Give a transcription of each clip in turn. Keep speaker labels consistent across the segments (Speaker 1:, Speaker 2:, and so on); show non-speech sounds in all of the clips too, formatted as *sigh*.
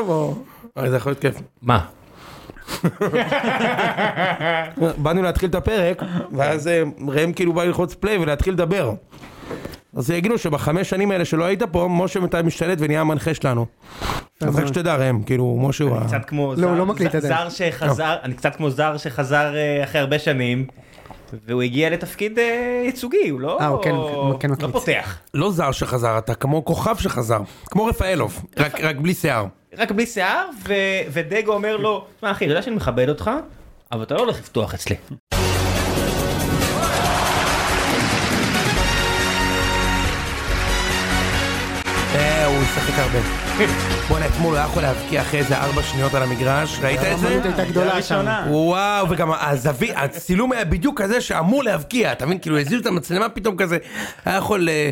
Speaker 1: או...
Speaker 2: אוי, זה יכול להיות כיף.
Speaker 3: מה?
Speaker 2: באנו להתחיל את הפרק, ואז אה, ראם כאילו בא ללחוץ פליי ולהתחיל לדבר. אז יגידו שבחמש שנים האלה שלא היית פה, משה בינתיים משתלט ונהיה המנחה שלנו. אז רק שתדע ראם, כאילו, משה הוא ה...
Speaker 4: קצת כמו
Speaker 1: לא, הוא לא מקליט עדיין. לא.
Speaker 4: זר שחזר, אני קצת כמו זר שחזר אה, אחרי הרבה שנים, והוא הגיע לתפקיד אה, ייצוגי, הוא לא
Speaker 1: אה, הוא כן- הוא כן
Speaker 4: לא
Speaker 1: מקליט.
Speaker 4: פותח,
Speaker 2: לא זר שחזר, אתה כמו כוכב שחזר, כמו רפאלוב, רק רק בלי שיער.
Speaker 4: רק בלי שיער, ו- ודגו אומר לו, תשמע אחי, אני יודע שאני מכבד אותך, אבל אתה לא הולך לפתוח אצלי.
Speaker 2: אה, הוא משחק *laughs* הרבה. בואנה, אתמול הוא היה יכול להבקיע אחרי איזה ארבע שניות על המגרש, אה, ראית את זה?
Speaker 1: הרמאות הייתה גדולה שם.
Speaker 5: ראשונה.
Speaker 2: וואו, וגם הזווית, הצילום היה בדיוק כזה שאמור להבקיע, אתה מבין? כאילו הזיזו את המצלמה פתאום כזה, היה יכול אה,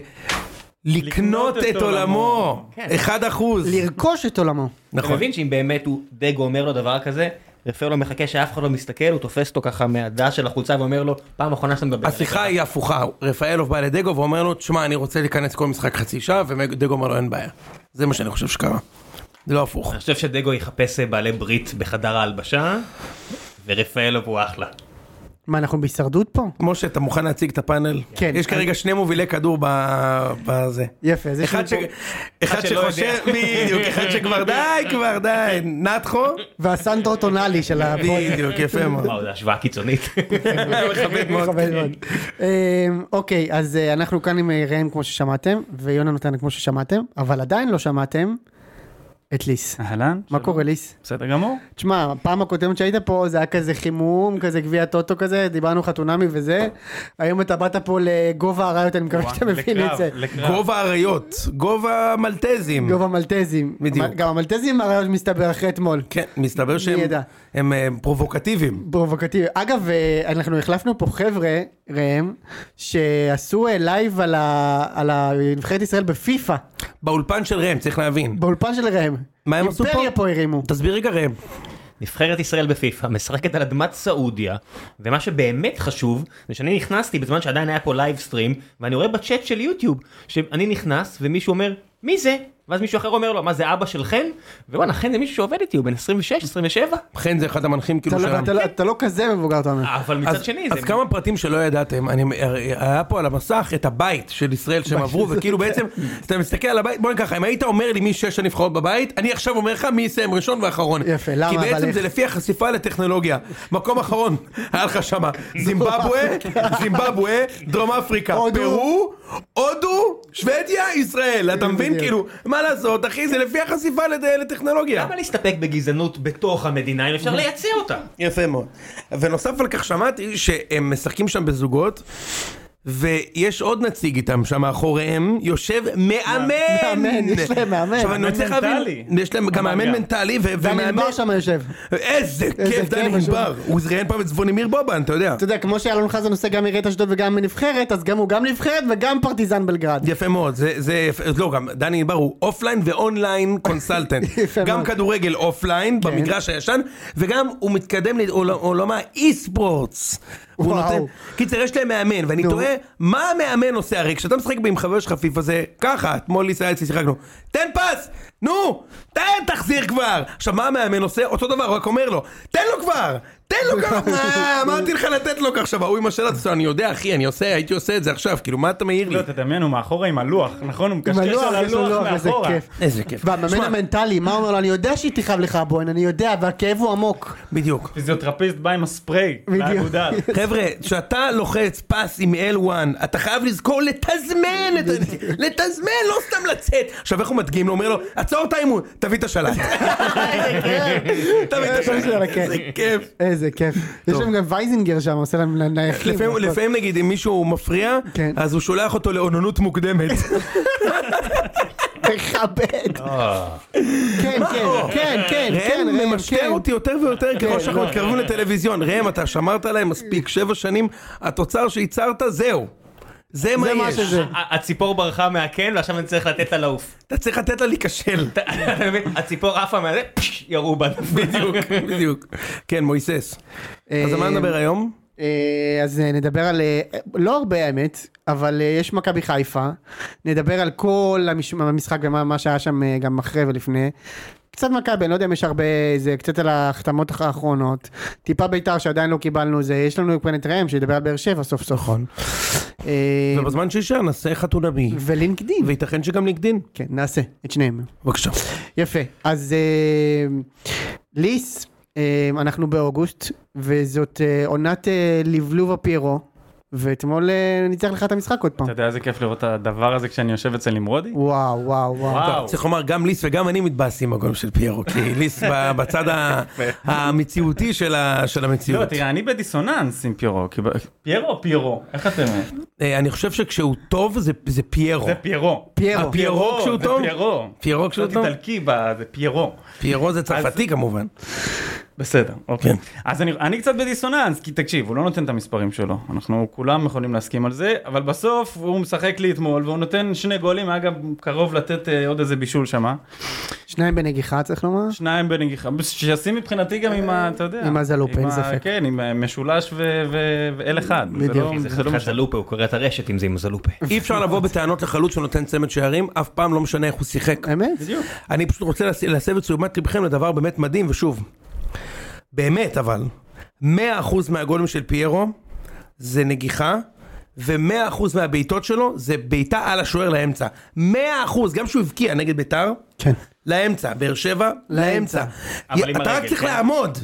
Speaker 2: לקנות
Speaker 5: לקנות את
Speaker 2: את עולמו,
Speaker 4: כן.
Speaker 2: אחד אחוז.
Speaker 1: לרכוש את עולמו.
Speaker 4: אתה
Speaker 2: נכון.
Speaker 4: מבין שאם באמת הוא, דגו אומר לו דבר כזה, רפאלו מחכה שאף אחד לא מסתכל, הוא תופס אותו ככה מהדש של החולצה ואומר לו, פעם אחרונה שאתה מדבר.
Speaker 2: השיחה היא הפוכה, רפאלוב בא לדגו ואומר לו, תשמע, אני רוצה להיכנס כל משחק חצי שעה, ודגו אומר לו, אין בעיה. זה מה שאני חושב שקרה. זה לא הפוך.
Speaker 4: אני חושב שדגו יחפש אה, בעלי ברית בחדר ההלבשה, ורפאלו הוא אחלה.
Speaker 1: מה, אנחנו בהישרדות פה?
Speaker 2: משה, אתה מוכן להציג את הפאנל?
Speaker 1: כן.
Speaker 2: יש כרגע שני מובילי כדור ב- בזה.
Speaker 1: יפה, אז יש לנו
Speaker 2: אחד ש-
Speaker 1: פה...
Speaker 2: אחד
Speaker 4: שלא
Speaker 2: שחושב,
Speaker 4: יודע.
Speaker 2: בדיוק, אחד שכבר די, כבר די, נתחו,
Speaker 1: והסנדרו טונאלי
Speaker 2: *laughs*
Speaker 1: של הפועל.
Speaker 2: בדיוק, כאילו, יפה מאוד.
Speaker 4: וואו, זו השוואה קיצונית. *laughs*
Speaker 1: *laughs* מכבד מאוד. אמ, אוקיי, אז אה, אנחנו כאן עם אה, ראם כמו ששמעתם, ויונה נותן כמו ששמעתם, אבל עדיין לא שמעתם את ליס.
Speaker 5: אהלן,
Speaker 1: מה
Speaker 5: שלום.
Speaker 1: קורה ליס?
Speaker 5: בסדר גמור.
Speaker 1: תשמע, הפעם הקודמת שהיית פה זה היה כזה חימום, כזה גביע טוטו כזה, דיברנו חתונמי וזה. היום אתה באת פה לגובה האריות, אני מקווה שאתה מבין את זה.
Speaker 2: גובה אריות, גובה מלטזים.
Speaker 1: גובה מלטזים.
Speaker 2: בדיוק.
Speaker 1: גם המלטזים האריות מסתבר אחרי אתמול.
Speaker 2: כן, מסתבר שהם
Speaker 1: ידע?
Speaker 2: הם, אה, פרובוקטיביים.
Speaker 1: פרובוקטיבי. אגב, אה, אנחנו החלפנו פה חבר'ה, ראם, שעשו אה, לייב על ה- על הנבחרת ישראל בפיפא,
Speaker 2: באולפן של ראם, צריך להבין.
Speaker 1: באולפן של ראם.
Speaker 2: מה הם עשו פה?
Speaker 1: אימפריה פה הרימו.
Speaker 2: תסביר רגע ראם.
Speaker 4: נבחרת ישראל בפיפ"א משחקת על אדמת סעודיה, ומה שבאמת חשוב, זה שאני נכנסתי בזמן שעדיין היה פה לייב סטרים, ואני רואה בצ'אט של יוטיוב, שאני נכנס, ומישהו אומר, מי זה? ואז מישהו אחר אומר לו, מה זה אבא של חן? ווואלה, חן זה מישהו שעובד איתי, הוא בן 26, 27?
Speaker 2: חן זה אחד המנחים
Speaker 1: אתה
Speaker 2: כאילו
Speaker 1: לא-
Speaker 2: שלנו.
Speaker 1: אתה לא- אתה לא כזה מבוגר, אתה
Speaker 2: אה,
Speaker 1: אומר.
Speaker 4: אבל מצד
Speaker 2: אז,
Speaker 4: שני,
Speaker 2: אז
Speaker 4: זה...
Speaker 2: כמה פרטים שלא ידעתם, אני, היה פה על המסך את הבית של ישראל
Speaker 1: *laughs*
Speaker 2: שהם עברו, וכאילו בעצם, אתה מסתכל על הבית, בוא ניקח, אם היית אומר לי מי שש הנבחרות בבית, אני עכשיו אומר לך מי יסיים ראשון ואחרון.
Speaker 1: יפה, למה,
Speaker 2: כי
Speaker 1: אבל
Speaker 2: בעצם
Speaker 1: איך?
Speaker 2: זה לפי החשיפה לטכנולוגיה. מקום אחרון, *laughs* היה לך
Speaker 1: *laughs*
Speaker 2: שמה, זימבבואה, זימבבואה, דרום אפריקה,
Speaker 1: הודו.
Speaker 2: פרו, הודו, שוודיה, ישראל, אתה מבין?
Speaker 1: בדיוק.
Speaker 2: כאילו, מה לעשות, אחי, זה לפי החשיפה לד- לטכנולוגיה.
Speaker 4: למה להסתפק בגזענות בתוך המדינה אם אפשר לייצא אותה?
Speaker 2: יפה מאוד. ונוסף על כך שמעתי שהם משחקים שם בזוגות, ויש עוד נציג איתם שם מאחוריהם, יושב מאמן!
Speaker 1: מאמן, יש להם מאמן.
Speaker 2: עכשיו אני
Speaker 5: מאמן
Speaker 2: רוצה להבין,
Speaker 5: מנטלי.
Speaker 2: יש להם גם מאמן
Speaker 5: גם.
Speaker 2: מנטלי ו-
Speaker 1: דני
Speaker 2: ומאמן...
Speaker 1: ענבר שם יושב.
Speaker 2: איזה כיף
Speaker 1: כיף,
Speaker 2: דני
Speaker 1: משהו.
Speaker 2: ענבר, הוא ראיין פעם את זבונימיר בובן, אתה יודע.
Speaker 1: אתה יודע, כמו שאלון חזן עושה גם עיריית אשדוד וגם נבחרת, אז גם הוא גם נבחרת וגם פרטיזן בלגרד.
Speaker 2: יפה מאוד, זה, זה יפה, לא, גם דני ענבר הוא אופליין
Speaker 1: *laughs*
Speaker 2: ואונליין קונסלטנט.
Speaker 1: יפה
Speaker 2: גם
Speaker 1: מאוד. כן.
Speaker 2: כדורגל אופליין במגרש הישן, וגם הוא מתקדם לעולם האי-ספורטס. הוא
Speaker 1: וואו.
Speaker 2: נותן- קיצר, יש להם מאמן, ואני
Speaker 1: נו.
Speaker 2: תוהה, מה המאמן עושה? הרי כשאתה משחק עם חבר שלך פיפה זה ככה, אתמול ליסה אצלי שיחקנו, תן פס! נו! תן, תחזיר כבר! עכשיו, מה המאמן עושה? אותו דבר, הוא רק אומר לו, תן לו כבר! תן לו
Speaker 1: *laughs*
Speaker 2: כבר! "אה, אמרתי לך לתת לו כבר. עכשיו, ההוא עם השאלה, "טוב, אני יודע, אחי, אני עושה, הייתי עושה את זה עכשיו, כאילו, מה אתה מעיר לי?
Speaker 5: לא, תדמיין, הוא מאחורה עם הלוח, נכון? הוא
Speaker 1: עם
Speaker 5: מקשקש על
Speaker 1: הלוח, יש לו
Speaker 5: הלוח
Speaker 1: לוח, איזה
Speaker 5: מאחורה.
Speaker 1: כיף.
Speaker 2: איזה כיף.
Speaker 1: והמאמן
Speaker 2: שמע,
Speaker 1: המנטלי, מה הוא אומר לו? אני יודע שהיא תכאב לך הבוהן, אני יודע, והכאב הוא עמוק.
Speaker 2: בדיוק.
Speaker 5: פיזיותרפיסט בא עם הספרי,
Speaker 1: בדיוק. *laughs*
Speaker 5: לאגודל.
Speaker 2: חבר'ה, כשאתה לוחץ פס עם L1, אתה חייב לזכור לתזמן, את- לתזמן, לא סתם לצאת. עכשיו איך הוא מדגים לו, אומר לו, עצור את האימון, תביא את
Speaker 1: *laughs*
Speaker 2: השלט. תביא את השלט,
Speaker 1: כן.
Speaker 2: זה כיף.
Speaker 1: איזה
Speaker 2: *laughs*
Speaker 1: כיף. יש להם גם וייזינגר שם, עושה להם נייחים.
Speaker 2: לפעמים- לפעמים נגיד אם מישהו מפריע,
Speaker 1: כן.
Speaker 2: אז הוא שולח אותו לאוננות מוקדמת.
Speaker 1: מכבד. כן, *laughs* כן, כן, כן, כן,
Speaker 2: אה. ראם
Speaker 1: ראם,
Speaker 2: ממשטר
Speaker 1: כן.
Speaker 2: אותי יותר ויותר
Speaker 1: כן,
Speaker 2: ככל שאנחנו
Speaker 1: לא.
Speaker 2: מתקרבים לטלוויזיון. ראם, אתה שמרת להם מספיק, שבע שנים, התוצר שייצרת, זהו. זה מה
Speaker 1: זה מה
Speaker 2: יש.
Speaker 1: שזה.
Speaker 4: ה- הציפור ברחה מהקן ועכשיו אני צריך לתת לה לעוף.
Speaker 2: אתה צריך לתת לה להיכשל.
Speaker 4: *laughs* אתה- אתה מבין? הציפור עפה מהזה, פש, ירו *laughs* בה.
Speaker 2: בדיוק, בדיוק. כן, מויסס. אז על מה
Speaker 1: אה,
Speaker 2: נדבר היום?
Speaker 1: אה, אז אה, נדבר על, אה, לא הרבה האמת, אבל אה, יש מכבי חיפה, נדבר על כל המש- המשחק ומה מה שהיה שם אה, גם אחרי ולפני, קצת מכבי, אני לא יודע אם יש הרבה, זה קצת על ההחתמות האחרונות. טיפה ביתר שעדיין לא קיבלנו זה, יש לנו פרנט ראם שידבר על באר שבע סוף סוף. נכון. אה,
Speaker 2: ובזמן שישאר נעשה חתונמי,
Speaker 1: ולינקדין.
Speaker 2: וייתכן שגם נגדין.
Speaker 1: כן, נעשה את שניהם.
Speaker 2: בבקשה.
Speaker 1: יפה, אז אה, ליס, אה, אנחנו באוגוסט, וזאת אה, עונת אה, לבלוב הפיירו, ואתמול אה, ניצח לך את המשחק עוד פעם.
Speaker 2: כן.
Speaker 5: אתה יודע איזה כיף לראות את הדבר הזה כשאני יושב אצל נמרודי?
Speaker 1: וואו, וואו, וואו.
Speaker 5: וואו.
Speaker 2: צריך לומר, גם ליס וגם אני מתבאסים מהגול של פיירו, כי ליס
Speaker 5: *laughs*
Speaker 2: ב- בצד ה- המציאותי של ה- של
Speaker 5: לא,
Speaker 2: המציאות.
Speaker 5: תראה, אני בדיסוננס עם פיירו. כי ב- פיירו או פיירו? איך אתם?
Speaker 2: אה, אני חושב שכשהוא טוב זה זה פיירו.
Speaker 5: זה פיירו.
Speaker 1: פיירו.
Speaker 2: אה, פיירו כשהוא
Speaker 5: זה
Speaker 2: טוב?
Speaker 5: פיירו.
Speaker 2: פיירו כשהוא
Speaker 5: קצת
Speaker 2: טוב?
Speaker 5: איטלקי, ב- זה פיירו.
Speaker 2: פיירו זה צרפתי כמובן.
Speaker 5: בסדר, אוקיי.
Speaker 2: כן.
Speaker 5: אז אני, אני קצת בדיסוננס, כי תקשיב, הוא לא נותן את המספרים שלו. אנחנו כולם יכולים להסכים על זה, אבל בסוף הוא משחק לי אתמול, והוא נותן שני גולים, אגב, קרוב לתת אה, עוד איזה בישול שמה.
Speaker 1: שניים בנגיחה צריך לומר.
Speaker 5: שניים בנגיחה, שישים מבחינתי גם עם
Speaker 2: אה,
Speaker 5: ה... אתה יודע.
Speaker 1: עם
Speaker 2: לא
Speaker 1: הזלופ,
Speaker 5: עם
Speaker 1: אין
Speaker 5: ה-
Speaker 1: ספק.
Speaker 5: כן, עם אה, משולש ו- ו- ואל אחד. זה
Speaker 1: בדיוק.
Speaker 5: לא-
Speaker 1: כי
Speaker 4: זה
Speaker 5: זה לא
Speaker 4: חתיכת
Speaker 5: משנה.
Speaker 4: זלופה, הוא קורע את הרשת אם זה עם זלופה.
Speaker 2: אי אפשר לבוא בטענות לחלוץ שנותן צמד שערים, אף פעם לא משנה איך הוא שיחק.
Speaker 1: אמת?
Speaker 5: בדיוק.
Speaker 2: אני פשוט רוצה להס- להסב את תשומת לבכם לדבר באמת מדהים, ושוב, באמת אבל, 100% מהגולים של פיירו זה נגיחה, ו-100% מהבעיטות שלו זה בעיטה על השוער לאמצע. 100%, גם כשהוא הבקיע נגד ביתר,
Speaker 1: כן.
Speaker 2: לאמצע, באר שבע,
Speaker 1: לאמצע.
Speaker 2: לאמצע.
Speaker 4: אבל עם
Speaker 2: אתה רק
Speaker 4: הרגל,
Speaker 2: צריך
Speaker 4: כן.
Speaker 2: לעמוד.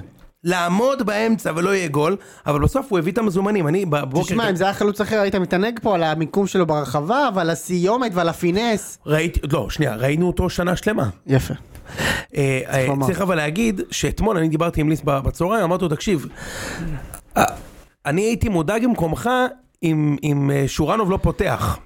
Speaker 2: לעמוד באמצע ולא יהיה גול, אבל בסוף הוא הביא את המזומנים, אני בבוקר
Speaker 1: תשמע, אם זה היה חלוץ אחר היית מתענג פה על המיקום שלו ברחבה ועל הסיומת ועל הפינס.
Speaker 2: ראיתי, לא, שנייה, ראינו אותו שנה שלמה.
Speaker 1: יפה.
Speaker 2: אה, אה,
Speaker 1: לומר.
Speaker 2: צריך אבל להגיד שאתמול אני דיברתי עם ליס ב- בצהריים, אמרתי לו, תקשיב, אה, אני הייתי מודאג במקומך אם- אם אה, שורנוב לא פותח.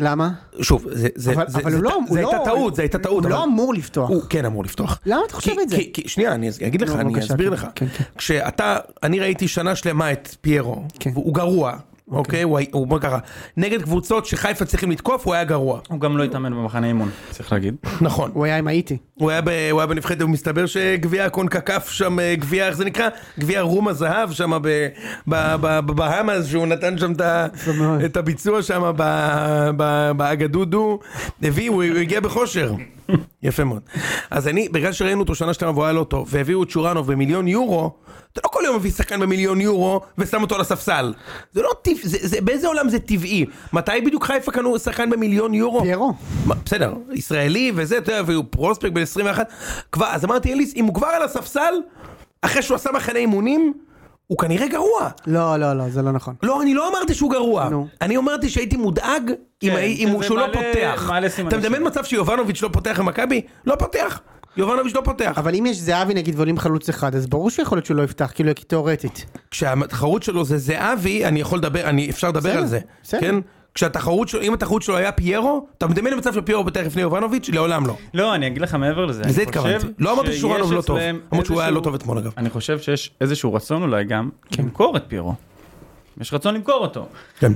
Speaker 1: למה?
Speaker 2: שוב, זה- זה
Speaker 1: אבל-
Speaker 2: זה-
Speaker 1: אבל
Speaker 2: זה-
Speaker 1: הוא לא- הוא
Speaker 2: זה הייתה
Speaker 1: לא-
Speaker 2: טעות, זה הייתה טעות.
Speaker 1: הוא
Speaker 2: אבל-
Speaker 1: לא אמור לפתוח.
Speaker 2: הוא כן אמור לפתוח.
Speaker 1: למה אתה חושב
Speaker 2: כי-
Speaker 1: את זה?
Speaker 2: כי- כי- שנייה, אני אגיד לך,
Speaker 1: לא,
Speaker 2: אני
Speaker 1: בבקשה,
Speaker 2: אסביר
Speaker 1: כן,
Speaker 2: לך.
Speaker 1: כן, כן.
Speaker 2: כשאתה, אני ראיתי שנה שלמה את פיירו,
Speaker 1: כן.
Speaker 2: הוא גרוע, אוקיי? הוא היה- הוא אומר ככה, נגד קבוצות שחיפה צריכים לתקוף, הוא היה גרוע.
Speaker 5: הוא גם לא התאמן במחנה אימון, צריך להגיד.
Speaker 2: נכון.
Speaker 1: הוא היה עם האיטי.
Speaker 2: הוא היה, ב, הוא היה בנבחרת, הוא מסתבר שגביע הקונקקף שם, אה, גביע, איך זה נקרא? גביע רום הזהב שם ב- ב- ב- בבהאמאס, שהוא נתן שם את, ה-
Speaker 1: יפה מאוד.
Speaker 2: את הביצוע שם ב- ב- באגה דודו, הביא, הוא, הוא הגיע בכושר. יפה מאוד. אז אני, בגלל שראינו אותו שנה שלמה והוא היה לא טוב, והביאו את שורנוב במיליון יורו, אתה לא כל יום מביא שחקן במיליון יורו ושם אותו על הספסל. זה לא טבעי, זה, זה, באיזה עולם זה טבעי? מתי בדיוק חיפה קנו שחקן במיליון יורו?
Speaker 1: פיירו.
Speaker 2: מה, בסדר, ישראלי וזה, אתה יודע, והוא פרוספקט בן 21, כבר, אז אמרתי אליס, אם הוא כבר על הספסל, אחרי שהוא עשה מחנה אימונים, הוא כנראה גרוע.
Speaker 1: לא, לא, לא, זה לא נכון.
Speaker 2: לא, אני לא אמרתי שהוא גרוע.
Speaker 1: נו.
Speaker 2: אני אמרתי שהייתי מודאג אם
Speaker 5: כן,
Speaker 2: הי- אם הוא-
Speaker 5: שזה
Speaker 2: שהוא לא
Speaker 5: מעלה-
Speaker 2: פותח.
Speaker 5: מעלה סימני
Speaker 2: אתה מדמיין
Speaker 5: שאלה.
Speaker 2: מצב שיובנוביץ' לא פותח במכבי? לא פותח. יובנוביץ' לא פותח.
Speaker 1: אבל אם יש זהבי נגיד ועולים חלוץ אחד, אז ברור שיכול להיות שהוא לא יפתח, כאילו תיאורטית.
Speaker 2: כשהתחרות שלו זה זהבי, אני יכול לדבר, אני אפשר לדבר
Speaker 1: בסדר,
Speaker 2: על זה.
Speaker 1: בסדר.
Speaker 2: כן? כשהתחרות שלו, אם התחרות שלו היה פיירו, אתה מדמיין מצב שפיירו פותח לפני יובנוביץ'? לעולם לא.
Speaker 5: לא, אני אגיד לך מעבר לזה.
Speaker 2: לזה
Speaker 5: אני חושב
Speaker 2: התכוונתי. לא אמרתי
Speaker 5: שיש
Speaker 2: ששורנוב לא טוב.
Speaker 5: אצלם
Speaker 2: למרות שהוא היה
Speaker 5: איזשהו-
Speaker 2: לא טוב אתמול אגב.
Speaker 5: אני חושב שיש איזשהו רצון אולי גם למכור את פירו. יש רצון למכור אותו.
Speaker 2: כן.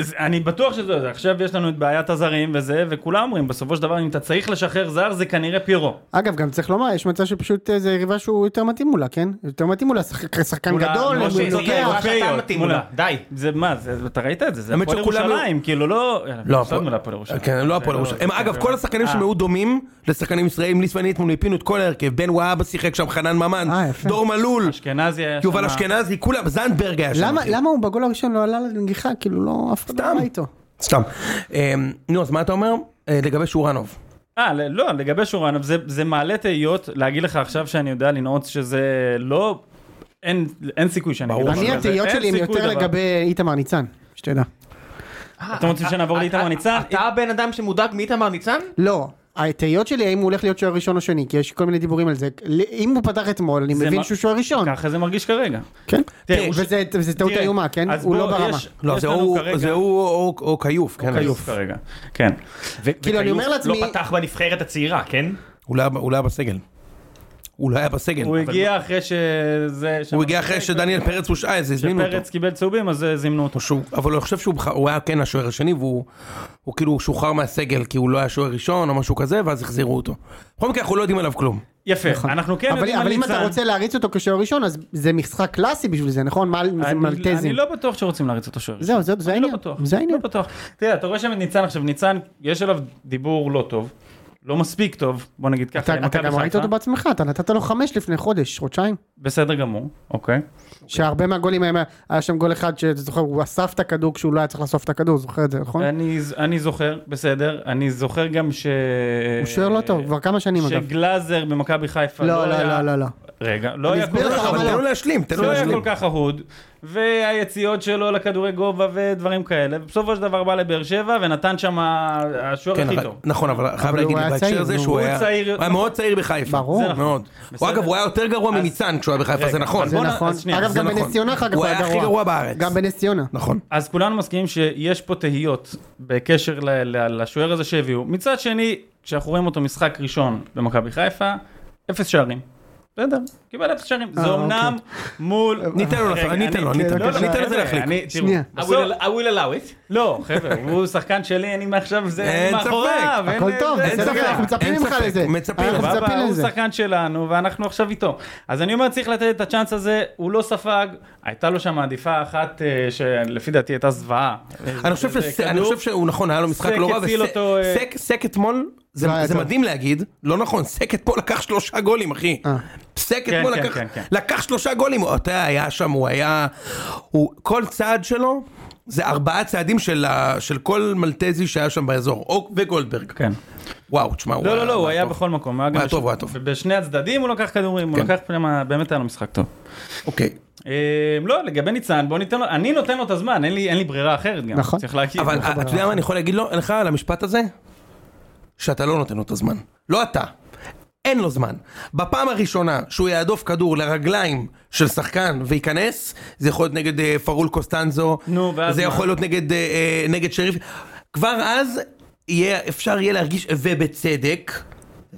Speaker 5: זה- אני בטוח שזה זה. עכשיו יש לנו את בעיית הזרים וזה, וכולם אומרים, בסופו של דבר, אם אתה צריך לשחרר זר, זה כנראה פירו.
Speaker 1: אגב, גם צריך לומר, יש מצב שפשוט אה, זה יריבה שהוא יותר מתאים מולה, כן? יותר מתאים מולה, שחק- שחקן
Speaker 5: מולה,
Speaker 4: אה,
Speaker 5: לא
Speaker 1: גדול,
Speaker 4: לא,
Speaker 5: מולה,
Speaker 1: הוא
Speaker 5: מולה,
Speaker 1: נוגח.
Speaker 5: מולה. מולה.
Speaker 4: די.
Speaker 5: זה מה, זה, אתה ראית את זה, זה
Speaker 2: האמת
Speaker 5: הפועל
Speaker 2: שכולם
Speaker 5: ירושלים, כאילו לא...
Speaker 2: לא,
Speaker 5: לא, הפועל הפועל ירושלים.
Speaker 2: כן, לא
Speaker 5: זה
Speaker 2: הפועל ירושלים. הם,
Speaker 5: זה
Speaker 2: אגב,
Speaker 5: לא-
Speaker 2: כל השחקנים
Speaker 5: אה,
Speaker 2: שהם היו דומים לשחקנים ישראלים, ליס ואני אתמול מיפינו את כל ההרכב. בן והבה שיחק שם, חנן ממן,
Speaker 1: אה, יפה.
Speaker 2: דור מלול,
Speaker 5: אשכנזי היה
Speaker 2: יובל
Speaker 5: שמה.
Speaker 2: אשכנזי, כולם, זנדברג היה שם.
Speaker 1: למה-
Speaker 2: אחי.
Speaker 1: למה הוא בגול הראשון לא עלה לנגיחה? כאילו לא, אף אחד לא
Speaker 2: סתם.
Speaker 1: עלה איתו.
Speaker 2: סתם. אמ, נו, אז מה אתה אומר? אה, לגבי שורנוב.
Speaker 5: אה, ל- לא, לגבי שורנוב, זה, זה מעלה תהיות להגיד לך עכשיו שאני יודע לנעוץ שזה לא... אין, אין סיכוי שאני אגיד
Speaker 2: ברור.
Speaker 5: משהו
Speaker 1: אני
Speaker 5: כזה.
Speaker 1: התהיות
Speaker 5: אין
Speaker 1: שלי הן
Speaker 5: סיכוי
Speaker 1: יותר
Speaker 5: דבר.
Speaker 1: לגבי איתמר ניצן, שתדע.
Speaker 5: אתם רוצים שנעבור לאיתמר ניצן?
Speaker 4: אתה הבן אדם שמודאג מאיתמר ניצן?
Speaker 1: לא, התהיות שלי האם הוא הולך להיות שוער ראשון או שני, כי יש כל מיני דיבורים על זה. ל- אם הוא פתח אתמול, אני
Speaker 5: זה
Speaker 1: מבין
Speaker 5: מה-
Speaker 1: שהוא שוער ראשון.
Speaker 5: ככה זה מרגיש כרגע.
Speaker 1: כן.
Speaker 5: תראה, הוא-
Speaker 1: וזה וזה טעות
Speaker 5: תראה,
Speaker 1: איומה, כן?
Speaker 5: אז
Speaker 1: הוא לא
Speaker 5: בוא,
Speaker 1: ברמה.
Speaker 5: יש-
Speaker 2: לא,
Speaker 5: יש
Speaker 2: זה
Speaker 5: לנו
Speaker 2: הוא
Speaker 5: כרגע-
Speaker 2: זה הוא או- או כיוף. כן.
Speaker 5: כיוף כרגע, כן.
Speaker 1: כאילו, אני אומר לעצמי-
Speaker 4: לא פתח בנבחרת הצעירה, כן?
Speaker 2: הוא לא היה- הוא לא היה בסגל. הוא לא היה בסגל.
Speaker 5: הוא
Speaker 2: אבל-
Speaker 5: הגיע אחרי שזה...
Speaker 2: הוא הגיע אחרי שדניאל פרץ הושעה, אז הזמינו אותו.
Speaker 5: שפרץ קיבל צהובים, אז אה, זימנו אותו.
Speaker 2: שהוא, אבל אני חושב שהוא בחר- הוא היה כן השוער השני והוא הוא כאילו שוחרר מהסגל כי הוא לא היה שוער ראשון או משהו כזה ואז החזירו אותו. בכל מקרה אנחנו לא יודעים עליו כלום.
Speaker 5: יפה, אנחנו כן
Speaker 1: נכון. אבל
Speaker 5: יודעים על
Speaker 1: אבל אם
Speaker 5: ניצן.
Speaker 1: אתה רוצה להריץ אותו כשוער ראשון, אז זה משחק קלאסי בשביל זה, נכון? מה- זה
Speaker 5: אני-
Speaker 1: מלטזים.
Speaker 5: אני לא בטוח שרוצים להריץ אותו שוער.
Speaker 1: זהו, זה- זה
Speaker 5: אני לא
Speaker 1: העניין.
Speaker 5: בטוח.
Speaker 1: זה העניין.
Speaker 5: לא בטוח. תראה, אתה רואה שם את ניצן עכשיו, ניצן, יש עליו דיבור לא טוב. לא מספיק טוב, בוא נגיד ככה.
Speaker 1: אתה אתה
Speaker 5: למכבי
Speaker 1: גם ראית
Speaker 5: חיפה.
Speaker 1: אותו בעצמך, אתה נתת לו חמש לפני חודש, חודשיים.
Speaker 5: בסדר גמור, אוקיי.
Speaker 1: נכון. שהרבה מהגולים היה, היה שם גול אחד שאתה זוכר, הוא אסף את הכדור כשהוא לא היה צריך לאסוף את הכדור, זוכר את זה, נכון?
Speaker 5: אני, אני זוכר, בסדר. אני זוכר גם ש...
Speaker 1: הוא שוער לא טוב, כבר כמה שנים אגב.
Speaker 5: שגלאזר במכבי חיפה
Speaker 1: לא, לא,
Speaker 5: היה...
Speaker 1: לא, לא, לא.
Speaker 5: רגע, לא
Speaker 1: אני
Speaker 5: היה כל
Speaker 1: אסביר
Speaker 5: כך
Speaker 1: לך
Speaker 2: אבל
Speaker 1: למה
Speaker 5: אהוד.
Speaker 2: תן לו להשלים, תן לו
Speaker 5: לא היה כל
Speaker 2: להשלים.
Speaker 5: כך אהוד, והיציאות שלו לכדורי גובה ודברים כאלה, ובסופו של דבר בא לבאר שבע ונתן שם השוער
Speaker 2: כן,
Speaker 5: הכי
Speaker 2: אבל-
Speaker 5: טוב.
Speaker 2: נכון, אבל חייב
Speaker 1: הוא
Speaker 2: להגיד
Speaker 1: היה
Speaker 2: לי בהקשר
Speaker 1: צעיר,
Speaker 2: הזה
Speaker 1: נו.
Speaker 2: שהוא
Speaker 5: הוא
Speaker 2: היה
Speaker 5: צעיר
Speaker 2: הוא היה
Speaker 5: יותר.
Speaker 2: מאוד צעיר בחיפה.
Speaker 1: ברור. זה
Speaker 5: נכון.
Speaker 2: מאוד. הוא
Speaker 5: בסדר.
Speaker 2: אגב, הוא היה יותר גרוע
Speaker 5: אז- כן.
Speaker 2: מניצן כשהוא היה בחיפה,
Speaker 5: רגע,
Speaker 2: זה נכון.
Speaker 5: אז
Speaker 1: זה
Speaker 5: בוא נ-
Speaker 1: נכון.
Speaker 5: אז שנייה,
Speaker 1: אגב,
Speaker 5: זה
Speaker 1: גם
Speaker 2: נכון.
Speaker 1: בנס ציונה אחר כך
Speaker 2: הוא היה הכי גרוע בארץ.
Speaker 1: גם בנס ציונה.
Speaker 2: נכון.
Speaker 5: אז כולנו מסכימים שיש פה תהיות בקשר ל- ל- לשוער הזה שהביאו. מצד שני, כשאנחנו רואים אותו משחק ראשון במכבי חיפה, אפס שערים. בסדר, קיבל אפס שערים. זה
Speaker 1: אה,
Speaker 5: אומנם מול...
Speaker 2: אוקיי. ניתן לו
Speaker 5: רגע,
Speaker 2: לעשות, אני אתן לו, אני אתן לו,
Speaker 5: לא, לא,
Speaker 2: אני אתן לזה
Speaker 5: חבר'ה,
Speaker 2: להחליק.
Speaker 5: אני- תראו,
Speaker 1: שנייה.
Speaker 4: I
Speaker 5: בסוף-
Speaker 4: will- I will allow it.
Speaker 5: לא, חבר'ה, הוא שחקן שלי, אני מעכשיו זה...
Speaker 2: אין
Speaker 5: אני
Speaker 2: ספק.
Speaker 5: מאחוריו, אין-
Speaker 1: הכל טוב,
Speaker 5: אין
Speaker 1: בסדר,
Speaker 2: ספק,
Speaker 5: בעיה.
Speaker 1: אנחנו מצפים
Speaker 2: אין
Speaker 1: ממך
Speaker 2: ספק,
Speaker 1: לזה.
Speaker 2: מצפים.
Speaker 1: אנחנו
Speaker 5: סבבה,
Speaker 1: מצפים
Speaker 5: הוא
Speaker 1: לזה.
Speaker 5: שחקן שלנו, ואנחנו עכשיו איתו. אז אני אומר, צריך לתת את הצ'אנס הזה, הוא לא ספג, הייתה לו שם עדיפה אחת אה, שלפי דעתי הייתה זוועה.
Speaker 2: אני חושב
Speaker 5: זה
Speaker 2: שס- אני
Speaker 5: כדור-
Speaker 2: חושב שהוא נכון, היה לו משחק
Speaker 5: סק
Speaker 2: לא רע,
Speaker 5: הציל
Speaker 2: וס-
Speaker 5: אותו, אה,
Speaker 2: סק- סק אתמול, זה
Speaker 1: לא היה
Speaker 2: זה
Speaker 1: טוב.
Speaker 2: מדהים להגיד, לא נכון, סק אתמול לקח שלושה גולים, אחי.
Speaker 1: אה.
Speaker 2: סק
Speaker 5: כן,
Speaker 2: אתמול
Speaker 5: כן,
Speaker 2: לקח-
Speaker 5: כן, כן.
Speaker 2: לקח שלושה גולים, אתה יודע, היה שם, הוא היה... הוא- כל צעד שלו, זה ארבעה צעדים של ה- של כל מלטזי שהיה שם באזור, או- וגולדברג.
Speaker 5: כן.
Speaker 2: וואו, תשמע, הוא
Speaker 5: לא, לא, לא, הוא היה
Speaker 2: טוב.
Speaker 5: בכל מקום. הוא
Speaker 2: הוא היה
Speaker 5: גם
Speaker 2: טוב,
Speaker 5: בש-
Speaker 2: הוא היה טוב.
Speaker 5: ובשני הצדדים הוא לקח כדורים, הוא
Speaker 2: כן.
Speaker 5: לקח פנימה, באמת היה לו משחק טוב.
Speaker 2: אוקיי.
Speaker 5: אה, לא, לגבי ניצן, בוא ניתן לו, אני נותן לו את הזמן, אין לי אין לי ברירה אחרת גם.
Speaker 1: נכון.
Speaker 5: צריך להגיד.
Speaker 2: אבל אה, אתה יודע מה אני יכול להגיד לו- לך על המשפט הזה? שאתה לא נותן לו את הזמן. לא אתה. אין לו זמן. בפעם הראשונה שהוא יעדוף כדור לרגליים של שחקן וייכנס, זה יכול להיות נגד אה, פרול קוסטנזו,
Speaker 5: נו, ואז
Speaker 2: זה
Speaker 5: מה?
Speaker 2: יכול להיות נגד, אה, אה, נגד שריף. כבר אז יהיה, אפשר יהיה להרגיש, ובצדק,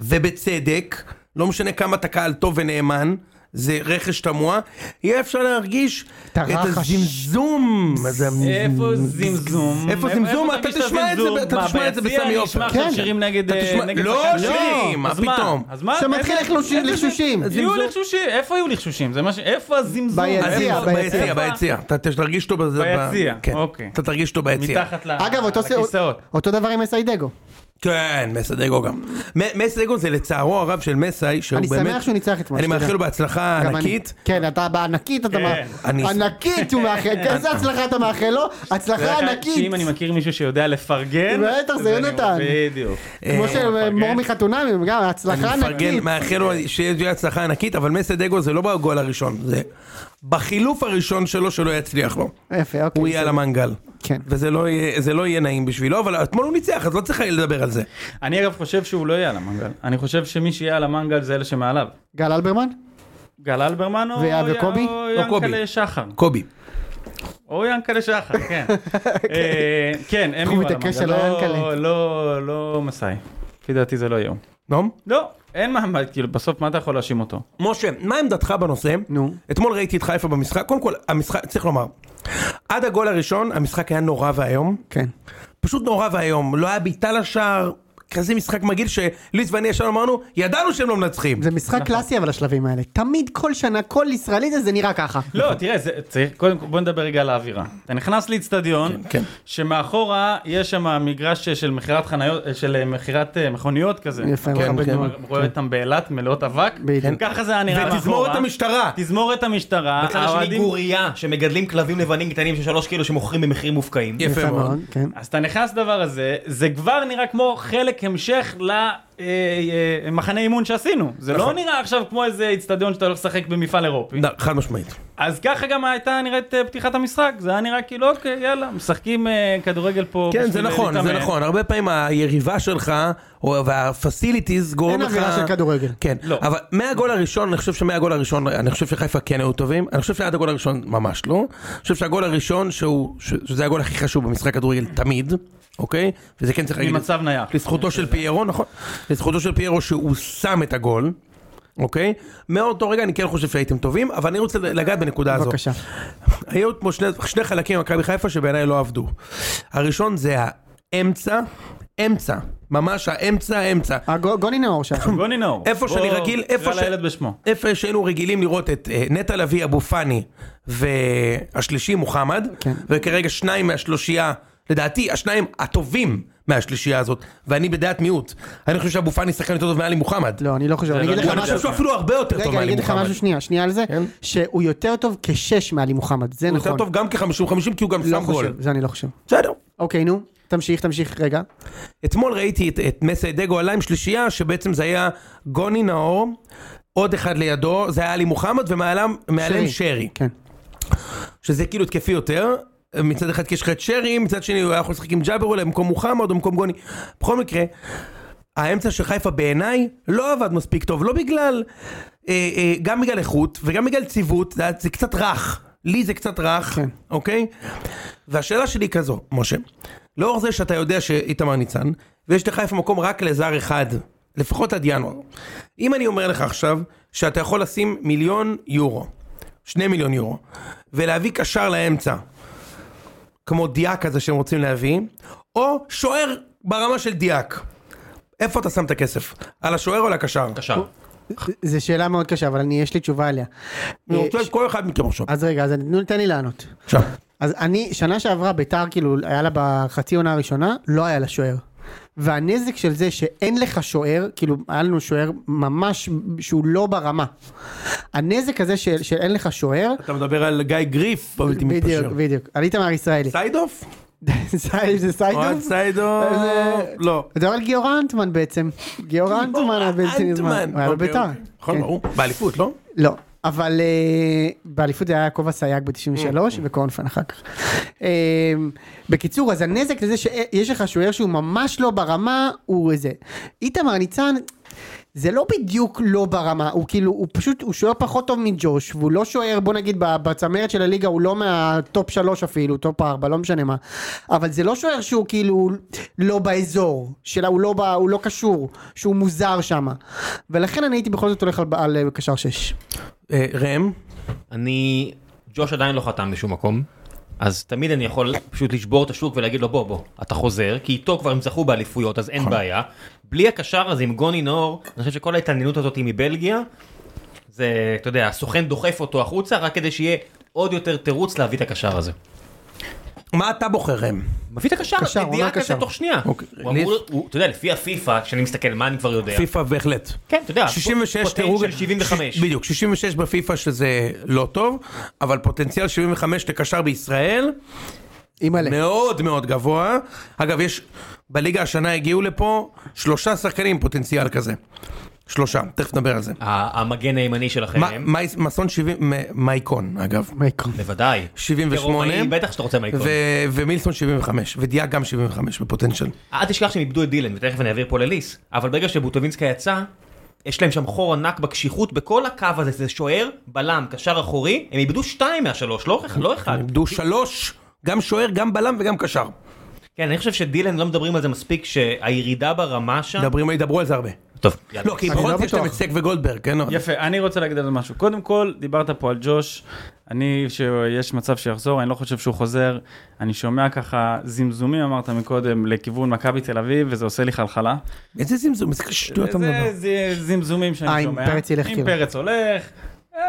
Speaker 2: ובצדק, לא משנה כמה אתה קהל טוב ונאמן, זה רכש תמוה, יהיה אפשר להרגיש
Speaker 1: את הרחש.
Speaker 2: את הזמזום. הזה.
Speaker 5: איפה זמזום?
Speaker 2: איפה זמזום? אתה
Speaker 5: תרגיש את
Speaker 2: תשמע את זה
Speaker 5: הזמזום?
Speaker 2: ב- אתה
Speaker 5: מה,
Speaker 2: תשמע את זה
Speaker 5: ביציע
Speaker 2: בסמי
Speaker 5: אני
Speaker 2: עופר.
Speaker 5: אשמע עכשיו
Speaker 1: כן.
Speaker 5: שירים נגד...
Speaker 2: אתה
Speaker 5: אה,
Speaker 2: תשמע-
Speaker 5: נגד
Speaker 2: לא,
Speaker 5: שחקן.
Speaker 2: שירים, מה
Speaker 5: אז מה?
Speaker 2: פתאום?
Speaker 5: אז מה?
Speaker 1: שמתחיל
Speaker 5: איזה-
Speaker 1: לחלושים-
Speaker 5: איזה-
Speaker 1: לחשושים.
Speaker 5: יהיו
Speaker 2: זמזום.
Speaker 5: לחשושים, איפה יהיו לחשושים? זה מה ש... איפה הזמזום?
Speaker 1: ביציע,
Speaker 5: איפה-
Speaker 2: ביציע,
Speaker 5: איפה-
Speaker 2: ביציע. אתה ת- תרגיש אותו בזה. ב-
Speaker 5: ביציע,
Speaker 2: כן.
Speaker 5: אוקיי.
Speaker 2: אתה תרגיש אותו ביציע.
Speaker 5: מתחת ל-
Speaker 1: אגב, אותו ס-
Speaker 5: לכיסאות.
Speaker 1: אותו דבר עם מסיידגו.
Speaker 2: כן, מסדגו גם. מ- מסדגו זה לצערו הרב של מסאי, שהוא
Speaker 1: אני
Speaker 2: באמת...
Speaker 1: שמח שהוא ניצח אתמול,
Speaker 2: אני
Speaker 1: שתדע.
Speaker 2: מאחל לו בהצלחה
Speaker 1: גם אני.
Speaker 2: ענקית.
Speaker 1: כן, אתה בענקית אתה
Speaker 5: כן.
Speaker 1: מאחל.
Speaker 2: אני-
Speaker 1: ענקית הוא
Speaker 2: *laughs*
Speaker 1: מאחל. איזה הצלחה אתה מאחל לו? הצלחה
Speaker 2: אה,
Speaker 5: רק
Speaker 1: ענקית.
Speaker 5: שאם אני מכיר מישהו שיודע לפרגן...
Speaker 1: בטח, זה יונתן.
Speaker 5: בדיוק.
Speaker 1: כמו
Speaker 2: אה,
Speaker 1: שמור מחתונמי, גם
Speaker 2: אני
Speaker 1: הצלחה
Speaker 2: מפרגן,
Speaker 1: ענקית.
Speaker 2: מאחל לו שתהיה הצלחה ענקית, אבל מסדגו זה לא בגול הראשון, זה בחילוף הראשון שלו שלא יצליח לו.
Speaker 1: יפה, אוקיי.
Speaker 2: הוא יהיה על המנגל.
Speaker 1: כן.
Speaker 2: וזה לא יהיה- זה לא יהיה נעים בשבילו, אבל אתמול הוא ניצח, אז לא צריך לדבר על זה.
Speaker 5: אני אגב חושב שהוא לא יהיה על המנגל. אני חושב שמי שיהיה על המנגל זה אלה שמעליו.
Speaker 1: גל אלברמן?
Speaker 5: גל אלברמן או
Speaker 1: ויה- וקובי?
Speaker 5: או
Speaker 2: לא, קובי.
Speaker 5: ינקלה שחר.
Speaker 2: קובי.
Speaker 5: או ינקלה שחר,
Speaker 2: *laughs*
Speaker 5: כן. אה, כן, הם
Speaker 1: איך הוא
Speaker 5: יהיו על
Speaker 1: מתעקש
Speaker 5: המנגל.
Speaker 1: על
Speaker 5: לא-
Speaker 1: היענקלה?
Speaker 5: לא, לא מסאי. לפי דעתי זה לא יהיה הוא.
Speaker 2: נועם?
Speaker 5: לא, אין מעמד, כאילו בסוף מה אתה יכול להאשים אותו?
Speaker 2: משה, מה עמדתך בנושא?
Speaker 1: נו.
Speaker 2: אתמול ראיתי את חיפה במשחק, קודם כל, המשחק, צריך לומר, עד הגול הראשון, המשחק היה נורא ואיום,
Speaker 1: כן.
Speaker 2: פשוט נורא ואיום, לא היה בעיטה לשער, כזה משחק מגעיל שליס ואני ישר אמרנו, ידענו שהם לא מנצחים.
Speaker 1: זה משחק
Speaker 5: נכון.
Speaker 1: קלאסי אבל השלבים האלה. תמיד כל שנה, כל ישראלי זה- זה נראה ככה.
Speaker 5: לא, תראה, זה, צריך, קודם כל בוא נדבר רגע על האווירה. אתה נכנס לאיצטדיון,
Speaker 2: כן.
Speaker 5: שמאחורה יש שם מגרש של מכירת חניות, של אה, מכירת אה, מכוניות כזה.
Speaker 1: יפה, אוקיי.
Speaker 2: כן,
Speaker 1: מכבד
Speaker 2: כן.
Speaker 1: מאוד.
Speaker 5: אתה רואה אותם באילת מלאות אבק,
Speaker 1: בדיוק.
Speaker 5: ככה זה היה נראה מאחורה.
Speaker 2: ותזמורת המשטרה.
Speaker 5: תזמורת המשטרה,
Speaker 4: בצד השני
Speaker 5: האוהדים-
Speaker 4: גורייה שמגדלים כלבים לבנים קטנים של שלוש קילו שמוכרים במחירים מופקעים.
Speaker 2: יפה מאוד.
Speaker 1: כן.
Speaker 5: אז אתה נכנס לדבר הזה, זה כבר נראה כמו חלק המשך למחנה אימון שעשינו. זה לא
Speaker 2: נכון.
Speaker 5: נראה עכשיו כמו איזה איצטדיון שאתה הולך לשחק במפעל אירופי.
Speaker 2: לא, חד משמעית.
Speaker 5: אז ככה גם הייתה נראית אה, פתיחת המשחק, זה היה נראה כאילו אוקיי, יאללה, משחקים אה, כדורגל פה.
Speaker 2: כן, זה
Speaker 5: בשביל
Speaker 2: נכון, זה
Speaker 5: להתאמן.
Speaker 2: נכון. הרבה פעמים היריבה שלך, או- והפסיליטיז גורם
Speaker 1: אין
Speaker 2: לך...
Speaker 1: אווירה של כדורגל.
Speaker 2: כן,
Speaker 5: לא.
Speaker 2: אבל מהגול הראשון, אני חושב שמהגול הראשון, אני חושב שחיפה כן היו טובים, אני חושב שעד הגול הראשון ממש לא, אני חושב שהגול הראשון, שהוא, ש- שזה הגול הכי חשוב במשחק כדורגל תמיד, אוקיי? וזה כן צריך להגיד,
Speaker 5: ממצב נייח.
Speaker 2: לזכותו של פיירו, נכון? לזכותו של פיירו שהוא שם את הגול, אוקיי? מאותו רגע אני כן חושב שהייתם טובים, אבל אני רוצה לגעת בנקודה הזו.
Speaker 1: בבקשה.
Speaker 2: היו כמו שני, שני חלקים במכבי חיפה שבעיניי לא עבדו. הראשון זה האמצע, אמצע, ממש האמצע, האמצע.
Speaker 1: אה, גו- גוני
Speaker 2: *coughs*
Speaker 1: נאור שם.
Speaker 5: גוני נאור.
Speaker 2: איפה
Speaker 5: בוא
Speaker 2: שאני רגיל, איפה
Speaker 5: נקרא לילד בשמו.
Speaker 2: איפה שהיינו רגילים לראות את אה, נטע לביא, אבו פאני, והשלישי מוחמד,
Speaker 1: כן.
Speaker 2: וכרגע שניים מהשלושייה, לדעתי השניים הטובים מהשלישייה הזאת, ואני בדעת מיעוט. אני חושב שאבו פאני שחקן יותר טוב מעלי מוחמד.
Speaker 1: לא, אני לא חושב, אני
Speaker 5: לא
Speaker 1: אגיד לך
Speaker 5: נראה
Speaker 2: אני
Speaker 5: לי
Speaker 1: משהו,
Speaker 2: חושב שהוא אפילו הרבה יותר טוב
Speaker 1: רגע, אני
Speaker 2: מעלי
Speaker 1: אגיד לך
Speaker 2: מוחמד.
Speaker 1: משהו שנייה, שנייה על זה,
Speaker 2: כן.
Speaker 1: שהוא יותר טוב כשש מעלי מוחמד, זה
Speaker 2: הוא יותר
Speaker 1: נכון.
Speaker 2: טוב גם כ-50-50 כי הוא גם
Speaker 1: לא
Speaker 2: שם גול.
Speaker 1: חושב, זה אני לא חושב.
Speaker 2: בסדר.
Speaker 1: אוקיי, נו, תמשיך, תמשיך, רגע.
Speaker 2: אתמול ראיתי את, את מסי דגו עלה עם שלישייה, שבעצם זה היה גוני נאור, עוד אחד לידו, זה היה עלי מוחמד, ומעליהם מעליהם שרי.
Speaker 1: כן.
Speaker 2: שזה כאילו התקפי יותר. מצד אחד כי יש לך את שרי, מצד שני הוא היה יכול לשחק עם ג'אבר אולי במקום מוחמד או במקום גוני. בכל מקרה, האמצע של חיפה בעיניי לא עבד מספיק טוב, לא בגלל, אה, אה, גם בגלל איכות וגם בגלל ציוות, זה, היה- זה קצת רך, לי זה קצת רך,
Speaker 1: כן.
Speaker 2: אוקיי? והשאלה שלי היא כזו, משה, לאור זה שאתה יודע שאיתמר ניצן, ויש לחיפה מקום רק לזר אחד, לפחות עד ינואר. אם אני אומר לך עכשיו שאתה יכול לשים מיליון יורו, שני מיליון יורו, ולהביא קשר לאמצע, כמו דיאק כזה שהם רוצים להביא, או שוער ברמה של דיאק. איפה אתה שם את הכסף? על השוער או על הקשר?
Speaker 4: קשר.
Speaker 1: זו שאלה מאוד קשה, אבל אני, יש לי תשובה עליה.
Speaker 2: אני
Speaker 1: אה,
Speaker 2: רוצה את כל אחד מכם עכשיו.
Speaker 1: אז רגע, אז תנו לי- תן לי לענות.
Speaker 2: עכשיו.
Speaker 1: אז אני, שנה שעברה ביתר, כאילו, היה לה בחצי עונה הראשונה, לא היה לה שוער. והנזק של זה שאין לך שוער, כאילו, היה לנו שוער ממש שהוא לא ברמה. הנזק הזה של, שאין לך שוער,
Speaker 2: אתה מדבר על גיא גריף, בבלתי מתפשר.
Speaker 1: בדיוק, בדיוק. על איתמר ישראלי.
Speaker 2: סיידוף?
Speaker 1: *laughs* סייד זה
Speaker 2: אוהד
Speaker 1: סיידוף?
Speaker 2: סיידוף?
Speaker 1: אה, זה-
Speaker 2: לא.
Speaker 1: אתה מדבר על גיאור אנטמן בעצם. גיאור אנטמן היה בלתי נזמן. הוא
Speaker 2: אוקיי,
Speaker 1: היה בביתר.
Speaker 2: אוקיי. נכון,
Speaker 1: כן.
Speaker 2: ברור. באליפות, לא?
Speaker 1: לא, אבל אה, באליפות זה היה יעקב אסייג ב-93 וקורנפן אחר כך. אה, בקיצור, אז הנזק לזה שיש לך שוער שהוא ממש לא ברמה, הוא זה. איתמר ניצן... זה לא בדיוק לא ברמה, הוא כאילו, הוא פשוט, הוא שוער פחות טוב מג'וש, והוא לא שוער, בוא נגיד, ב- בצמרת של הליגה, הוא לא מהטופ שלוש אפילו, טופ ארבע, לא משנה מה. אבל זה לא שוער שהוא כאילו לא באזור, שלה, הוא, לא ב, הוא לא קשור, שהוא מוזר שם. ולכן אני הייתי בכל זאת הולך על, על אה, קשר שש.
Speaker 2: אה, ראם?
Speaker 4: אני... ג'וש עדיין לא חתם בשום מקום, אז תמיד אני יכול פשוט לשבור את השוק ולהגיד לו בוא בוא, אתה חוזר, כי איתו כבר הם זכו באליפויות אז
Speaker 2: נכון.
Speaker 4: אין בעיה. בלי הקשר הזה עם גוני נאור, אני חושב שכל ההתעניינות הזאת היא מבלגיה, זה, אתה יודע, הסוכן דוחף אותו החוצה רק כדי שיהיה עוד יותר תירוץ להביא את הקשר הזה.
Speaker 2: מה אתה בוחר, ראם?
Speaker 4: מביא את הקשר,
Speaker 1: קשר,
Speaker 4: ידיעה
Speaker 1: עונה
Speaker 4: כזה
Speaker 1: קשר.
Speaker 4: תוך שנייה.
Speaker 2: אוקיי,
Speaker 4: הוא
Speaker 2: לי-
Speaker 4: אמור, הוא- אתה יודע, לפי הפיפא, כשאני מסתכל מה אני כבר יודע.
Speaker 2: פיפא בהחלט.
Speaker 4: כן, אתה יודע,
Speaker 2: 66
Speaker 4: פוטנציאל
Speaker 2: דירוג...
Speaker 4: 75.
Speaker 2: ש- בדיוק, 66 בפיפא שזה לא טוב, אבל פוטנציאל 75 לקשר בישראל,
Speaker 1: אימא'לה.
Speaker 2: מאוד מאוד גבוה. אגב, יש, בליגה השנה הגיעו לפה שלושה שחקנים עם פוטנציאל כזה. שלושה, תכף נדבר על זה.
Speaker 4: ה- המגן הימני
Speaker 2: מה-
Speaker 4: שלכם,
Speaker 2: מי- מסון 70, מ- מייקון אגב.
Speaker 1: מייקון.
Speaker 4: בוודאי.
Speaker 2: 78.
Speaker 4: כרומאי, בטח שאתה רוצה מייקון.
Speaker 2: ו- ומילסון 75, ודיאק גם 75 בפוטנציאל.
Speaker 4: אל תשכח שהם איבדו את דילן, ותכף אני אעביר פה לליס, אבל ברגע שבוטובינסקה יצא, יש להם שם חור ענק בקשיחות, בכל הקו הזה, זה שוער, בלם, קשר אחורי, הם איבדו שתיים מהשלוש, לא, לא אחד.
Speaker 2: איבדו שלוש, גם שוער, גם בלם וגם קשר.
Speaker 4: כן, אני חושב שדילן, לא מדברים על זה מספיק, שהירידה ברמה שם...
Speaker 2: מדברים, ידברו על זה הרבה.
Speaker 4: טוב, יאללה.
Speaker 2: לא, כי
Speaker 1: אני
Speaker 2: בכל
Speaker 1: לא
Speaker 2: זאת יש להם את
Speaker 1: בטוח.
Speaker 2: סק וגולדברג, כן?
Speaker 5: יפה, אני רוצה להגיד על זה משהו. קודם כל, דיברת פה על ג'וש, אני, שיש מצב שיחזור, אני לא חושב שהוא חוזר. אני שומע ככה זמזומים, אמרת מקודם, לכיוון מכבי תל אביב, וזה עושה לי חלחלה.
Speaker 2: איזה זמזום, איזה שטויות אתה מדבר.
Speaker 5: זה, זה זמזומים
Speaker 1: אה,
Speaker 5: שאני
Speaker 1: אם
Speaker 5: שומע.
Speaker 1: פרץ ילך
Speaker 5: אם
Speaker 1: כאילו.
Speaker 5: פרץ הולך, אה,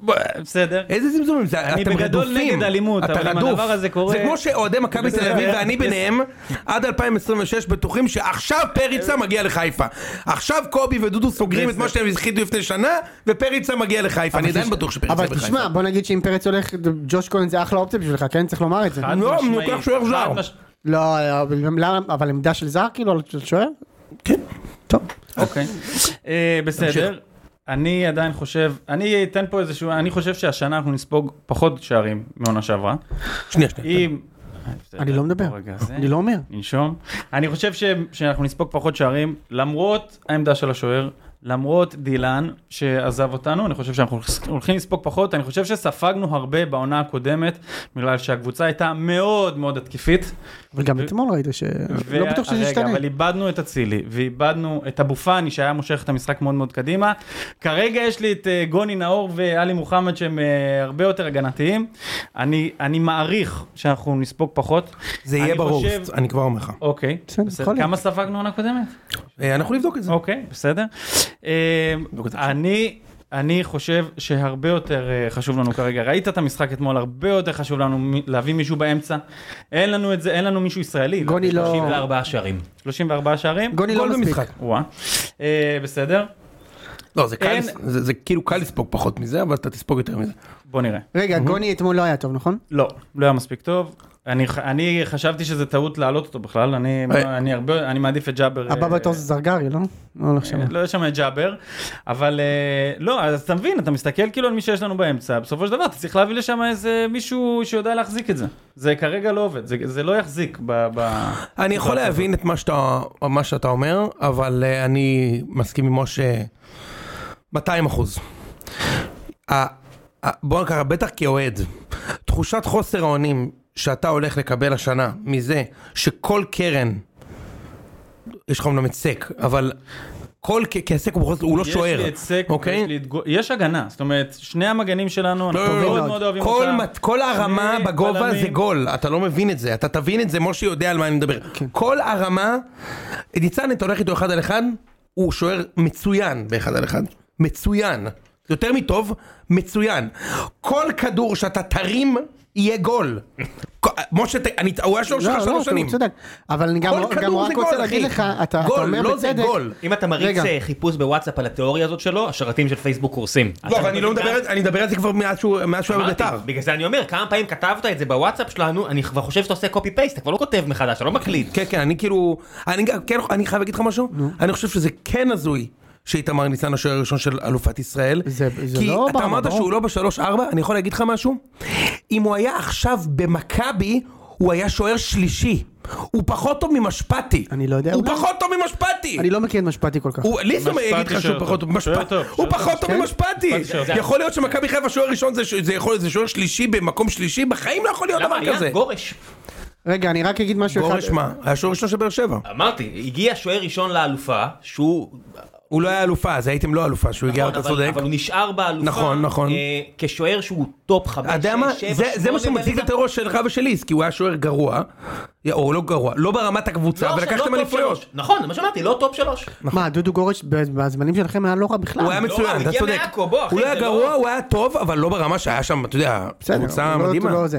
Speaker 5: בוא, בסדר.
Speaker 1: אה,
Speaker 2: איזה זמזומים זה?
Speaker 5: אני
Speaker 2: אתם
Speaker 5: בגדול
Speaker 2: רדופים.
Speaker 5: נגד אלימות,
Speaker 2: אתה
Speaker 5: אבל אם
Speaker 2: רדוף.
Speaker 5: הדבר הזה קורה-
Speaker 2: זה כמו שאוהדי מכבי תל אביב
Speaker 5: *laughs*
Speaker 2: ואני ביניהם, עד 2026 בטוחים שעכשיו פריצה מגיע לחיפה. עכשיו קובי ודודו סוגרים את מה שהם הזחיתו לפני שנה, ופריצה מגיע לחיפה. אני עדיין בטוח שפריצה
Speaker 1: אבל
Speaker 2: בחיפה.
Speaker 1: תשמע, בוא נגיד שאם פרץ הולך, ג'וש כהן זה אחלה אופציה בשבילך, כן? צריך לומר את זה.
Speaker 5: חד
Speaker 2: לא,
Speaker 5: משמעית.
Speaker 2: אני לוקח שוער
Speaker 5: חד
Speaker 2: זר.
Speaker 5: מש-
Speaker 1: לא, אבל למה- אבל עמדה של זר כאילו, על של שוער?
Speaker 2: כן.
Speaker 1: טוב.
Speaker 5: אוקיי. אה, בסדר. אני עדיין חושב, אני אתן פה איזשהו, אני חושב שהשנה אנחנו נספוג פחות שערים מעונה שעברה.
Speaker 2: שנייה, שנייה.
Speaker 5: אם...
Speaker 1: אני לא מדבר.
Speaker 5: רגע, זה-
Speaker 1: אני לא אומר.
Speaker 5: ננשום. אני חושב ש... שאנחנו נספוג פחות שערים, למרות העמדה של השוער, למרות דילן שעזב אותנו, אני חושב שאנחנו הולכים לספוג פחות, אני חושב שספגנו הרבה בעונה הקודמת, בגלל שהקבוצה הייתה מאוד מאוד התקפית.
Speaker 1: אבל גם אתמול ראית ש... לא בטוח שזה ישתנה.
Speaker 5: אבל איבדנו את אצילי, ואיבדנו את אבו פאני שהיה מושך את המשחק מאוד מאוד קדימה. כרגע יש לי את אה, גוני נאור ואלי מוחמד שהם אה, הרבה יותר הגנתיים. אני, אני מעריך שאנחנו נספוג פחות.
Speaker 2: זה יהיה
Speaker 5: אני
Speaker 2: ברור,
Speaker 5: חושב-
Speaker 2: אני כבר אומר לך.
Speaker 5: אוקיי,
Speaker 1: בסדר, יכול
Speaker 5: בסדר.
Speaker 1: להיות.
Speaker 5: כמה ספגנו עונה קודמת?
Speaker 2: אה, אנחנו נבדוק את זה.
Speaker 5: אוקיי, בסדר. אה,
Speaker 2: נבדוק את זה
Speaker 5: אמ, אני... אני חושב שהרבה יותר אה, חשוב לנו כרגע, ראית את המשחק אתמול, הרבה יותר חשוב לנו מ- להביא מישהו באמצע. אין לנו את זה, אין לנו מישהו ישראלי.
Speaker 1: גוני לא-
Speaker 4: 34 שערים.
Speaker 5: 34 שערים.
Speaker 1: גוני לא
Speaker 2: גול
Speaker 1: מספיק.
Speaker 2: במשחק.
Speaker 5: וואה. אה, בסדר,
Speaker 2: לא, זה קל,
Speaker 5: אין-
Speaker 2: לס- זה זה כאילו קל לספוג פחות מזה, אבל אתה תספוג יותר מזה.
Speaker 5: בוא נראה.
Speaker 1: רגע, גוני אתמול לא היה טוב, נכון?
Speaker 5: לא, לא היה מספיק טוב. אני, ח- אני חשבתי שזה טעות להעלות אותו בכלל, אני,
Speaker 2: אה.
Speaker 5: אני, הרבה, אני מעדיף את ג'אבר.
Speaker 1: הבא
Speaker 5: אה,
Speaker 1: בתור זה זרגרי, לא? לא הולך שם.
Speaker 5: אה, לא יש שם את ג'אבר, אבל אה, לא, אז אתה מבין, אתה מסתכל כאילו על מי שיש לנו באמצע, בסופו של דבר אתה צריך להביא לשם איזה מישהו שיודע להחזיק את זה. זה כרגע לא עובד, זה, זה לא יחזיק ב... ב...
Speaker 2: אני יכול להבין את מה שאתה, מה שאתה אומר, אבל אה, אני מסכים עם משה 200 אחוז. בוא נקרא, בטח כאוהד, תחושת חוסר האונים שאתה הולך לקבל השנה מזה שכל קרן, יש לך אומנם היצק, אבל כל, כ- כי היצק הוא בכל זאת, הוא לא *laughs* שוער,
Speaker 5: יש לי היצק,
Speaker 2: אוקיי?
Speaker 5: יש, לי את גו- יש הגנה, זאת אומרת, שני המגנים שלנו, אנחנו
Speaker 2: לא, לא, לא,
Speaker 5: מאוד
Speaker 1: לא.
Speaker 5: מאוד אוהבים
Speaker 2: כל,
Speaker 5: אותם.
Speaker 2: מת- כל הרמה
Speaker 5: שני
Speaker 2: בגובה
Speaker 5: בלמים.
Speaker 2: זה גול, אתה לא מבין את זה, אתה תבין את זה, משה יודע על מה אני מדבר.
Speaker 1: כן.
Speaker 2: כל הרמה, ניצן, אתה הולך איתו אחד על אחד, הוא שוער מצוין באחד על אחד, מצוין. יותר מטוב, מצוין. כל כדור שאתה תרים, יהיה גול. כל- משה, ת- אני- הוא היה שלו
Speaker 1: לא,
Speaker 2: שלך
Speaker 1: לא,
Speaker 2: שלוש
Speaker 1: אתה
Speaker 2: שנים.
Speaker 1: צודק. אבל אני גם
Speaker 2: כל
Speaker 1: גם
Speaker 2: כדור זה
Speaker 1: רק רוצה
Speaker 2: גול, אחי.
Speaker 1: להגיד לך, אתה אתה
Speaker 2: גול,
Speaker 1: אומר
Speaker 2: לא זה
Speaker 1: בצדק,
Speaker 2: גול.
Speaker 4: אם אתה מריץ
Speaker 1: רגע.
Speaker 4: אה, חיפוש בוואטסאפ על התיאוריה הזאת שלו, השרתים של פייסבוק קורסים.
Speaker 2: לא,
Speaker 4: אתה
Speaker 2: אבל אני לא מדבר, על- אני מדבר על זה כבר מאז שהוא מאז שהוא היה
Speaker 4: אמרתי,
Speaker 2: בביתר.
Speaker 4: בגלל זה אני אומר, כמה פעמים כתבת את זה בוואטסאפ שלנו, אני כבר חושב שאתה עושה קופי פייסט, אתה כבר לא כותב מחדש, אתה לא מקליד.
Speaker 2: כן, כן, אני כאילו... אני גם- כן, אני חייב להגיד לך משהו? אני חושב שזה כן הזוי. שאיתמר ניצן השוער הראשון של אלופת ישראל.
Speaker 1: זה- זה
Speaker 2: כי
Speaker 1: לא
Speaker 2: אתה
Speaker 1: ברמה,
Speaker 2: אמרת
Speaker 1: ברור.
Speaker 2: שהוא לא בשלוש ארבע, אני יכול להגיד לך משהו? אם הוא היה עכשיו במכבי, הוא היה שוער שלישי. הוא פחות טוב ממשפטי.
Speaker 1: אני לא יודע,
Speaker 2: הוא
Speaker 1: אולי.
Speaker 2: פחות טוב ממשפטי!
Speaker 1: אני לא מכיר את משפטי כל כך.
Speaker 2: הוא- ליסו
Speaker 5: משפטי
Speaker 2: יגיד לך שהוא
Speaker 5: שוער
Speaker 2: פחות
Speaker 5: טוב.
Speaker 2: טוב, משפ-
Speaker 5: שוער טוב,
Speaker 2: הוא
Speaker 5: שוער
Speaker 2: פחות טוב
Speaker 1: כן?
Speaker 2: ממשפטי.
Speaker 5: משפטי שוער
Speaker 4: טוב.
Speaker 2: יכול להיות שמכבי חיפה שוער ראשון זה ש- זה יכול- זה שוער שלישי במקום שלישי, בחיים לא יכול להיות
Speaker 4: למה
Speaker 2: דבר
Speaker 4: היה
Speaker 2: כזה.
Speaker 4: גורש?
Speaker 1: רגע, אני רק אגיד משהו אחד.
Speaker 2: גורש מה? היה שוער ראשון של באר שבע.
Speaker 4: אמרתי, הגיע שוער ראשון לאלופה, שהוא...
Speaker 2: הוא לא היה אלופה, אז הייתם לא אלופה, שהוא הגיע,
Speaker 4: נכון,
Speaker 2: אתה
Speaker 4: אבל-
Speaker 2: צודק.
Speaker 4: אבל הוא נשאר באלופה.
Speaker 2: נכון, נכון.
Speaker 4: אה, כשוער שהוא טופ חמש,
Speaker 2: אתה יודע מה?
Speaker 4: שש, שבע,
Speaker 2: זה- זה מה
Speaker 4: שמונה
Speaker 2: שמצדיק את
Speaker 4: בליגה.
Speaker 2: הטרור שלך ושלי, כי הוא היה שוער גרוע, או לא גרוע, לא ברמת הקבוצה,
Speaker 4: לא, עכשיו,
Speaker 2: ולקחתם
Speaker 4: לא טופ
Speaker 2: אליפויות.
Speaker 4: שלוש. נכון, זה מה שאמרתי, לא טופ שלוש.
Speaker 1: מה, דודו גורש ב- בזמנים שלכם היה לא רע בכלל.
Speaker 2: נכון. הוא היה
Speaker 4: לא, הוא
Speaker 2: מצוין, אתה
Speaker 4: הגיע
Speaker 2: צודק.
Speaker 4: מעכו, בוא, אחי,
Speaker 2: הוא לא היה
Speaker 4: זה
Speaker 2: גרוע,
Speaker 4: לא-
Speaker 2: הוא היה טוב, אבל לא ברמה שהיה שם, אתה יודע, קבוצה
Speaker 1: הוא לא-
Speaker 2: מדהימה.
Speaker 1: הוא לא זה.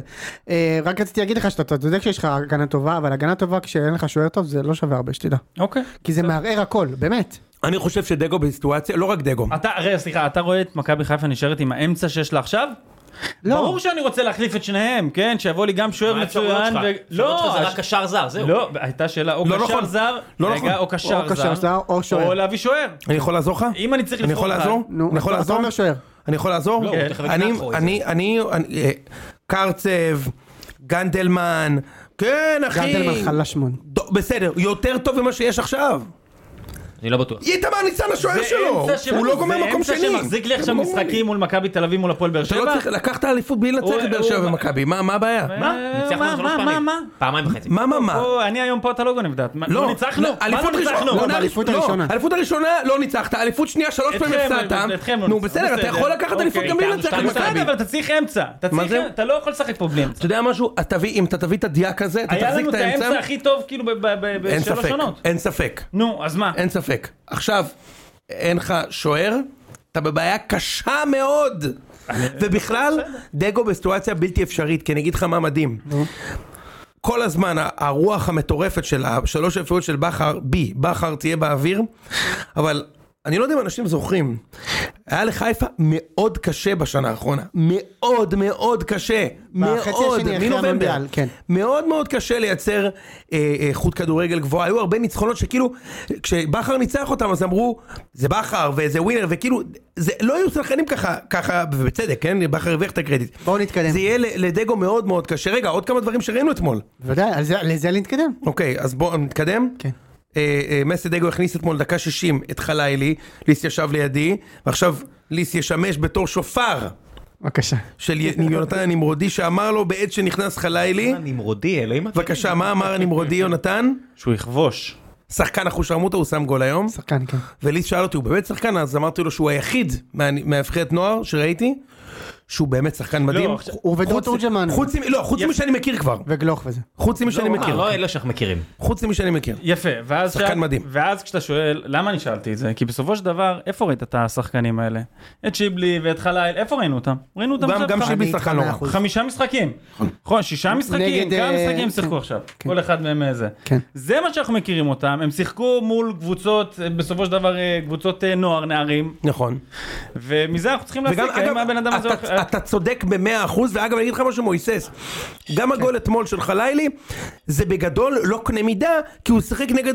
Speaker 1: אה, רק רציתי להגיד לך שאתה אתה צודק שיש לך הגנה טובה, אבל הגנה טובה כשאין לך שוער טוב זה לא שווה הרבה שתדע.
Speaker 5: אוקיי.
Speaker 1: כי זה מערער הכל, באמת.
Speaker 2: אני חושב שדגו בסיטואציה, לא רק דגו.
Speaker 5: אתה, רגע, סליחה, אתה רואה את מכבי חיפה נשארת עם האמצע שיש לה עכשיו?
Speaker 1: לא.
Speaker 5: ברור שאני רוצה להחליף את שניהם, כן? שיבוא לי גם שוער
Speaker 4: מה האפשרויות
Speaker 5: מצוין.
Speaker 4: שלך?
Speaker 5: ו-
Speaker 4: האפשרויות שלך
Speaker 5: לא,
Speaker 4: זה
Speaker 5: הש-
Speaker 4: רק קשר זר, זהו.
Speaker 5: לא, הייתה שאלה או
Speaker 2: לא
Speaker 5: קשר
Speaker 2: נכון.
Speaker 5: זר,
Speaker 2: לא נכון.
Speaker 5: רגע, או
Speaker 1: או קשר
Speaker 5: קשר
Speaker 1: זר,
Speaker 5: זר,
Speaker 1: או שוער.
Speaker 5: או להביא שוער.
Speaker 2: אני יכול לעזור לך?
Speaker 5: אם אני צריך
Speaker 2: אני
Speaker 5: לבחור
Speaker 2: יכול
Speaker 5: אחד.
Speaker 2: לעזור?
Speaker 1: נו,
Speaker 2: אני יכול
Speaker 1: אתה- אתה
Speaker 2: לעזור?
Speaker 1: אומר שוער.
Speaker 2: אני יכול לעזור?
Speaker 4: לא, הוא
Speaker 5: כן.
Speaker 4: תכף יגיד
Speaker 2: אני,
Speaker 4: מאחורי
Speaker 2: אני,
Speaker 4: זה.
Speaker 2: אני, אני, אה, קרצב, גנדלמן, כן אחי.
Speaker 1: גנדלמן חלש מאוד.
Speaker 2: ד- בסדר, יותר טוב ממה שיש עכשיו.
Speaker 4: אני לא בטוח.
Speaker 2: איתמר ניצן השוער
Speaker 5: זה
Speaker 2: שלו,
Speaker 5: אמצע ש-
Speaker 2: הוא לא גומר
Speaker 5: זה
Speaker 2: מקום שני.
Speaker 5: אמצע שמחזיק לי עכשיו
Speaker 2: זה ברור לי.
Speaker 5: משחקים מול מכבי תל אביב מול הפועל באר
Speaker 2: אתה לא
Speaker 5: שבע.
Speaker 2: צריך, לקחת אליפות בלי לנצח
Speaker 5: הוא-
Speaker 2: את באר שבע
Speaker 5: הוא-
Speaker 2: ומכבי, מה מה הבעיה?
Speaker 4: אה, מה? ניצחנו
Speaker 5: מה,
Speaker 4: שלוש
Speaker 5: מה,
Speaker 4: פעמים.
Speaker 5: מה,
Speaker 4: פעמיים וחצי.
Speaker 2: מה מה מה?
Speaker 5: או, אני היום פה אתה לא גונב דעת. מה, לא ניצחנו? מה
Speaker 2: אליפות
Speaker 5: לא
Speaker 2: ראשונה,
Speaker 5: ניצחנו?
Speaker 1: לא,
Speaker 2: עונה
Speaker 1: באליפות
Speaker 2: ראשונה-
Speaker 1: הראשונה.
Speaker 2: לא, אליפות הראשונה לא ניצחת, אליפות שנייה שלוש פעמים
Speaker 5: אתכם,
Speaker 2: הפסדת.
Speaker 5: אתכם לא
Speaker 2: נו
Speaker 5: ניצחנו.
Speaker 2: בסדר, אתה
Speaker 5: בסדר.
Speaker 2: יכול לקחת אליפות
Speaker 5: אוקיי,
Speaker 2: גם בלי
Speaker 4: איתנו
Speaker 2: לנצח את
Speaker 4: שתיים,
Speaker 2: מכבי.
Speaker 5: בסדר, אבל אתה צריך אמצע. אתה
Speaker 2: מה
Speaker 5: צריך-
Speaker 2: זה?
Speaker 5: אתה לא יכול לשחק פה בלי אמצע.
Speaker 2: אתה יודע משהו? אז תביא, אם אתה תביא את הדיאק הזה, אתה
Speaker 5: היה
Speaker 2: תחזיק
Speaker 5: לנו
Speaker 2: את
Speaker 5: את האמצע הכי טוב כאילו ב- ב- ב-
Speaker 2: אין
Speaker 5: בשלוש
Speaker 2: ספק,
Speaker 5: עונות.
Speaker 2: אין ספק,
Speaker 5: נו, אז מה?
Speaker 2: אין ספק. עכשיו, אין לך שוער, אתה בבעיה קשה
Speaker 1: *laughs*
Speaker 2: מאוד. ובכלל, דגו בסיטואציה בלתי אפשרית, כי אני אגיד לך מה מדהים. כל הזמן ה- הרוח המטורפת של השלוש אפשרויות של בכר, בי, בכר תהיה באוויר, אבל אני לא יודע אם אנשים זוכרים, היה לחיפה מאוד קשה בשנה האחרונה, מאוד מאוד קשה,
Speaker 1: בחצי
Speaker 2: מאוד,
Speaker 1: השני אחרי
Speaker 2: מנובמבר,
Speaker 1: המונדיאל, כן.
Speaker 2: מאוד מאוד קשה לייצר אה, אה, איכות כדורגל גבוהה, היו הרבה ניצחונות שכאילו, כשבכר ניצח אותם אז אמרו, זה בכר וזה ווינר, וכאילו, זה לא היו שחקנים ככה, ככה, ובצדק, כן, בכר הרוויח את הקרדיט.
Speaker 1: בואו נתקדם.
Speaker 2: זה יהיה ל- לדגו מאוד מאוד קשה. רגע, עוד כמה דברים שראינו אתמול.
Speaker 1: בוודאי, על זה- לזה להתקדם.
Speaker 2: אוקיי, אז בואו נתקדם.
Speaker 1: כן.
Speaker 2: אה, אה, מסי דגו הכניס אתמול דקה 60 את חלילי, ליס ישב לידי, ועכשיו ליס ישמש בתור שופר
Speaker 1: בבקשה.
Speaker 2: של י- יונתן הנמרודי, שאמר לו בעת שנכנס חלילי,
Speaker 4: נמרודי, אלוהים.
Speaker 2: בבקשה, מה אמר הנמרודי יונתן?
Speaker 5: שהוא יכבוש.
Speaker 2: שחקן אחושרמוטה, הוא שם גול היום.
Speaker 1: שחקן, כן.
Speaker 2: וליס שאל אותי, הוא באמת שחקן? אז אמרתי לו שהוא היחיד מה- מהנבחרת נוער שראיתי, שהוא באמת שחקן מדהים.
Speaker 5: עכשיו-
Speaker 1: הוא ודור
Speaker 2: חוץ-
Speaker 1: תורג'מן.
Speaker 2: חוץ מ- לא, חוץ
Speaker 5: יפה.
Speaker 2: ממי שאני מכיר כבר.
Speaker 1: וגלוך וזה.
Speaker 2: חוץ ממי שאני
Speaker 5: לא,
Speaker 4: אה,
Speaker 2: מכיר.
Speaker 4: לא אלה שאנחנו מכירים.
Speaker 2: חוץ ממי שאני מכיר.
Speaker 5: יפה, ואז,
Speaker 2: שחקן מדהים.
Speaker 5: ואז כשאתה שואל, למה אני שאלתי את זה? כי בסופו של דבר, איפה ראית את השחקנים האלה? את שיבלי ואת חליל, איפה ראינו אותם? ראינו אותם
Speaker 2: גם-
Speaker 5: עכשיו
Speaker 2: גם
Speaker 5: ח-
Speaker 2: שיבלי
Speaker 1: אני איתך
Speaker 2: שחקן לא רע.
Speaker 1: מאה אחוז.
Speaker 5: חמישה משחקים. נכון, שישה משחקים,
Speaker 1: נגד,
Speaker 5: כמה
Speaker 1: אה,
Speaker 5: משחקים הם שיחקו
Speaker 1: כן.
Speaker 5: עכשיו.
Speaker 1: כן.
Speaker 5: כל אחד מהם אה, זה.
Speaker 1: כן.
Speaker 5: זה מה שאנחנו מכירים אותם, הם שיחקו מול קבוצות, אה, בסופו של דבר אה, קבוצות אה, נוער, נערים,
Speaker 2: נכון.
Speaker 5: ומזה אנחנו צריכים להסיק
Speaker 2: וגם,
Speaker 5: האם הבן אדם הזה... אה,
Speaker 2: אתה,
Speaker 5: הולך-
Speaker 2: אתה צודק במאה אחוז, ואגב, אני אגיד לך משהו, מויסס, גם הגול אתמול של חלילי, זה בגדול לא קנה מידה, כי הוא שיחק נגד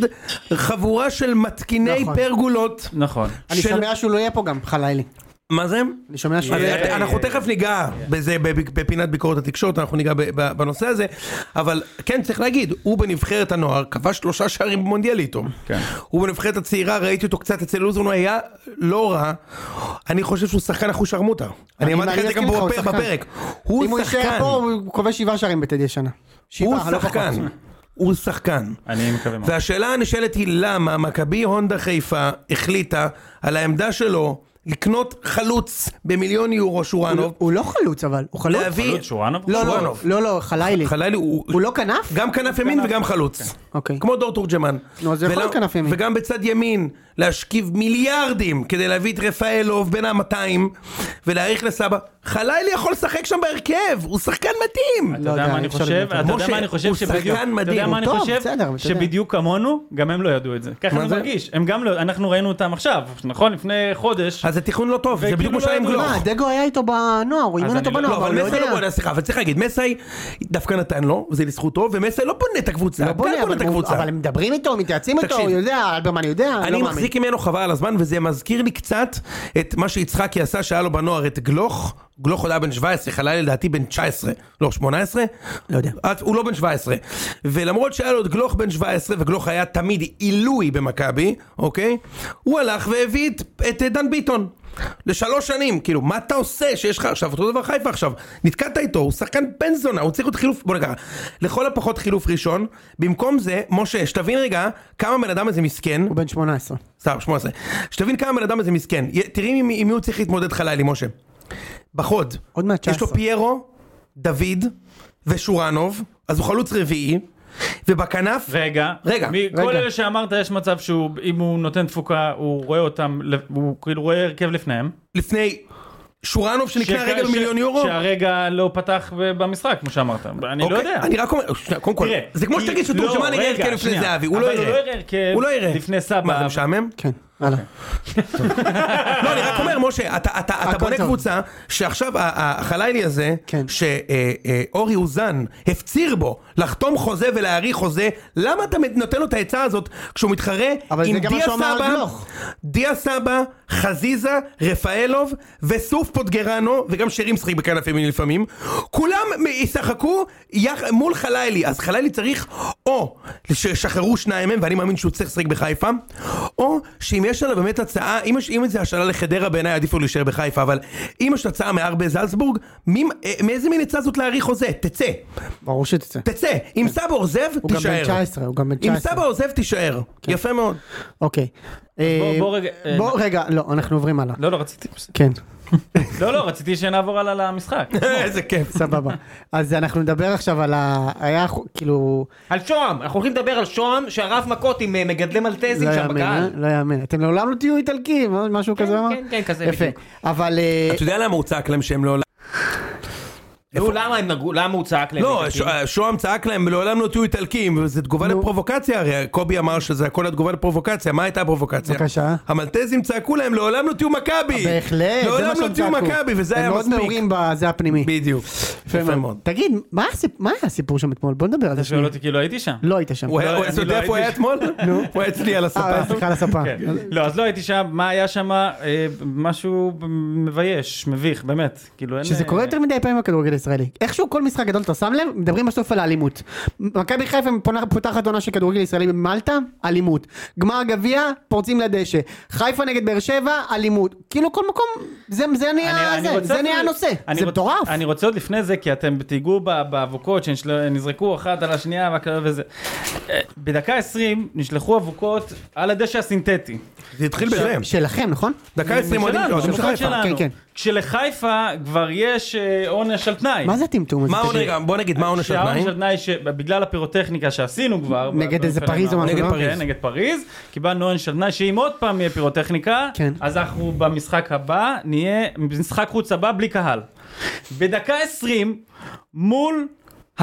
Speaker 2: חבורה של מתקיני
Speaker 1: נכון.
Speaker 2: פרגולות.
Speaker 5: נכון.
Speaker 1: אני
Speaker 2: של-
Speaker 1: שומע שהוא לא יהיה פה גם, חלילי.
Speaker 2: מה זה?
Speaker 1: אני שומע שהוא...
Speaker 2: אז
Speaker 1: לא יהיה-
Speaker 5: אה,
Speaker 2: אנחנו
Speaker 5: אה,
Speaker 2: תכף ניגע בזה בב- בפינת ביקורת התקשורת, אנחנו ניגע ב- ב- בנושא הזה, אבל כן צריך להגיד, הוא בנבחרת הנוער כבש שלושה שערים במונדיאל איתו.
Speaker 5: כן.
Speaker 2: הוא בנבחרת הצעירה, ראיתי אותו קצת אצל לוזון, הוא היה לא רע. אני חושב שהוא שחקן אחושרמוטה. אני אמרתי לך את זה גם
Speaker 1: אני מסכים
Speaker 2: בפ-
Speaker 1: איתך, הוא
Speaker 2: בפרק.
Speaker 1: שחקן.
Speaker 2: הוא
Speaker 1: אם הוא יישאר
Speaker 2: שחקן.
Speaker 1: פה, הוא כובש שבעה שערים בטדי השנה.
Speaker 2: הוא
Speaker 1: שבעה, לא פחות.
Speaker 2: שחקן. הוא שחקן.
Speaker 5: אני מקווה מאוד.
Speaker 2: והשאלה הנשאלת היא למה מכבי הונדה חיפה החליטה על העמדה שלו לקנות חלוץ במיליון יורו שורנוב.
Speaker 1: הוא- הוא לא חלוץ אבל, הוא חלוץ?
Speaker 2: להביא...
Speaker 5: חלוץ, שורנוב?
Speaker 1: לא, לא,
Speaker 2: שורנוב.
Speaker 1: לא, לא, חלילי.
Speaker 2: חלילי הוא...
Speaker 1: הוא לא כנף?
Speaker 2: גם כנף ימין וגם חלוץ.
Speaker 1: אוקיי.
Speaker 2: כמו דור תורג'מן.
Speaker 1: נו, אז הוא יכול
Speaker 2: ולה-
Speaker 1: כנף ימין.
Speaker 2: וגם בצד ימין, להשכיב מיליארדים כדי להביא את רפאלוב בין ה-200, ולהאריך לסבא. חלילי יכול לשחק שם בהרכב, הוא שחקן מתאים.
Speaker 5: אתה
Speaker 1: לא
Speaker 5: יודע
Speaker 1: יודע,
Speaker 5: מה
Speaker 1: אי
Speaker 5: אני
Speaker 1: אפשר
Speaker 5: חושב?
Speaker 1: לבנות
Speaker 5: אתה יודע
Speaker 2: משה,
Speaker 5: מה אני חושב
Speaker 2: הוא
Speaker 5: שבדיוק,
Speaker 2: שחקן
Speaker 5: אתה יודע
Speaker 2: מדהים,
Speaker 5: מה
Speaker 2: הוא
Speaker 5: אני
Speaker 1: טוב,
Speaker 5: חושב?
Speaker 1: בסדר, אבל אתה יודע.
Speaker 5: שבדיוק כמונו, גם הם לא ידעו את זה. ככה
Speaker 2: מה
Speaker 5: אני
Speaker 2: זה?
Speaker 5: מרגיש, הם גם לא, אנחנו ראינו אותם עכשיו, נכון? לפני חודש.
Speaker 2: אז זה תכנון לא טוב, זה
Speaker 5: וכאילו
Speaker 2: בדיוק כמו
Speaker 5: לא
Speaker 2: שהיה עם
Speaker 5: ידעו
Speaker 2: גלוך.
Speaker 1: מה, דגו היה איתו בנוער, הוא אימן
Speaker 5: אני
Speaker 1: אותו
Speaker 5: לא-
Speaker 1: בנוער,
Speaker 2: לא,
Speaker 1: אבל הוא
Speaker 2: אבל
Speaker 1: לא
Speaker 2: מסי לא
Speaker 1: יודע.
Speaker 2: בונה, סליחה, אבל צריך להגיד, מסי דווקא נתן לו, וזה לזכותו, ומסי לא בונה את הקבוצה,
Speaker 1: לא בונה,
Speaker 2: כן בונה
Speaker 1: אבל
Speaker 2: את
Speaker 1: הוא-
Speaker 2: הקבוצה.
Speaker 1: אבל הם מדברים איתו, מתייעצים איתו,
Speaker 2: תקשיב.
Speaker 1: הוא יודע, אלברמן יודע, לא
Speaker 2: אני
Speaker 1: מאמין.
Speaker 2: מחזיק ממנו חבל על הזמן, וזה מזכיר לי קצת את מה שיצחקי עשה, שהיה לו בנוער את גלוך, גלוך עוד היה בן 17, חלל לדעתי בן 19, לא 18,
Speaker 1: לא יודע.
Speaker 2: אז הוא לא בן 17. ולמרות שהיה לו את גלוך בן 17, וגלוך היה תמיד עילוי במכבי, אוקיי? הוא הלך והביא את, את אה, דן ביטון. לשלוש שנים, כאילו, מה אתה עושה שיש לך עכשיו, אותו דבר חיפה עכשיו, נתקעת איתו, הוא שחקן בן זונה, הוא צריך להיות חילוף, בוא נגיד, ככה, לכל הפחות חילוף ראשון, במקום זה, משה, שתבין רגע, כמה בן אדם הזה מסכן,
Speaker 1: הוא בן 18.
Speaker 2: סתם, 18. שתבין כמה בן אדם הזה מסכן. י- תראי עם, עם מי הוא צריך להתמודד חלילי, משה. בחוד.
Speaker 1: עוד מעט
Speaker 2: יש
Speaker 1: 19.
Speaker 2: לו פיירו, דוד ושורנוב, אז הוא חלוץ רביעי, ובכנף...
Speaker 5: רגע,
Speaker 2: רגע,
Speaker 5: מכל
Speaker 1: רגע.
Speaker 5: אלה שאמרת יש מצב שהוא, אם הוא נותן תפוקה, הוא רואה אותם, ל- הוא כאילו רואה הרכב לפניהם.
Speaker 2: לפני שורנוב שנקנה
Speaker 5: שכ-
Speaker 2: רגע
Speaker 5: ש-
Speaker 2: במיליון יורו.
Speaker 5: שהרגע לא פתח ב- במשחק, כמו שאמרת. אני לא
Speaker 2: אוקיי,
Speaker 5: יודע.
Speaker 2: אני רק אומר, שנייה, קודם כל,
Speaker 5: תראה,
Speaker 2: זה כמו
Speaker 5: כי-
Speaker 2: שתגיד שתורג'מן
Speaker 5: לא,
Speaker 2: יראה
Speaker 5: רגע,
Speaker 2: הרכב לפני
Speaker 5: שנייה.
Speaker 2: זהבי, הוא לא
Speaker 5: אבל הוא לא יראה
Speaker 2: יראה.
Speaker 5: הרכב
Speaker 2: הוא לא יראה.
Speaker 5: לפני סבא.
Speaker 2: מה, זה משעמם?
Speaker 1: כן, הלאה.
Speaker 2: לא, אני רק אומר, משה, אתה, אתה, אתה
Speaker 1: הכל
Speaker 2: בונה
Speaker 1: טוב.
Speaker 2: קבוצה שעכשיו ה- ה- החלילי הזה,
Speaker 1: כן.
Speaker 2: שאורי אוזן הפציר בו לחתום חוזה ולהאריך חוזה, למה אתה נותן לו את העצה הזאת כשהוא מתחרה
Speaker 1: אבל זה
Speaker 2: עם
Speaker 1: גם מה
Speaker 2: דיה
Speaker 1: שהוא אמר על
Speaker 2: סבא,
Speaker 1: גלוך.
Speaker 2: דיה סבא, חזיזה, רפאלוב וסוף פוטגרנו, וגם שירים משחק בכנף ימין לפעמים, כולם מ- ישחקו יח... מול חלילי, אז חלילי צריך או שישחררו שניים מהם, ואני מאמין שהוא צריך לשחק בחיפה, או שאם יש עליו באמת הצעה, אם, יש- אם זה השאלה לחדרה בעיניי עדיף לו להישאר בחיפה, אבל אם יש הצעה מהרבה זלצבורג, מי, אה, מאיזה מין עצה זאת להעריך חוזה? תצא,
Speaker 1: ברור שתצא.
Speaker 2: תצא, אם סבא עוזב,
Speaker 1: הוא גם
Speaker 2: תישאר.
Speaker 1: בן 19, הוא גם בן
Speaker 2: אם
Speaker 1: 19.
Speaker 2: סבא עוזב, תישאר.
Speaker 1: כן.
Speaker 2: יפה מאוד.
Speaker 1: אוקיי. אה,
Speaker 5: בוא רגע, אה,
Speaker 1: בוא רגע, לא, אנחנו עוברים הלאה.
Speaker 5: לא, לא רציתי. בסדר.
Speaker 1: כן,
Speaker 5: לא, לא, רציתי שנעבור הלאה למשחק.
Speaker 2: *laughs* איזה כיף.
Speaker 1: סבבה. *laughs* אז אנחנו נדבר עכשיו על ה... היה חו- כאילו...
Speaker 4: על שוהם, אנחנו הולכים לדבר על שוהם שערב מכות עם אה, מגדלי מלטזים
Speaker 1: לא
Speaker 4: שם
Speaker 1: יאמן, אה?
Speaker 4: בקהל.
Speaker 1: לא יאמן. אתם לעולם לא תהיו איטלקים, אה? משהו כזה הוא אמר?
Speaker 4: כן, כן, כזה
Speaker 1: יפה.
Speaker 4: בדיוק.
Speaker 1: אבל... אה,
Speaker 2: אתה יודע למה הוא צעק להם שהם לא...
Speaker 4: נו, לא, למה הם נגעו, למה הוא צעק להם?
Speaker 2: לא,
Speaker 4: איטלקים?
Speaker 2: ש- שוהם צעק להם, לעולם לא תהיו איטלקים, וזו תגובה
Speaker 1: נו.
Speaker 2: לפרובוקציה, הרי קובי אמר שזה הכל התגובה לפרובוקציה, מה הייתה הפרובוקציה?
Speaker 1: בבקשה. אה,
Speaker 2: המלטזים צעקו להם, לעולם לא תהיו מכבי!
Speaker 1: בהחלט, זה מה
Speaker 2: לעולם לא
Speaker 1: שהם
Speaker 2: תהיו
Speaker 1: צעקו.
Speaker 2: מכבי, וזה היה
Speaker 1: הם מאוד
Speaker 2: מספיק.
Speaker 1: מעורים בזה הפנימי.
Speaker 2: בדיוק. יפה מאוד.
Speaker 1: תגיד, מה הסיפ- מה היה הסיפור שם אתמול? בוא נדבר על זה
Speaker 5: אתה שואל
Speaker 1: שנייה.
Speaker 5: אותי כאילו הייתי שם.
Speaker 1: לא היית שם.
Speaker 2: הוא היה-
Speaker 5: לא,
Speaker 2: הוא-
Speaker 5: אני
Speaker 2: אתה יודע
Speaker 5: לא
Speaker 2: איפה הוא היה
Speaker 5: הייתי.
Speaker 2: אתמול? הוא היה אצלי על
Speaker 1: אה,
Speaker 2: הספה.
Speaker 1: סליחה על הספה.
Speaker 5: כן. לא, אז לא הייתי שם, מה היה שם? אה, משהו מבייש, מביך, באמת. כאילו אין...
Speaker 1: שזה
Speaker 5: אה,
Speaker 1: קורה יותר מדי פעמים בכדורגל הישראלי. איכשהו כל משחק גדול, אתה שם לב, מדברים בסוף על האלימות. מכבי חיפה פונה- פותחת עונה של כדורגל ישראלי במלטה, אלימות. גמר גביע, פורצים לדשא. חיפה נגד באר שבע, אלימות. כאילו כל מקום, זה זה
Speaker 5: אני-
Speaker 1: נהיה
Speaker 5: אני
Speaker 1: זה,
Speaker 5: רוצה
Speaker 1: זה
Speaker 5: אפילו-
Speaker 1: נהיה הנושא.
Speaker 5: אני
Speaker 1: זה
Speaker 5: רוצ-
Speaker 1: מטורף.
Speaker 5: אני רוצה עוד לפני זה, כי אתם תיגעו ב- באבוקות שנזרקו אחת על השנייה והכל וזה. אה, בדקה 20 נשלחו אבוקות על הדשא הסינתטי.
Speaker 2: זה התחיל בזה.
Speaker 1: שלכם, נכון?
Speaker 2: דקה לא, 20 אוהדים
Speaker 5: שלנו,
Speaker 2: אוהדים של
Speaker 5: המשחק
Speaker 2: חיפה.
Speaker 5: שלנו.
Speaker 1: כן, כן.
Speaker 5: כשלחיפה כבר יש אה, עונש על תנאי.
Speaker 1: מה זה הטמטום הזה?
Speaker 2: מה העונש,
Speaker 1: תגיד?
Speaker 2: רגע, בוא נגיד מה העונש של
Speaker 5: שהעונש
Speaker 2: התנאים?
Speaker 5: על תנאי שבגלל הפירוטכניקה שעשינו כבר.
Speaker 1: נגד
Speaker 5: ב-
Speaker 1: איזה פריז או
Speaker 5: ב-
Speaker 1: משהו,
Speaker 2: נגד
Speaker 1: לא?
Speaker 2: פריז.
Speaker 5: כן, נגד פריז, קיבלנו עונש על תנאי שאם עוד פעם יהיה פירוטכניקה,
Speaker 1: כן.
Speaker 5: אז אנחנו במשחק הבא נהיה, במשחק חוץ הבא בלי קהל. בדקה 20 מול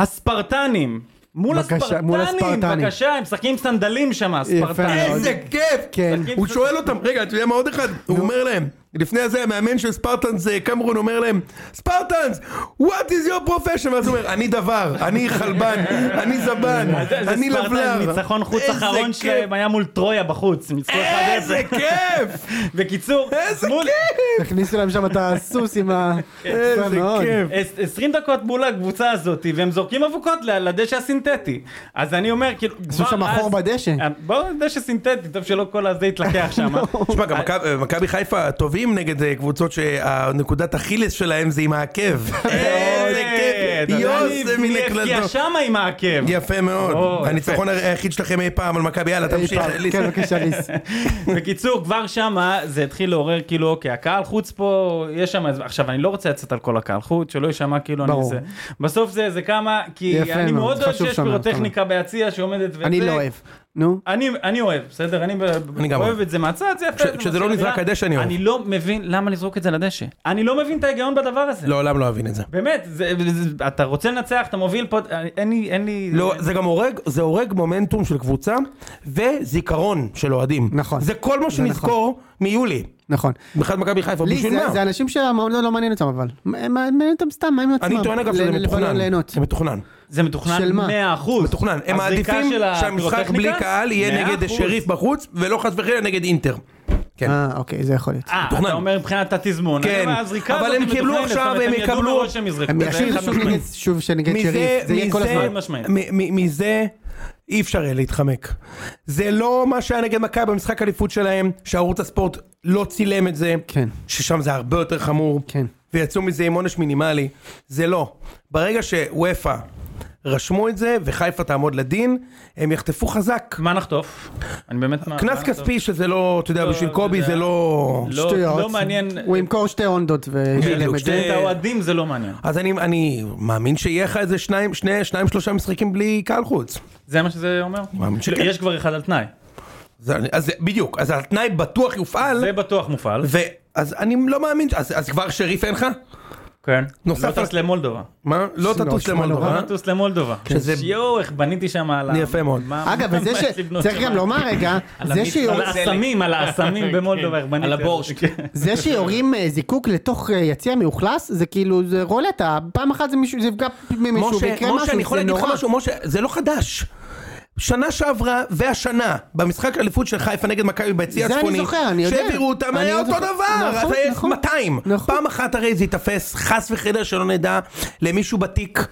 Speaker 5: הספרטנים. מול
Speaker 1: בבקשה,
Speaker 5: הספרטנים,
Speaker 1: מול הספרטנים.
Speaker 5: בבקשה, הם משחקים עם סנדלים שם, הספרטנים.
Speaker 1: מאוד.
Speaker 2: איזה כיף!
Speaker 1: כן.
Speaker 2: הוא שואל אותם, רגע, אתה יודע מה עוד אחד? הוא אומר להם, לפני זה המאמן של ספרטנס, אה, קמרון אומר להם, ספרטנס, what is your profession? ואז הוא אומר, אני דבר, אני חלבן, אני זבן,
Speaker 5: *laughs* זה- זה
Speaker 1: לא
Speaker 2: אני
Speaker 5: ספרטה,
Speaker 2: לבלב.
Speaker 5: ניצחון חוץ
Speaker 2: איזה
Speaker 5: אחרון אה,
Speaker 2: כיף.
Speaker 5: שלהם היה מול טרויה בחוץ, הם ניצחו 1-0.
Speaker 2: איזה כיף!
Speaker 5: בקיצור,
Speaker 2: איזה
Speaker 5: מול-
Speaker 2: כיף!
Speaker 1: הכניסו להם שם את הסוס עם ה... יפה
Speaker 2: איזה
Speaker 1: מאוד.
Speaker 2: כן, כיף!
Speaker 5: עש- 20 דקות מול הקבוצה הזאת, והם זורקים אבוקות ל- לדשא הסינתטי. אז אני אומר, כאילו,
Speaker 1: עשו
Speaker 5: כבר
Speaker 1: שם
Speaker 5: אז-
Speaker 1: חור בדשא.
Speaker 5: אה, בואו, דשא סינתטי, טוב שלא כל הזה יתלקח שם. אה.
Speaker 1: *laughs* לא.
Speaker 2: תשמע, גם מכבי- מכבי חיפה טובים נגד אה, קבוצות שהנקודת אכילס שלהם זה עם
Speaker 5: *laughs*
Speaker 2: העקב. איזה כיף! יוס, זה מן
Speaker 5: נפגיע
Speaker 2: הקלטות.
Speaker 5: שמה עם העקב.
Speaker 2: יפה
Speaker 5: או,
Speaker 2: מאוד.
Speaker 5: יפה.
Speaker 2: הניצחון היחיד שלכם אי פעם על מכבי, יאללה,
Speaker 1: אי
Speaker 2: תמשיך.
Speaker 1: פעם.
Speaker 2: אליס.
Speaker 1: כן,
Speaker 2: *laughs*
Speaker 1: בבקשה, ליס.
Speaker 5: בקיצור, כבר שמה זה התחיל לעורר, כאילו, אוקיי, הקהל חוץ פה, יש שם, איזה- עכשיו, אני לא רוצה לצאת על כל הקהל חוץ, שלא יישמע כאילו אני
Speaker 1: ברור.
Speaker 5: זה. בסוף זה, זה כמה, כי
Speaker 1: יפה
Speaker 5: אני
Speaker 1: מאוד,
Speaker 5: מאוד אוהב
Speaker 1: חשוב
Speaker 5: שיש
Speaker 1: שם,
Speaker 5: פירוטכניקה ביציע שעומדת וזה.
Speaker 1: אני לא אוהב. נו.
Speaker 5: אני, אני אוהב, בסדר? אני, ב-
Speaker 2: אני גם
Speaker 5: אוהב
Speaker 2: אוהב.
Speaker 5: את זה מהצד, זה יפה.
Speaker 2: כש-
Speaker 5: זה
Speaker 2: כשזה
Speaker 5: מצחיק
Speaker 2: לא נזרק
Speaker 5: המדינה.
Speaker 2: לדשא, אני אוהב.
Speaker 5: אני לא מבין למה לזרוק את זה לדשא. אני לא מבין את ההיגיון בדבר הזה.
Speaker 2: לעולם לא אבין את זה.
Speaker 5: באמת, זה, זה, אתה רוצה לנצח, אתה מוביל פה, אני- אין לי, אין לי...
Speaker 2: לא, זה גם הורג, זה הורג מומנטום של קבוצה וזיכרון של אוהדים.
Speaker 1: נכון.
Speaker 2: זה כל מה
Speaker 1: זה נכון.
Speaker 2: שנזכור מיולי.
Speaker 1: נכון.
Speaker 2: בכלל מכבי חיפה,
Speaker 1: לי
Speaker 2: בשביל
Speaker 1: זה-
Speaker 2: מה?
Speaker 1: זה אנשים שהמועדון לא מעניין אותם אבל. מה- מעניין אותם סתם, מה עם עצמם?
Speaker 2: אני טוען אגב שזה
Speaker 1: ל- לבלות,
Speaker 2: מתוכנן.
Speaker 1: ליהנות.
Speaker 2: זה מתוכנן.
Speaker 5: זה מתוכנן
Speaker 1: של מה?
Speaker 5: 100 אחוז.
Speaker 2: מתוכנן. הם מעדיפים שהמשחק בלי קהל יהיה נגד שריף בחוץ, ולא חס וחלילה נגד אינטר. כן.
Speaker 1: אה, אוקיי, זה יכול להיות.
Speaker 5: אה,
Speaker 2: מתוכנן.
Speaker 5: אתה אומר מבחינת התזמון.
Speaker 2: כן.
Speaker 5: אני אומר, הזריקה
Speaker 2: אבל
Speaker 5: הזאת
Speaker 2: הם קיבלו
Speaker 5: מתוכננת,
Speaker 2: עכשיו,
Speaker 5: זאת אומרת,
Speaker 2: הם
Speaker 5: ידעו
Speaker 2: יקבלו-
Speaker 5: מראש שהם יזרקו.
Speaker 1: הם
Speaker 5: זה
Speaker 1: ישיבו
Speaker 5: חד
Speaker 1: שוב
Speaker 5: משמעית.
Speaker 1: נגד, שוב שנגד
Speaker 2: מזה,
Speaker 1: שריף, זה יהיה כל
Speaker 2: מזה-
Speaker 1: הזמן.
Speaker 5: חד משמעית.
Speaker 2: מ- מ- מזה אי אפשר יהיה להתחמק. זה לא מה שהיה נגד מכבי במשחק אליפות שלהם, שערוץ הספורט לא צילם את זה.
Speaker 1: כן.
Speaker 2: ששם זה הרבה יותר חמור.
Speaker 1: כן.
Speaker 2: ויצאו מזה עם עונש מינימלי. זה לא. ברגע שוופא רשמו את זה, וחיפה תעמוד לדין, הם יחטפו חזק.
Speaker 5: מה נחטוף? אני באמת... מה- מה
Speaker 2: קנס
Speaker 5: נחטוף?
Speaker 2: כספי שזה לא, אתה יודע,
Speaker 5: אה, לא,
Speaker 2: בשביל
Speaker 5: זה
Speaker 2: קובי
Speaker 5: זה-
Speaker 2: זה לא...
Speaker 5: לא-
Speaker 1: שטויות.
Speaker 5: לא מעניין... כן,
Speaker 1: הוא ימכור שתי הונדות וישלם
Speaker 2: בדיוק,
Speaker 1: את זה.
Speaker 2: שתי-
Speaker 5: את האוהדים זה לא מעניין.
Speaker 2: אז אני, אני מאמין שיהיה לך איזה שניים, שני, שניים, שלושה משחקים בלי קהל חוץ.
Speaker 5: זה מה שזה אומר?
Speaker 2: מאמין שכן.
Speaker 5: יש כבר אחד על תנאי.
Speaker 2: זה, אז זה- בדיוק, אז התנאי בטוח יופעל.
Speaker 5: זה בטוח מופעל.
Speaker 2: ואז אני לא מאמין, אז, אז כבר שריף אין לך?
Speaker 5: כן.
Speaker 2: נוסף
Speaker 5: לא טס
Speaker 2: על-
Speaker 5: למולדובה.
Speaker 2: מה? לא
Speaker 1: לא,
Speaker 2: תטוס
Speaker 1: שמע,
Speaker 2: למולדובה.
Speaker 5: לא טוס למולדובה.
Speaker 2: כן. שזה-
Speaker 5: יואו, איך בניתי שם על ה...
Speaker 2: יפה מאוד.
Speaker 5: מה-
Speaker 1: אגב,
Speaker 5: מה *laughs*
Speaker 1: וזה
Speaker 5: יש
Speaker 1: ש...
Speaker 5: לבנות
Speaker 1: צריך
Speaker 5: שם?
Speaker 1: גם לומר רגע, זה
Speaker 5: על
Speaker 1: שיור-
Speaker 5: האסמים,
Speaker 2: *laughs*
Speaker 5: על האסמים
Speaker 2: כן.
Speaker 5: במולדובה, איך בניתי.
Speaker 4: כן. על הבורשט. *laughs*
Speaker 5: כן.
Speaker 1: זה שיורים אה, זיקוק לתוך אה, יציע מאוכלס, זה כאילו, זה רולטה, פעם אחת זה מישהו, זה יפגע ממישהו,
Speaker 2: משה,
Speaker 1: ויקרה
Speaker 2: משה, אני
Speaker 1: משהו,
Speaker 2: יכול
Speaker 1: זה
Speaker 2: להגיד לך
Speaker 1: נורא.
Speaker 2: משהו, משה, זה לא חדש. שנה שעברה והשנה, במשחק האליפות של חיפה נגד מכבי ביציע
Speaker 1: זה אני
Speaker 2: הצפוני,
Speaker 1: זוכר, אני יודע.
Speaker 2: שהעבירו אותם,
Speaker 1: אני
Speaker 2: היה
Speaker 1: עוד
Speaker 2: אותו
Speaker 1: זוכר.
Speaker 2: דבר, אז
Speaker 1: נכון,
Speaker 2: היה
Speaker 1: נכון.
Speaker 2: 200.
Speaker 1: נכון.
Speaker 2: פעם אחת הרי זה ייתפס, חס וחלילה שלא נדע, למישהו בתיק.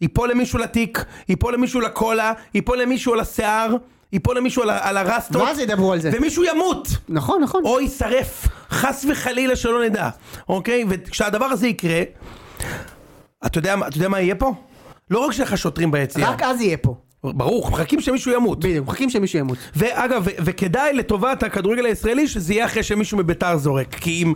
Speaker 2: ייפול למישהו לתיק, ייפול למישהו לקולה, ייפול למישהו על השיער, ייפול למישהו על ה- על הרסטות,
Speaker 1: ואז ידברו על זה.
Speaker 2: ומישהו ימות.
Speaker 1: נכון, נכון.
Speaker 2: או יישרף, חס וחלילה שלא נדע, אוקיי? וכשהדבר הזה יקרה, אתה יודע, אתה יודע מה יהיה פה? לא רק שיש לך שוטרים ביציאה,
Speaker 1: רק אז יהיה פה.
Speaker 2: ברור, מחכים שמישהו ימות.
Speaker 1: בדיוק, מחכים שמישהו ימות.
Speaker 2: ואגב, ו- וכדאי לטובת הכדורגל הישראלי שזה יהיה אחרי שמישהו מביתר זורק. כי אם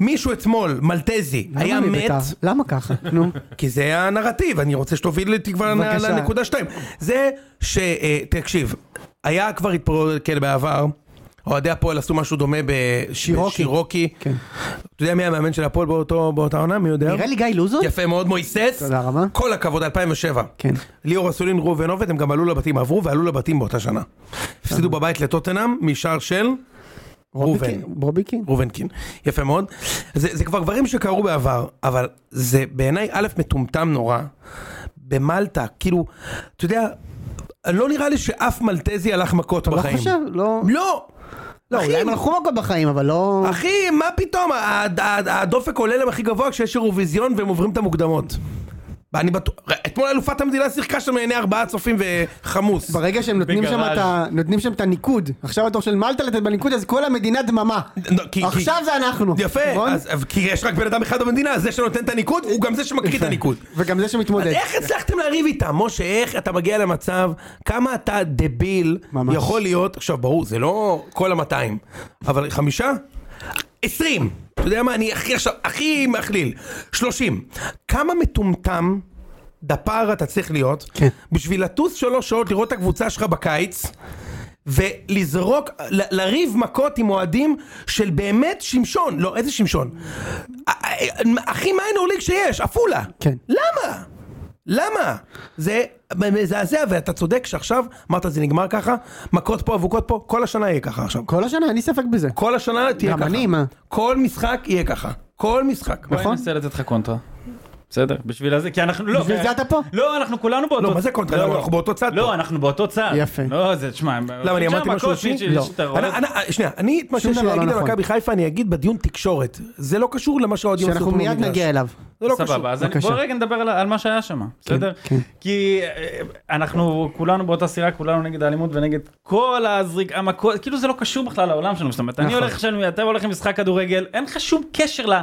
Speaker 2: מישהו אתמול, מלטזי,
Speaker 1: למה
Speaker 2: היה
Speaker 1: אני
Speaker 2: מת,
Speaker 1: בית"ר? למה ככה?
Speaker 2: *laughs*
Speaker 1: נו.
Speaker 2: כי זה הנרטיב, אני רוצה שתוביל לתקווה לנ-
Speaker 1: בבקשה.
Speaker 2: לנקודה שתיים. זה ש... אה, תקשיב, היה כבר התפרעות כאלה בעבר, אוהדי הפועל עשו משהו דומה
Speaker 1: שירוקי.
Speaker 2: בשירוקי.
Speaker 1: כן.
Speaker 2: אתה יודע מי המאמן של הפועל באותו- באותה עונה? מי יודע?
Speaker 1: נראה לי גיא לוזון?
Speaker 2: יפה מאוד, מויסס.
Speaker 1: תודה רבה.
Speaker 2: כל הכבוד, 2007.
Speaker 1: כן.
Speaker 2: ליאור אסולין, ראובן עובד, הם גם עלו לבתים, עברו ועלו לבתים באותה שנה. הפסידו בבית לטוטנאם משער של ראובן.
Speaker 1: רוביקין? רוביקין?
Speaker 2: ראובנקין. יפה מאוד. זה, זה כבר דברים שקרו בעבר, אבל זה בעיניי א', מטומטם נורא. במלטה, כאילו, אתה יודע, לא נראה לי שאף מלטזי הלך מכות
Speaker 1: אתה לא
Speaker 2: בחיים.
Speaker 1: חושב? לא...
Speaker 2: לא!
Speaker 1: לא,
Speaker 2: אחי,
Speaker 1: אולי הם הלכו מכות בחיים, אבל לא...
Speaker 2: אחי, מה פתאום? ה- ה- ה- הדופק עולה להם הכי גבוה כשיש אירוויזיון והם עוברים את המוקדמות. אני בטוח, אתמול אלופת המדינה שיחקה שם לעיני ארבעה צופים וחמוס.
Speaker 1: ברגע שהם נותנים שם,
Speaker 5: בגראז'.
Speaker 1: את ה... נותנים שם את הניקוד, עכשיו התור של מלטה לתת בניקוד, אז כל המדינה דממה.
Speaker 2: לא, כי-
Speaker 1: עכשיו
Speaker 2: כי-
Speaker 1: זה אנחנו.
Speaker 2: יפה,
Speaker 1: נכון?
Speaker 2: אז- אבל כי יש רק בן אדם אחד במדינה, אז זה שנותן את הניקוד הוא גם זה שמקריא את הניקוד.
Speaker 1: וגם זה שמתמודד.
Speaker 2: אז איך הצלחתם לריב איתם? משה, איך אתה מגיע למצב, כמה אתה דביל
Speaker 1: ממש.
Speaker 2: יכול להיות, עכשיו ברור, זה לא כל המאתיים, אבל חמישה? עשרים. אתה יודע מה, אני הכי עכשיו, הכי מכליל. שלושים. כמה מטומטם דפארה אתה צריך להיות,
Speaker 1: כן.
Speaker 2: בשביל לטוס שלוש שעות לראות את הקבוצה שלך בקיץ, ולזרוק, ל- לריב מכות עם אוהדים של באמת שמשון, לא, איזה שמשון? הכי מיינור ליג שיש, עפולה.
Speaker 1: כן.
Speaker 2: למה? למה? זה מזעזע, ואתה צודק שעכשיו, אמרת זה נגמר ככה, מכות פה, אבוקות פה, כל השנה יהיה ככה עכשיו.
Speaker 1: כל השנה, אין לי ספק בזה.
Speaker 2: כל השנה תהיה
Speaker 1: גם
Speaker 2: ככה.
Speaker 1: אני, מה? לא.
Speaker 2: כל משחק יהיה ככה. כל משחק.
Speaker 5: בואי ננסה לתת לך קונטרה. בסדר, בשביל זה, כי אנחנו, לא,
Speaker 1: בשביל
Speaker 5: כי-
Speaker 1: זה אתה פה?
Speaker 5: לא, אנחנו כולנו באותו,
Speaker 2: לא, מה זה קונטרה?
Speaker 5: לא,
Speaker 2: למה?
Speaker 5: לא.
Speaker 2: אנחנו באותו צד פה.
Speaker 5: לא, אנחנו באותו צד.
Speaker 1: יפה.
Speaker 5: לא, זה, תשמע,
Speaker 2: למה, אני אמרתי משהו אישי?
Speaker 1: לא.
Speaker 2: אני- אני- שנייה, אני את מה
Speaker 1: שום
Speaker 2: שיש לי
Speaker 1: דבר לא
Speaker 2: להגיד על
Speaker 1: נכון.
Speaker 2: מכבי חיפה אני אגיד בדיון תקשורת. זה לא קשור למה שהאוהדים עשו
Speaker 1: שאנחנו
Speaker 2: פה
Speaker 1: מיד
Speaker 2: במגרש.
Speaker 1: נגיע אליו.
Speaker 2: זה לא קשור.
Speaker 5: סבבה, אז אני-
Speaker 1: בבקשה.
Speaker 5: בוא רגע נדבר על על מה שהיה שם, בסדר?
Speaker 1: כן.
Speaker 5: כי אה, אנחנו כולנו באותה סירה, כולנו נגד האלימות ונגד כל הזריק, המכות, כאילו זה לא קשור בכלל לעולם שלנו, זאת אומרת, אני
Speaker 1: נכון.
Speaker 5: הולך עכשיו, אתה הולך למשחק כדורגל, אין לך שום קשר ל-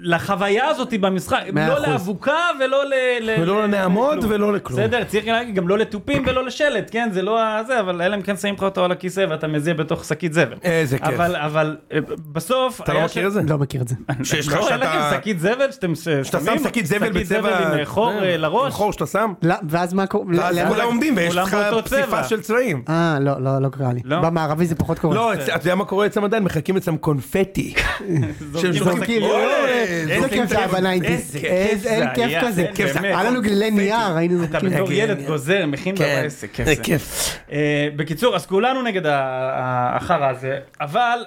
Speaker 5: לחוויה הזאת במשחק,
Speaker 1: מאה
Speaker 5: לא
Speaker 1: אחוז.
Speaker 5: לאבוקה ולא ל... ל-
Speaker 2: ולא לנעמוד
Speaker 5: לכלום.
Speaker 2: ולא לכלום.
Speaker 5: בסדר, צריך להגיד גם לא לתופים ולא לשלט, כן? זה לא ה- זה, אבל אלא אם כן שמים לך אותו על הכיסא ואתה מזיע בתוך שקית זבל.
Speaker 2: איזה כיף.
Speaker 5: אבל, אבל אה, בסוף...
Speaker 2: אתה לא מכיר את זה?
Speaker 1: לא *laughs* מכיר את זה.
Speaker 2: שיש לך
Speaker 5: לא, אין
Speaker 2: שאתה-
Speaker 5: לכם שקית זבל שאתם ש-
Speaker 2: שאתה
Speaker 5: שמים?
Speaker 2: שם שקית זבל בצבע...
Speaker 5: עם אה, חור
Speaker 2: כן,
Speaker 5: אה,
Speaker 2: עם
Speaker 5: לראש?
Speaker 2: חור שאתה שם?
Speaker 1: לא, ואז מה קורה? לא,
Speaker 2: אז
Speaker 1: לאן-
Speaker 2: כולם עומדים ויש
Speaker 5: כולם
Speaker 2: לך
Speaker 5: באותו צבע.
Speaker 2: פסיפס של צבעים.
Speaker 1: אה, לא, לא, לא קרה לי.
Speaker 5: לא?
Speaker 1: במערבי זה פחות קורה.
Speaker 2: לא, אצ- אתה יודע מה קורה אצלם עדיין? מחכים אצלם קונפטי.
Speaker 5: זורקים
Speaker 2: שהם
Speaker 5: לך
Speaker 2: זורקים,
Speaker 5: שקית.
Speaker 1: כאילו,
Speaker 2: אוי,
Speaker 1: איזה
Speaker 2: איזה
Speaker 1: כיף זה היה
Speaker 2: כיף.
Speaker 1: בניינטיז.
Speaker 2: איזה כיף
Speaker 1: איזה-
Speaker 5: זה
Speaker 1: אין
Speaker 5: היה,
Speaker 1: כיף
Speaker 5: היה
Speaker 1: כזה. כן,
Speaker 5: כיף זה היה.
Speaker 1: היה לנו גלילי נייר, היינו
Speaker 5: אתה
Speaker 1: זורקים.
Speaker 5: בתור
Speaker 2: כן,
Speaker 5: ילד
Speaker 2: כן.
Speaker 5: גוזר, מכין
Speaker 2: כן,
Speaker 5: בבייס, זה כיף.
Speaker 2: זה
Speaker 5: זה.
Speaker 2: כיף.
Speaker 5: אה, בקיצור, אז כולנו נגד ה- ה- החרא הזה, אבל...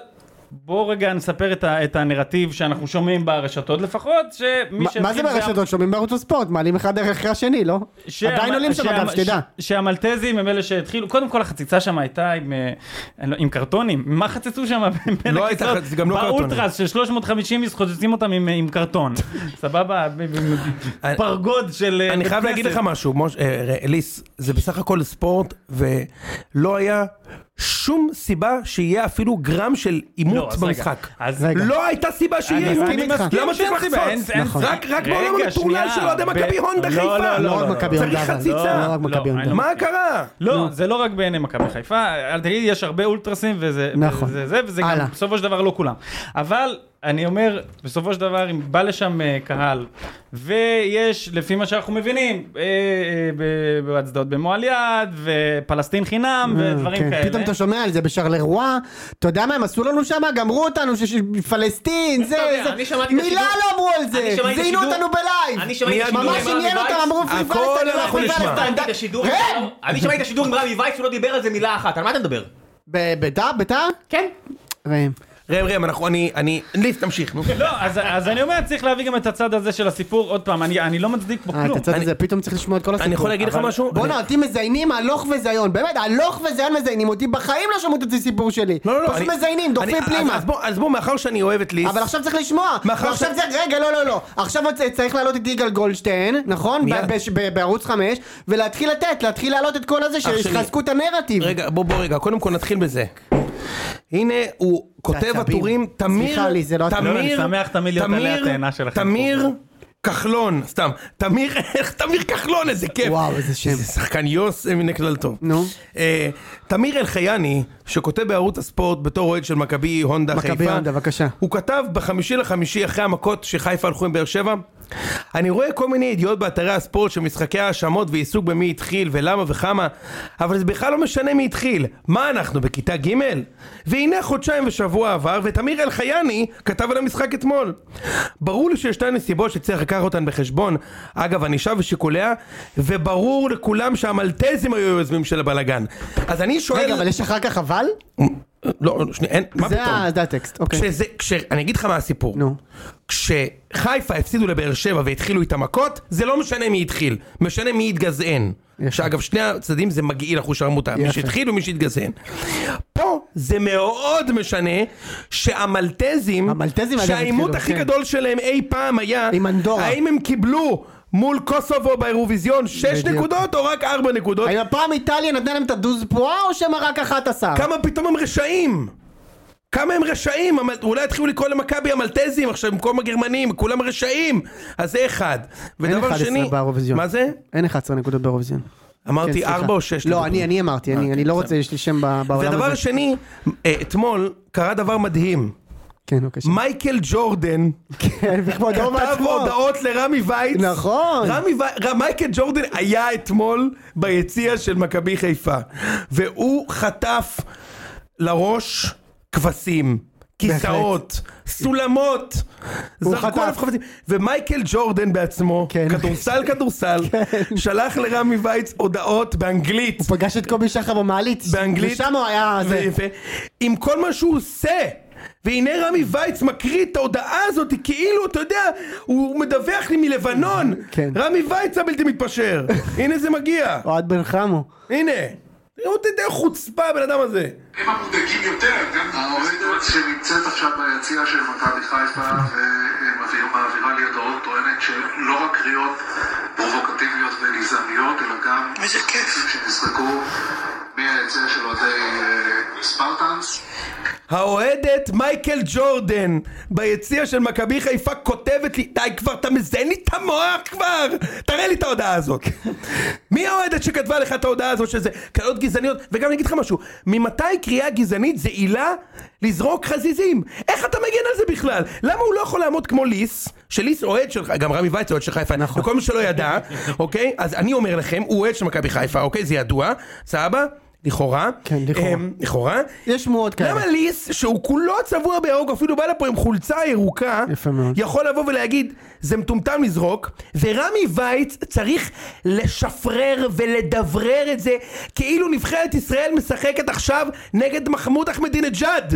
Speaker 5: בואו רגע נספר את, ה, את הנרטיב שאנחנו שומעים ברשתות לפחות, שמי
Speaker 1: מה- מה זה
Speaker 5: שהתחיל
Speaker 1: ברשתות? שומעים בערוץ הספורט, מעלים אחד דרך אחרי השני, לא?
Speaker 5: שהמ-
Speaker 1: עדיין עולים שם
Speaker 5: שהמ-
Speaker 1: אגב, שתדע.
Speaker 5: ש- שהמלטזים הם אלה שהתחילו, קודם כל החציצה שם הייתה עם, אה, אני לא- עם קרטונים, מה חצצו שם *laughs* בין
Speaker 2: לא
Speaker 5: הכיסאות?
Speaker 2: הייתה חצ- זה גם לא קרטונים.
Speaker 5: באולטרס של 350 איש חוצצים אותם עם- עם
Speaker 2: *laughs*
Speaker 5: קרטון, סבבה? ב- ב-
Speaker 2: אני-
Speaker 5: פרגוד של... אה,
Speaker 2: אני
Speaker 5: בית
Speaker 2: חייב להגיד
Speaker 5: כנסת.
Speaker 2: לך משהו, מוש- אה, אה, ליס, זה בסך הכל ספורט, ולא היה שום סיבה שיהיה אפילו גרם של
Speaker 5: לא,
Speaker 2: עימות
Speaker 5: אז רגע.
Speaker 2: במשחק.
Speaker 5: אז
Speaker 1: רגע.
Speaker 2: לא הייתה סיבה שיהיה
Speaker 5: אני
Speaker 2: עימות.
Speaker 1: מסכים איתך.
Speaker 2: למה
Speaker 5: שאין
Speaker 2: צריך
Speaker 5: סיבה, אין-
Speaker 2: לחצוץ?
Speaker 5: אין
Speaker 1: נכון.
Speaker 2: רק רק
Speaker 5: רגע,
Speaker 2: בעולם המטורלל
Speaker 5: שנייה,
Speaker 2: של אוהדי
Speaker 5: ב-
Speaker 2: מכבי הונדה
Speaker 5: לא,
Speaker 2: חיפה.
Speaker 5: לא,
Speaker 1: לא רק מכבי
Speaker 2: צריך
Speaker 1: הונדה, אבל.
Speaker 2: חציצה.
Speaker 1: לא רק מכבי
Speaker 5: לא,
Speaker 1: הונדה.
Speaker 5: אני
Speaker 2: מה קרה?
Speaker 5: לא, זה לא רק בעיני מכבי חיפה, אל תגיד, יש הרבה אולטרסים וזה,
Speaker 1: נכון.
Speaker 5: וזה, זה, וזה גם
Speaker 1: הלאה.
Speaker 5: בסופו של דבר לא כולם. אבל אני אומר, בסופו של דבר, אם בא לשם אה, קהל, ויש, לפי מה שאנחנו מבינים, אה, אה, ב- בהצדעות במועל יד, ופלסטין חינם, ודברים
Speaker 1: כן.
Speaker 5: כאלה.
Speaker 1: פתאום אתה שומע על זה בשרלרואה, אתה יודע מה הם עשו לנו שם? גמרו אותנו, ש- ש- פלסטין, זה,
Speaker 4: יודע, אני
Speaker 1: זה,
Speaker 4: שמעתי את
Speaker 1: מילה
Speaker 4: השידור-
Speaker 1: לא אמרו על זה,
Speaker 4: אני שמעתי את
Speaker 1: זיינו
Speaker 4: השידור-
Speaker 1: אותנו
Speaker 4: אני
Speaker 1: בלייב,
Speaker 4: שמעתי את השידור
Speaker 1: ממש
Speaker 4: עם
Speaker 1: עניין
Speaker 4: רמי
Speaker 1: אותם,
Speaker 4: וייס.
Speaker 1: אמרו לא פרי
Speaker 2: הכל
Speaker 1: פלסטין,
Speaker 2: אנחנו
Speaker 1: פרי
Speaker 2: נשמע.
Speaker 1: פלסטין,
Speaker 4: הבנתי את השידור עם
Speaker 1: כן!
Speaker 4: רמי- אני שמעתי את השידור עם רמי וייס, הוא לא דיבר על זה מילה אחת, על מה אתה מדבר?
Speaker 1: ב- ביתר? ביתר?
Speaker 4: כן.
Speaker 1: ראם.
Speaker 2: ראם ראם, אנחנו, אני, אני, ליס, תמשיך, נו.
Speaker 5: לא, אז, אז אני אומר, צריך להביא גם את הצד הזה של הסיפור, עוד פעם, אני, אני לא מצדיק פה
Speaker 1: אה,
Speaker 5: כלום.
Speaker 1: את הצד
Speaker 2: אני-
Speaker 1: הזה, פתאום צריך לשמוע את כל הסיפור.
Speaker 2: אני יכול להגיד לך
Speaker 5: אבל-
Speaker 2: משהו? אני-
Speaker 1: בואנה, אותי מזיינים הלוך וזיון, באמת, הלוך וזיון מזיינים אותי, בחיים לא שמעו את הסיפור שלי.
Speaker 2: לא, לא, לא.
Speaker 1: פשוט
Speaker 2: אני-
Speaker 1: מזיינים, דוחפים
Speaker 2: אני- אז-
Speaker 1: פנימה.
Speaker 2: אז בוא, אז בוא, מאחר שאני אוהב את ליס,
Speaker 1: אבל עכשיו צריך לשמוע,
Speaker 2: מאחר
Speaker 1: ועכשיו
Speaker 2: ש-
Speaker 1: צריך, רגע לא לא לא, עכשיו צ- צריך להעלות את יגאל גולדשטיין, נכון?
Speaker 2: מיד.
Speaker 1: ב- ב- ב- בערוץ 5, ולהתחיל לתת, להתחיל להעלות את כל הזה,
Speaker 2: שלי.
Speaker 1: שיחזקו את הנרטיב.
Speaker 2: רגע, בוא, בוא, רגע, קודם כל נתחיל בזה. הנה, הוא כותב
Speaker 1: עצבים.
Speaker 2: הטורים, תמיר,
Speaker 1: סליחה, לי, זה לא עצבים.
Speaker 5: לא, אני שמח תמיד להיות עלי התאנה שלכם
Speaker 2: תמיר כחלון, סתם, תמיר, איך תמיר כחלון, איזה כיף.
Speaker 1: וואו, איזה שם.
Speaker 2: איזה שחקן יוס, אה, מן הכלל טוב.
Speaker 1: נו.
Speaker 2: אה, תמיר אלחייני, שכותב בערוץ הספורט בתור אוהד של מכבי הונדה
Speaker 1: מכבי
Speaker 2: חיפה.
Speaker 1: הונדה, בבקשה.
Speaker 2: הוא כתב בחמישי לחמישי אחרי המכות שחיפה הלכו עם באר שבע אני רואה כל מיני ידיעות באתרי הספורט של משחקי האשמות ועיסוק במי התחיל ולמה וכמה אבל זה בכלל לא משנה מי התחיל מה אנחנו בכיתה ג' והנה חודשיים ושבוע עבר ותמיר אלחייני כתב על המשחק אתמול ברור לי שיש שתי נסיבות שצריך לקחת אותן בחשבון אגב ענישה ושיקוליה וברור לכולם שהמלטזים היו היוזמים של הבלאגן אז אני שואל
Speaker 1: רגע, אבל יש אחר כך אבל?
Speaker 2: לא, שנייה, אין, מה
Speaker 1: זה
Speaker 2: פתאום
Speaker 1: ה- זה הטקסט, אוקיי.
Speaker 2: כשזה, כש... אני אגיד לך מה הסיפור.
Speaker 1: נו.
Speaker 2: כשחיפה הפסידו לבאר שבע והתחילו איתם מכות, זה לא משנה מי התחיל, משנה מי התגזען.
Speaker 1: יפה.
Speaker 2: שאגב שני הצדדים זה מגעיל אחוש הרמוטה, מי
Speaker 1: יפה.
Speaker 2: שהתחיל ומי שהתגזען. פה זה מאוד משנה שהמלטזים,
Speaker 1: המלטזים, אגב,
Speaker 2: שהעימות
Speaker 1: התחילו,
Speaker 2: הכי
Speaker 1: כן.
Speaker 2: גדול שלהם אי פעם היה,
Speaker 1: עם אנדורה.
Speaker 2: האם הם קיבלו מול קוסובו באירוויזיון 6
Speaker 1: בדיוק.
Speaker 2: נקודות או רק 4 נקודות?
Speaker 1: האם הפעם איטליה נתנה להם את הדוז פועה או שמא רק 11?
Speaker 2: כמה פתאום הם רשעים? כמה הם רשעים? המל- אולי יתחילו לקרוא למכבי המלטזים עכשיו במקום הגרמנים, כולם רשעים. אז זה אחד.
Speaker 1: אין
Speaker 2: ודבר
Speaker 1: 11
Speaker 2: שני,
Speaker 1: באירוויזיון.
Speaker 2: מה זה?
Speaker 1: אין 11 נקודות באירוויזיון. כן,
Speaker 2: אמרתי
Speaker 1: סליחה.
Speaker 2: ארבע או שש
Speaker 1: לא,
Speaker 2: נקודות.
Speaker 1: אני אני אמרתי,
Speaker 2: אה,
Speaker 1: אני אני
Speaker 2: כן,
Speaker 1: לא
Speaker 2: בסדר.
Speaker 1: רוצה, יש לי שם ב- בעולם
Speaker 2: ודבר
Speaker 1: הזה.
Speaker 2: שני, אה, אתמול קרה דבר מדהים.
Speaker 1: כן, בבקשה.
Speaker 2: מייקל ג'ורדן
Speaker 1: *laughs* כן, בכבודו
Speaker 2: כתב
Speaker 1: ובעצמו.
Speaker 2: הודעות לרמי וייץ.
Speaker 1: נכון.
Speaker 2: רמי וייץ, מייקל ג'ורדן היה אתמול ביציע של מכבי חיפה. והוא חטף לראש כבשים, כיסאות, סולמות.
Speaker 1: הוא
Speaker 2: זרקו עליו
Speaker 1: חטף.
Speaker 2: כבשים. ומייקל ג'ורדן בעצמו,
Speaker 1: כן.
Speaker 2: כדורסל
Speaker 1: *laughs*
Speaker 2: כדורסל, שלח לרמי וייץ הודעות באנגלית.
Speaker 1: הוא פגש את קובי שחר במעלית.
Speaker 2: באנגלית.
Speaker 1: ושם הוא היה... זה.
Speaker 2: ויפה. עם כל מה שהוא עושה. והנה רמי וייץ מקריא את ההודעה הזאת כאילו, אתה יודע, הוא מדווח לי מלבנון.
Speaker 1: כן.
Speaker 2: רמי וייץ הבלתי מתפשר. הנה זה מגיע.
Speaker 1: אוהד בן חמו.
Speaker 2: הנה. תראו את איזה חוצפה הבן אדם הזה.
Speaker 3: הם המודאגים יותר, גם
Speaker 6: העובדת שנמצאת עכשיו ביציע של מכבי חיפה ומעבירה לי הודעות טוענת שלא רק קריאות פרובוקטיביות וגזעניות, אלא גם
Speaker 3: איזה כיף.
Speaker 6: שנזרקו מהיציע של אוהדי אה, ספרטנס.
Speaker 2: האוהדת מייקל ג'ורדן ביציע של מכבי חיפה כותבת לי, די כבר, אתה מזיין לי את המוח כבר! תראה לי את ההודעה
Speaker 1: *laughs*
Speaker 2: הזאת. מי האוהדת שכתבה לך את ההודעה הזאת שזה קריאות גזעניות? וגם אני אגיד לך משהו, ממתי קריאה גזענית זה עילה לזרוק חזיזים? איך אתה מגן על זה בכלל? למה הוא לא יכול לעמוד כמו ליס, שליס אוהד שלך, גם רמי וייץ אוהד של חיפה, נכון. וכל מי שלא
Speaker 1: *laughs*
Speaker 2: ידע, אוקיי? אז אני אומר לכם, הוא אוהד של מכבי חיפה, אוקיי? זה ידוע, סבבה? לכאורה.
Speaker 1: כן, לכאורה.
Speaker 2: אמ, לכאורה.
Speaker 1: יש שמועות כאלה.
Speaker 2: למה ליס, שהוא כולו צבוע בירוק, אפילו בא לפה עם חולצה ירוקה,
Speaker 1: יפה מאוד.
Speaker 2: יכול לבוא ולהגיד, זה מטומטם לזרוק, ורמי וייץ צריך לשפרר ולדברר את זה, כאילו נבחרת ישראל משחקת עכשיו נגד מחמוד אחמדינג'אד,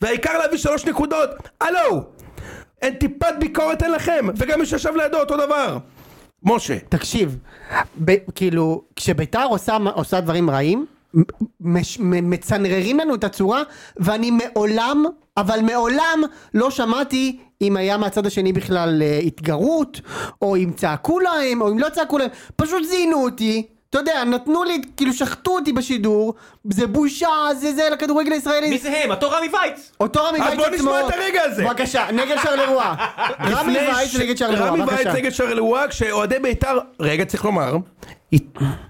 Speaker 2: והעיקר להביא שלוש נקודות, הלו, אין טיפת ביקורת אין לכם, וגם מי שישב לידו אותו דבר, משה.
Speaker 1: תקשיב, ב, כאילו, כשביתר עושה, עושה דברים רעים, מ- מש, מ, מצנררים לנו את הצורה, ואני מעולם, אבל מעולם, לא שמעתי אם היה מהצד השני בכלל אה, התגרות, או אם צעקו להם, או אם לא צעקו להם, פשוט זינו אותי. אתה יודע, נתנו לי, כאילו שחטו אותי בשידור, זה בושה, זה זה, לכדורגל הישראלי.
Speaker 4: מי זה הם? אותו רמי וייץ!
Speaker 1: אותו רמי
Speaker 2: אז
Speaker 1: וייץ עצמו.
Speaker 2: בוא נשמע את הרגע הזה.
Speaker 1: בבקשה, נגד שרלרואה. רמי
Speaker 2: *laughs* לפני
Speaker 1: וייץ
Speaker 2: ש-
Speaker 1: נגד שרלרואה,
Speaker 2: רמי וייץ
Speaker 1: בבקשה.
Speaker 2: נגד שרלואה, כשאוהדי בית"ר, רגע צריך לומר, הת-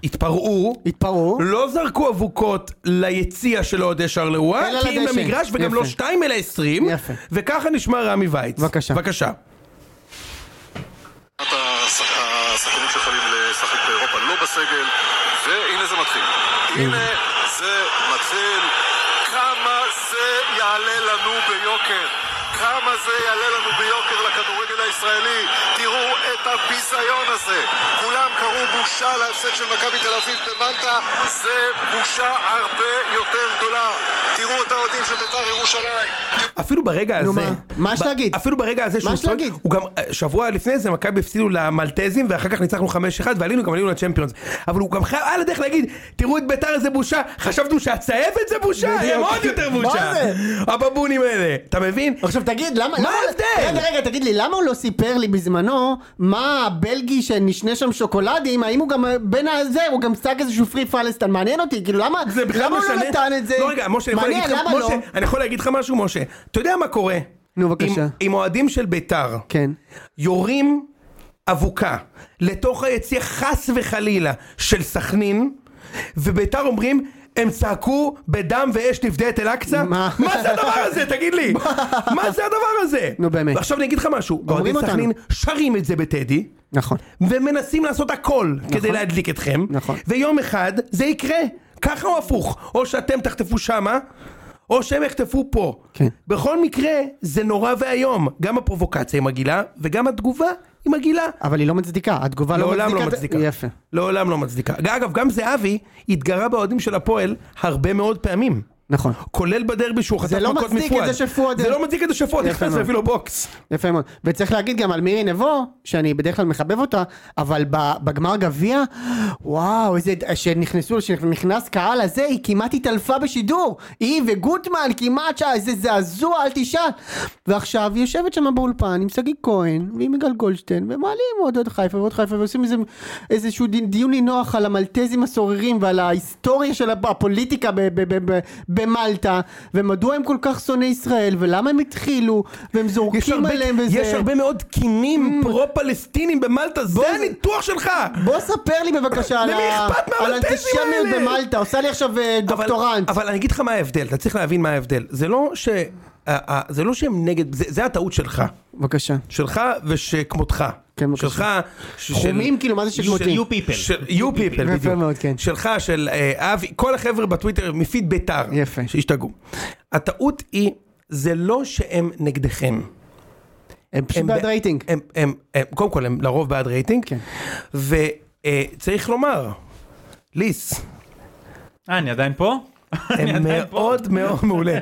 Speaker 2: התפרעו,
Speaker 1: התפרעו.
Speaker 2: לא זרקו אבוקות ליציע של אוהדי שרלואה,
Speaker 1: אלא
Speaker 2: כי אם
Speaker 1: לדשא.
Speaker 2: במגרש וגם
Speaker 1: יפה.
Speaker 2: לא שתיים אלא עשרים,
Speaker 1: יפה.
Speaker 2: וככה נשמע רמי וייץ.
Speaker 1: בבקשה.
Speaker 2: בבקשה.
Speaker 6: אחת השח- השחקנים שיכולים לשחק באירופה לא בסגל, והנה זה מתחיל. הנה זה מתחיל. כמה זה יעלה לנו ביוקר? כמה זה יעלה לנו ביוקר לכדורגל הישראלי? תראו את הביזיון הזה. כולם קראו בושה להפסד של מכבי תל אביב במלטה, זה בושה הרבה יותר גדולה. תראו את האוהדים של בית"ר ירושלים.
Speaker 2: אפילו ברגע הזה,
Speaker 1: נו, מה? מה יש
Speaker 2: ב-
Speaker 1: להגיד?
Speaker 2: אפילו ברגע הזה, שהוא
Speaker 1: יש
Speaker 2: צועק,
Speaker 1: להגיד?
Speaker 2: הוא גם, שבוע לפני זה מכבי הפסידו למלטזים ואחר כך ניצחנו 5-1 ועלינו גם עלינו לצ'מפיונס, אבל הוא גם חייב על הדרך להגיד, תראו את ביתר איזה בושה, חשבנו שהצהבת זה בושה, הם
Speaker 1: בדיוק.
Speaker 2: עוד יותר
Speaker 1: מה
Speaker 2: בושה,
Speaker 1: זה?
Speaker 2: הבבונים האלה, אתה מבין?
Speaker 1: עכשיו תגיד, למה...
Speaker 2: מה
Speaker 1: למה-
Speaker 2: ההבדל?
Speaker 1: רגע, רגע, תגיד לי, למה הוא לא סיפר לי בזמנו מה הבלגי שנשנה שם שוקולדים, האם הוא גם אה, בין הזה, הוא גם צעק איזשהו פרי פלסטן, מעניין אותי, כאילו למה...
Speaker 2: זה בכלל
Speaker 1: למה הוא
Speaker 2: משנה.
Speaker 1: לא נתן את זה?
Speaker 2: לא, רגע, משה, אני יכול
Speaker 1: מעניין,
Speaker 2: להגיד לך-
Speaker 1: למה לא?
Speaker 2: משה, אני יכול להגיד לך משהו, משה? אתה יודע מה קורה?
Speaker 1: נו, בבקשה.
Speaker 2: עם- עם אוהדים של ביתר.
Speaker 1: כן.
Speaker 2: יורים אבוקה לתוך היציע חס וחלילה של סכנין, וביתר אומרים... הם צעקו בדם ואש נפדה את אל-אקצא?
Speaker 1: מה?
Speaker 2: מה זה הדבר
Speaker 1: *laughs*
Speaker 2: הזה? תגיד לי. מה זה הדבר הזה?
Speaker 1: נו, באמת.
Speaker 2: עכשיו אני אגיד לך משהו. אוהדי
Speaker 1: אותנו.
Speaker 2: סכנין שרים את זה בטדי,
Speaker 1: נכון.
Speaker 2: ומנסים לעשות הכל כדי להדליק אתכם,
Speaker 1: נכון.
Speaker 2: ויום אחד זה יקרה, ככה או הפוך, או שאתם תחטפו שמה, או שהם יחטפו פה.
Speaker 1: כן.
Speaker 2: בכל מקרה, זה נורא ואיום, גם הפרובוקציה היא מגעילה, וגם התגובה היא מגעילה.
Speaker 1: אבל היא לא מצדיקה, התגובה לא מצדיקה.
Speaker 2: לעולם לא
Speaker 1: את-
Speaker 2: מצדיקה.
Speaker 1: יפה.
Speaker 2: לעולם לא מצדיקה. אגב, גם זהבי התגרה באוהדים של הפועל הרבה מאוד פעמים.
Speaker 1: נכון.
Speaker 2: כולל בדרבי שהוא חטף
Speaker 1: זה לא
Speaker 2: מכות מפואד.
Speaker 1: מצדיק את זה שפואד-
Speaker 2: זה לא מצדיק את זה שפואד
Speaker 1: יפה
Speaker 2: נכנס
Speaker 1: מאוד.
Speaker 2: ואפילו בוקס.
Speaker 1: יפה מאוד. וצריך להגיד גם על מירי נבו, שאני בדרך כלל מחבב אותה, אבל ב- בגמר גביע, וואו, איזה, שנכנסו, שנכנס קהל הזה, היא כמעט התעלפה בשידור. היא וגוטמן כמעט שעה, איזה זעזוע, אל תשאל. ועכשיו היא יושבת שם באולפן עם שגיא כהן, ועם יגאל גולדשטיין, ומעלים עוד עוד חיפה ועוד חיפה, ועושים איזה, איזשהו דין- דיון נינוח על המלטזים הסוררים ועל ההיסטוריה של הפ- הפוליטיקה ב- ב- ב- ב- במלטה, ומדוע הם כל כך שונאי ישראל, ולמה הם התחילו, והם זורקים.
Speaker 2: יש הרבה, יש הרבה מאוד קינים פרו-פלסטינים במלטה,
Speaker 1: Mm. בוא
Speaker 2: זה
Speaker 1: זה-
Speaker 2: הניתוח שלך!
Speaker 1: בוא ספר לי בבקשה על
Speaker 2: למי
Speaker 1: ה-
Speaker 2: אכפת
Speaker 1: על
Speaker 2: מהמלטזים
Speaker 1: האנטישמיות
Speaker 2: האלה?
Speaker 1: במלטה, עושה לי עכשיו אה,
Speaker 2: אבל-
Speaker 1: דוקטורנט.
Speaker 2: אבל אני אגיד לך מה ההבדל, אתה צריך להבין מה ההבדל. זה לא ש... אה, אה, זה לא שהם נגד, זה, זה הטעות שלך.
Speaker 1: בבקשה.
Speaker 2: שלך ושכמותך.
Speaker 1: כן, בבקשה.
Speaker 2: שלך... ש-
Speaker 1: חומים, כאילו, מה זה שכמותי?
Speaker 4: You people.
Speaker 2: של you people,
Speaker 1: יפה
Speaker 2: בדיוק.
Speaker 1: מאוד, כן.
Speaker 2: שלך, של אה, אבי, כל החבר'ה בטוויטר, מפיד ביתר.
Speaker 1: יפה.
Speaker 2: שהשתגעו. הטעות היא, זה לא שהם נגדכם.
Speaker 1: הם פשוט בעד
Speaker 2: ב-
Speaker 1: רייטינג.
Speaker 2: הם, הם, הם, קודם כל, הם לרוב בעד רייטינג.
Speaker 1: כן.
Speaker 2: וצריך לומר, ליס,
Speaker 5: אה, אני עדיין פה?
Speaker 2: הם מאוד מאוד מעולה.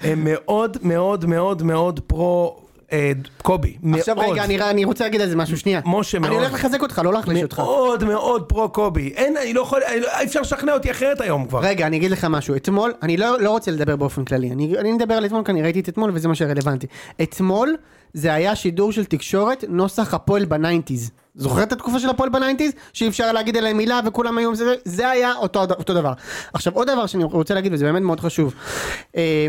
Speaker 2: הם מאוד מאוד מאוד מאוד פרו אה, קובי.
Speaker 1: עכשיו
Speaker 2: מאוד.
Speaker 1: רגע, אני- אני רוצה להגיד על זה משהו, שנייה.
Speaker 2: משה, מאוד.
Speaker 1: אני הולך לחזק אותך, לא להחליש אותך.
Speaker 2: מאוד מאוד פרו קובי. אין, אני לא יכול, אני לא- אי אפשר לשכנע אותי אחרת היום כבר.
Speaker 1: רגע, אני אגיד לך משהו. אתמול, אני לא, לא רוצה לדבר באופן כללי. אני, אני מדבר על אתמול, כי אני ראיתי את אתמול וזה מה שרלוונטי. אתמול זה היה שידור של תקשורת נוסח הפועל בניינטיז. זוכר את התקופה של הפועל בניינטיז? שאי אפשר היה להגיד עליהם מילה וכולם היו... זה, זה היה אותו, אותו דבר. עכשיו עוד דבר שאני רוצה להגיד וזה באמת מאוד חשוב. אה,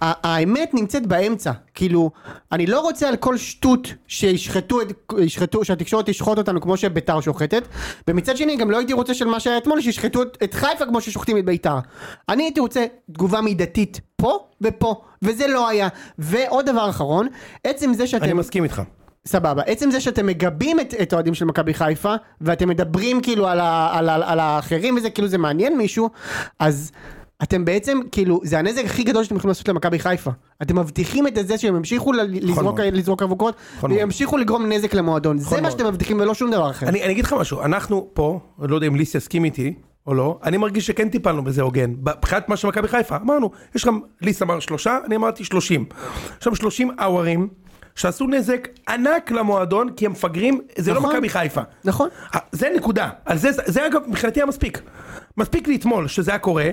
Speaker 1: ה- האמת נמצאת באמצע. כאילו, אני לא רוצה על כל שטות שישחטו, את, ישחטו, שהתקשורת תשחוט אותנו כמו שביתר שוחטת. ומצד שני גם לא הייתי רוצה של מה שהיה אתמול שישחטו את, את חיפה כמו ששוחטים את ביתר. אני הייתי רוצה תגובה מידתית פה ופה, וזה לא היה. ועוד דבר אחרון, עצם זה שאתם...
Speaker 2: אני מסכים איתך.
Speaker 1: סבבה. עצם זה שאתם מגבים את את האוהדים של מכבי חיפה, ואתם מדברים כאילו על, ה, על, ה, על האחרים וזה, כאילו זה מעניין מישהו, אז אתם בעצם, כאילו, זה הנזק הכי גדול שאתם יכולים לעשות למכבי חיפה. אתם מבטיחים את זה שהם ימשיכו ל- לזרוק,
Speaker 2: נכון מאוד.
Speaker 1: לזרוק אבוקות,
Speaker 2: נכון מאוד. נכון
Speaker 1: וימשיכו לגרום נזק למועדון. זה מה
Speaker 2: מאוד.
Speaker 1: שאתם מבטיחים ולא שום דבר אחר.
Speaker 2: אני אני אגיד לך משהו, אנחנו פה, אני לא יודע אם ליס יסכים איתי או לא, אני מרגיש שכן טיפלנו בזה הוגן, מבחינת מה שמכבי חיפה, אמרנו, יש לכם, ליס אמר שלושה, אני אמרתי שלושים. יש שם שלושים אאוורים, שעשו נזק ענק למועדון, כי הם מפגרים, זה לא
Speaker 1: נכון.
Speaker 2: מכבי חיפה.
Speaker 1: נכון.
Speaker 2: אה, זה נקודה, על זה, זה אגב מבחינתי היה מספיק. מספיק לי אתמול שזה היה קורה,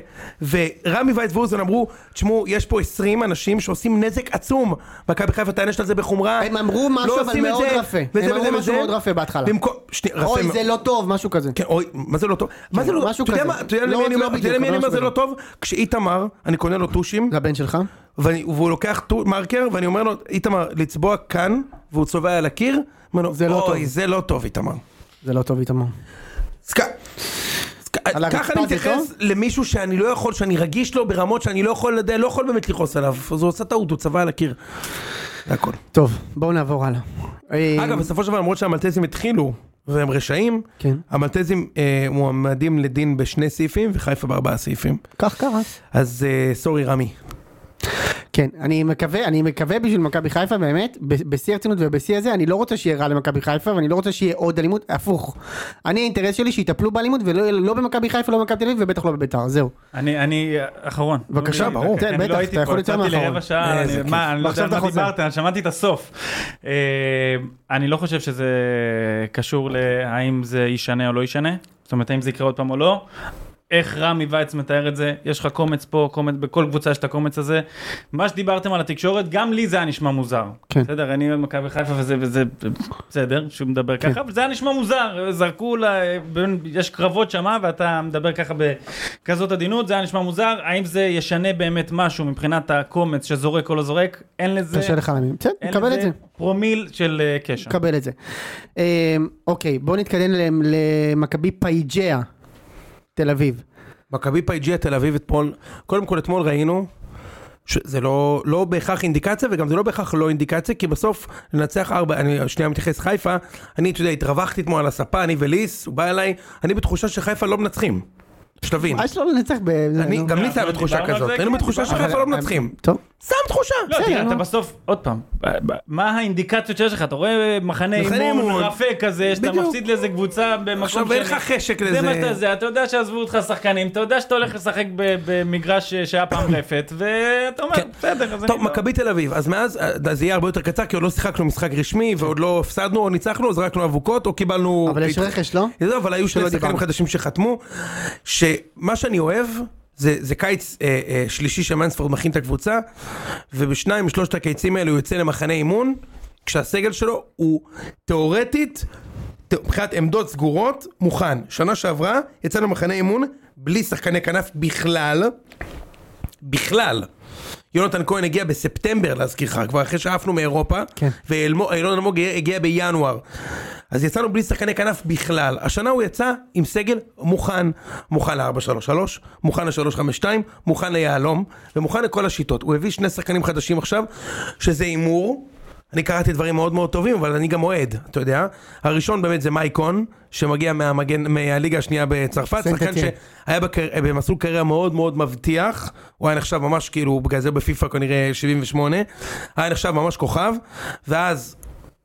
Speaker 2: ורמי וייט ואוזן אמרו, תשמעו, יש פה 20 אנשים שעושים נזק עצום, מכבי חיפה תענש על זה בחומרה.
Speaker 1: הם אמרו משהו,
Speaker 2: לא
Speaker 1: אבל
Speaker 2: עושים את
Speaker 1: מאוד
Speaker 2: זה,
Speaker 1: רפה. הם
Speaker 2: וזה
Speaker 1: אמרו
Speaker 2: וזה
Speaker 1: משהו
Speaker 2: וזה.
Speaker 1: מאוד רפה בהתחלה.
Speaker 2: במקום- שנייה, רפה
Speaker 1: אוי,
Speaker 2: מאוד.
Speaker 1: זה לא טוב, משהו כזה.
Speaker 2: כן, אוי, מה זה לא טוב? מה זה לא...
Speaker 1: משהו
Speaker 2: אתה יודע
Speaker 1: כזה.
Speaker 2: מה- אתה יודע
Speaker 1: לא,
Speaker 2: למי אני
Speaker 1: לא לא.
Speaker 2: אומר- אתה יודע
Speaker 1: בדיוק,
Speaker 2: למי אני
Speaker 1: אבל
Speaker 2: אומר זה
Speaker 1: משהו
Speaker 2: לא טוב? כשאיתמר, אני קונה לו טושים,
Speaker 1: זה הבן שלך?
Speaker 2: ואני- והוא לוקח טו- מרקר, ואני אומר לו, איתמר, לצבוע כאן, והוא צובע על הקיר, אומר לו,
Speaker 1: זה לא
Speaker 2: אוי,
Speaker 1: טוב."
Speaker 2: זה לא טוב, איתמר.
Speaker 1: זה לא טוב, איתמר.
Speaker 2: אז כ- אז כ-
Speaker 1: על הרצפה
Speaker 2: ככה אני
Speaker 1: זה
Speaker 2: מתייחס
Speaker 1: טוב?
Speaker 2: למישהו שאני לא יכול, שאני רגיש לו ברמות שאני לא יכול, לדעת- לא יכול באמת לכעוס עליו, אז הוא עושה טעות, הוא צבע על הקיר. זה הכל.
Speaker 1: טוב, בואו נעבור הלאה. אה,
Speaker 2: אגב, בסופו של דבר, למרות שהמלטזים התחילו, והם רשעים,
Speaker 1: כן.
Speaker 2: המלטזים אה, מועמדים לדין בשני סעיפים, וחיפה בארבעה סעיפים.
Speaker 1: כך קרה.
Speaker 2: אז אה, סורי רמי.
Speaker 1: כן, אני מקווה, אני מקווה בשביל מכבי חיפה באמת, ב- בשיא הרצינות ובשיא הזה, אני לא רוצה שיהיה רע למכבי חיפה ואני לא רוצה שיהיה עוד אלימות, הפוך. אני האינטרס שלי שיטפלו באלימות ולא יהיה- לא במכבי חיפה, לא במכבי תל אביב ובטח לא בביתר, זהו.
Speaker 5: אני, אני, אחרון.
Speaker 1: בבקשה,
Speaker 5: אני-
Speaker 1: ברור. כן,
Speaker 5: אני
Speaker 1: בטח,
Speaker 5: לא הייתי
Speaker 1: אתה
Speaker 5: פה,
Speaker 1: יכול לצאת
Speaker 5: יצאתי
Speaker 1: מאחרון. אה,
Speaker 5: לרבע שעה,
Speaker 2: איזה
Speaker 5: אני-
Speaker 2: כיף.
Speaker 5: מה, אני לא
Speaker 1: ועכשיו
Speaker 5: יודע על
Speaker 1: אתה
Speaker 5: מה
Speaker 1: חוזר.
Speaker 5: דיברת, אני שמעתי את הסוף. אה, אני לא חושב שזה קשור להאם זה ישנה או לא ישנה, זאת אומרת, האם זה יקרה עוד פעם או לא. איך רמי וייץ מתאר את זה, יש לך קומץ פה, קומץ, בכל קבוצה יש את הקומץ הזה. מה שדיברתם על התקשורת, גם לי זה היה נשמע מוזר.
Speaker 1: כן.
Speaker 5: בסדר, אני אוהד מכבי חיפה וזה, וזה, בסדר, שהוא מדבר ככה, אבל זה היה נשמע מוזר, זרקו, ל... בין- יש קרבות שמה ואתה מדבר ככה בכזאת עדינות, זה היה נשמע מוזר, האם זה ישנה באמת משהו מבחינת הקומץ שזורק או לא זורק, אין לזה,
Speaker 1: קשה לך להאמין. בסדר,
Speaker 5: אין
Speaker 1: מקבל את
Speaker 5: לזה
Speaker 1: זה.
Speaker 5: פרומיל של אה, קשר.
Speaker 1: מקבל את זה. אמ, אוקיי, בואו נתקדם ל- למכבי פייג'יה, תל אביב.
Speaker 2: מכבי פייג'יה תל אביב אתמול, קודם כל אתמול ראינו, שזה לא, לא בהכרח אינדיקציה וגם זה לא בהכרח לא אינדיקציה, כי בסוף לנצח ארבע, אני שנייה מתייחס חיפה, אני, אתה יודע, התרווחתי אתמול על הספה, אני וליס, הוא בא אליי, אני בתחושה שחיפה לא מנצחים. שתבין.
Speaker 1: מה יש לו לנצח אה, ב...
Speaker 2: אני,
Speaker 1: נו.
Speaker 2: גם ליס היה
Speaker 5: אנחנו
Speaker 2: בתחושה
Speaker 5: לא, דיברנו על
Speaker 2: כזאת,
Speaker 5: זה,
Speaker 2: היינו
Speaker 5: כן,
Speaker 2: בתחושה
Speaker 5: דיברנו
Speaker 2: שחיפה
Speaker 1: אבל-
Speaker 2: לא מנצחים.
Speaker 1: טוב,
Speaker 2: סתם תחושה.
Speaker 5: לא,
Speaker 1: בסדר,
Speaker 5: תראה,
Speaker 1: נו.
Speaker 5: אתה בסוף, עוד פעם, ב- ב- מה האינדיקציות שיש לך? אתה רואה מחנה
Speaker 2: מחנה
Speaker 5: אימון
Speaker 2: אימון.
Speaker 5: רפה כזה, שאתה
Speaker 2: בדיוק.
Speaker 5: מפסיד לאיזה קבוצה במקום
Speaker 2: עכשיו אין לך חשק
Speaker 5: זה
Speaker 2: לזה.
Speaker 5: מה שאתה זה, אתה יודע שעזבו אותך שחקנים, אתה יודע שאתה הולך לשחק ב- במגרש אה, שהיה פעם רפת, ואתה אומר,
Speaker 2: כן.
Speaker 5: בסדר, אז אני...
Speaker 2: טוב,
Speaker 5: לא-"
Speaker 2: מכבי תל אביב, אז מאז אה, זה יהיה הרבה יותר קצר, כי עוד לא שיחקנו משחק רשמי, ועוד לא הפסדנו או ניצחנו, אז רק לא אבוקות, או קיבלנו...
Speaker 1: אבל יש רכש, לא?
Speaker 2: לא, אבל היו
Speaker 1: שלא
Speaker 2: שני שחקנים
Speaker 1: דיברנו.
Speaker 2: חדשים שחתמו, שמה שאני אוהב, זה, זה קיץ אה, אה, שלישי שמאנספורד מכין את הקבוצה, ובשניים משלושת הקיצים האלה הוא יוצא למחנה אימון, כשהסגל שלו הוא תיאורטית, ת- מבחינת עמדות סגורות, מוכן. שנה שעברה יצאנו למחנה אימון בלי שחקני כנף בכלל, בכלל. יונתן כהן הגיע בספטמבר להזכירך, כבר אחרי שעפנו מאירופה,
Speaker 1: כן.
Speaker 2: ואילון אלמוג הגיע בינואר. אז יצאנו בלי שחקני כנף בכלל. השנה הוא יצא עם סגל מוכן, מוכן ל-433, מוכן ל-352, מוכן ליהלום, ומוכן לכל השיטות. הוא הביא שני שחקנים חדשים עכשיו, שזה הימור. אני קראתי דברים מאוד מאוד טובים, אבל אני גם אוהד, אתה יודע. הראשון באמת זה מייקון, שמגיע מהמגן, מהליגה השנייה בצרפת,
Speaker 1: סן
Speaker 2: שחקן ש...
Speaker 1: טטיאן.
Speaker 2: היה בקר... במסלול קריירה מאוד מאוד מבטיח, הוא היה נחשב ממש כאילו, בגלל זה בפיפ"א כנראה 78, היה נחשב ממש כוכב, ואז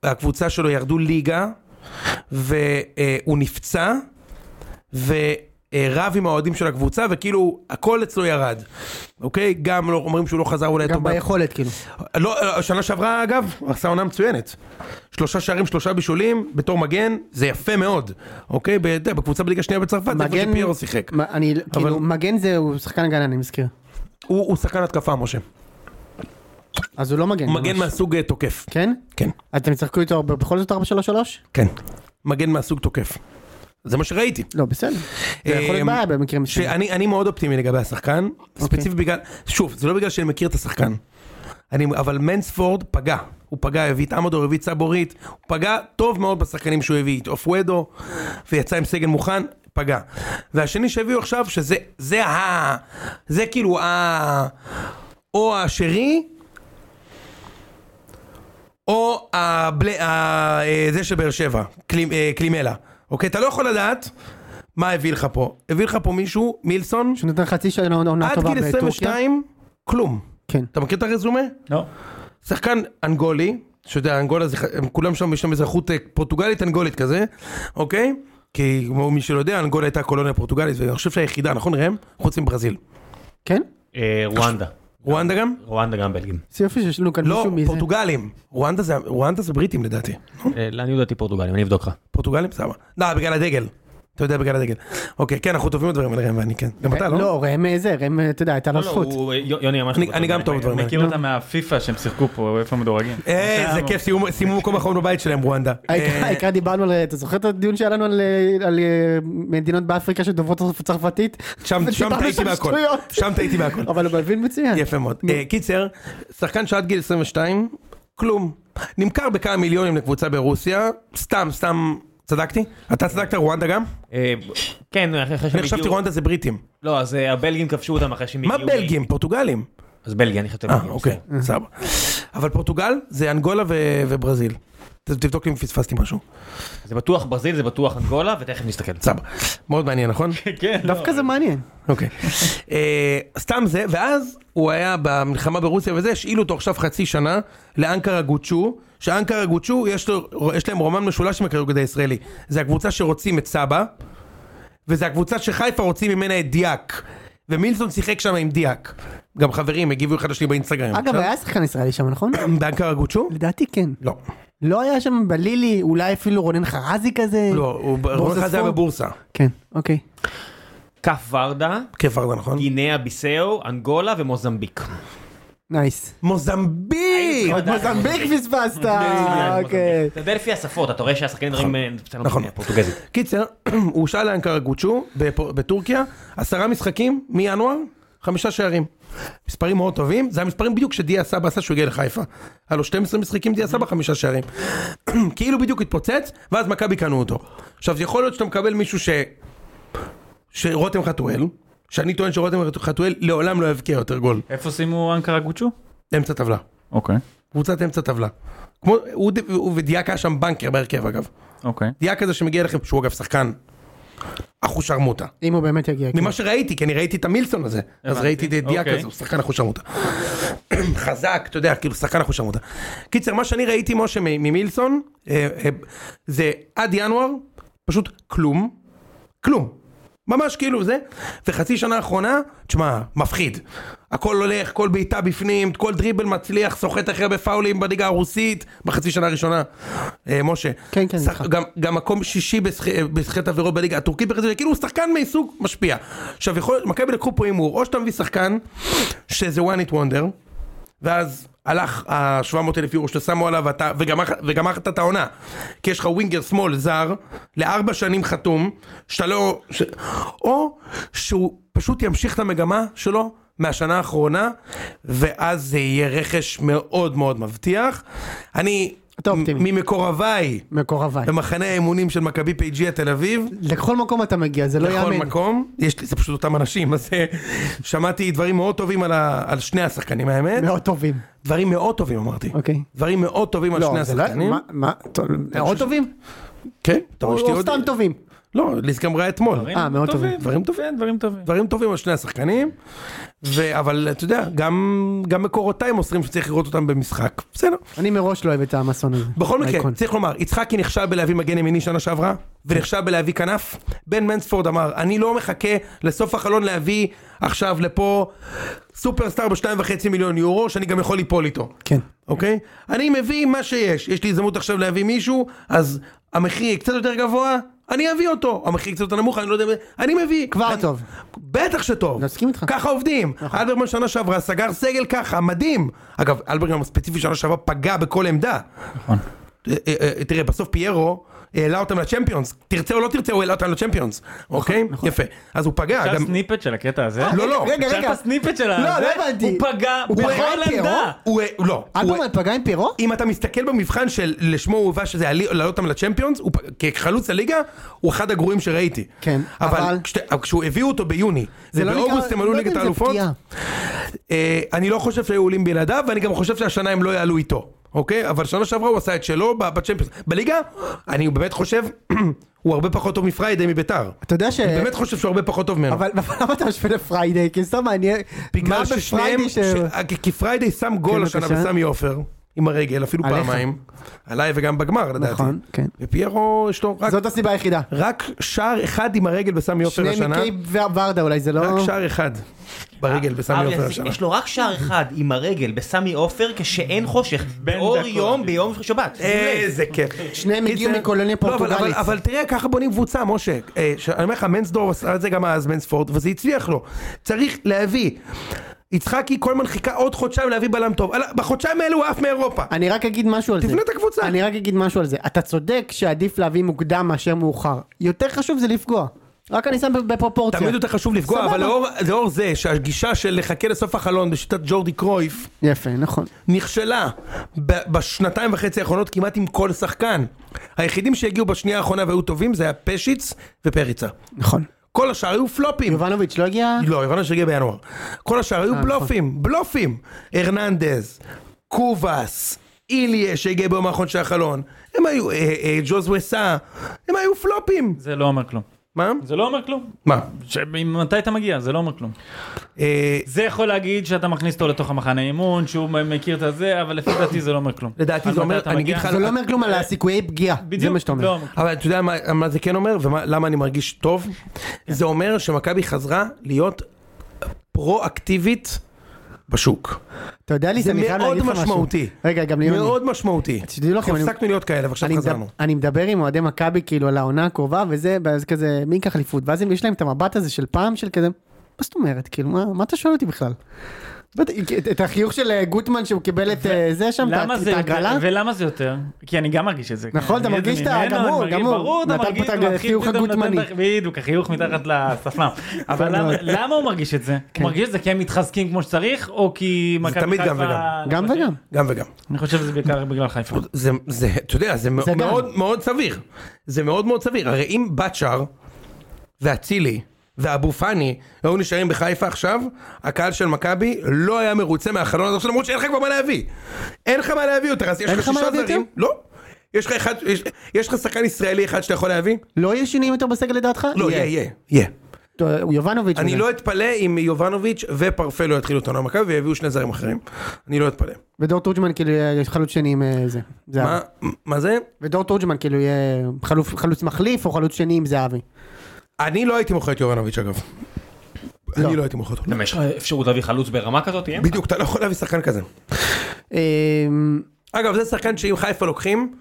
Speaker 2: הקבוצה שלו ירדו ליגה, והוא נפצע, ורב עם האוהדים של הקבוצה, וכאילו הכל אצלו ירד, אוקיי? גם לא, אומרים שהוא לא חזר אולי
Speaker 1: גם
Speaker 2: טוב.
Speaker 1: ביכולת, כאילו.
Speaker 2: לא, אה, שנה שעברה אגב, עשה עונה מצוינת. שלושה שערים, שלושה בישולים, בתור מגן, זה יפה מאוד, אוקיי? ב- אתה יודע, בקבוצה בליגה השנייה בצרפת, זה איפה
Speaker 1: מגן...
Speaker 2: שפיירו שיחק.
Speaker 1: מה, אני, כאילו, מגן זה, הוא שחקן הגנה, אני מזכיר.
Speaker 2: הוא, הוא שחקן התקפה, משה.
Speaker 1: אז הוא לא מגן.
Speaker 2: הוא מגן
Speaker 1: ממש.
Speaker 2: מהסוג אה, תוקף.
Speaker 1: כן?
Speaker 2: כן,
Speaker 1: אז אתם ישחקו איתו הרבה- בכל זאת 433?
Speaker 2: כן. מגן מהסוג תוקף. זה מה שראיתי.
Speaker 1: לא, בסדר. זה יכול להיות
Speaker 2: אמ,
Speaker 1: בעיה במקרים מסוימים.
Speaker 2: שאני אני מאוד אופטימי לגבי השחקן. ספציפית בגלל, שוב, זה לא בגלל שאני מכיר את השחקן. אני, אבל מנספורד פגע. הוא פגע, הביא את עמדור, הביא את סבורית. הוא פגע טוב מאוד בשחקנים שהוא הביא, את אופואדו, ויצא עם סגל מוכן. פגע. והשני שהביאו עכשיו, שזה, זה ה... זה כאילו ה... או השרי, או הבל... ה... אה, זה של באר שבע, קלימ- אה, קלימלה. אוקיי? אתה לא יכול לדעת מה הביא לך פה. הביא לך פה מישהו, מילסון,
Speaker 1: שהוא נותן חצי שנה עונה
Speaker 2: עד
Speaker 1: טובה
Speaker 2: גיל
Speaker 1: בטורקיה.
Speaker 2: 22, כלום.
Speaker 1: כן.
Speaker 2: אתה מכיר את הרזומה?
Speaker 5: לא.
Speaker 2: שחקן אנגולי, שאתה יודע, אנגולה, זה, ח- הם כולם שם, יש להם אזרחות אה, פורטוגלית אנגולית כזה, אוקיי? כי כמו מי שלא יודע, אנגולה הייתה קולוניה פורטוגלית, ואני חושב שהיחידה, נכון ראם? חוץ מברזיל.
Speaker 1: כן?
Speaker 4: אה, רואנדה.
Speaker 2: רואנדה גם?
Speaker 4: רואנדה גם בלגים.
Speaker 1: זה יופי שיש לנו כאן
Speaker 2: לא,
Speaker 1: מישהו מזה.
Speaker 2: פורטוגלים. רואנדה זה, רואנדה זה בריטים לדעתי.
Speaker 4: אה, לא, אני יודעתי פורטוגלים, אני אבדוק לך.
Speaker 2: פורטוגלים? סבבה. לא, בגלל הדגל. אתה יודע, בגלל הדגל. אוקיי, כן, אנחנו טובים בדברים האלה, ראם ואני, כן. גם אתה, לא?
Speaker 1: לא, ראם אה, זה, ראם, אה, אתה יודע, הייתה לו זכות.
Speaker 4: לא, יוני ממש...
Speaker 2: אני- אני גם טוב בדברים האלה.
Speaker 5: מכיר אותם מהפיפ"א שהם שיחקו פה, איפה מדורגים.
Speaker 2: אה, זה כיף, סיימו- סיימו מקום אחרון בבית שלהם, רואנדה.
Speaker 1: העיקר
Speaker 2: אה,
Speaker 1: העיקר דיברנו על, אתה זוכר את הדיון שהיה לנו על, אה, על אה, מדינות באפריקה שדוברות צרפתית?
Speaker 2: שם שם
Speaker 1: ודיברנו
Speaker 2: טעיתי
Speaker 1: שם
Speaker 2: בהכל.
Speaker 1: שטויות.
Speaker 2: שם טעיתי בהכל.
Speaker 1: אבל הוא מבין מצוין.
Speaker 2: יפה מאוד. אה, קיצר, שחקן שעד גיל 22, כלום. נמכר בכמה מיליונים לקבוצה ברוסיה, סתם, סתם, צדקתי? אתה צדקת, רואנדה גם?
Speaker 4: כן, אחרי שהם
Speaker 2: אני חשבתי רואנדה זה בריטים.
Speaker 4: לא, אז אה, הבלגים כבשו אותם אחרי שהם
Speaker 2: מה
Speaker 4: הגיעו...
Speaker 2: בלגים? פורטוגלים.
Speaker 4: אז בלגיה, אני חושב
Speaker 2: אה,
Speaker 4: בלגיה,
Speaker 2: אוקיי,
Speaker 4: בסדר.
Speaker 2: סבבה. אבל פורטוגל זה אנגולה ו- וברזיל. ת- תבדוק לי אם פספסתי משהו.
Speaker 4: זה בטוח ברזיל, זה בטוח אנגולה, ותכף נסתכל.
Speaker 2: סבבה. מאוד מעניין, נכון?
Speaker 5: כן, לא.
Speaker 1: דווקא זה מעניין.
Speaker 2: אוקיי. אה, סתם זה, ואז הוא היה במלחמה ברוסיה וזה, השאילו אותו עכשיו חצי שנה לאנקרה גוצ'ו, שאנקרה גוצ'ו יש, לו, יש להם רומן משולש עם הכדורגל הישראלי. זה הקבוצה שרוצים את סבא, וזה הקבוצה שחיפה רוצים ממנה את דיאק. ומילסון שיחק שם עם דיאק. גם חברים הגיבו אחד לשני באינסטגרם.
Speaker 1: אגב, היה שחקן ישראלי שם,
Speaker 2: *coughs*
Speaker 1: נכון?
Speaker 2: באנקרה גוצ'ו?
Speaker 1: לדעתי כן.
Speaker 2: לא.
Speaker 1: לא היה שם בלילי, אולי אפילו רונן חרזי כזה?
Speaker 2: לא, הוא
Speaker 1: בורסה
Speaker 2: רון חזה היה
Speaker 1: ספורט?
Speaker 2: בבורסה.
Speaker 1: כן, אוקיי.
Speaker 4: כף ורדה,
Speaker 2: כיף ורדה, נכון?
Speaker 4: גינאה ביסאו, אנגולה ומוזמביק.
Speaker 1: נייס.
Speaker 2: מוזמביק!
Speaker 1: עוד מוזמביק פספסת, אוקיי.
Speaker 4: אתה יודע לפי השפות, אתה רואה שהשחקנים מדברים אה,
Speaker 2: נכון.
Speaker 4: פורטוגזית.
Speaker 2: קיצר, *clears throat* הוא הושאל לאנקרה גוצ'ו בפ- בטורקיה, עשרה משחקים מינואר, חמישה שערים. מספרים מאוד טובים, זה המספרים בדיוק שדיה סבא עשה שהוא הגיע לחיפה. היה לו 12 משחקים דיה סבא, חמישה שערים. *clears throat* כאילו בדיוק התפוצץ, ואז מכבי קנו אותו. עכשיו, זה יכול להיות שאתה מקבל מישהו ש... שרותם חתואל, שאני טוען שרותם חתואל לעולם לא יבקיע יותר גול.
Speaker 5: איפה סיימו אנקרה גוצ'ו?
Speaker 2: אמצע טבלה.
Speaker 5: אוקיי.
Speaker 2: קבוצת אמצע טבלה. כמו, הוא, ד- הוא ודיאק היה שם בנקר בהרכב אגב.
Speaker 5: אוקיי.
Speaker 2: דיאק הזה שמגיע אליכם, שהוא אגב שחקן אחושרמוטה.
Speaker 1: אם הוא באמת יגיע. כן.
Speaker 2: ממה שראיתי, כי אני ראיתי את המילסון הזה. אז ראיתי את הידיעה
Speaker 5: אוקיי.
Speaker 2: כזו, שחקן אחושרמוטה. *clears throat* חזק, אתה יודע, כאילו שחקן אחושרמוטה. קיצר, מה שאני ראיתי, משה, מ- ממילסון, אה, אה, זה עד ינואר, פשוט כלום. כלום. ממש כאילו זה, וחצי שנה האחרונה, תשמע, מפחיד. הכל הולך, כל בעיטה בפנים, כל דריבל מצליח, סוחט הכי הרבה פאולים בליגה הרוסית, בחצי שנה הראשונה. אה, משה.
Speaker 1: כן, כן,
Speaker 2: שח-
Speaker 1: איתך.
Speaker 2: גם, גם מקום שישי בשח- בסחיטת עבירות בליגה הטורקית בחצי שנה, כאילו הוא שחקן מסוג משפיע. עכשיו, יכול להיות, מכבי לקחו פה הימור, או שאתה מביא שחקן, שזה one it wonder, ואז הלך ה-700 אלף יורו ששמו עליו, אתה, וגמר- וגמרת את העונה. כי יש לך ווינגר שמאל זר, לארבע שנים חתום, שאתה לא... ש... או שהוא פשוט ימשיך את המגמה שלו מהשנה האחרונה, ואז זה יהיה רכש מאוד מאוד מבטיח. אני...
Speaker 1: אתה אופטימי.
Speaker 2: ממקורביי
Speaker 1: מקורביי.
Speaker 2: במחנה האימונים של מכבי פייג'יה תל אביב.
Speaker 1: לכל מקום אתה מגיע, זה לא
Speaker 2: בכל
Speaker 1: יאמן.
Speaker 2: מקום, יש לי, זה פשוט אותם אנשים, אז אה, שמעתי דברים מאוד טובים על, ה, על שני השחקנים האמת,
Speaker 1: מאוד טובים.
Speaker 2: דברים מאוד טובים אמרתי,
Speaker 1: אוקיי.
Speaker 2: דברים מאוד טובים על שני
Speaker 1: לא, זה לא...
Speaker 2: השחקנים,
Speaker 1: מה- מה? טוב, מאוד טובים?
Speaker 2: כן, אתה
Speaker 1: או
Speaker 2: רואה שאתה
Speaker 1: או
Speaker 2: יודע,
Speaker 1: סתם טובים.
Speaker 2: לא, ליס גם ראה אתמול,
Speaker 1: אה, מאוד טובים.
Speaker 2: דברים טובים.
Speaker 5: כן, דברים טובים.
Speaker 2: דברים טובים על שני השחקנים, ו, אבל אתה יודע, גם, גם מקורותיים מוסרים שצריך לראות אותם במשחק, בסדר.
Speaker 1: אני מראש לא אוהב את האמסון הזה.
Speaker 2: בכל מקרה,
Speaker 1: האייקון.
Speaker 2: צריך לומר, יצחקי נכשל בלהביא מגן ימיני שנה שעברה, ונכשל בלהביא כנף. בן מנספורד אמר, אני לא מחכה לסוף החלון להביא עכשיו לפה סופרסטאר בשתיים וחצי מיליון יורו, שאני גם יכול ליפול איתו.
Speaker 1: כן.
Speaker 2: אוקיי? אני מביא מה שיש. יש לי הזדמנות עכשיו להביא מישהו, אז המחיר קצת יותר גבוה, אני אביא אותו. המחיר קצת יותר נמוך, אני לא יודע... אני מביא.
Speaker 1: כבר
Speaker 2: אני-
Speaker 1: טוב.
Speaker 2: בטח שטוב.
Speaker 1: מסכים איתך. נכון.
Speaker 2: ככה עובדים. אלברמן שנה שעברה סגר סגל ככה, מדהים. אגב, אלברמן ספציפי שנה שעברה פגע בכל עמדה.
Speaker 5: נכון.
Speaker 2: אה, אה, אה, תראה, בסוף פיירו העלה אותם לצ'מפיונס. תרצה או לא תרצה, הוא העלה אותם לצ'מפיונס.
Speaker 1: נכון,
Speaker 2: אוקיי? יפה. אז הוא פגע.
Speaker 5: אפשר
Speaker 2: גם-
Speaker 5: סניפט של הקטע הזה?
Speaker 2: לא, לא.
Speaker 1: רגע,
Speaker 5: אפשר
Speaker 1: רגע.
Speaker 5: את הסניפט של הזה?
Speaker 1: לא, לא הבנתי.
Speaker 5: הוא פגע
Speaker 1: הוא פגע
Speaker 5: בכל
Speaker 1: את פירו?
Speaker 5: עמדה.
Speaker 2: הוא... אה, לא. הוא-
Speaker 1: אלברמן פגע עם פירו?
Speaker 2: אם אתה מסתכל במבחן של לשמו הוא הובא שזה עלי- לעלות אותם לצ'מפיונס, הוא פ- כחלוץ הליגה, הוא אחד הגרועים שראיתי.
Speaker 1: כן,
Speaker 2: אבל
Speaker 1: אבל-
Speaker 2: כשת- אבל כשהוא הביאו אותו ביוני,
Speaker 1: זה לא
Speaker 2: ובאוגוסט
Speaker 1: נקרא-
Speaker 2: הם עלו
Speaker 1: לא
Speaker 2: ליגת
Speaker 1: יודע אם זה
Speaker 2: האלופות,
Speaker 1: פגיעה.
Speaker 2: אה, אני לא חושב שהיו עולים בלעדיו, ואני גם חושב שהשנה הם לא יעלו איתו, אוקיי? אבל שנה שעברה הוא עשה את שלו ב- בצ'מפיונס. בליגה, אני באמת חושב, *clears throat* הוא הרבה פחות טוב מפריידי מביתר.
Speaker 1: אתה יודע ש...
Speaker 2: אני באמת חושב שהוא הרבה פחות טוב ממנו.
Speaker 1: אה, אבל אבל למה אתה משווה לפריידי? כי סתם מעניין.
Speaker 2: בגלל
Speaker 1: מה
Speaker 2: ששניהם,
Speaker 1: בפריידי ש...
Speaker 2: ש... כי פריידי שם גול
Speaker 1: כן,
Speaker 2: השנה
Speaker 1: בבקשה.
Speaker 2: וסמי עופר, עם הרגל, אפילו
Speaker 1: עליך.
Speaker 2: פעמיים, עליי וגם בגמר לדעתי.
Speaker 1: נכון, כן.
Speaker 2: ופיירו יש לו רק,
Speaker 1: זאת הסיבה היחידה.
Speaker 2: רק שער אחד עם הרגל בסמי עופר
Speaker 1: שני
Speaker 2: השנה,
Speaker 1: מקייב וורדה אולי זה לא...
Speaker 2: רק שער אחד ברגל בסמי
Speaker 4: אבל
Speaker 2: עופר
Speaker 4: יש-
Speaker 2: השנה.
Speaker 4: אה, יש לו רק שער אחד עם הרגל בסמי עופר כשאין חושך, באור
Speaker 5: דקות.
Speaker 4: יום ביום שבת. שים לב.
Speaker 2: איזה כיף.
Speaker 1: שניהם הגיעו
Speaker 2: קיצר-
Speaker 1: מקולוניה
Speaker 2: לא, אבל-
Speaker 1: פורטוגלית.
Speaker 2: אבל- אבל תראה ככה בונים קבוצה, משה. אה, ש- אני אומר לך, מנסדור עשה את זה גם אז, מנספורד, וזה הצליח לו. צריך להביא. יצחקי כל הזמן חיכה עוד חודשיים להביא בלם טוב. אלא, בחודשיים האלו הוא עף מאירופה.
Speaker 1: אני רק אגיד משהו על זה.
Speaker 2: תבנה את הקבוצה.
Speaker 1: אני רק אגיד משהו על זה. אתה צודק שעדיף להביא מוקדם מאשר מאוחר. יותר חשוב זה לפגוע. רק אני שם בפרופורציה.
Speaker 2: תמיד יותר חשוב לפגוע,
Speaker 1: כן. סבבה.
Speaker 2: אבל לאור, לאור זה שהגישה של לחכה לסוף החלון בשיטת ג'ורדי קרויף
Speaker 1: יפה, נכון.
Speaker 2: נכשלה ב- בשנתיים וחצי האחרונות כמעט עם כל שחקן. היחידים שהגיעו בשנייה האחרונה והיו טובים זה היה פשיץ ופריצה.
Speaker 1: נכון.
Speaker 2: כל השאר היו פלופים.
Speaker 1: יובנוביץ' לא הגיע?
Speaker 2: לא, הבנו שהגיע בינואר. כל השאר היו
Speaker 1: אה,
Speaker 2: בלופים, בלופים. הרננדז, קובאס, איליה שהגיע ביום האחרון של החלון. הם היו, אה, אה, ג'וזווסה, הם היו פלופים.
Speaker 5: זה לא אומר כלום.
Speaker 2: מה?
Speaker 5: זה לא אומר כלום.
Speaker 2: מה?
Speaker 5: ש- מתי אתה מגיע? זה לא אומר כלום.
Speaker 2: אה,
Speaker 5: זה יכול להגיד שאתה מכניס אותו לתוך המחנה אימון, שהוא מכיר את הזה, אבל לפי דעתי זה לא אומר כלום.
Speaker 2: לדעתי
Speaker 5: על
Speaker 2: זה
Speaker 5: מתי
Speaker 2: אומר-
Speaker 5: אתה
Speaker 2: אני
Speaker 5: מגיע?
Speaker 2: אגיד לך-
Speaker 1: זה לא אומר כלום על הסיכויי פגיעה. זה
Speaker 5: בדיוק,
Speaker 1: מה שאתה
Speaker 5: לא
Speaker 1: אומר.
Speaker 5: אומר כלום.
Speaker 2: אבל אתה יודע מה, מה זה כן אומר ולמה אני מרגיש טוב?
Speaker 1: כן.
Speaker 2: זה אומר שמכבי חזרה להיות פרו-אקטיבית בשוק.
Speaker 1: אתה יודע לי,
Speaker 2: זה
Speaker 1: אני חייב
Speaker 2: מאוד
Speaker 1: להגיד לך משהו.
Speaker 2: משמעותי.
Speaker 1: רגע, גם לי...
Speaker 2: מאוד משמעותי.
Speaker 1: תדעו לכם, אני-
Speaker 2: הפסקנו להיות כאלה ועכשיו
Speaker 1: אני, מדבר,
Speaker 2: חזרנו.
Speaker 1: אני מדבר עם אוהדי מכבי כאילו על העונה הקרובה וזה, ואז כזה מי ייקח אליפות, ואז הם- יש להם את המבט הזה של פעם של כזה, מה זאת אומרת, כאילו מה, מה אתה שואל אותי בכלל? ואת- את- את החיוך של אה, גוטמן שהוא קיבל את אה, זה שם, את ה-
Speaker 5: למה
Speaker 1: את
Speaker 5: זה יותר?
Speaker 1: ההגרלה?
Speaker 5: ולמה זה יותר? כי אני גם מרגיש את זה.
Speaker 1: נכון, אתה
Speaker 5: אני
Speaker 1: מרגיש
Speaker 5: זה
Speaker 1: את ה-
Speaker 5: ממנו,
Speaker 1: גמור,
Speaker 5: אני מרגיש-
Speaker 1: גמור.
Speaker 5: ברור, אתה
Speaker 1: נתן פה
Speaker 5: מרגיש,
Speaker 1: את
Speaker 5: אתה מתחיל
Speaker 1: החיוך
Speaker 5: פתאום נותן
Speaker 1: הגוטמני.
Speaker 5: את ה- בדיוק, החיוך מתחת לספלם. אבל למה-
Speaker 1: מאוד.
Speaker 5: למה הוא מרגיש את זה? הוא מרגיש את זה כי הם מתחזקים כמו שצריך, או כי מכבי
Speaker 2: תמיד גם
Speaker 5: חיפה-
Speaker 2: וגם.
Speaker 5: אני
Speaker 1: גם
Speaker 5: חושב-
Speaker 1: וגם.
Speaker 2: גם וגם.
Speaker 5: אני חושב שזה בעיקר בגלל חיפה.
Speaker 2: זה, זה, אתה יודע, זה,
Speaker 1: זה גם.
Speaker 2: מאוד מאוד סביר. זה מאוד מאוד סביר. הרי אם בצ'אר ואצילי ואבו פאני היו נשארים בחיפה עכשיו, הקהל של מכבי לא היה מרוצה מהחלון הזה עכשיו, למרות שאין לך כבר מה להביא. אין לך מה להביא יותר, אז יש
Speaker 1: אין
Speaker 2: לך
Speaker 1: לך מה
Speaker 2: שישה
Speaker 1: להביא
Speaker 2: זרים.
Speaker 1: יותר?
Speaker 2: לא. יש לך אחד, יש- יש לך שחקן ישראלי אחד שאתה יכול להביא?
Speaker 1: לא יהיה שינויים יותר בסגל לדעתך?
Speaker 2: לא, יהיה, יהיה, יהיה.
Speaker 1: טוב, הוא יובנוביץ'.
Speaker 2: אני
Speaker 1: וזה.
Speaker 2: לא אתפלא אם יובנוביץ' ופרפה לא יתחילו את העונה במכבי ויביאו שני זרים אחרים. אני לא אתפלא.
Speaker 1: ודור תורג'מן כאילו יהיה חלוץ שני עם אה, זה.
Speaker 2: מה-
Speaker 1: זהבי.
Speaker 2: מה זה?
Speaker 1: ודור תורג'מן כאילו יהיה חלוף- חלוץ מחליף או חלוץ שני עם זהבי.
Speaker 2: אני לא הייתי מוכר את יובנוביץ' אגב. אני לא הייתי מוכר אותו.
Speaker 4: למה יש לך אפשרות להביא חלוץ ברמה כזאת? אין לך.
Speaker 2: בדיוק, אתה לא יכול להביא שחקן כזה.
Speaker 1: אמ,
Speaker 2: אגב, זה שחקן שאם חיפה לוקחים,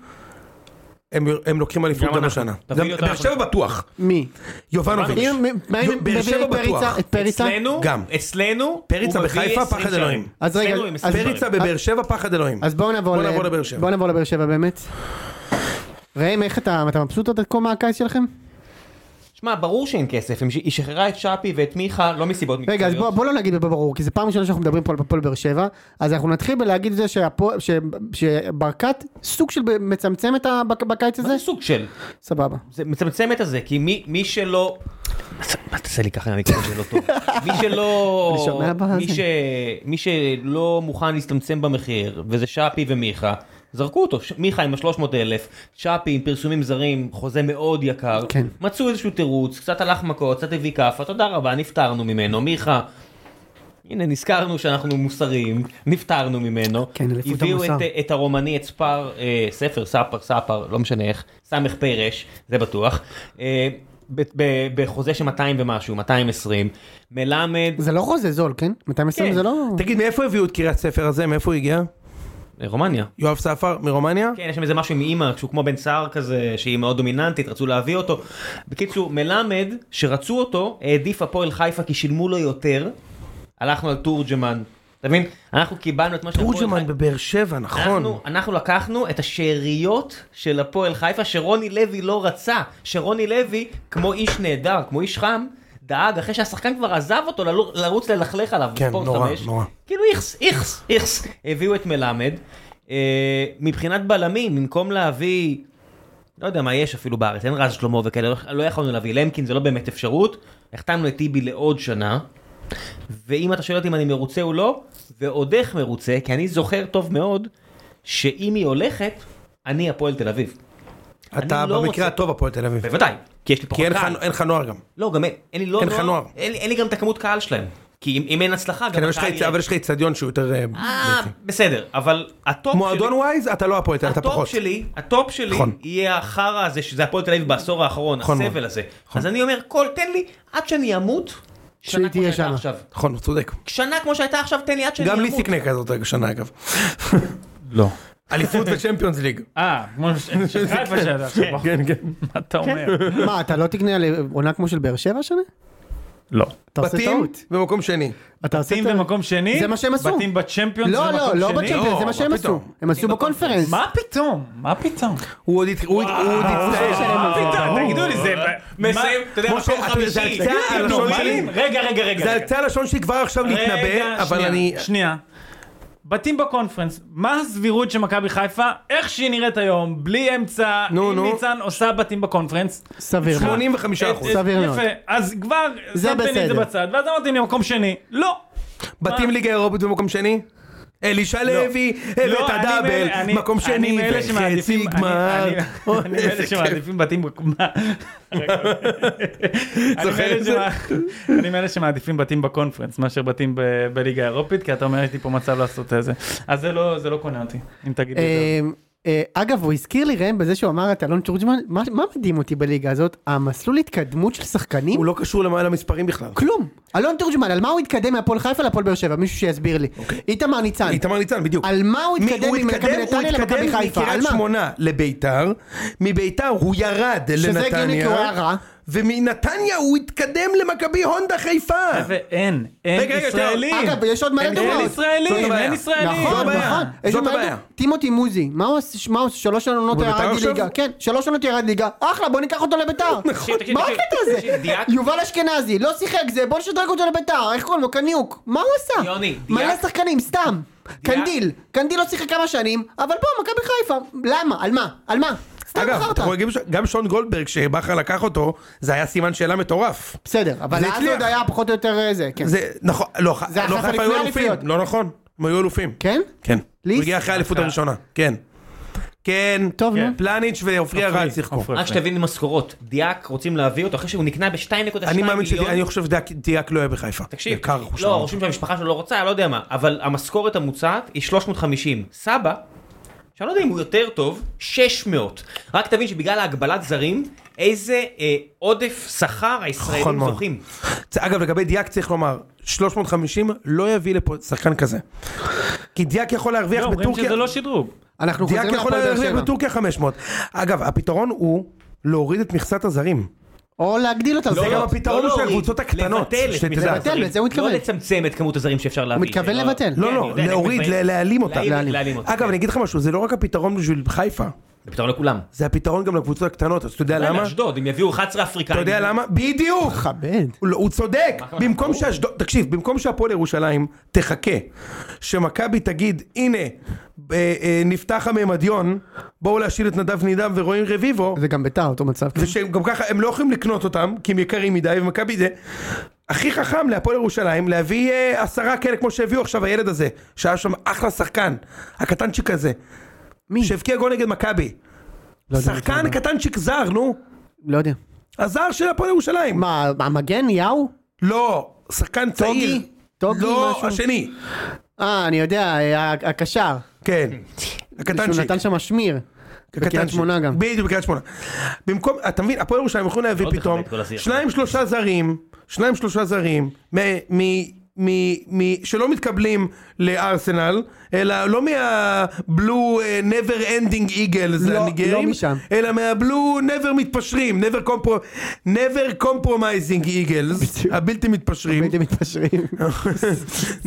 Speaker 2: הם הם לוקחים אליפות
Speaker 4: גם
Speaker 2: גם
Speaker 4: אנחנו.
Speaker 2: השנה.
Speaker 4: תביא
Speaker 2: גם-
Speaker 4: לי אותה
Speaker 2: באר שבע בטוח.
Speaker 1: מי?
Speaker 2: יובנוביץ'.
Speaker 1: אם- מה אם
Speaker 2: אוקיי. יו- באר
Speaker 1: מביאים
Speaker 2: שבע
Speaker 1: את פריצה-
Speaker 2: בטוח.
Speaker 1: את פריצה?
Speaker 4: אצלנו,
Speaker 2: גם.
Speaker 4: אצלנו,
Speaker 2: פריצה
Speaker 4: הוא מביא
Speaker 2: בחיפה,
Speaker 4: 20
Speaker 2: פחד
Speaker 4: שערים.
Speaker 2: אלוהים.
Speaker 1: אז רגע,
Speaker 4: אצלנו עם
Speaker 1: אז
Speaker 4: 20 שערים.
Speaker 2: פריצה בבאר שבע, פחד אלוהים.
Speaker 1: אז בואו נעבור
Speaker 2: בוא
Speaker 1: ל-
Speaker 2: נעבור לבאר שבע.
Speaker 1: בואו נעבור לבאר שבע באמת. ראם, איך אתה, אתה מבסוט עד כה מהקיץ שלכם?
Speaker 4: שמע, ברור שאין כסף, הם ש- היא שחררה את שפי ואת מיכה, לא מסיבות מקצועיות.
Speaker 1: רגע, אז בוא, בוא לא נגיד בברור, כי זה פעם ראשונה שאנחנו מדברים פה על הפועל באר שבע, אז אנחנו נתחיל בלהגיד את זה שהפוע- ש- שברקת סוג של מצמצם את ה- בק- בקיץ הזה?
Speaker 4: זה סוג של,
Speaker 1: סבבה.
Speaker 4: זה מצמצם את הזה, כי מי, מי שלא... מה תעשה לי ככה, אני קורא שלא טוב. מי
Speaker 1: *laughs* אני שומע
Speaker 4: שלא...
Speaker 1: בזה.
Speaker 4: מי, ש... מי שלא מוכן להצטמצם במחיר, וזה שפי ומיכה, זרקו אותו. ש... מיכה עם ה-300 אלף, שפי עם פרסומים זרים, חוזה מאוד יקר.
Speaker 1: כן.
Speaker 4: מצאו איזשהו תירוץ, קצת הלך מכות, קצת הביא כאפה, תודה רבה, נפטרנו ממנו. מיכה, הנה נזכרנו שאנחנו מוסריים, נפטרנו ממנו.
Speaker 1: כן, אליפות
Speaker 4: הביאו
Speaker 1: המוסר.
Speaker 4: את, את הרומני, את ספר, אה, ספר, ספר, ספר, לא משנה איך, סמך פרש, זה בטוח. אה, ב- ב- בחוזה של 200 ומשהו, 220. מלמד,
Speaker 1: זה לא חוזה זול, כן? 220
Speaker 4: כן.
Speaker 1: זה לא...
Speaker 2: תגיד, מאיפה הביאו את קריית ספר הזה? מאיפה הוא הגיע?
Speaker 4: אה, רומניה.
Speaker 2: יואב ספר מרומניה?
Speaker 4: כן, יש שם איזה משהו עם אימא, שהוא כמו בן סער כזה, שהיא מאוד דומיננטית, רצו להביא אותו. בקיצור, מלמד, שרצו אותו, העדיף הפועל חיפה כי שילמו לו יותר. הלכנו על תורג'מן. אתה מבין? אנחנו קיבלנו את מה שהפועל חיפה-
Speaker 2: תורג'מן בבאר שבע, נכון.
Speaker 4: נכון. אנחנו, אנחנו לקחנו את השאריות של הפועל חיפה שרוני לוי לא רצה, שרוני לוי, כמו איש נהדר, כמו איש חם, דאג אחרי שהשחקן כבר עזב אותו ללו- לרוץ ללכלך עליו
Speaker 2: כן,
Speaker 4: בספורט
Speaker 2: נורא,
Speaker 4: חמש.
Speaker 2: נורא.
Speaker 4: כאילו איכס, איכס, איכס. הביאו את מלמד. אה, מבחינת בלמים, במקום להביא... לא יודע מה יש אפילו בארץ, אין רז שלמה וכאלה, לא- לא יכולנו להביא למקין, זה לא באמת אפשרות. החתמנו את טיבי לעוד שנה, ואם אתה שואל אותי אם אני מרוצה או לא, ועוד איך מרוצה, כי אני זוכר טוב מאוד, שאם היא הולכת, אני הפועל תל אביב.
Speaker 2: אתה
Speaker 4: אני לא
Speaker 2: במקרה
Speaker 4: רוצה-
Speaker 2: הטוב הפועל תל אביב.
Speaker 4: בוודאי, כי יש לי פחות
Speaker 2: כי אין לך-
Speaker 4: קהל.
Speaker 2: אין לך נוער גם.
Speaker 4: לא, גם אין, אין לי לא...
Speaker 2: אין לך נוער.
Speaker 4: אין, לי- אין לי גם את הכמות קהל שלהם. כי אם, אם אין הצלחה,
Speaker 2: כן,
Speaker 4: גם
Speaker 2: אבל יש לך
Speaker 4: הקהל
Speaker 2: איצ- אבל יש לך איצטדיון שהוא יותר... אה,
Speaker 4: אה,
Speaker 2: ביתי.
Speaker 4: בסדר, אבל הטופ שלי...
Speaker 2: מועדון ווייז, אתה לא הפועל תל אביב, אתה
Speaker 4: הטופ
Speaker 2: פחות.
Speaker 4: שלי, הטופ שלי
Speaker 2: נכון.
Speaker 4: יהיה החרא הזה, שזה הפועל תל אביב בעשור האחרון,
Speaker 2: נכון מאוד.
Speaker 4: הסבל הזה. אז אני אומר, כל, תן לי, עד שאני אמות,
Speaker 1: שהיא
Speaker 4: שנה כמו
Speaker 1: תהיה
Speaker 4: שהייתה
Speaker 1: שמה.
Speaker 4: עכשיו.
Speaker 2: נכון, הוא צודק.
Speaker 4: שנה כמו שהייתה עכשיו, תן לי עד שאני
Speaker 2: גם
Speaker 4: אמות.
Speaker 2: לי סיקנה כזאת השנה אגב.
Speaker 5: לא.
Speaker 2: אליפות וצ'מפיונס ליג.
Speaker 5: אה, כמו ש- של חיפה שאתה עכשיו.
Speaker 2: כן, כן.
Speaker 5: מה אתה אומר?
Speaker 1: מה, אתה לא תקנה על עונה כמו של באר שבע שנה?
Speaker 5: לא.
Speaker 1: אתה עושה
Speaker 2: בתים
Speaker 1: טעות.
Speaker 2: במקום שני.
Speaker 1: אתה עושה
Speaker 5: בתים
Speaker 1: טעות.
Speaker 5: במקום שני?
Speaker 1: זה מה שהם עשו.
Speaker 5: בתים בצ'מפיונס
Speaker 1: לא,
Speaker 5: במקום
Speaker 1: לא, לא
Speaker 5: שני?
Speaker 1: בצ'מפיונס, זה
Speaker 2: לא,
Speaker 1: מה שהם
Speaker 2: מה
Speaker 1: עשו.
Speaker 2: פתאום.
Speaker 1: הם עשו בקונפרנס.
Speaker 5: מה פתאום? מה פתאום?
Speaker 2: הוא עוד הת- הוא עוד הוא עוד
Speaker 5: מה
Speaker 2: יצטער.
Speaker 5: פתאום? תגידו לי, זה...
Speaker 4: מסיים, אתה יודע,
Speaker 2: משה,
Speaker 4: מקום
Speaker 2: אתה- זה
Speaker 4: חמישי.
Speaker 2: הקצה
Speaker 5: תגידו,
Speaker 2: הלשון
Speaker 5: נורמלים?
Speaker 2: שלי.
Speaker 5: רגע, רגע, רגע.
Speaker 2: זה
Speaker 5: רגע.
Speaker 2: הקצה הלשון שלי כבר עכשיו להתנבא,
Speaker 5: רגע,
Speaker 2: אבל
Speaker 5: שנייה,
Speaker 2: אני...
Speaker 5: שנייה. בתים בקונפרנס, מה הסבירות שמכבי חיפה, איך שהיא נראית היום, בלי אמצע,
Speaker 2: נו,
Speaker 5: אם
Speaker 2: ניצן.
Speaker 5: ניצן עושה בתים בקונפרנס? אה,
Speaker 1: סביר. מאוד.
Speaker 2: 85 אחוז.
Speaker 1: סביר מאוד.
Speaker 5: יפה, אז כבר
Speaker 1: זה
Speaker 5: שמתם לי את זה
Speaker 1: בסדר.
Speaker 5: בצד, ואז אמרתם לי מקום שני, לא.
Speaker 2: בתים ליגה אירופית במקום שני? אלישע לוי, הבאת
Speaker 5: לא, אני מאלה-
Speaker 2: דאבל,
Speaker 5: אני-
Speaker 2: מקום
Speaker 5: אני
Speaker 2: שני,
Speaker 5: מאלה
Speaker 2: וחצי
Speaker 5: שמעדיפים-
Speaker 2: גמר.
Speaker 5: אני-
Speaker 2: *laughs*
Speaker 5: אני- אני מאלה שמעדיפים בתים בקונפרנס.
Speaker 2: זוכר את זה?
Speaker 5: אני מאלה שמעדיפים בתים בקונפרנס מאשר בתים ב- בליגה האירופית, כי אתה אומר יש לי פה מצב לעשות את זה. אז זה לא זה לא קונה אותי, אם תגיד לי את זה.
Speaker 1: אמ, אה, אגב, הוא הזכיר לי ראם בזה שהוא אמר את אלון תורג'מן, מה מה מדהים אותי בליגה הזאת? המסלול התקדמות של שחקנים?
Speaker 2: הוא לא קשור למה- למספרים בכלל.
Speaker 1: כלום. אלון תורג'מן, על מה הוא התקדם מהפועל חיפה להפועל באר שבע? מישהו שיסביר לי. איתמר ניצן.
Speaker 2: אוקיי. איתמר ניצן, בדיוק.
Speaker 1: על מה הוא
Speaker 2: מי-
Speaker 1: התקדם ממכבי
Speaker 2: הוא
Speaker 1: נתניה למכבי
Speaker 2: התקדם
Speaker 1: חיפה? על
Speaker 2: מקריית
Speaker 1: מה?
Speaker 2: שמונה לביתר, מביתר הוא ירד
Speaker 1: שזה
Speaker 2: לנתניה.
Speaker 1: הגיוני, כי הוא היה רע.
Speaker 2: ומנתניה הוא התקדם למכבי הונדה חיפה.
Speaker 5: אה, ואין, אין
Speaker 2: אה, רגע, רגע,
Speaker 5: ישראלים.
Speaker 1: אגב, יש עוד מלא
Speaker 2: אין-
Speaker 5: אין
Speaker 1: דוגמאות.
Speaker 5: ישראלים,
Speaker 2: הבעיה.
Speaker 5: אין ישראלים.
Speaker 2: זו
Speaker 1: נכון,
Speaker 2: הבעיה.
Speaker 1: נכון. יש
Speaker 2: זאת
Speaker 1: שם
Speaker 2: הבעיה.
Speaker 1: ילד- טימותי מוזי, מה הוא עש- מה הוא עושה? שלוש עונות
Speaker 2: הוא בביתר
Speaker 1: ירד
Speaker 2: עכשיו? נכון.
Speaker 1: ליגה. כן, שלוש עונות ירד ליגה. אחלה, בוא ניקח אותו לביתר.
Speaker 4: תקשיב, תקשיב,
Speaker 1: מה
Speaker 4: תקשיב,
Speaker 1: הקטע הזה?
Speaker 4: תקשיב, דיאק-
Speaker 1: יובל אשכנזי, לא שיחק זה, בוא נשדרג אותו לביתר. איך קוראים לו? קניוק. מה הוא עשה?
Speaker 4: יוני,
Speaker 1: מלא
Speaker 4: דיאק-
Speaker 1: שחקנים, סתם. קנדיל. קנדיל לא שיחק כמה שנים, אבל פה, מכבי חיפה. למה? על מה? על מה? סתם
Speaker 2: אגב,
Speaker 1: בחרת.
Speaker 2: אתה רואה, גם ש- גם שון גולדברג שבכר לקח אותו, זה היה סימן שאלה מטורף.
Speaker 1: בסדר, אבל
Speaker 2: זה
Speaker 1: אז
Speaker 2: הצליח.
Speaker 1: עוד היה פחות או יותר אה, זה, כן.
Speaker 2: זה נכון, לא, ח-
Speaker 1: זה היה
Speaker 2: לא
Speaker 1: חיפה
Speaker 2: חיפה
Speaker 1: לפני
Speaker 2: היו אלופים,
Speaker 1: האליפויות.
Speaker 2: לא נכון, הם היו אלופים.
Speaker 1: כן?
Speaker 2: כן.
Speaker 1: ליס?
Speaker 2: הוא הגיע אחרי האליפות הראשונה, כן. כן,
Speaker 1: טוב, נו.
Speaker 2: פלניץ' ועופרי ארד שיחקו. אה,
Speaker 5: עופרי.
Speaker 4: עד שתבין משכורות, דיאק רוצים להביא אותו אחרי שהוא נקנה ב-2.2
Speaker 2: אני מאמין
Speaker 4: מיליון.
Speaker 2: שאני חושב שדיאק לא יהיה בחיפה.
Speaker 4: תקשיב,
Speaker 2: יקר, אחוז
Speaker 4: לא,
Speaker 2: שלנו.
Speaker 4: רושמים שהמשפחה שלו לא רוצה, לא יודע מה, אבל המשכורת המוצעת היא 350. סבא, שאני לא יודע אם הוא יותר טוב, 600. רק תבין שבגלל ההגבלת זרים, איזה אה, עודף שכר
Speaker 2: נכון
Speaker 4: הישראלים
Speaker 2: מאוד.
Speaker 4: זוכים.
Speaker 2: צ- אגב, לגבי דיאק צריך לומר, 350 לא יביא לפה שחקן כזה. כי דיאק יכול להרוויח
Speaker 5: לא, אומרים
Speaker 2: בטורקיה...
Speaker 5: שזה לא שדרוג.
Speaker 1: אנחנו
Speaker 2: דיאק
Speaker 1: חוזרים
Speaker 2: יכול
Speaker 1: להפועל באר
Speaker 2: להרוויח
Speaker 1: שבע.
Speaker 2: בטורקיה 500. אגב, הפתרון הוא להוריד את מכסת הזרים.
Speaker 1: או להגדיל אותה.
Speaker 2: זה
Speaker 4: לא,
Speaker 1: זה
Speaker 2: גם
Speaker 1: גם-
Speaker 2: הפתרון הוא של
Speaker 4: להוריד,
Speaker 2: הקבוצות הקטנות,
Speaker 4: לבטל את
Speaker 2: שתדע.
Speaker 4: מכסת
Speaker 2: לבטל,
Speaker 4: הזרים.
Speaker 1: לזה הוא
Speaker 4: לא
Speaker 1: מתכוון.
Speaker 4: לצמצם את כמות הזרים שאפשר להביא.
Speaker 1: הוא מתכוון
Speaker 4: זה
Speaker 1: לבטל.
Speaker 4: כן,
Speaker 2: לא,
Speaker 4: אני
Speaker 2: לא,
Speaker 4: יודע,
Speaker 2: להוריד,
Speaker 4: אני-
Speaker 2: ל- להעלים אותה.
Speaker 4: להעלים, להעלים אותה. כן.
Speaker 2: אגב, אני אגיד לך משהו, זה לא רק הפתרון בשביל חיפה,
Speaker 4: זה פתרון לכולם.
Speaker 2: זה הפתרון גם לקבוצות הקטנות, אז אתה יודע
Speaker 4: למה?
Speaker 2: למה?
Speaker 4: אשדוד, אם יביאו 11
Speaker 2: אתה
Speaker 4: אפריקאים.
Speaker 2: יודע למה? בדיוק!
Speaker 1: כבד.
Speaker 2: הוא לא- הוא צודק,
Speaker 4: הכוונה?
Speaker 2: במקום
Speaker 4: ברור.
Speaker 2: שאשדוד, תקשיב, במקום שהפועל ירושלים תחכה שמכבי תגיד הנה אה, אה, נפתח הממדיון בואו להשאיל את נדב נידם ורועי רביבו
Speaker 1: זה גם ביתר אותו מצב. כן.
Speaker 2: ושהם גם ככה הם לא יכולים לקנות אותם כי הם יקרים מדי ומכבי זה הכי חכם להפועל ירושלים להביא אה, עשרה כאלה כמו שהביאו עכשיו הילד הזה שהיה שם אחלה שחקן הקטנצ'יק הזה
Speaker 1: מי?
Speaker 2: שהבקיע גול נגד מכבי
Speaker 1: לא יודע מי
Speaker 2: שחקן
Speaker 1: זה.
Speaker 2: קטנצ'יק זר נו
Speaker 1: לא יודע.
Speaker 2: הזר של הפועל ירושלים
Speaker 1: מה, המגן יאו?
Speaker 2: לא שחקן צעיר
Speaker 1: טוגי
Speaker 2: לא
Speaker 1: משהו?
Speaker 2: השני
Speaker 1: אה, אני יודע, אה, הקשר.
Speaker 2: כן.
Speaker 1: Mm. שהוא
Speaker 2: הקטנצ'יק.
Speaker 1: נתן שם שמיר. בקריית
Speaker 2: הקטנצ'יק.
Speaker 1: שמונה גם.
Speaker 2: בדיוק, בקריית שמונה. במקום, אתה מבין, הפועל ירושלים יכולים להביא
Speaker 4: מאוד
Speaker 2: פתאום
Speaker 4: מכבד לא כל השיח.
Speaker 2: שניים שלושה זרים, שניים שלושה זרים, מ... מ... מ... מ... שלא מתקבלים לארסנל, אלא לא מהבלו אה, never ending eagles
Speaker 1: לא,
Speaker 2: הניגרים,
Speaker 1: לא משם.
Speaker 2: אלא מהבלו never מתפשרים, never, compro... never compromising eagles,
Speaker 1: בדיוק.
Speaker 2: הבלתי מתפשרים.
Speaker 1: הייתם
Speaker 2: *laughs*
Speaker 1: מתפשרים.
Speaker 2: אה.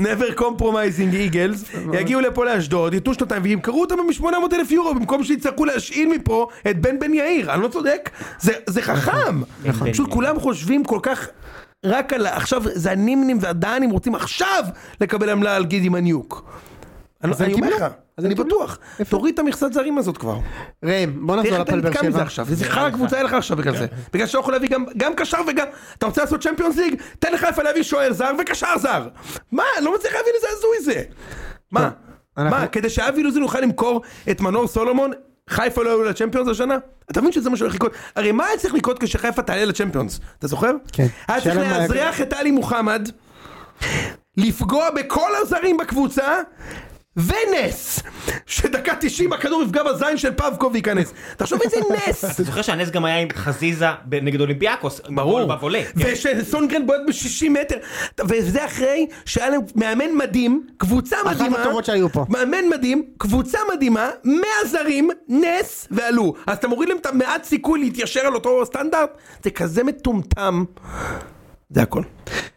Speaker 2: never compromising eagles, יגיעו לפה לאשדוד, ייתנו שנתיים וימכרו אותם ב-800 אלף יורו במקום שיצטרכו להשאיל מפה את בן בן יאיר, אני לא צודק? זה, זה חכם,
Speaker 4: נכון.
Speaker 2: פשוט כולם חושבים כל כך רק על ה- עכשיו, זה הנימנים והדנים רוצים עכשיו לקבל עמלה על גידי מניוק. אני
Speaker 1: אז
Speaker 2: אני
Speaker 1: הם
Speaker 2: אומר לך,
Speaker 1: קיבלו. אז
Speaker 2: אני
Speaker 1: הם קיבלו.
Speaker 2: בטוח,
Speaker 1: יפה.
Speaker 2: תוריד את המכסת זרים הזאת כבר.
Speaker 1: ראם, בוא נחזור
Speaker 2: תראה אתה
Speaker 1: לפועל באר
Speaker 2: נתקע מזה
Speaker 1: שבע.
Speaker 2: עכשיו, איזה חרא קבוצה היה לך עכשיו בגלל זה. בגלל שאתה לא יכול להביא גם- גם קשר וגם... אתה רוצה לעשות צ'מפיונס ליג? תן לך איפה להביא שוער זר וקשר זר. מה? לא מצליח להבין איזה הזוי זה. מה?
Speaker 1: אנחנו-
Speaker 2: מה? כדי שאבי לוזון יוכל למכור את מנור סולומון, חיפה לא היו לצ'מפיונס השנה? אתה מבין שזה מה שהולך לקרות? הרי מה היה צריך לקרות כשחיפה תעלה לצ'מפיונס? אתה זוכר?
Speaker 1: כן.
Speaker 2: היה צריך
Speaker 1: שאלה מה-
Speaker 2: לאזרח את עלי מוחמד, לפגוע בכל הזרים בקבוצה, ונס! שדקה 90 הכדור יפגע בזין של פאבקוב וייכנס. תחשוב איזה נס!
Speaker 4: אתה זוכר שהנס גם היה עם חזיזה ב- נגד אולימפיאקוס. גול בא ועולה. כן.
Speaker 2: ושסונגרן בועט ב-60 מטר, וזה אחרי שהיה להם מאמן מדהים, קבוצה
Speaker 1: אחת
Speaker 2: מדהימה,
Speaker 1: הטובות שהיו פה.
Speaker 2: מאמן מדהים, קבוצה מדהימה, 100 זרים, נס ועלו. אז אתה מוריד להם את המעט סיכוי להתיישר על אותו סטנדרט? זה כזה מטומטם. זה הכל.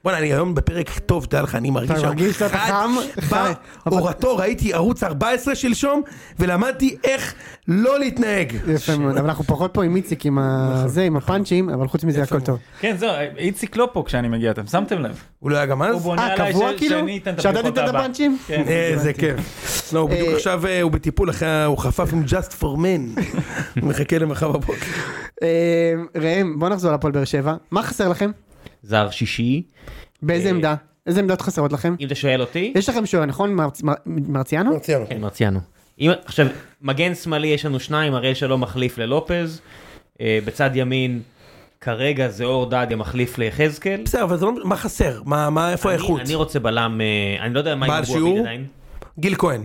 Speaker 2: בוא'נה, אני היום בפרק טוב, תדע לך, אני מרגיש
Speaker 1: אתה מרגיש שאתה חם? חם.
Speaker 2: באורתו, ראיתי ערוץ 14 שלשום, ולמדתי איך לא להתנהג.
Speaker 1: יפה מאוד, אבל אנחנו פחות פה עם איציק עם
Speaker 2: נכון.
Speaker 1: ה- זה, עם הפאנצ'ים, אבל חוץ מזה הכל טוב.
Speaker 5: כן, זהו, איציק לא פה כשאני מגיע, אתם שמתם לב.
Speaker 2: הוא לא היה גם
Speaker 5: הוא
Speaker 2: אז?
Speaker 5: בונה
Speaker 1: אה,
Speaker 5: עליי
Speaker 1: קבוע
Speaker 5: ש-
Speaker 1: כאילו?
Speaker 5: שאני אתן את
Speaker 1: שאתה
Speaker 5: הבדיחות
Speaker 1: תיתן את
Speaker 5: הבאה.
Speaker 1: הבנצ'ים?
Speaker 5: כן.
Speaker 2: איזה כיף. לא, הוא בדיוק עכשיו אה, הוא בטיפול אחרי, הוא חפף עם Just for Men. הוא מחכה למחר בבוקר.
Speaker 1: אה, ראם, בוא נחזור לפועל באר שבע. מה חסר לכם?
Speaker 4: זר שישי,
Speaker 1: באיזה
Speaker 4: אה,
Speaker 1: עמדה? איזה עמדות חסרות לכם?
Speaker 4: אם אתה שואל אותי.
Speaker 1: יש לכם שוער, נכון? מרצ- מר- מרציאנו?
Speaker 2: מרציאנו.
Speaker 4: כן, מרציאנו. אם, עכשיו, מגן שמאלי יש לנו שניים, הראל שלו מחליף ללופז. אה, בצד ימין, כרגע זה אור דדיה מחליף ליחזקאל.
Speaker 2: בסדר, אבל זה לא, מה חסר? מה, מה, איפה
Speaker 4: אני-
Speaker 2: האיכות?
Speaker 4: אני רוצה בלם, אה, אני לא יודע מה
Speaker 2: בעל
Speaker 4: יגבו
Speaker 2: שיעור?
Speaker 4: אביד עדיין.
Speaker 2: גיל כהן.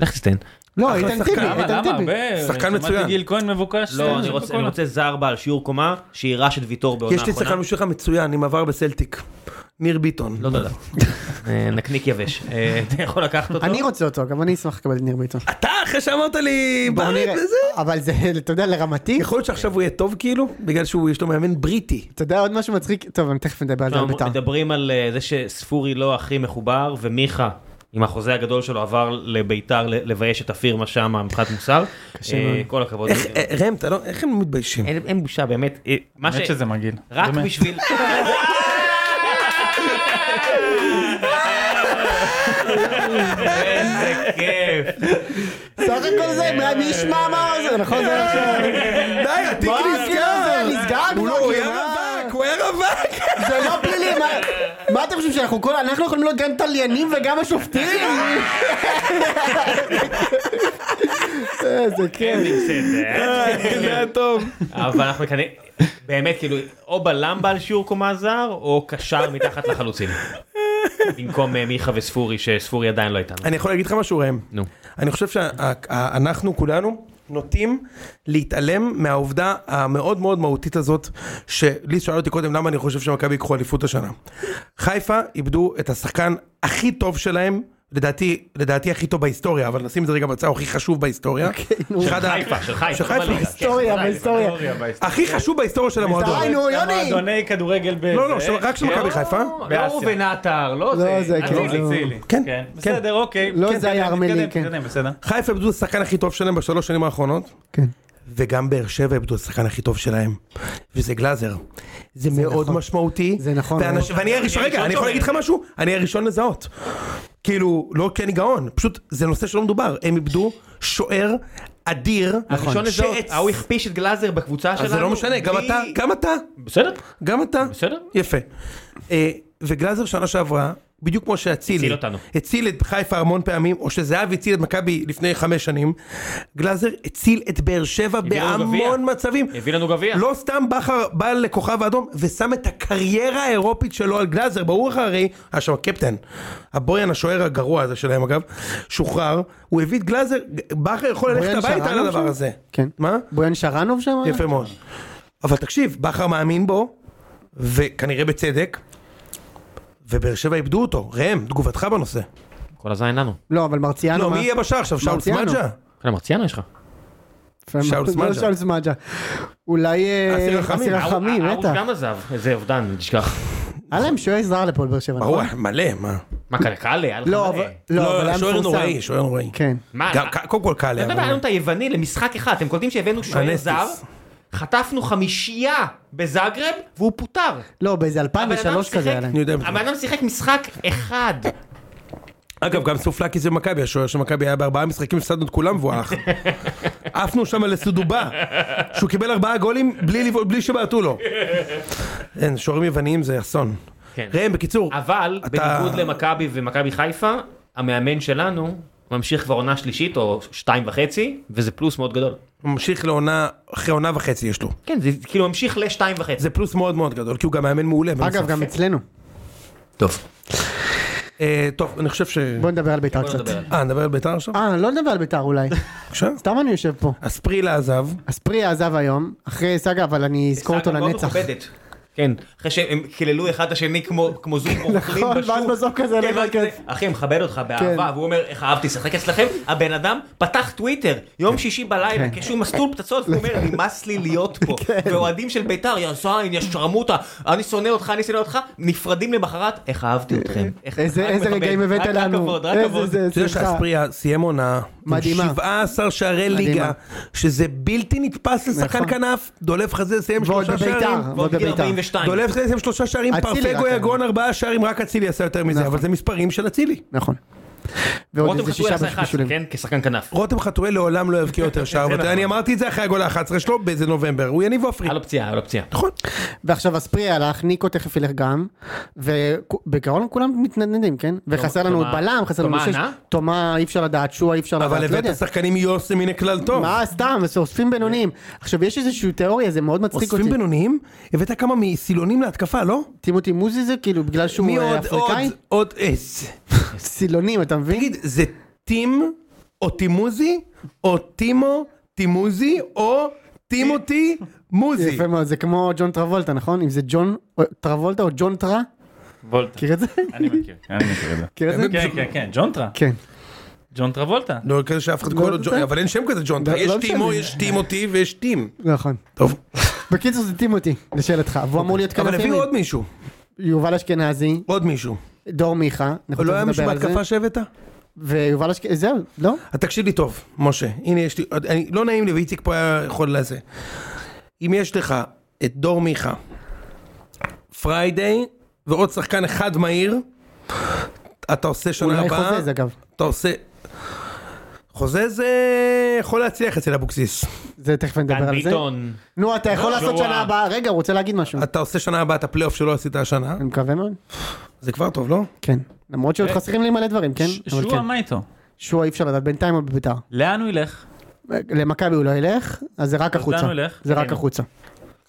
Speaker 4: לך תסתן.
Speaker 1: לא,
Speaker 2: אחלה
Speaker 1: איתן
Speaker 2: שחקן.
Speaker 1: טיבי,
Speaker 5: למה,
Speaker 1: איתן
Speaker 5: למה?
Speaker 1: טיבי.
Speaker 5: הרבה...
Speaker 2: שחקן מצוין.
Speaker 5: שמעתי גיל כהן מבוקש.
Speaker 4: לא, אני רוצה- אני רוצה זר בעל שיעור קומה, שיירש את ויטור בעונה
Speaker 2: יש לי
Speaker 4: האחרונה.
Speaker 2: שחקן בשבילך מצוין, עם עבר בסלטיק. ניר ביטון.
Speaker 4: לא *laughs* תודה. אה, נקניק יבש. אה, אתה יכול לקחת אותו?
Speaker 1: אני רוצה אותו, גם אני אשמח לקבל את ניר ביטון.
Speaker 2: אתה, אחרי שאמרת לי,
Speaker 1: בוא
Speaker 2: בית
Speaker 1: נראה.
Speaker 2: וזה.
Speaker 1: אבל זה, אתה יודע, לרמתי,
Speaker 2: יכול להיות שעכשיו הוא יהיה טוב כאילו? בגלל שהוא, יש לו מאמן בריטי.
Speaker 1: אתה יודע עוד משהו מצחיק? טוב, אני תכף נדבר על זה
Speaker 4: לא,
Speaker 1: בית"ר.
Speaker 4: מדברים על אה, זה שספורי לא הכי מחובר, ומיכה, עם החוזה הגדול שלו, עבר לביתר ל- לבייש את הפירמה שם מבחינת מוסר. אה,
Speaker 1: מאוד.
Speaker 4: כל הכבוד.
Speaker 2: איך, אה, ראם, אתה לא, איך הם מתביישים?
Speaker 4: אין אין בושה, באמת. אה, מה
Speaker 5: האמת
Speaker 4: ש-
Speaker 5: שזה מגעיל.
Speaker 4: רק
Speaker 5: באמת. *laughs*
Speaker 4: בשביל... איזה כיף.
Speaker 1: סך הכל זה, מי ישמע מה זה, נכון? זה מה ש-
Speaker 2: די, התיק
Speaker 1: מה, כאילו,
Speaker 2: נסגר!
Speaker 1: זה נסגר
Speaker 2: הוא
Speaker 1: כבר,
Speaker 2: לא, הוא היה
Speaker 1: כאילו, מה?
Speaker 2: רווק, הוא היה רווק!
Speaker 1: זה לא פלילי, מה- מה אתם חושבים חושבים שאנחנו כל... אנחנו יכולים להיות גם תליינים וגם השופטים? איזה כיף.
Speaker 2: זה היה טוב.
Speaker 4: אבל אנחנו כנראה, באמת כאילו, או בלם בעל שיעור קומה זר, או קשר מתחת לחלוצים. במקום אה, מיכה וספורי, שספורי עדיין לא איתנו.
Speaker 2: אני יכול להגיד לך משהו ראם?
Speaker 4: נו.
Speaker 2: אני חושב שאנחנו כולנו נוטים להתעלם מהעובדה המאוד מאוד מהותית הזאת, שליס שאל אותי קודם למה אני חושב שמכבי ייקחו אליפות השנה. חיפה איבדו את השחקן הכי טוב שלהם. לדעתי, לדעתי הכי טוב בהיסטוריה, אבל נשים את זה רגע בצד, הוא הכי חשוב בהיסטוריה. שאחד ה-
Speaker 4: חיפה, של חיפה,
Speaker 2: של כן.
Speaker 4: לא בליגה.
Speaker 1: היסטוריה, בהיסטוריה.
Speaker 2: הכי חשוב בהיסטוריה של המועדון.
Speaker 1: דהיינו, יוני!
Speaker 5: המועדוני כדורגל כן. ב...
Speaker 2: אה, לא, לא,
Speaker 5: זה-
Speaker 2: של- רק של מכבי חיפה.
Speaker 4: לא ראובן עטר, לא
Speaker 1: לא, זה
Speaker 4: זה.
Speaker 1: כן,
Speaker 5: אצילי,
Speaker 1: זה-
Speaker 5: אצילי.
Speaker 2: כן,
Speaker 5: כן.
Speaker 2: כן.
Speaker 5: בסדר, אוקיי.
Speaker 1: לא,
Speaker 5: כן,
Speaker 1: זה היה
Speaker 5: תתקדם,
Speaker 1: ארמלי, כן.
Speaker 5: תתקדם, בסדר.
Speaker 2: חיפה איבדו את השחקן הכי טוב שלהם בשלוש שנים האחרונות.
Speaker 1: כן.
Speaker 2: וגם באר שבע איבדו את השחקן הכי טוב שלהם, וזה גלאזר. זה, מאוד
Speaker 1: נכון.
Speaker 2: משמעותי.
Speaker 1: זה נכון,
Speaker 2: ואנש... ואני הראשון, רגע, אני יכול להגיד לך משהו? אני הראשון לזהות. כאילו, לא כי אני גאון, פשוט זה נושא שלא מדובר. הם איבדו שוער אדיר.
Speaker 4: נכון. הראשון לזהות,
Speaker 2: שעצ-
Speaker 4: ההוא הכפיש את גלאזר בקבוצה שלנו.
Speaker 2: נכון. אז זה לא משנה, גם
Speaker 4: בלי-
Speaker 2: אתה, גם אתה,
Speaker 4: בסדר,
Speaker 2: גם אתה.
Speaker 4: בסדר.
Speaker 2: יפה. אה, וגלאזר שנה שעברה, בדיוק כמו שאצילי,
Speaker 4: הציל אותנו.
Speaker 2: הציל את חיפה המון פעמים, או שזהבי הציל את מכבי לפני חמש שנים, גלאזר הציל את באר שבע
Speaker 4: הביא לנו
Speaker 2: בהמון
Speaker 4: גביע.
Speaker 2: מצבים.
Speaker 4: הביא לנו גביע.
Speaker 2: לא סתם בכר בא לכוכב האדום ושם את הקריירה האירופית שלו על גלאזר, ברור לך הרי, היה שם הקפטן, הבויאן השוער הגרוע הזה שלהם אגב, שוחרר, הוא הביא את גלאזר, בכר יכול ללכת
Speaker 1: בויאן
Speaker 2: הביתה על
Speaker 1: שרנוב
Speaker 2: הדבר
Speaker 1: שם?
Speaker 2: הזה.
Speaker 1: כן.
Speaker 2: מה?
Speaker 1: בויאן שרנוב שם?
Speaker 4: נכון.
Speaker 2: יפה מאוד. אבל תקשיב, בכר מאמין בו, וכנראה בצדק, ובאר שבע איבדו אותו. ראם, תגובתך בנושא.
Speaker 4: כל הזין לנו.
Speaker 1: לא, אבל מרציאנו...
Speaker 2: לא,
Speaker 1: אה, מה?
Speaker 2: מי יהיה בשער עכשיו? שאול
Speaker 1: מרציאנו.
Speaker 2: סמדג'ה?
Speaker 4: כן, מרציאנו יש לך.
Speaker 1: יפה מאוד.
Speaker 2: שאול סמדג'ה.
Speaker 1: לא שאול סמדג'ה. אולי... אה,
Speaker 2: אסיר רחמים.
Speaker 1: אסיר רחמים,
Speaker 4: ההוא-
Speaker 1: בטח.
Speaker 4: ההוא גם עזב, איזה אובדן, אל תשכח.
Speaker 1: היה להם שוער זר לפועל באר שבע,
Speaker 2: ברור,
Speaker 1: נכון?
Speaker 2: מלא, מה?
Speaker 4: מה קרה, קאלה, היה לך
Speaker 1: לא,
Speaker 4: מלא.
Speaker 1: אבל... לא, אבל היה
Speaker 2: אה, שוער
Speaker 1: מפורסם.
Speaker 2: נוראי, שוער נוראי.
Speaker 1: כן.
Speaker 4: מה,
Speaker 2: גם- קודם כל קל
Speaker 4: אתה
Speaker 2: היה.
Speaker 4: יודע,
Speaker 2: אבל-
Speaker 4: הבאנו את היווני למשחק אחד, אתם קולטים שהבאנו שוער
Speaker 2: אנסטיס.
Speaker 4: זר, חטפנו חמישייה בזאגרב, והוא פוטר.
Speaker 1: לא, באיזה
Speaker 4: הבן אדם
Speaker 1: 2003
Speaker 4: שיחק-
Speaker 1: כזה היה להם.
Speaker 2: אני יודע.
Speaker 4: הבן אדם שיחק משחק אחד.
Speaker 2: אגב, גם סופלקי זה מכבי, השוער של מכבי היה בארבעה משחקים, הפסדנו את כולם והוא הלך. עפנו שם לסודובה, שהוא קיבל ארבעה גולים בלי לבעוט- בלי שבעטו לו. אין, שוערים יווניים זה אסון.
Speaker 4: כן.
Speaker 2: ראם, בקיצור,
Speaker 4: אבל,
Speaker 2: אתה-
Speaker 4: בניגוד למכבי ומכבי חיפה, המאמן שלנו ממשיך כבר עונה שלישית או שתיים וחצי, וזה פלוס מאוד גדול.
Speaker 2: הוא ממשיך לעונה, אחרי עונה וחצי יש לו.
Speaker 4: כן, זה כאילו ממשיך לשתיים וחצי.
Speaker 2: זה פלוס מאוד מאוד גדול, כי הוא גם מאמן מעולה.
Speaker 4: לא
Speaker 1: אגב,
Speaker 2: בנוסף.
Speaker 1: גם אצלנו.
Speaker 4: טוב.
Speaker 2: אה, טוב, אני חושב ש...
Speaker 1: בוא נדבר על ביתר
Speaker 4: בוא
Speaker 1: קצת.
Speaker 4: נדבר על זה.
Speaker 2: אה, נדבר על ביתר עכשיו?
Speaker 1: אה, לא נדבר על ביתר אולי.
Speaker 2: בבקשה.
Speaker 1: סתם אני יושב פה.
Speaker 2: אז פרילה עזב,
Speaker 1: אז פריה עזב היום, אחרי סאגה, אבל אני אזכור אותו
Speaker 4: סאגה מאוד
Speaker 1: לנצח.
Speaker 4: מכובדת. כן, אחרי שהם קיללו אחד את השני כמו כמו זוג אוכלים
Speaker 1: נכון,
Speaker 4: בשוק.
Speaker 1: ואז בסוף כזה
Speaker 4: כן,
Speaker 1: הולך כן.
Speaker 4: רק זה,
Speaker 1: לכיף.
Speaker 4: אחי, מכבד אותך באהבה, והוא אומר, איך אהבתי לשחק אצלכם? הבן אדם פתח טוויטר,
Speaker 1: כן.
Speaker 4: יום שישי בלילה, כשהוא מסלול פצצות, והוא אומר, נמאס לי להיות
Speaker 1: *laughs*
Speaker 4: פה.
Speaker 1: כן.
Speaker 4: ואוהדים של ביתר, יא זין, יא שרמוטה, אני שונא אותך, אני שונא אותך, נפרדים למחרת, איך אהבתי אתכם. איך-
Speaker 1: אה, איזה
Speaker 4: רק
Speaker 1: איזה
Speaker 4: מכבד.
Speaker 1: רגעים הבאת
Speaker 4: רק- רק
Speaker 1: לנו.
Speaker 4: כבוד, רק
Speaker 1: איזה
Speaker 4: כבוד.
Speaker 1: זה,
Speaker 2: אתה יודע
Speaker 1: שמחה.
Speaker 2: שאספריה סיים עונה,
Speaker 1: מדהימה.
Speaker 2: עם 17 שערי
Speaker 1: מדהימה.
Speaker 2: ליגה, שזה בלתי נתפס לשחקן
Speaker 1: נכון.
Speaker 2: כנף, דולב חזה סיים
Speaker 1: ועוד
Speaker 2: שלושה שערים,
Speaker 1: בביתר, ועוד
Speaker 4: ועוד גיל
Speaker 1: בביתר.
Speaker 4: 42.
Speaker 2: דולב חזה סיים שלושה שערים,
Speaker 1: אצילי
Speaker 2: פרפגו
Speaker 1: רק
Speaker 2: יגון ארבעה שערים, רק אצילי עשה יותר מזה,
Speaker 1: נכון.
Speaker 2: אבל זה מספרים של אצילי.
Speaker 1: נכון. ועוד
Speaker 4: רותם
Speaker 1: איזה
Speaker 4: חתואל
Speaker 1: שישה
Speaker 4: עשה אחד,
Speaker 1: בישולים.
Speaker 4: כן? כשחקן כנף.
Speaker 2: רותם חתואל לעולם לא יבקיע יותר שער, ואתה- אני אמרתי את זה אחרי הגול ה-11 שלו באיזה נובמבר, הוא יניב עופרי.
Speaker 4: היה לו פציעה, היה לו פציעה.
Speaker 2: נכון.
Speaker 1: ועכשיו אספריה הלך, ניקו תכף ילך גם, ובגרון כולם מתנדנדים, כן? וחסר לנו
Speaker 4: תומה-
Speaker 1: בלם, חסר לנו
Speaker 4: תומה
Speaker 1: שש,
Speaker 4: ענה?
Speaker 1: תומה אי אפשר לדעת, שועה אי אפשר
Speaker 2: אבל
Speaker 1: לדעת, לא יודע.
Speaker 2: הבאת שחקנים יוסי מן הכלל טוב.
Speaker 1: מה סתם, אז אוספים בינוניים. עכשיו יש איזושהי תיאוריה, זה מאוד מצחיק אותי.
Speaker 2: אוספים בינוניים? הבאת כמה מסילונים להתקפה, לא?
Speaker 1: טימותי מוזי זה כאילו בגלל שהוא
Speaker 2: מי
Speaker 1: אה,
Speaker 2: עוד?
Speaker 1: אפריקאי?
Speaker 2: עוד, עוד עץ.
Speaker 1: סילונים, אתה מבין?
Speaker 2: תגיד, זה טים או טימוזי או טימו טימוזי או טימותי
Speaker 1: זה
Speaker 2: מוזי?
Speaker 1: יפה מאוד, זה כמו ג'ון טרבולטה, נכון? אם זה ג'ון או- טרבולטה או ג'ון טרה,
Speaker 5: וולטה.
Speaker 1: מכיר את זה?
Speaker 5: אני מכיר, כן. אני מכיר את זה.
Speaker 1: *laughs* מכיר את זה?
Speaker 5: כן, כן, כן, ג'ונטרה.
Speaker 1: כן.
Speaker 5: ג'ון טרבולטה.
Speaker 2: לא כזה שאף אחד קורא לו ג'ון, אבל אין שם כזה ג'ון,
Speaker 1: לא
Speaker 2: יש
Speaker 1: משנה.
Speaker 2: טימו, יש טימותי ויש טים.
Speaker 1: נכון.
Speaker 2: טוב.
Speaker 1: בקיצור זה טימותי, לשאלתך, והוא אמור להיות
Speaker 2: אוקיי. אבל
Speaker 1: כנף
Speaker 2: הביאו
Speaker 1: ימין.
Speaker 2: עוד מישהו,
Speaker 1: יובל אשכנזי,
Speaker 2: עוד מישהו.
Speaker 1: דור מיכה, אנחנו
Speaker 2: לא היה
Speaker 1: תכף
Speaker 2: מישהו
Speaker 1: נדבר על זה,
Speaker 2: בהתקפה שהבאת?
Speaker 1: ויובל אשכנזי, זהו, לא?
Speaker 2: אז אה, תקשיב לי טוב, משה, הנה יש לי, אני, לא נעים לי, ואיציק פה היה יכול לזה. אם יש לך את דור מיכה, פריידיי, ועוד שחקן אחד מהיר, אתה עושה שנה
Speaker 1: אולי
Speaker 2: הבאה,
Speaker 1: חוזז אגב.
Speaker 2: אתה עושה... חוזה זה יכול להצליח אצל אבוקסיס.
Speaker 1: זה תכף נדבר
Speaker 4: דן
Speaker 1: על זה.
Speaker 4: ביטון.
Speaker 1: נו,
Speaker 5: לא,
Speaker 1: אתה יכול לעשות
Speaker 4: שואה.
Speaker 2: אה.
Speaker 1: שנה הבאה, רגע, הוא רוצה להגיד משהו.
Speaker 2: אתה עושה שנה הבאה את הפלייאוף שלא עשית השנה,
Speaker 1: אני מקווה מאוד.
Speaker 2: זה כבר טוב, לא?
Speaker 1: כן. למרות שעוד חסרים לי מלא דברים, כן?
Speaker 5: אה. ש-
Speaker 1: אבל
Speaker 5: שועה,
Speaker 1: כן.
Speaker 5: מה איתו?
Speaker 1: שועה אי אפשר לדעת, בינתיים הוא בביתר.
Speaker 5: לאן הוא ילך?
Speaker 1: למכבי הוא לא ילך, אז זה רק החוצה.
Speaker 5: הוא ילך?
Speaker 1: זה רק
Speaker 4: כן.
Speaker 1: החוצה.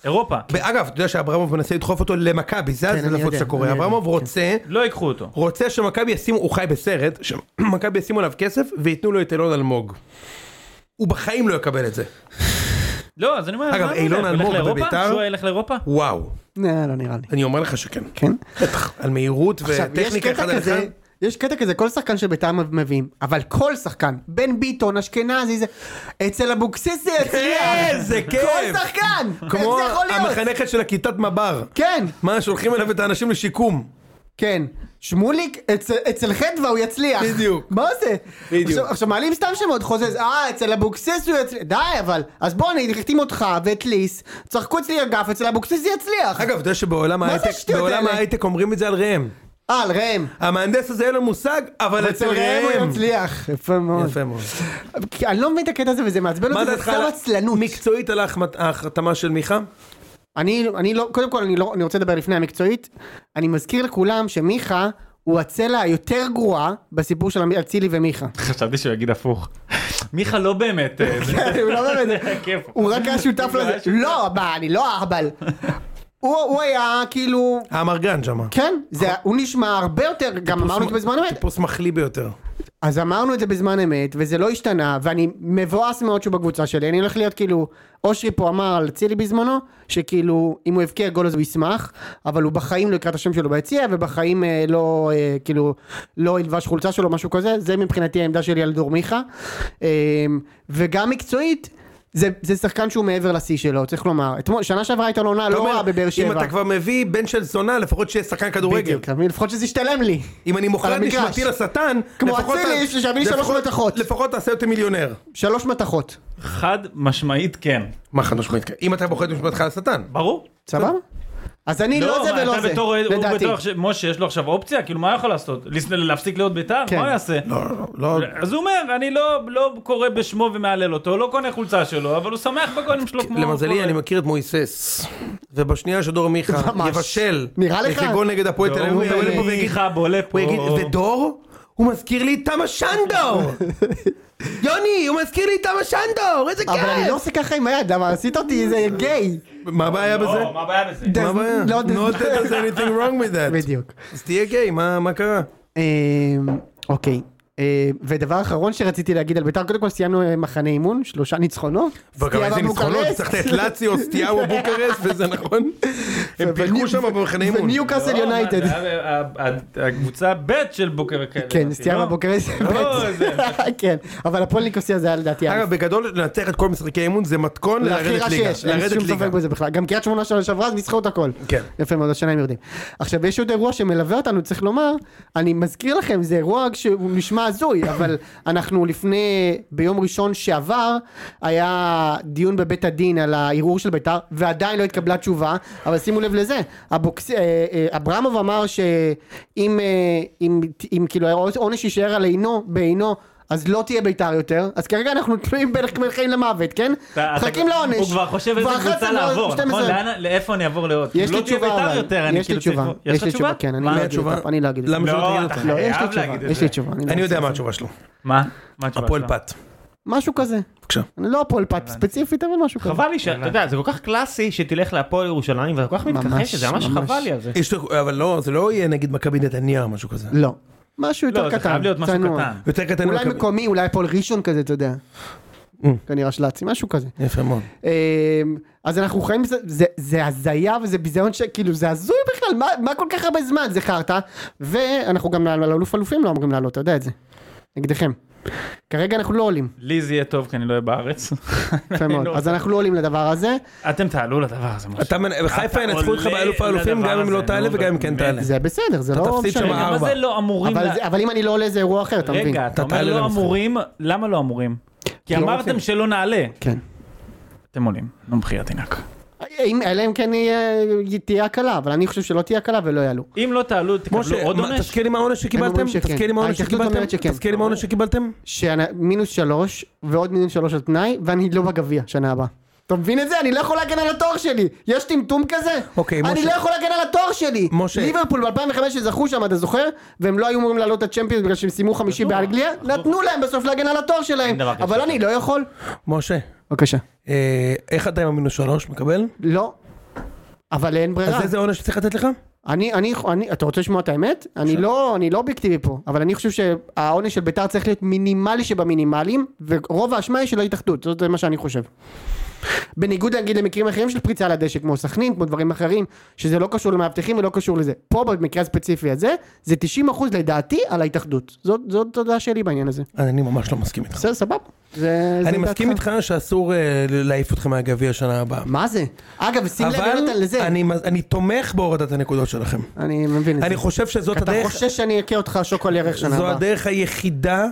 Speaker 5: אירופה.
Speaker 2: אגב, אתה יודע שאברמוב מנסה לדחוף אותו למכבי, זה
Speaker 1: כן, אני
Speaker 2: הזלפות
Speaker 1: יודע,
Speaker 2: שקורה.
Speaker 1: אני יודע,
Speaker 2: אברמוב
Speaker 1: כן.
Speaker 2: רוצה,
Speaker 5: לא ייקחו אותו.
Speaker 2: רוצה שמכבי ישימו, הוא חי בסרט, שמכבי ישימו עליו כסף וייתנו לו את אילון אלמוג. הוא בחיים לא יקבל את זה.
Speaker 5: לא, אז אני אומר,
Speaker 2: אגב,
Speaker 5: לאן הוא
Speaker 2: אילון
Speaker 5: ילך? הוא ילך
Speaker 2: אלמוג
Speaker 5: לאירופה?
Speaker 2: בביתר?
Speaker 5: שועה ילך לאירופה?
Speaker 2: וואו,
Speaker 1: לא, לא נראה לי.
Speaker 2: אני אומר לך שכן.
Speaker 1: כן?
Speaker 2: בטח, על מהירות
Speaker 1: עכשיו, יש
Speaker 2: וטכניקה
Speaker 1: קטע
Speaker 2: אחד על אחד.
Speaker 1: כזה- יש קטע כזה, כל שחקן שביתר מביאים, אבל כל שחקן, בן ביטון, אשכנזי, זה... אצל אבוקסיס זה יצליח!
Speaker 2: כן, זה כיף.
Speaker 1: כל שחקן! איך זה
Speaker 2: כמו
Speaker 1: יכול להיות?
Speaker 2: המחנכת של הכיתת מב"ר.
Speaker 1: כן,
Speaker 2: מה, שולחים אליו את האנשים לשיקום.
Speaker 1: כן. שמוליק, אצל- אצל חדווה הוא יצליח.
Speaker 2: בדיוק.
Speaker 1: מה זה?
Speaker 2: בדיוק.
Speaker 1: עכשיו- עכשיו מעלים סתם שמות חוזז, אה, אצל אבוקסיס הוא יצליח. די, אבל. אז בוא, אני אחתים אותך ואת ליס, צחקו אצלי אגף, אצל אבוקסיס זה יצליח.
Speaker 2: אגב, אתה יודע שבעולם
Speaker 1: זה
Speaker 2: ההייטק,
Speaker 1: השטויות
Speaker 2: בעולם
Speaker 1: האלה?
Speaker 2: ההייטק אומרים את זה על ראם.
Speaker 1: אה, על ראם.
Speaker 2: המהנדס הזה אין לו מושג, אבל
Speaker 1: אצל ראם הוא יצליח. יפה מאוד.
Speaker 2: יפה מאוד.
Speaker 1: כי אני לא מבין את הקטע הזה וזה מעצבן
Speaker 2: מה
Speaker 1: אותי, זה
Speaker 2: דעתך
Speaker 1: סתם
Speaker 2: על-
Speaker 1: עצלנות.
Speaker 2: מקצועית על ההחמת- ההחתמה של מיכה?
Speaker 1: אני, אני לא, קודם כל אני לא, אני רוצה לדבר לפני המקצועית. אני מזכיר לכולם שמיכה הוא הצלע היותר גרועה בסיפור של אצילי ומיכה.
Speaker 5: חשבתי שהוא יגיד הפוך. מיכה לא באמת... אה, זה-
Speaker 1: הוא לא באמת,
Speaker 5: כיף.
Speaker 1: הוא רק היה שותף
Speaker 5: הוא היה
Speaker 1: לזה.
Speaker 5: שותף.
Speaker 1: לא, אבל, אני לא אהבל. הוא הוא היה כאילו,
Speaker 2: האמרגן שמה.
Speaker 1: כן, זה- הוא נשמע הרבה יותר, גם אמרנו את זה בזמן אמת.
Speaker 2: טיפוס מחליא ביותר.
Speaker 1: אז אמרנו את זה בזמן אמת, וזה לא השתנה, ואני מבואס מאוד שהוא בקבוצה שלי. אני הולך להיות כאילו, אושרי פה אמר על צילי בזמנו, שכאילו, אם הוא יבקיע גול אז הוא ישמח, אבל הוא בחיים לא יקרא את השם שלו ביציע, ובחיים אה, לא, אה, כאילו, לא ילבש חולצה שלו, משהו כזה. זה מבחינתי העמדה שלי על דור מיכה. אה, וגם מקצועית, זה, זה שחקן שהוא מעבר לשיא שלו, צריך לומר. אתמול, שנה שעברה הייתה לו עונה
Speaker 2: אתה
Speaker 1: לא
Speaker 2: אומר,
Speaker 1: רעה בבאר שבע.
Speaker 2: אם אתה כבר מביא בן של זונה, לפחות שיהיה שחקן כדורגל.
Speaker 1: בדיוק, אתה מבין? לפחות שזה ישתלם לי.
Speaker 2: אם אני מוכר
Speaker 1: על
Speaker 2: את
Speaker 1: המגרש.
Speaker 2: נשמתי לשטן,
Speaker 1: כמו
Speaker 2: לפחות-
Speaker 1: אצילי, ששווה לי שלוש
Speaker 2: לפחות-
Speaker 1: מתכות.
Speaker 2: לפחות תעשה אותי מיליונר.
Speaker 1: שלוש מתכות.
Speaker 5: חד משמעית כן.
Speaker 2: מה חד משמעית? כן. אם אתה בוחר את משפטך לשטן.
Speaker 5: ברור.
Speaker 1: סבבה? אז אני לא זה
Speaker 5: מה,
Speaker 1: ולא
Speaker 5: אתה
Speaker 1: זה,
Speaker 5: בתור אוהד- הוא
Speaker 1: לדעתי.
Speaker 5: בתור עכשיו- משה יש לו עכשיו אופציה? כאילו מה הוא יכול לעשות? לס- להפסיק להיות בית"ר?
Speaker 1: כן.
Speaker 5: מה הוא יעשה?
Speaker 2: לא,
Speaker 5: אז הוא אומר, אני לא, לא קורא בשמו ומהלל אותו, לא קונה חולצה שלו, אבל הוא שמח בגולים שלו כמו...
Speaker 2: למזלי
Speaker 5: כל-
Speaker 2: אני מכיר את מויסס. ובשנייה שדור מיכה
Speaker 1: ממש.
Speaker 2: יבשל.
Speaker 1: נראה לך?
Speaker 2: לפי גול נגד הפועל תל אביב, הוא
Speaker 5: הוא
Speaker 2: יעלה פה ויגיד,
Speaker 5: מיכה בולה
Speaker 2: הוא
Speaker 5: פה.
Speaker 2: יגיד, ודור? הוא מזכיר לי את תמה
Speaker 1: *laughs*
Speaker 2: שנדור! יוני, הוא מזכיר לי את תמה שנדור! איזה
Speaker 1: אבל אני לא
Speaker 2: כיף!
Speaker 1: עושה ככה עם היד, למה עשית אותי זה גיי.
Speaker 2: מה הבעיה בזה?
Speaker 5: לא, מה הבעיה בזה?
Speaker 2: מה הבעיה?
Speaker 1: לא-
Speaker 2: Not that there's anything wrong with that.
Speaker 1: בדיוק.
Speaker 2: אז תהיה גיי, מה מה קרה?
Speaker 1: אמ, אוקיי. אמ, ודבר אחרון שרציתי להגיד על בית"ר, קודם כל סיימנו אה, מחנה אימון, שלושה ניצחונות.
Speaker 2: וגם
Speaker 1: סטייה
Speaker 2: איזה ניצחונות,
Speaker 1: בבוקרשט.
Speaker 2: צריך לתת לאציו, סטיהו, בוקרסט, וזה *laughs* נכון? הם פירקו שם במחנה אימון.
Speaker 1: וניוקאסל
Speaker 5: לא, מה,
Speaker 1: יונייטד.
Speaker 5: זה היה, אה, אה, הקבוצה ב' של בוקר כאלה.
Speaker 1: כן,
Speaker 5: לדעתי,
Speaker 1: סטייה
Speaker 5: לא?
Speaker 1: בבוקרסט.
Speaker 5: לא, זה-
Speaker 1: *laughs* כן, אבל הפועל ניקוסיה זה היה לדעתי.
Speaker 2: אגב, בגדול, לנצח את כל משחקי האימון זה מתכון
Speaker 1: זה הכי
Speaker 2: לרדת
Speaker 1: נכון? רע
Speaker 2: ליגה.
Speaker 1: שיש, אין
Speaker 2: לרדת
Speaker 1: שום
Speaker 2: ליגה.
Speaker 1: ספק בזה בכלל. גם קריית שמונה שנה שעברה, אז ניצחו אותה הכל.
Speaker 2: כן.
Speaker 1: יפה מאוד, השנה הם יורדים. עכשיו, יש עוד אירוע שמלווה אותנו, צריך לומר, אני מזכיר לכם, זה אירוע שהוא נשמע הזוי, *laughs* אבל אנחנו לפני, ביום ראשון שעבר, היה דיון בבית הדין על הערעור של בית"ר, ועדיין לא התקבלה תשובה, אבל שימו לב לזה, הבוקס- אה, אה, אברמוב אמר שאם אה, אם- אם כאילו העונש יישאר על עינו, בעינו, אז לא תהיה בית"ר יותר, אז כרגע אנחנו תלויים בין בין חיים למוות, כן?
Speaker 5: אתה- אתה-
Speaker 1: מחכים לעונש.
Speaker 5: הוא כבר חושב איזה
Speaker 1: ואחת
Speaker 5: קבוצה
Speaker 1: עשרה,
Speaker 5: לעבור, נכון?
Speaker 1: 12.
Speaker 5: לאן- לאיפה אני אעבור לעוד?
Speaker 1: יש
Speaker 5: לא
Speaker 1: לי
Speaker 5: תהיה
Speaker 1: תשובה
Speaker 5: בית"ר
Speaker 1: אבל,
Speaker 5: יותר, אני
Speaker 1: יש לי
Speaker 5: כאילו צריך-
Speaker 1: תשובה,
Speaker 5: יש
Speaker 1: יש
Speaker 5: לך
Speaker 1: לי
Speaker 5: תשובה?
Speaker 1: תשובה, כן, אני
Speaker 5: מה?
Speaker 1: לא אגיד
Speaker 2: התשובה?
Speaker 1: אותה, אני לא אגיד אותה.
Speaker 2: למה שלא
Speaker 5: לא,
Speaker 2: תגיד
Speaker 5: אתה
Speaker 2: אותה?
Speaker 1: לא, יש לי
Speaker 5: חייב
Speaker 1: תשובה,
Speaker 5: להגיד את
Speaker 1: יש לי
Speaker 5: זה.
Speaker 1: תשובה. לא
Speaker 2: אני יודע
Speaker 1: רוצה
Speaker 2: מה
Speaker 1: לעשות.
Speaker 2: התשובה שלו.
Speaker 5: מה? מה התשובה
Speaker 2: הפועל
Speaker 5: שלך?
Speaker 2: פת.
Speaker 1: משהו כזה.
Speaker 2: בבקשה.
Speaker 1: אני לא הפועל פת ספציפית, אבל משהו כזה.
Speaker 4: חבל לי שאתה יודע, זה כל כך קלאסי שתלך להפועל ירושלים ואתה כל כך מתכחש לזה, ממש
Speaker 1: ממש.
Speaker 4: חבל לי על זה.
Speaker 2: יש לך- אבל לא, זה לא יהיה נגיד מכבי נתניה או משהו כזה.
Speaker 1: לא. משהו יותר
Speaker 5: לא,
Speaker 1: קטן.
Speaker 5: זה חייב להיות משהו
Speaker 1: צנוע.
Speaker 5: קטן.
Speaker 2: יותר קטן
Speaker 1: אולי
Speaker 2: ממכבי.
Speaker 1: מקומי, אולי הפועל ראשון כזה, אתה יודע.
Speaker 2: Mm.
Speaker 1: כנראה שלצי, משהו כזה.
Speaker 2: יפה מאוד.
Speaker 1: אמ, אז אנחנו חיים, בזה- זה- זה הזיה וזה ביזיון שכאילו זה הזוי בכלל, מה- מה כל כך הרבה זמן זה חרטא, ואנחנו גם על אלוף אלופים לא אמורים לעלות, אתה יודע את זה, נגדכם. כרגע אנחנו לא עולים,
Speaker 5: לי זה יהיה טוב כי אני לא אהיה בארץ.
Speaker 1: *laughs*
Speaker 5: *laughs*
Speaker 1: יפה מאוד, אז אנחנו לא עולים לדבר הזה,
Speaker 5: אתם תעלו לדבר הזה. משה.
Speaker 2: אתה מנ- חיפה ינצחו אותך
Speaker 5: עולה
Speaker 2: באלוף האלופים
Speaker 5: לדבר
Speaker 2: גם אם
Speaker 5: הזה,
Speaker 2: לא תעלה
Speaker 5: נו,
Speaker 2: וגם אם
Speaker 5: באמת.
Speaker 2: כן תעלה.
Speaker 1: זה בסדר, זה לא
Speaker 2: תפסיד שם
Speaker 1: משנה,
Speaker 5: למה
Speaker 2: ארבע.
Speaker 5: זה לא אמורים...
Speaker 1: אבל
Speaker 5: לה-
Speaker 1: זה- אבל אם אני לא עולה זה אירוע אחר, אתה מבין?
Speaker 5: רגע, אתה
Speaker 2: אתה
Speaker 5: אומר
Speaker 2: תעלה
Speaker 5: לא
Speaker 2: למשחק.
Speaker 5: אמורים, למה לא אמורים? כי
Speaker 1: לא
Speaker 5: אמרתם
Speaker 1: רוצים.
Speaker 5: שלא נעלה.
Speaker 1: כן.
Speaker 5: אתם עולים, לא נו בחייאת עינק.
Speaker 1: אם- אלא אם כן יהיה- תהיה הקלה, אבל אני חושב שלא תהיה הקלה ולא יעלו.
Speaker 5: אם לא תעלו, תקבלו
Speaker 2: משה,
Speaker 5: עוד
Speaker 2: מה-
Speaker 5: עונש?
Speaker 2: תזכיר לי מה העונש שקיבלתם?
Speaker 1: אומרים שכן. אה,
Speaker 2: תזכיר לי מה העונש
Speaker 1: ההתאחדות
Speaker 2: שקיבלתם?
Speaker 1: אומרת שכן. אה.
Speaker 2: תזכיר לי מה העונש שקיבלתם?
Speaker 1: שמינוס שלוש ועוד מינוס שלוש על תנאי, ואני לא בגביע שנה הבאה. אתה מבין את זה? אני לא יכול להגן על התואר שלי. יש טמטום כזה?
Speaker 2: אוקיי,
Speaker 1: אני
Speaker 2: משה.
Speaker 1: לא יכול להגן על התואר שלי.
Speaker 2: משה.
Speaker 1: ליברפול ב-2005 זכו שם, אתה זוכר? והם לא היו אמורים לעלות את צ'מפיונס בגלל שהם סיימו חמישי
Speaker 2: לא,
Speaker 1: באנגליה? נתנו להם בסוף להגן על התואר שלהם.
Speaker 4: דבר כזה.
Speaker 1: אבל אני לא יכול.
Speaker 2: משה,
Speaker 1: בבקשה.
Speaker 2: אה, איך אתה עם המינוס שלוש מקבל?
Speaker 1: לא. אבל אין ברירה.
Speaker 2: אז איזה עונש צריך לתת לך?
Speaker 1: אני, אני, אני, אתה רוצה לשמוע את האמת? אני לא, אני לא אובייקטיבי פה, אבל אני חושב שהעונש של ביתר צריך להיות מינימלי שבמינימלים, ורוב האשמה היא של ההתאחדות, זאת- זה מה שאני חושב. בניגוד נגיד למקרים אחרים של פריצה לדשא, כמו סכנין, כמו דברים אחרים, שזה לא קשור למאבטחים ולא קשור לזה. פה במקרה הספציפי הזה, זה 90% לדעתי על ההתאחדות. זאת, זאת הדעה שלי בעניין הזה.
Speaker 2: אז אני ממש לא מסכים איתך.
Speaker 1: בסדר, סבבה. זה, זה
Speaker 2: אני
Speaker 1: דעתך.
Speaker 2: מסכים איתך שאסור אה, להעיף אותך מהגביע שנה הבאה.
Speaker 1: מה זה? אגב, שים לב
Speaker 2: אבל
Speaker 1: יונתן לזה. אני,
Speaker 2: אני מז- אני תומך בהורדת הנקודות שלכם.
Speaker 1: מבין את
Speaker 2: אני
Speaker 1: זה.
Speaker 2: חושב שזאת
Speaker 1: אתה
Speaker 2: הדרך,
Speaker 1: חושש שאני אכה אותך שוקו על ירך שנה
Speaker 2: זו
Speaker 1: הבאה.
Speaker 2: הדרך היחידה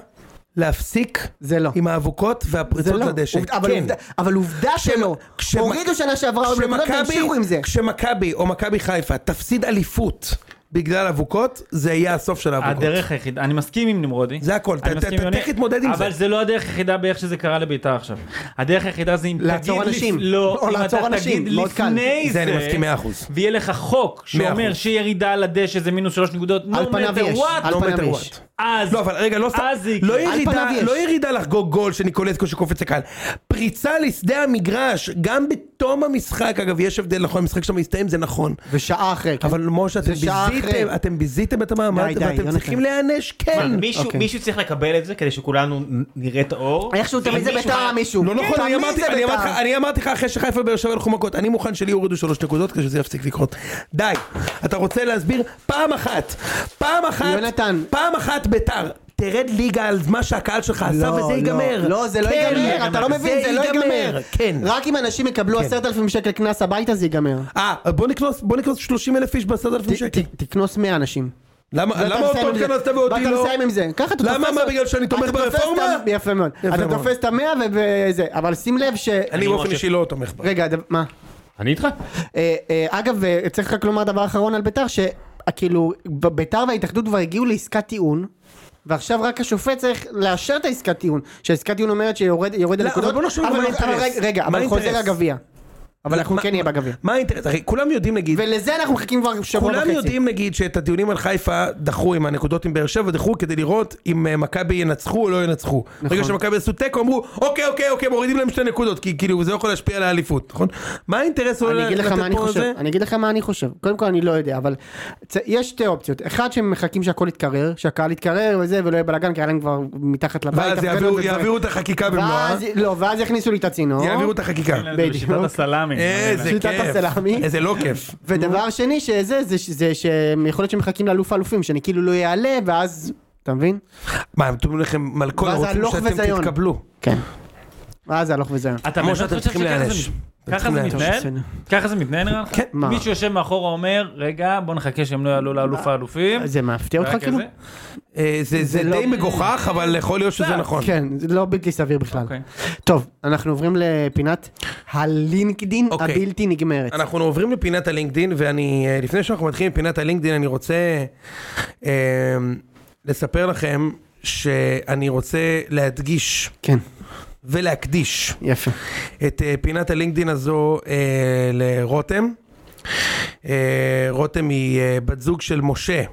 Speaker 2: להפסיק
Speaker 1: זה לא.
Speaker 2: עם האבוקות והפריצות לדשא.
Speaker 1: עובד- אבל,
Speaker 2: כן.
Speaker 1: עובדה, אבל עובדה
Speaker 2: כש-
Speaker 1: שלא.
Speaker 2: כשמ-
Speaker 1: הורידו שנה שעברה עוד נקודות
Speaker 2: כשמכבי-
Speaker 1: והמשיכו עם זה.
Speaker 2: כשמכבי או מכבי חיפה תפסיד אליפות בגלל אבוקות, זה יהיה הסוף של האבוקות.
Speaker 5: הדרך היחידה, אני מסכים עם נמרודי.
Speaker 2: זה הכל,
Speaker 5: אני
Speaker 2: ת-
Speaker 5: מסכים
Speaker 2: ת-
Speaker 5: עם יוני,
Speaker 2: תתחיל להתמודד עם זה.
Speaker 5: אבל זה לא הדרך היחידה באיך שזה קרה לביתר עכשיו. הדרך היחידה זה אם תגיד...
Speaker 1: לעצור
Speaker 5: לפ-
Speaker 1: אנשים.
Speaker 5: לא,
Speaker 1: או
Speaker 5: אם
Speaker 1: לעצור
Speaker 5: אתה
Speaker 1: אנשים,
Speaker 5: תגיד
Speaker 1: מאוד קל.
Speaker 5: לפני
Speaker 2: זה
Speaker 5: זה...
Speaker 2: אני מסכים 100%.
Speaker 5: ויהיה לך חוק
Speaker 2: מאה
Speaker 5: שאומר
Speaker 2: אחוז.
Speaker 5: שירידה על הדשא זה מינוס שלוש נקודות. no
Speaker 1: על פניו
Speaker 5: matter
Speaker 1: יש,
Speaker 5: what,
Speaker 1: על
Speaker 2: No
Speaker 1: פניו
Speaker 2: matter
Speaker 1: יש.
Speaker 2: what.
Speaker 5: אז...
Speaker 2: לא אבל רגע לא סתם,
Speaker 5: אז זה יקרה.
Speaker 2: לא
Speaker 5: על
Speaker 2: ירידה,
Speaker 1: פניו יש.
Speaker 2: לא ירידה לחגוג גול שניקולסקו שקופץ לקהל, פריצה לשדה המגרש, גם בתום המשחק, אגב יש הבדל נכון, המשחק שם הסתיים זה נכון,
Speaker 1: ושעה אחרי. כן.
Speaker 2: אבל לא- משה אתם
Speaker 1: זה שעה
Speaker 2: ביזיתם,
Speaker 1: אחרי.
Speaker 2: אתם ביזיתם את המעמד
Speaker 1: די, די,
Speaker 2: ואתם
Speaker 1: יונתן.
Speaker 2: צריכים להיענש,
Speaker 4: מה,
Speaker 2: כן,
Speaker 4: מישהו-
Speaker 1: אוקיי.
Speaker 4: מישהו צריך לקבל את זה כדי שכולנו נ- נראה את האור.
Speaker 1: איכשהו תמיד זה
Speaker 4: ומישהו-
Speaker 1: ביתר מישהו.
Speaker 2: לא נכון, אני
Speaker 1: תמיד
Speaker 2: אמרתי
Speaker 1: זה
Speaker 2: אני
Speaker 1: בית"ר.
Speaker 2: אמרתי לך- אני אמרתי לך אחרי שחיפה ובאר שבע הלכו מכות, אני מוכן שלי יורידו שלוש נקודות כדי שזה יפסיק לקרות. די, אתה רוצה להסביר פעם אחת, פעם אחת,
Speaker 1: יונתן.
Speaker 2: פעם אחת ביתר. תרד ליגה על מה שהקהל שלך עשה
Speaker 1: לא,
Speaker 2: וזה
Speaker 1: לא.
Speaker 2: ייגמר.
Speaker 1: לא, זה לא
Speaker 2: כן,
Speaker 1: ייגמר, אתה לא מבין, זה לא ייגמר.
Speaker 2: כן.
Speaker 1: רק אם אנשים יקבלו עשרת אלפים שקל קנס הביתה זה ייגמר.
Speaker 2: אה, בוא נקנוס, בוא נקנוס 30 אלף איש בעשרת אלפים
Speaker 1: ת-
Speaker 2: שקל.
Speaker 1: ת- תקנוס 100 אנשים.
Speaker 2: למה
Speaker 1: ואתה
Speaker 2: למה
Speaker 1: מסיים
Speaker 2: אותו
Speaker 1: עם זה.
Speaker 2: התכנסת ואותי
Speaker 1: ואתה
Speaker 2: לא?
Speaker 1: מסיים עם זה. ככה אתה
Speaker 2: למה?
Speaker 1: תופס-
Speaker 2: מה, בגלל שאני תומך
Speaker 1: אתה תופס את ה-
Speaker 2: ברפורמה?
Speaker 1: יפה מאוד.
Speaker 2: יפה
Speaker 1: אתה
Speaker 2: מאוד.
Speaker 1: תופס את המאה וזה. אבל שים לב ש...
Speaker 2: אני באופן
Speaker 4: משה.
Speaker 2: אישי לא תומך בה.
Speaker 1: רגע, דבר- מה?
Speaker 4: אני איתך.
Speaker 1: אה, אה, אגב, אה, צריך רק לומר דבר אחרון על ביתר, ש- אה, כאילו, ב- ביתר וההתאחדות כבר הגיעו לעסקת טיעון. ועכשיו רק השופט צריך לאשר את העסקת טיעון, שהעסקת טיעון אומרת שיורד יורד
Speaker 2: לא,
Speaker 1: הנקודות,
Speaker 2: אבל בוא נחשוב מה
Speaker 1: אבל-
Speaker 2: האינטרס.
Speaker 1: אבל רגע, רגע,
Speaker 2: מה
Speaker 1: אבל חוזר
Speaker 2: האינטרס?
Speaker 1: לגביע, אבל אנחנו
Speaker 2: לא, מה-
Speaker 1: כן נהיה בגביע,
Speaker 2: מה האינטרס? הרי כולם יודעים נגיד,
Speaker 1: ולזה אנחנו מחכים כבר שבוע וחצי,
Speaker 2: כולם יודעים נגיד שאת הדיונים על חיפה דחו עם הנקודות עם באר שבע, דחו כדי לראות אם אה, מכבי ינצחו או לא ינצחו.
Speaker 1: נכון.
Speaker 2: ברגע שמכבי עשו תיקו אמרו, אוקיי, אוקיי, אוקיי, מורידים להם שתי נקודות, כי כאילו זה לא יכול להשפיע על האליפות, נכון? מה האינטרס לא
Speaker 1: אני אגיד לך
Speaker 2: לתת
Speaker 1: מה אני
Speaker 2: פה
Speaker 1: חושב,
Speaker 2: זה?
Speaker 1: אני אגיד לך מה אני חושב, קודם כל אני לא יודע, אבל צ- יש שתי אופציות, אחד שמחכים שהכל יתקרר, שהקהל יתקרר וזה, ולא יהיה בלאגן, כי היה להם כבר מתחת לבית,
Speaker 2: ואז
Speaker 1: הפגנות
Speaker 2: יעבירו-
Speaker 1: ודברים.
Speaker 2: יעבירו את החקיקה במלואה,
Speaker 1: ואז- לא, ואז יכניסו לי את הצינור,
Speaker 2: יעבירו את החקיקה.
Speaker 1: בדיוק.
Speaker 5: בשיטת הסלאמי.
Speaker 2: איזה
Speaker 1: שיטת
Speaker 2: כיף,
Speaker 1: הסלמי.
Speaker 2: איזה לא כיף.
Speaker 1: ודבר שני שזה, זה, ש- זה שיכול להיות שמחכים לאלוף האלופים, שאני כאילו לא יעלה, ואז, אתה מבין?
Speaker 2: מה, הם תומנו לכם מלכון,
Speaker 1: ואז
Speaker 2: רוצים
Speaker 1: הלוך
Speaker 2: שאתם
Speaker 1: וזיון.
Speaker 2: תתקבלו.
Speaker 1: כן. ואז הלוך וזיון.
Speaker 5: אתה
Speaker 2: כמו
Speaker 5: באמת
Speaker 2: שאתם
Speaker 5: לא חושב
Speaker 2: צריכים
Speaker 5: שככה זה
Speaker 2: להיענש.
Speaker 5: מת-
Speaker 2: אתם
Speaker 5: ככה
Speaker 2: צריכים
Speaker 5: זה
Speaker 2: להיענש.
Speaker 5: מתנהל?
Speaker 1: בסדר.
Speaker 5: ככה זה מתנהל נראה לך?
Speaker 2: כן.
Speaker 1: מה?
Speaker 5: מישהו יושב מאחורה אומר, רגע, בוא נחכה שהם לא יעלו לאלוף האלופים.
Speaker 1: זה מפתיע אותך
Speaker 5: רק
Speaker 1: כאילו?
Speaker 5: כזה?
Speaker 2: אה, זה- זה
Speaker 1: לא-
Speaker 2: די מגוחך, אבל יכול להיות שזה נכון.
Speaker 1: כן, זה לא בלתי סביר בכלל.
Speaker 5: אוקיי.
Speaker 1: טוב, אנחנו עוברים לפינת הלינקדין
Speaker 2: אוקיי.
Speaker 1: הבלתי נגמרת.
Speaker 2: אנחנו עוברים לפינת הלינקדין, ואני, אה, לפני שאנחנו מתחילים עם פינת הלינקדין, אני רוצה אה, לספר לכם שאני רוצה להדגיש
Speaker 1: כן,
Speaker 2: ולהקדיש
Speaker 1: יפה.
Speaker 2: את אה, פינת הלינקדין הזו אה, לרותם. אה, רותם היא אה, בת זוג של משה.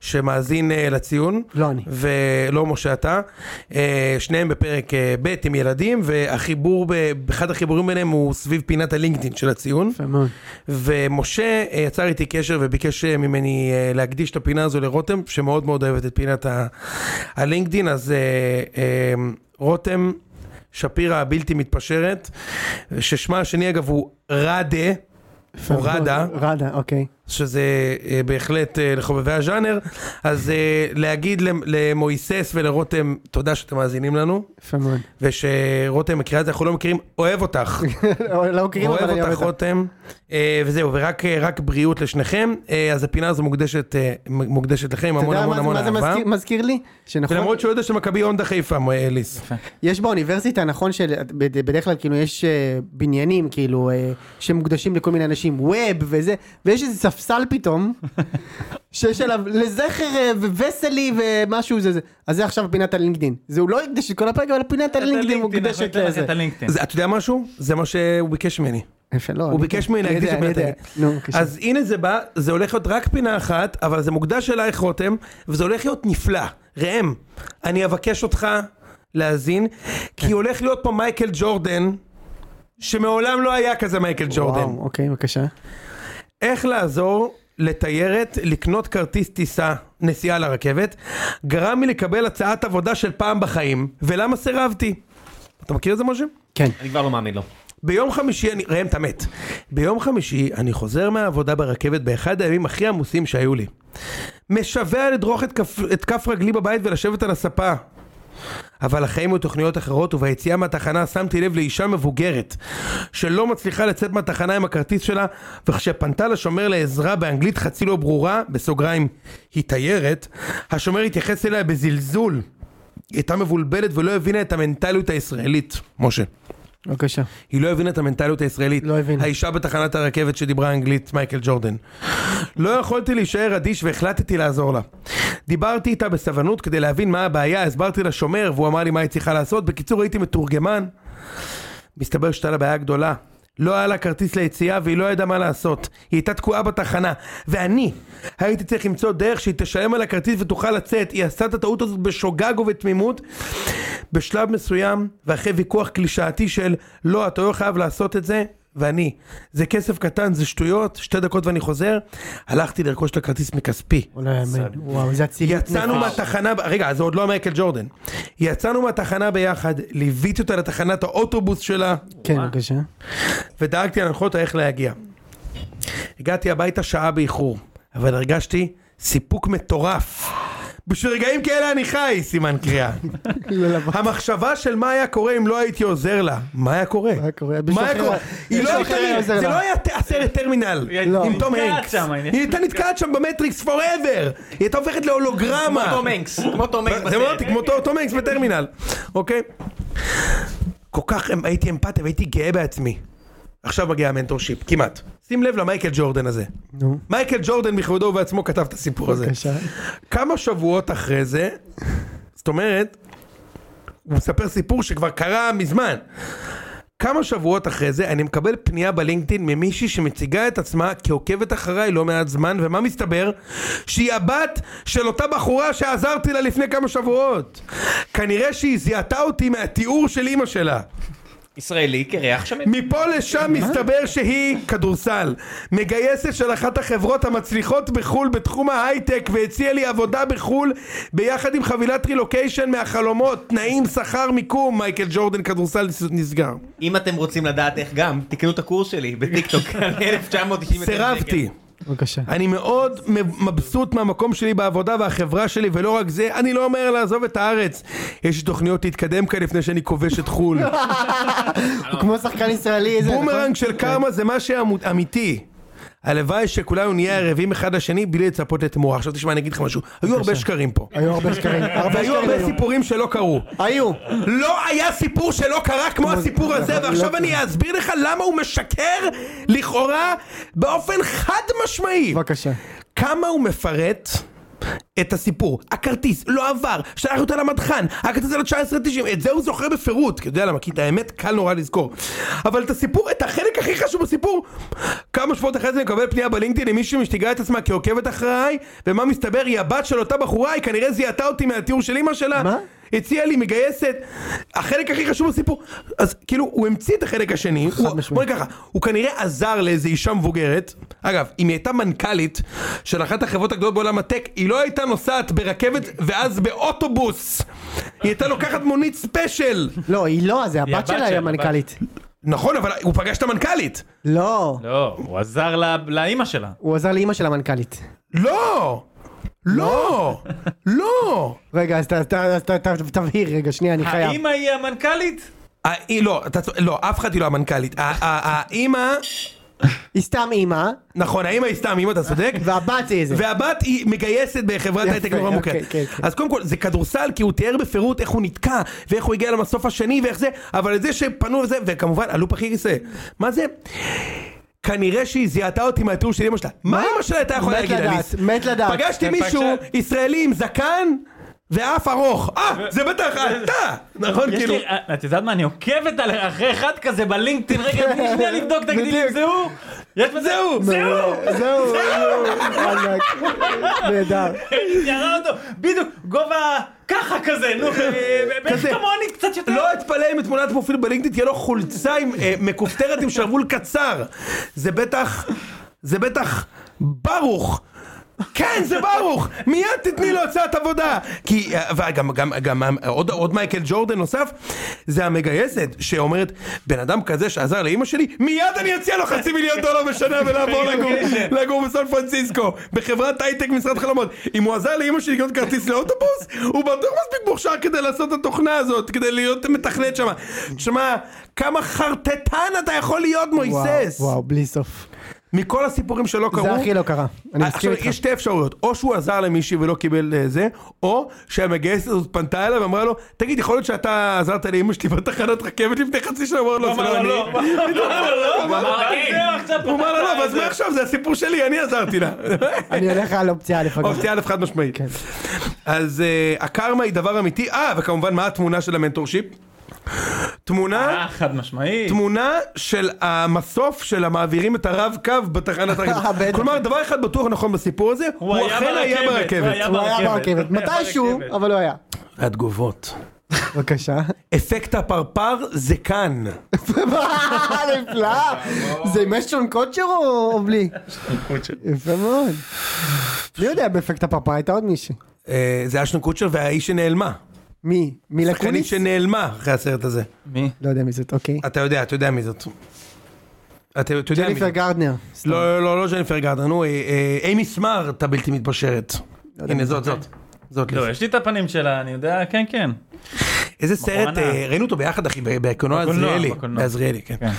Speaker 2: שמאזין אה, לציון,
Speaker 1: לא אני.
Speaker 2: ולא משה אתה, אה, שניהם בפרק אה, ב' עם ילדים, והחיבור, ב- אחד החיבורים ביניהם הוא סביב פינת הלינקדאין של הציון.
Speaker 1: יפה מאוד.
Speaker 2: ומשה אה, יצר איתי קשר וביקש אה, ממני אה, להקדיש את הפינה הזו לרותם, שמאוד מאוד אוהבת את פינת ה- הלינקדין, אז אה, אה, רותם שפירא הבלתי מתפשרת, ששמה השני אגב הוא ראדה,
Speaker 1: יפה
Speaker 2: או
Speaker 1: מאוד.
Speaker 2: ראדה,
Speaker 1: ראדה, אוקיי.
Speaker 2: שזה אה, בהחלט אה, לחובבי הז'אנר, אז אה, להגיד למ- למויסס ולרותם, תודה שאתם מאזינים לנו,
Speaker 1: יפה מאוד.
Speaker 2: ושרותם מכירה את זה, אנחנו לא מכירים, אוהב אותך.
Speaker 1: לא לא מכירים, אבל
Speaker 2: אוהב
Speaker 1: אני אוהב
Speaker 2: אותך
Speaker 1: אותך.
Speaker 2: רותם, אה, וזהו, ורק אה, רק בריאות לשניכם, אה, אז הפינה הזו מוקדשת, אה, מ- מוקדשת לכם עם
Speaker 1: אתה
Speaker 2: המון
Speaker 1: יודע
Speaker 2: המון
Speaker 1: מה זה-
Speaker 2: המון
Speaker 1: מה נכון. זה
Speaker 2: אהבה.
Speaker 1: מזכיר- מזכיר לי? שנכון,
Speaker 2: ולמרות שהוא יודע שמכבי הונדה חיפה, מ- אה, אליס.
Speaker 1: יש באוניברסיטה נכון שבדרך כלל כאילו יש אה, בניינים כאילו אה, שמוקדשים לכל מיני אנשים ווב וזה ויש איזה ספסל
Speaker 2: *laughs*
Speaker 1: פתאום, שיש עליו לזכר אה, וסלי ומשהו זה זה. אז זה עכשיו פינת הלינקדין. זה הוא לא הקדש את כל הפרק, אבל פינת הלינקדין מוקדשת לזה.
Speaker 5: את הלינקדאין.
Speaker 2: זה- אתה יודע משהו? זה מה שהוא ביקש ממני.
Speaker 1: יפה, לא,
Speaker 2: הוא
Speaker 1: אני-
Speaker 2: ביקש ממני
Speaker 1: אני
Speaker 2: להקדיש
Speaker 1: יודע,
Speaker 2: את פינת
Speaker 1: אני
Speaker 2: הלינקדאין.
Speaker 1: יודע. נו, בבקשה.
Speaker 2: אז הנה זה בא, זה הולך להיות רק פינה אחת, אבל זה מוקדש אלייך רותם, וזה הולך להיות נפלא. ראם, אני אבקש אותך להאזין,
Speaker 1: כן.
Speaker 2: כי הולך להיות פה מייקל ג'ורדן, שמעולם לא היה כזה מייקל ג'ורדן.
Speaker 1: וואו, אוקיי, בבקשה.
Speaker 2: איך לעזור לתיירת לקנות כרטיס טיסה, נסיעה לרכבת, גרם לי לקבל הצעת עבודה של פעם בחיים, ולמה סירבתי? אתה מכיר את זה משה?
Speaker 1: כן.
Speaker 4: אני כבר לא מאמין לו.
Speaker 2: ביום חמישי, אני, ראם, אתה מת. ביום חמישי אני חוזר מהעבודה ברכבת באחד הימים הכי עמוסים שהיו לי. משווע לדרוך את כף, את כף רגלי בבית ולשבת על הספה. אבל החיים היו תוכניות אחרות, וביציאה מהתחנה שמתי לב לאישה מבוגרת שלא מצליחה לצאת מהתחנה עם הכרטיס שלה, וכשפנתה לשומר לעזרה באנגלית חצי לא ברורה, בסוגריים, היא תיירת, השומר התייחס אליה בזלזול. היא הייתה מבולבלת ולא הבינה את המנטליות הישראלית, משה.
Speaker 1: בבקשה.
Speaker 2: היא לא הבינה את המנטליות הישראלית.
Speaker 1: לא הבינה.
Speaker 2: האישה בתחנת הרכבת שדיברה אנגלית, מייקל ג'ורדן. לא יכולתי להישאר אדיש והחלטתי לעזור לה. דיברתי איתה בסבלנות כדי להבין מה הבעיה, הסברתי לשומר והוא אמר לי מה היא צריכה לעשות. בקיצור, הייתי מתורגמן. מסתבר שהייתה לה בעיה גדולה. לא היה לה כרטיס ליציאה והיא לא ידעה מה לעשות. היא הייתה תקועה בתחנה. ואני הייתי צריך למצוא דרך שהיא תשלם על הכרטיס ותוכל לצאת. היא עשתה את הטעות הזאת בשוגג ובתמימות. בשלב מסוים, ואחרי ויכוח קלישאתי של לא, אתה לא חייב לעשות את זה, ואני, זה כסף קטן, זה שטויות, שתי דקות ואני חוזר, הלכתי לרכוש את הכרטיס מכספי.
Speaker 1: לא יאמן. וואו, זה אצילות.
Speaker 2: יצאנו
Speaker 1: נפש.
Speaker 2: מהתחנה, רגע, זה עוד לא מייקל ג'ורדן. יצאנו מהתחנה ביחד, ליוויתי אותה לתחנת האוטובוס שלה,
Speaker 1: כן, בבקשה.
Speaker 2: ודאגתי להנחות איך להגיע. הגעתי הביתה שעה באיחור, אבל הרגשתי סיפוק מטורף. בשביל רגעים כאלה אני חי, סימן
Speaker 1: *laughs*
Speaker 2: קריאה.
Speaker 1: לא
Speaker 2: המחשבה של מה היה קורה אם לא הייתי עוזר לה. מה היה קורה?
Speaker 1: מה היה קורה?
Speaker 2: מה היה קורה? היא לא
Speaker 1: מישהו אחר היה
Speaker 2: הייתה,
Speaker 1: עוזר
Speaker 2: זה
Speaker 1: לה.
Speaker 2: לא היה ת- הסרט טרמינל,
Speaker 1: לא.
Speaker 2: עם תום
Speaker 5: נתקעת
Speaker 2: הנקס.
Speaker 5: שם,
Speaker 2: היא
Speaker 5: הנה.
Speaker 2: הייתה נתקעת שם במטריקס פוראבר. היא הייתה הופכת
Speaker 4: כמו
Speaker 2: להולוגרמה.
Speaker 4: תום הנקס, כמו תום הנקס
Speaker 2: זה אמרתי,
Speaker 4: בסרט.
Speaker 2: כמו תו- תום הנקס בטרמינל, אוקיי? כל כך אמ- הייתי אמפתיה והייתי גאה בעצמי. עכשיו מגיע המנטורשיפ, כמעט. שים לב למייקל ג'ורדן הזה.
Speaker 1: נו.
Speaker 2: מייקל ג'ורדן בכבודו ובעצמו כתב את הסיפור הזה.
Speaker 1: בבקשה.
Speaker 2: כמה שבועות אחרי זה, זאת אומרת, הוא מספר סיפור שכבר קרה מזמן. כמה שבועות אחרי זה אני מקבל פנייה בלינקדאין ממישהי שמציגה את עצמה כעוקבת אחריי לא מעט זמן ומה מסתבר? שהיא הבת של אותה בחורה שעזרתי לה לפני כמה שבועות כנראה שהיא זיהתה אותי מהתיאור של אימא שלה
Speaker 4: ישראלי קרח שם.
Speaker 2: מפה לשם מסתבר שהיא כדורסל. מגייסת של אחת החברות המצליחות בחו"ל בתחום ההייטק והציעה לי עבודה בחו"ל ביחד עם חבילת רילוקיישן מהחלומות, תנאים, שכר, מיקום, מייקל ג'ורדן כדורסל נסגר.
Speaker 4: אם אתם רוצים לדעת איך גם, תקנו את הקורס שלי בטיקטוק, 1999.
Speaker 2: סירבתי.
Speaker 1: בבקשה.
Speaker 2: אני מאוד מבסוט מהמקום שלי בעבודה והחברה שלי, ולא רק זה, אני לא אומר לעזוב את הארץ. יש לי תוכניות להתקדם כאן לפני שאני כובש את חו"ל.
Speaker 1: הוא כמו שחקן ישראלי. איזה- נכון?
Speaker 2: אה. בומרנג של קרמה זה מה שאמיתי. הלוואי שכולנו נהיה ערבים אחד לשני בלי לצפות לתמורה. עכשיו תשמע, אני אגיד לך משהו. היו הרבה שקרים פה.
Speaker 1: היו הרבה שקרים. הרבה
Speaker 2: והיו
Speaker 1: שקרים
Speaker 2: הרבה
Speaker 1: היו.
Speaker 2: סיפורים שלא קרו.
Speaker 1: היו.
Speaker 2: לא היה סיפור שלא קרה כמו הסיפור
Speaker 1: נכון,
Speaker 2: הזה, ועכשיו אני אסביר לך למה הוא משקר לכאורה באופן חד משמעי.
Speaker 1: בבקשה.
Speaker 2: כמה הוא מפרט את הסיפור. הכרטיס לא עבר, שלח אותה למדחן, הכרטיס על 1990, את זה הוא זוכר בפירוט, כי אתה יודע למה, כי את האמת קל נורא לזכור. אבל את הסיפור, את החלק הכי חשוב בסיפור, כמה שבועות אחרי זה אני מקבל פנייה בלינקדאין למישהי משתיגה את עצמה כעוקבת אחריי, ומה מסתבר, היא הבת של אותה בחורה, היא כנראה זיהתה אותי מהתיאור של אימא שלה.
Speaker 1: מה?
Speaker 2: הציעה לי, מגייסת, החלק הכי חשוב בסיפור, אז כאילו הוא המציא את החלק השני, הוא-
Speaker 1: משמעית.
Speaker 2: בוא נגיד ככה, הוא כנראה עזר לאיזו אישה מבוגרת, אגב, אם היא הייתה מנכ"לית של אחת החברות הגדולות בעולם הטק, היא לא הייתה נוסעת ברכבת ואז באוטובוס, היא הייתה לוקחת מונית ספיישל,
Speaker 1: לא, היא לא, זה
Speaker 5: היא
Speaker 1: הבת שלה היא המנכ"לית.
Speaker 2: נכון אבל הוא פגש את המנכ"לית,
Speaker 1: לא.
Speaker 5: לא, הוא עזר לה- לאימא שלה.
Speaker 1: הוא עזר לאימא של המנכ"לית.
Speaker 2: לא, לא, לא,
Speaker 1: רגע, אז ת- ת- אז ת- ת- תבהיר רגע, שנייה, אני חייב.
Speaker 5: האמא היא המנכ"לית?
Speaker 2: אה, היא- לא, אתה צודק, לא, אף אחד היא לא המנכ"לית, ה- ה- האימא,
Speaker 1: היא סתם אימא,
Speaker 2: נכון האימא היא סתם אימא, אתה צודק,
Speaker 1: והבת היא זה.
Speaker 2: והבת היא מגייסת בחברת
Speaker 1: יפה,
Speaker 2: הייטק נורא מוכרת.
Speaker 1: אוקיי, כן, כן.
Speaker 2: אז קודם כל, זה כדורסל, כי הוא תיאר בפירוט איך הוא נתקע, ואיך הוא הגיע למסוף השני, ואיך זה, אבל את זה שפנו וזה, וכמובן, הלופ הכי כיסא. מה זה? כנראה שהיא זיהתה אותי מהתיאור של אמא שלה. מה אמא שלה הייתה יכולה
Speaker 1: מת
Speaker 2: להגיד,
Speaker 1: לדעת,
Speaker 2: אליס?
Speaker 1: מת לדעת.
Speaker 2: פגשתי מישהו
Speaker 5: פגשה-
Speaker 2: ישראלי עם זקן ואף ארוך. אה, זה בטח אתה! נכון,
Speaker 5: יש
Speaker 2: כאילו...
Speaker 5: לי, אה, את יודעת מה, אני עוקבת על אחרי אחד כזה בלינקדאין, רגע,
Speaker 2: *laughs*
Speaker 5: תני לי שנייה לבדוק, תגידי לי אם זה הוא. יש בזה,
Speaker 2: זהו!
Speaker 5: זהו!
Speaker 1: זהו, זהו, ענק. נהדר.
Speaker 5: *laughs* ירה אותו, בדיוק, גובה ככה כזה, נו, בערך
Speaker 2: כזה.
Speaker 5: כמוני קצת יותר.
Speaker 2: לא אתפלא אם תמונת פרופיל בלינקדאין תהיה לו חולצה עם אה, מכופתרת עם שרוול קצר. זה בטח, זה בטח ברוך. כן, זה ברוך! מיד תתני לו הצעת עבודה! כי, אה, וגם, גם, גם, אה, עוד, עוד מייקל ג'ורדן נוסף, זה המגייסת שאומרת, בן אדם כזה שעזר לאימא שלי, מיד אני אציע לו חצי מיליון דולר בשנה ולעבור לגור, לגור בסן פרנסיסקו, בחברת הייטק משרד חלומות. אם הוא עזר לאימא שלי לקנות כרטיס לאוטובוס, הוא בטוח מספיק מוכשר כדי לעשות את התוכנה הזאת, כדי להיות מתכנת שמה. תשמע, כמה חרטטן אתה יכול להיות, מויסס!
Speaker 1: וואו, בלי סוף.
Speaker 2: מכל הסיפורים שלא קרו.
Speaker 1: זה הכי לא קרה. אני מסכים
Speaker 2: אה, עכשיו, יש
Speaker 1: איתך.
Speaker 2: שתי אפשרויות, או שהוא עזר למישהי ולא קיבל אה, זה, או שהמגייסת הזאת פנתה אליו ואמרה לו, תגיד, יכול להיות שאתה עזרת לאמא שלי בתחנת רכבת לפני חצי שנה? הוא אמר לו, זה לא אני.
Speaker 5: לא, לא, לא, לא,
Speaker 2: הוא אמר לו,
Speaker 5: אבל
Speaker 2: "כן."
Speaker 5: זהו, עכשיו אה,
Speaker 2: הוא אמר לו,
Speaker 5: פתחת
Speaker 2: לא,
Speaker 5: את
Speaker 2: אז
Speaker 5: זה.
Speaker 2: מה עכשיו? זה הסיפור שלי, אני עזרתי לה.
Speaker 1: *laughs* אני הולך על אופציה א' אגב.
Speaker 2: אופציה א' חד משמעית.
Speaker 1: כן.
Speaker 2: אז אה, הקרמה היא דבר אמיתי, אה, וכמובן, מה התמונה של המנטורשיפ? תמונה...
Speaker 5: אה, חד משמעית.
Speaker 2: תמונה של המסוף של המעבירים את הרב קו בתחנת
Speaker 1: אה,
Speaker 2: הרכבת.
Speaker 1: *laughs* בטח.
Speaker 2: כלומר, דבר אחד בטוח נכון בסיפור הזה, הוא אכן היה ברכבת.
Speaker 1: הוא היה ברכבת. מתישהו, אבל לא היה.
Speaker 2: התגובות.
Speaker 1: בבקשה. *laughs*
Speaker 2: אפקט הפרפר זה כאן. *laughs*
Speaker 1: נפלא. זה עם אשטון קוצ'ר או או בלי? יפה מאוד. מי יודע באפקט הפרפר הייתה עוד מישהי.
Speaker 2: אה, זה אשנו קוצ'ר והאיש שנעלמה.
Speaker 1: מי? מילה
Speaker 2: קנית
Speaker 1: קוניס?
Speaker 2: שנעלמה אחרי הסרט הזה.
Speaker 5: מי?
Speaker 1: לא יודע מי זאת, אוקיי.
Speaker 2: אתה יודע, אתה יודע מי זאת. אתה אתה יודע מי
Speaker 1: ג'ניפר
Speaker 2: זאת.
Speaker 1: גרדנר. סתם.
Speaker 2: לא, לא, לא, לא ג'ניפר גארדן, נו, אה, אה, אימי סמארט הבלתי מתפשרת.
Speaker 1: לא
Speaker 2: הנה, זאת, זאת.
Speaker 1: כן.
Speaker 2: זאת
Speaker 5: לא,
Speaker 2: לי.
Speaker 5: יש לי את הפנים שלה, אני יודע, כן, כן.
Speaker 2: איזה סרט,
Speaker 5: בקולנוע.
Speaker 2: אה, ראינו אותו ביחד, אחי, ב- בקולנוע
Speaker 5: בקולנוע,
Speaker 2: עזריאלי.
Speaker 5: בקולנוע.
Speaker 2: בעזריאלי, כן.
Speaker 5: כן.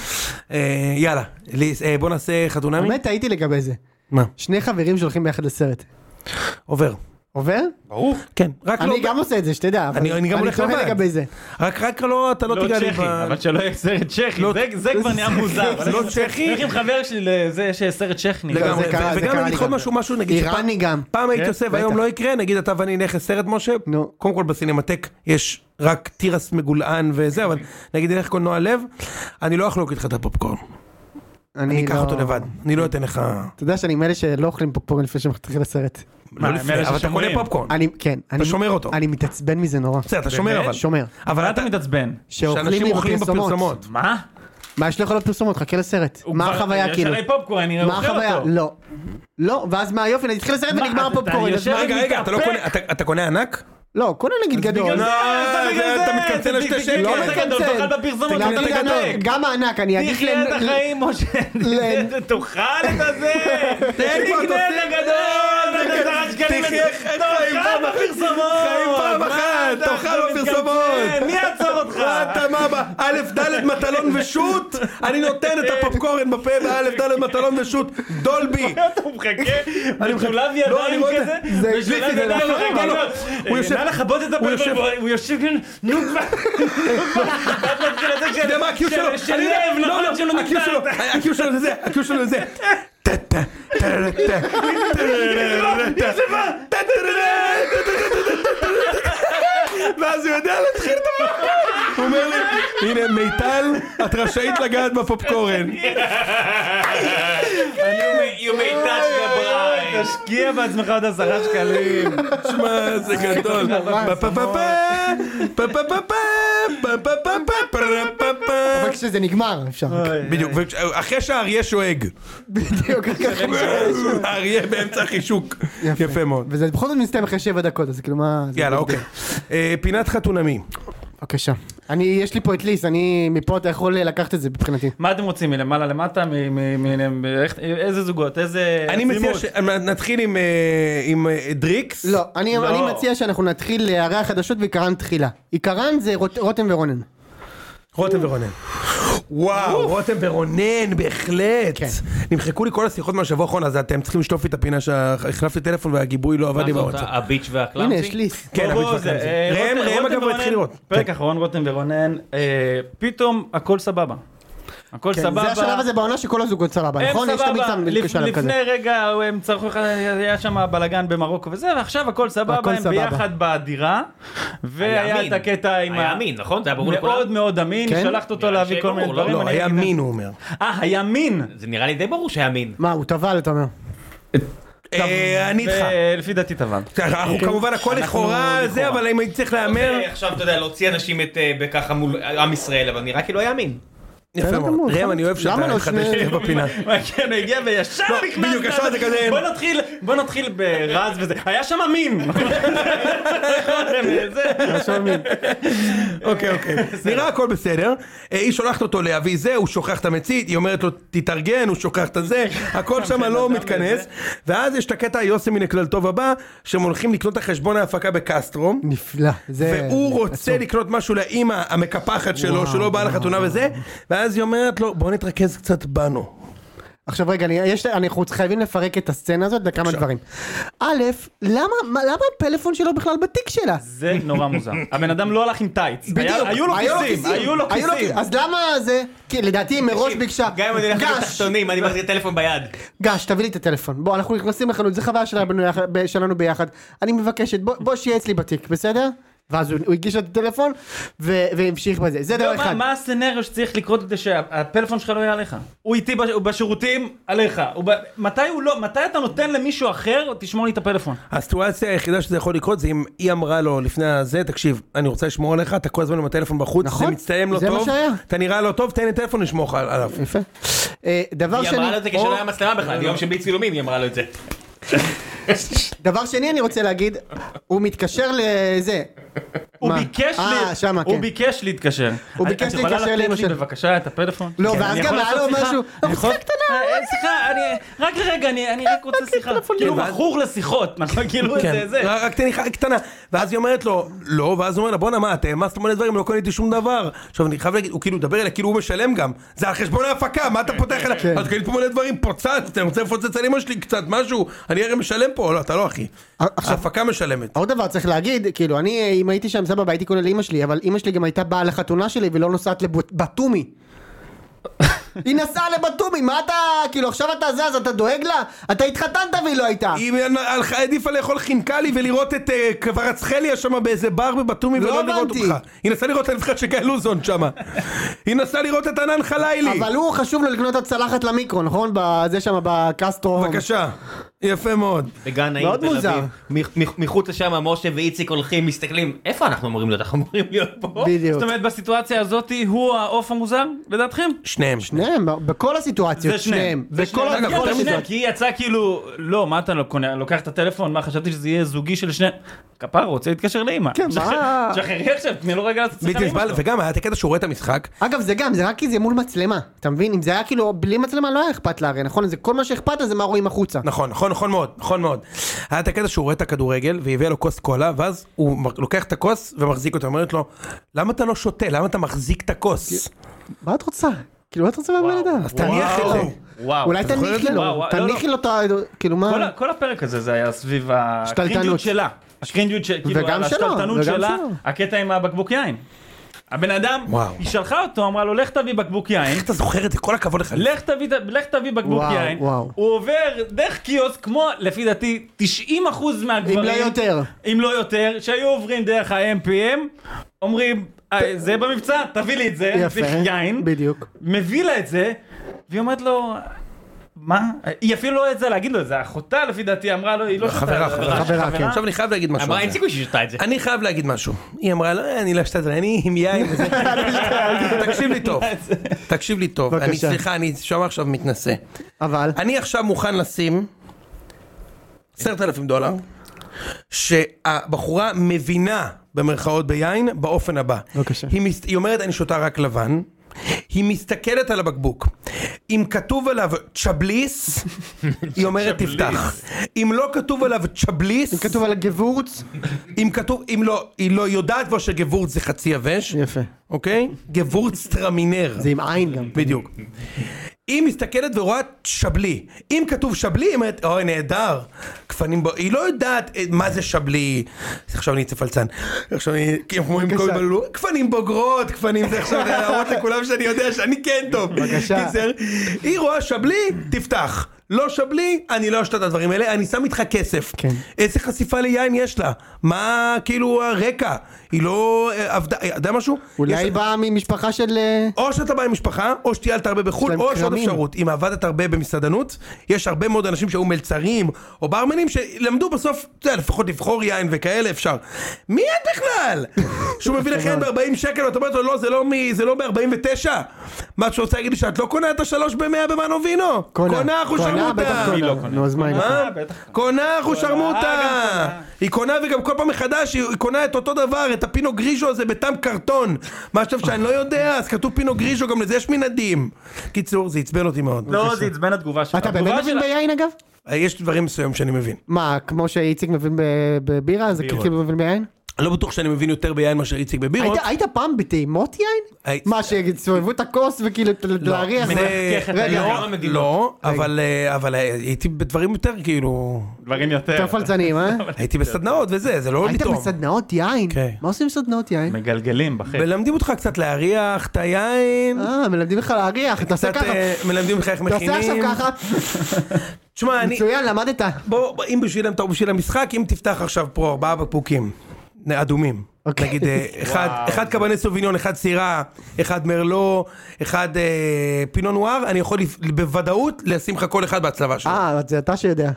Speaker 2: אה, יאללה, ליס, אה, בוא נעשה חתונמי.
Speaker 1: באמת הייתי לגבי זה.
Speaker 2: מה?
Speaker 1: שני חברים שהולכים ביחד לסרט.
Speaker 2: עובר.
Speaker 1: עובר?
Speaker 5: ברור.
Speaker 2: כן, רק לא...
Speaker 1: אני גם עושה את זה, שתדע. אבל
Speaker 2: אני- אני גם הולך
Speaker 1: אני
Speaker 2: לבד.
Speaker 1: טועה לגבי זה.
Speaker 2: רק רק לא, אתה לא
Speaker 5: לא
Speaker 2: תיגע לי
Speaker 5: צ'כי,
Speaker 2: ב-
Speaker 5: אבל שלא יהיה סרט צ'כי,
Speaker 2: לא-
Speaker 5: זה- זה כבר נהיה מוזר.
Speaker 2: זה לא צ'כי.
Speaker 5: איך עם חבר שלי לזה יש סרט צ'כני.
Speaker 2: לגמרי,
Speaker 1: זה קרה,
Speaker 2: ו-
Speaker 1: זה
Speaker 2: וגם
Speaker 1: קרה
Speaker 2: אני
Speaker 1: לי
Speaker 2: יכול
Speaker 1: גם.
Speaker 2: משהו, משהו, נגיד
Speaker 1: איראני גם.
Speaker 2: פעם הייתי
Speaker 5: כן,
Speaker 2: עושה והיום
Speaker 1: בטח.
Speaker 2: לא יקרה, נגיד אתה ואני נלך לסרט משה,
Speaker 1: נו.
Speaker 2: קודם כל בסינמטק יש רק תירס מגולען וזה, אבל נגיד נלך קולנוע לב, אני לא אחלוק איתך את הפופקורן, אני אקח
Speaker 1: לא-
Speaker 2: אותו לבד, אני לא אתן לך,
Speaker 1: אתה יודע שאני מאלה שלא אוכלים פופקורן לפני שמתחיל הסרט.
Speaker 2: לא
Speaker 5: הם
Speaker 2: לפני,
Speaker 5: אלה
Speaker 2: אבל אתה קונה
Speaker 5: ששומרים.
Speaker 2: פופקורן,
Speaker 1: אני, כן. אתה
Speaker 2: שומר אותו.
Speaker 1: אני מתעצבן מזה נורא.
Speaker 2: בסדר, אתה שומר
Speaker 5: באמת?
Speaker 2: אבל,
Speaker 1: שומר.
Speaker 2: אבל
Speaker 5: אבל
Speaker 2: אתה,
Speaker 5: אתה מתעצבן.
Speaker 1: שאוכלים
Speaker 2: שאנשים
Speaker 1: לי
Speaker 2: אוכלים
Speaker 1: בפרסומות.
Speaker 2: בפרסומות,
Speaker 5: מה?
Speaker 1: מה, יש לו יכולות פרסומות? חכה לסרט.
Speaker 5: הוא
Speaker 1: מה
Speaker 5: כבר-
Speaker 1: החוויה
Speaker 5: יש
Speaker 1: כאילו?
Speaker 5: עליי פופקורן, אני
Speaker 1: מה
Speaker 5: אוכל
Speaker 1: החוויה?
Speaker 5: אותו.
Speaker 1: לא. לא, ואז מה יופי, נתחיל לסרט
Speaker 5: מה,
Speaker 1: ונגמר
Speaker 5: אתה-
Speaker 1: הפופקורן.
Speaker 5: אתה
Speaker 1: אז
Speaker 5: יושב
Speaker 1: מה-
Speaker 2: רגע רגע, אתה לא
Speaker 5: מתאפק.
Speaker 2: קונה, אתה- אתה קונה ענק?
Speaker 1: לא, קונה נגיד גדול.
Speaker 5: בגלל זה,
Speaker 2: לא,
Speaker 5: אז בגלל
Speaker 2: אתה
Speaker 5: זה,
Speaker 2: מתקמצן על שתי
Speaker 5: תגיד,
Speaker 2: שקל.
Speaker 5: תגיד,
Speaker 1: לא
Speaker 5: תגיד,
Speaker 1: מקמצן.
Speaker 5: תאכל בפרסומות,
Speaker 1: גם
Speaker 5: אתה
Speaker 1: גדול,
Speaker 5: מתאפק.
Speaker 1: גם הענק, אני אעדיף...
Speaker 5: תחיה
Speaker 1: ל-
Speaker 5: את
Speaker 1: *laughs*
Speaker 5: החיים, משה.
Speaker 1: ל-
Speaker 5: *laughs* תאכל את הזה.
Speaker 2: *laughs* תן כבר,
Speaker 5: תקנה את
Speaker 2: תוסיף.
Speaker 5: הגדול. את עשרה שקלים,
Speaker 2: תחיה
Speaker 5: את-
Speaker 2: חיים פעם
Speaker 5: תאכל
Speaker 2: אחת.
Speaker 5: בפרסומות.
Speaker 2: חיים פעם
Speaker 5: מה
Speaker 2: אחת,
Speaker 5: אתה
Speaker 2: תאכל
Speaker 5: מתקמצן?
Speaker 2: בפרסומות.
Speaker 5: מי יעצור אותך?
Speaker 2: *laughs* מה אתה מה הבא? א' ד' מטלון ושות'? אני נותן את הפופקורן בפה באלף ד' מטלון ושות', דולבי.
Speaker 5: *laughs* אתה מחכה, משולב ידיים
Speaker 2: רואה את
Speaker 5: כזה,
Speaker 2: לא, זה. זה הקליט
Speaker 5: משולב
Speaker 2: לי, זה
Speaker 5: ידיים,
Speaker 2: נכון,
Speaker 5: מחכה
Speaker 2: לא,
Speaker 5: לו,
Speaker 2: הוא יושב-
Speaker 5: נא לכבות את
Speaker 2: הוא יושב-
Speaker 5: הפרק, הוא יושב כאן, נו כבר,
Speaker 2: *laughs*
Speaker 5: אתה מתחיל לתת
Speaker 2: אתה
Speaker 5: של-
Speaker 2: יודע מה ה-Q
Speaker 5: של-
Speaker 2: שלו?
Speaker 5: של
Speaker 2: אני יודע-
Speaker 5: לב,
Speaker 2: לא,
Speaker 5: נכון
Speaker 2: לא,
Speaker 5: שלא
Speaker 2: ה-Q
Speaker 5: נקטעת.
Speaker 2: שלו, ה-Q שלו זה זה, ה-Q שלו זה זה. טה, טה, טה, טה, טה, טה, טה, טה, טה. ואז הוא יודע להתחיל את הפופקורן. הוא אומר לי, הנה מיטל, את רשאית לגעת בפופקורן.
Speaker 5: You may touch the bride. תשקיע בעצמך עוד עשרה שקלים.
Speaker 2: שמע, זה גדול. פה-פה-פה-פה, פה-פה-פה-פה, פה-פה-פה-פה, פה-פה-פה.
Speaker 1: אבל כשזה נגמר, אפשר.
Speaker 2: בדיוק, וכש- אחרי שהאריה שואג.
Speaker 1: *laughs* בדיוק, ככה.
Speaker 2: האריה באמצע החישוק.
Speaker 1: יפה.
Speaker 2: יפה מאוד.
Speaker 1: וזה בכל זאת מסתיים אחרי שבע דקות, אז כאילו מה... זה אה,
Speaker 2: יאללה,
Speaker 1: לא
Speaker 2: אוקיי.
Speaker 1: בדיוק.
Speaker 2: אה, פינת חתונמי.
Speaker 1: בבקשה. אני, יש לי פה את ליס, אני מפה אתה יכול לקחת את זה מבחינתי.
Speaker 5: מה אתם רוצים, מלמעלה למטה? מ- מ- מ- מ- איך- איזה זוגות? איזה...
Speaker 2: אני מציע
Speaker 5: עצימות?
Speaker 2: שנתחיל עם אה, עם אה, דריקס.
Speaker 1: לא, אני,
Speaker 5: לא.
Speaker 1: אני מציע שאנחנו נתחיל להרי החדשות ועיקרן תחילה. עיקרן זה רות, רותם ורונן.
Speaker 2: רותם ורונן. וואו, רותם ורונן, בהחלט.
Speaker 1: כן.
Speaker 2: נמחקו לי כל השיחות מהשבוע האחרון, אז אתם צריכים לשלוף לי את הפינה שהחלפתי טלפון והגיבוי לא עבד לי
Speaker 4: לעשות
Speaker 2: בוואטסאפ.
Speaker 4: הביץ'
Speaker 1: הנה,
Speaker 4: והקלאמצי?
Speaker 1: יש ליס.
Speaker 2: כן, אבל
Speaker 5: בוא, בוא,
Speaker 2: התווכחתי על
Speaker 5: זה,
Speaker 2: זה.
Speaker 5: אה,
Speaker 2: ראם,
Speaker 5: רותם-
Speaker 2: ראם
Speaker 5: רותם
Speaker 2: אגב
Speaker 5: ורונן,
Speaker 2: התחיל לראות.
Speaker 5: פרק אחרון, רותם ורונן, אה, פתאום הכל סבבה. הכל
Speaker 1: כן,
Speaker 5: סבבה.
Speaker 1: זה השלב הזה בעונה שכל הזוגות סבבה, נכון?
Speaker 5: הם
Speaker 1: יש תמיד
Speaker 5: סבבה,
Speaker 1: שם
Speaker 5: לפ-
Speaker 1: שלב כזה.
Speaker 5: לפני רגע הם צרכו, היה שם בלאגן במרוקו וזה, ועכשיו הכל
Speaker 1: הכל
Speaker 5: סבבה, הם
Speaker 1: סבבה.
Speaker 5: ביחד בדירה, והיה
Speaker 4: היה
Speaker 5: את הקטע עם
Speaker 4: היה
Speaker 5: ה...
Speaker 4: אמין, נכון? זה היה ברור לכולם?
Speaker 5: מאוד מאוד אמין,
Speaker 1: כן?
Speaker 5: שלחת אותו
Speaker 4: נראה
Speaker 5: להביא כל
Speaker 4: שברור,
Speaker 5: מיני
Speaker 4: לא?
Speaker 5: דברים.
Speaker 2: לא,
Speaker 5: אני
Speaker 2: היה
Speaker 5: אגיד-
Speaker 2: מין הוא אומר.
Speaker 5: אה, היה מין.
Speaker 4: זה נראה לי די ברור שהיה אמין.
Speaker 1: מה, הוא טבל, אתה אומר.
Speaker 2: אה, אני איתך.
Speaker 5: לפי דעתי טבל.
Speaker 2: אנחנו
Speaker 1: אוקיי.
Speaker 2: כמובן הכל לכאורה זה, אבל אם הייתי צריך להמר...
Speaker 4: עכשיו, אתה יודע, להוציא אנשים את... אה, בככה מול עם ישראל, אבל נראה כאילו היה אמין.
Speaker 2: יפה
Speaker 1: בסדר גמור,
Speaker 2: מאוד. ראם, אני אוהב
Speaker 1: למה
Speaker 2: שאתה
Speaker 1: לא
Speaker 2: מחדש
Speaker 1: שני-
Speaker 2: את זה בפינה.
Speaker 5: *laughs* כן, הוא הגיע וישר נכנס.
Speaker 2: בדיוק, ישר זה כזה-
Speaker 5: בוא נתחיל, בוא נתחיל ברז וזה. היה שם מין. זה-
Speaker 2: אוקיי,
Speaker 1: *laughs*
Speaker 2: אוקיי. נראה הכל בסדר. אה, היא שולחת אותו להביא זה, הוא שוכח את המצית, היא אומרת לו, תתארגן, הוא שוכח את
Speaker 1: *laughs*
Speaker 2: הזה, הכל שם לא מתכנס. ואז יש את הקטע יוסי מן הכלל טוב הבא, שהם הולכים לקנות את החשבון ההפקה בקסטרו.
Speaker 1: נפלא. זה...
Speaker 2: והוא רוצה לקנות משהו לאימא המקפחת שלו, שלא באה לחתונה וזה, ואז היא אומרת לו, בוא נתרכז קצת בנו.
Speaker 1: עכשיו רגע, אני, יש, אנחנו חייבים לפרק את הסצנה הזאת לכמה דברים. א', למה, מה- למה הפלאפון שלו בכלל בתיק שלה?
Speaker 5: *laughs* זה נורא מוזר. הבן אדם לא הלך עם טייץ. היה- היו לו כיסים, היו לו כיסים.
Speaker 1: אז למה זה? כי לדעתי היא מראש ביקשה,
Speaker 4: גם אם אני הולך
Speaker 1: גש,
Speaker 4: לתחתונים, אני מחזיק טלפון ביד.
Speaker 1: גש, תביא לי את הטלפון. בוא, אנחנו נכנסים לחנות, זה חוויה שלנו יח- ב- שלנו ביחד. אני מבקשת, בוא- בוא שיהיה אצלי בתיק, בסדר? ואז הוא הוא הגיש לה את הטלפון, ו- והמשיך בזה. זה דבר
Speaker 5: לא, מה-
Speaker 1: אחד.
Speaker 5: מה הסצנריו שצריך לקרות כדי שהפלאפון שלך לא יהיה עליך? הוא איתי בש- הוא בשירותים, עליך. הוא ב- מתי הוא לא, מתי אתה נותן למישהו אחר, תשמור לי את הפלאפון.
Speaker 2: הסיטואציה היחידה שזה יכול לקרות זה אם היא אמרה לו לפני הזה, תקשיב, אני רוצה לשמור עליך, אתה כל הזמן עם הטלפון בחוץ,
Speaker 1: נכון,
Speaker 2: זה מצטלם לא
Speaker 1: זה מה
Speaker 2: טוב,
Speaker 1: שהיה.
Speaker 2: אתה נראה לא טוב, תן לי טלפון לשמור לך על- עליו.
Speaker 1: יפה. אה, דבר
Speaker 4: היא
Speaker 1: שני...
Speaker 4: אמרה לו את זה כשלא היה מצלמה בכלל, ביום שבלי צילומים היא אמרה לו את זה.
Speaker 1: דבר שני אני רוצה להגיד, הוא מתקשר לזה.
Speaker 5: הוא
Speaker 1: מה?
Speaker 5: ביקש
Speaker 1: אה,
Speaker 5: לי-
Speaker 1: שמה,
Speaker 5: הוא
Speaker 1: כן.
Speaker 5: ביקש להתקשר.
Speaker 1: הוא
Speaker 5: את-
Speaker 1: ביקש
Speaker 5: את יכולה
Speaker 1: להתקשר
Speaker 5: לתת
Speaker 1: לאמא
Speaker 5: לי
Speaker 1: שלו.
Speaker 5: בבקשה את הפלאפון?
Speaker 1: לא,
Speaker 5: כן,
Speaker 1: ואז
Speaker 5: אני
Speaker 1: גם
Speaker 5: יכול
Speaker 1: היה לו
Speaker 5: לעשות שיחה?
Speaker 1: משהו,
Speaker 5: אני
Speaker 1: "אה,
Speaker 5: יכול-
Speaker 1: שיחה
Speaker 5: אה, אין שיחה, אני- רק רגע, אני אני רק רוצה שיחה. כאילו
Speaker 1: כן,
Speaker 2: ואז-
Speaker 5: מכור לשיחות, נכון? *laughs* כאילו
Speaker 2: כן,
Speaker 5: זה זה.
Speaker 2: רק רק תן לי ח- קטנה, ואז היא אומרת לו, לא, ואז הוא אומר לה, בואנה מה, אתה העמסת מלא דברים, לא קניתי שום דבר. עכשיו אני חייב להגיד, הוא כאילו מדבר אליה, כאילו הוא משלם גם, זה על חשבון ההפקה, מה אתה פותח
Speaker 1: כן.
Speaker 2: אליה? אז קנית פה מלא דברים, פוצץ, אני רוצה לפוצץ על אמא שלי קצת, משהו, אני הרי משלם פה, לא, אתה לא אחי,
Speaker 1: עכשיו-
Speaker 2: ההפקה משלמת.
Speaker 1: עוד דבר צריך להגיד, כאילו, אני, אה, אם הייתי שם סבבה, הייתי קונה לאימא שלי, אבל אימא שלי גם הייתה באה לחתונה שלי ולא נוסעת לבטומי. היא נסעה לבטומי, מה אתה, כאילו, עכשיו אתה זה, אז אתה דואג לה? אתה התחתנת והיא לא הייתה.
Speaker 2: היא הלכה- העדיפה לאכול חינקלי ולראות את אה, קברץ חליה שם באיזה בר בבתומי
Speaker 1: לא
Speaker 2: ולא לראות
Speaker 1: הבנתי.
Speaker 2: אותך. היא נסעה לראות את הנבחרת של גיא לוזון שם. היא נסעה לראות את ענן חלילי.
Speaker 1: אבל הוא חשוב לו לקנות את הצלחת למיקרו, נכון? בזה שם, בקסטרו. הום.
Speaker 2: בבקשה. יפה מאוד.
Speaker 4: בגן העיר
Speaker 1: מאוד
Speaker 4: תל אביב.
Speaker 1: מוזר.
Speaker 4: מח- מח- מחוץ לשם משה ואיציק הולכים, מסתכלים, איפה אנחנו אמורים להיות? אנחנו אמורים להיות פה.
Speaker 1: בדיוק.
Speaker 5: זאת אומרת בסיטואציה הזאת הוא העוף המוזר לדעתכם?
Speaker 2: שניהם.
Speaker 1: שניהם, בכל הסיטואציות, שניהם.
Speaker 5: זה
Speaker 1: בכל
Speaker 5: שניהם.
Speaker 2: אגב,
Speaker 5: זה
Speaker 1: בכל
Speaker 2: יותר מזה.
Speaker 5: שניהם,
Speaker 1: הסיטואציות.
Speaker 5: כי היא יצאה כאילו, לא, מה אתה לא קונה, לוקח את הטלפון, מה, חשבתי שזה יהיה זוגי של שניהם. כפר, רוצה להתקשר לאימא.
Speaker 1: כן,
Speaker 5: *laughs*
Speaker 1: מה?
Speaker 5: שחררי עכשיו, תני לו רגע לעשות שיחה
Speaker 2: בלתי
Speaker 5: לאימא
Speaker 2: נסבל,
Speaker 5: שלו.
Speaker 2: וגם היה את הקטע שהוא רואה את המשחק,
Speaker 1: אגב זה גם, זה רק כי זה מול מצלמה, אתה מבין? אם זה היה כאילו בלי מצלמה לא היה אכפת לה הרי, נכון? זה כל מה שאכפת לה זה מה רואים החוצה.
Speaker 2: נכון, נכון, נכון מאוד, נכון מאוד. היה את הקטע שהוא רואה את הכדורגל, והיא הביאה לו כוס קולה, ואז הוא מ- לוקח את הכוס ומחזיק אותה, אומרת לו, למה אתה לא שותה? למה אתה מחזיק את הכוס?
Speaker 1: מה את רוצה? כאילו מה את רוצה מהבן אדם?
Speaker 2: אז תניח את זה.
Speaker 5: וואו.
Speaker 1: אולי
Speaker 5: אתה זוכר את
Speaker 1: תניחי
Speaker 5: זה? וואו,
Speaker 1: לו,
Speaker 5: וואו, לא, לא.
Speaker 1: תניחי לו את ה... כאילו
Speaker 5: כל
Speaker 1: מה...
Speaker 5: ה- כל הפרק הזה זה היה סביב
Speaker 1: שתלטנות.
Speaker 5: הקרינג'יות שלה. הקרינג'יות של, כאילו,
Speaker 1: וגם
Speaker 5: על
Speaker 1: שלו,
Speaker 5: השתלטנות
Speaker 1: וגם
Speaker 5: שלה,
Speaker 1: שלו.
Speaker 5: הקטע עם הבקבוק יין. הבן אדם,
Speaker 2: וואו.
Speaker 5: היא שלחה אותו, אמרה לו, לך תביא בקבוק יין.
Speaker 2: איך אתה זוכר את זה? כל הכבוד לך.
Speaker 5: לך תביא, לך תביא בקבוק
Speaker 1: וואו,
Speaker 5: יין,
Speaker 1: וואו.
Speaker 5: הוא עובר דרך קיוסק כמו לפי דעתי 90 אחוז מהגברים,
Speaker 1: אם לא יותר.
Speaker 5: אם לא יותר, שהיו עוברים דרך ה-MPM, אומרים "אה, זה במבצע, תביא לי את זה,
Speaker 1: יפה,
Speaker 5: צריך יין,
Speaker 1: בדיוק.
Speaker 5: מביא לה את זה, והיא אומרת לו, מה? היא אפילו לא יודעת זה להגיד לו את זה, אחותה לפי דעתי אמרה לו, היא לא
Speaker 2: חברה, חברה.
Speaker 5: *laughs*
Speaker 1: חברה, כן.
Speaker 2: עכשיו אני חייב להגיד משהו.
Speaker 4: אמרה
Speaker 2: על
Speaker 4: אין
Speaker 2: זה.
Speaker 4: סיכוי שהיא שתה את זה.
Speaker 2: אני חייב להגיד משהו. היא אמרה, לא, אני לא אשתה את זה, אני עם יין וזה. תקשיב לי
Speaker 5: *laughs*
Speaker 2: טוב, תקשיב לי טוב. אני,
Speaker 1: בבקשה.
Speaker 2: סליחה, אני שם עכשיו מתנשא.
Speaker 1: אבל...
Speaker 2: אני עכשיו מוכן לשים 10,000 דולר, שהבחורה מבינה, במרכאות ביין, באופן הבא.
Speaker 1: בבקשה.
Speaker 2: היא, מס... היא אומרת, אני שותה רק לבן. היא מסתכלת על הבקבוק, אם כתוב עליו
Speaker 1: *laughs*
Speaker 2: צ'בליס, היא אומרת תפתח. אם לא כתוב עליו צ'בליס,
Speaker 1: אם כתוב על הגבורץ...
Speaker 2: אם כתוב, אם לא, היא לא יודעת כבר שגבורץ זה חצי יבש,
Speaker 1: יפה.
Speaker 2: אוקיי? גבורץ טרמינר,
Speaker 1: זה עם עין גם.
Speaker 2: בדיוק. היא מסתכלת ורואה שבלי. אם כתוב שבלי, היא אומרת, אוי, נהדר. גפנים בו... היא לא יודעת אה, מה זה שבלי. עכשיו אני אצא פלצן. עכשיו אני... כי הם כמו עם כל בלולו. גפנים בוגרות, גפנים זה עכשיו להראות לכולם שאני יודע שאני כן טוב.
Speaker 1: בבקשה.
Speaker 2: קיצר, היא רואה שבלי, תפתח. לא שבלי, אני לא אשתה את הדברים האלה, אני שם איתך כסף.
Speaker 1: כן.
Speaker 2: איזה חשיפה ליין יש לה? מה כאילו הרקע? היא לא אה, עבדה, אה, אתה יודע משהו?
Speaker 1: אולי
Speaker 2: יש-
Speaker 1: היא באה ממשפחה של... אה,
Speaker 2: או שאתה בא עם משפחה, או שטיילת הרבה בחו"ל,
Speaker 1: להם
Speaker 2: או יש עוד
Speaker 1: כרמים.
Speaker 2: אפשרות. אם עבדת הרבה במסעדנות, יש הרבה מאוד אנשים שהיו מלצרים, או ברמנים, שלמדו בסוף, אתה יודע, לפחות לבחור יין וכאלה אפשר. מי את בכלל?
Speaker 1: *laughs*
Speaker 2: שהוא מביא לך
Speaker 1: נכון.
Speaker 2: יין ב-40 שקל, ואתה אומרת לו, לא, זה לא מ- זה לא ב-49. מה, את רוצה להגיד לי שאת לא קונה את השלוש ב-100 במאנו וינו? קונה
Speaker 1: בטח
Speaker 2: אחושרמוטה.
Speaker 5: מי לא
Speaker 1: קונה.
Speaker 5: קונה?
Speaker 1: נו, אז מה היא לא קונה?
Speaker 2: מה?
Speaker 5: בטח.
Speaker 2: קונה אחושרמוטה!
Speaker 5: גם קונה.
Speaker 2: היא קונה וגם כל פעם מחדש היא היא קונה את אותו דבר, את הפינו גריז'ו הזה בטעם קרטון. מה עכשיו שאני לא יודע, אז כתוב פינו גריז'ו, גם לזה יש מנעדים. קיצור, זה עצבן אותי מאוד.
Speaker 5: לא, זה עצבן התגובה שלך.
Speaker 1: אתה באמת מבין ביין אגב?
Speaker 2: יש דברים מסוים שאני מבין.
Speaker 1: מה, כמו שאיציק מבין ב- בבירה, אז
Speaker 5: בירות.
Speaker 1: כאילו מבין ביין?
Speaker 2: אני לא בטוח שאני מבין יותר ביין מאשר איציק בבירות.
Speaker 1: היית- היית פעם בטעימות יין?
Speaker 2: היית- לא.
Speaker 1: מה, שסובבו את הכוס וכאילו ת- להריח?
Speaker 2: זה-
Speaker 4: מגחכת
Speaker 1: רגע,
Speaker 4: על
Speaker 1: לא,
Speaker 4: כמה מדינות.
Speaker 2: לא, אבל אה, אבל, אה, הייתי בדברים יותר כאילו...
Speaker 5: דברים יותר.
Speaker 1: יותר פלצנים, אה?
Speaker 2: הייתי בסדנאות וזה, זה לא
Speaker 1: היית
Speaker 2: לטעום.
Speaker 1: בסדנאות יין?
Speaker 2: כן.
Speaker 1: מה עושים בסדנאות יין?
Speaker 5: מגלגלים בחטא.
Speaker 2: מלמדים אותך קצת להריח את היין.
Speaker 1: אה, מלמדים לך להריח, אתה עושה
Speaker 2: קצת
Speaker 1: ככה.
Speaker 2: אה, מלמדים לך איך
Speaker 1: אתה עושה עכשיו
Speaker 2: מכינים.
Speaker 1: ככה,
Speaker 2: תשמע, אני...
Speaker 1: מצוין, למדת.
Speaker 2: בוא, בוא, אם בשביל המטור בשביל המשחק, אם תפתח עכשיו פה ארבעה בקבוקים, נ- אדומים.
Speaker 1: אוקיי.
Speaker 2: נגיד,
Speaker 1: *laughs*
Speaker 2: אה, אחד, אחד קבני סוביניון, אחד סירה, אחד מרלו, אחד אה, פינו נואר, אני יכול לפ- בוודאות לשים לך כל אחד בהצלבה שלו.
Speaker 1: אה, זה אתה שיודע.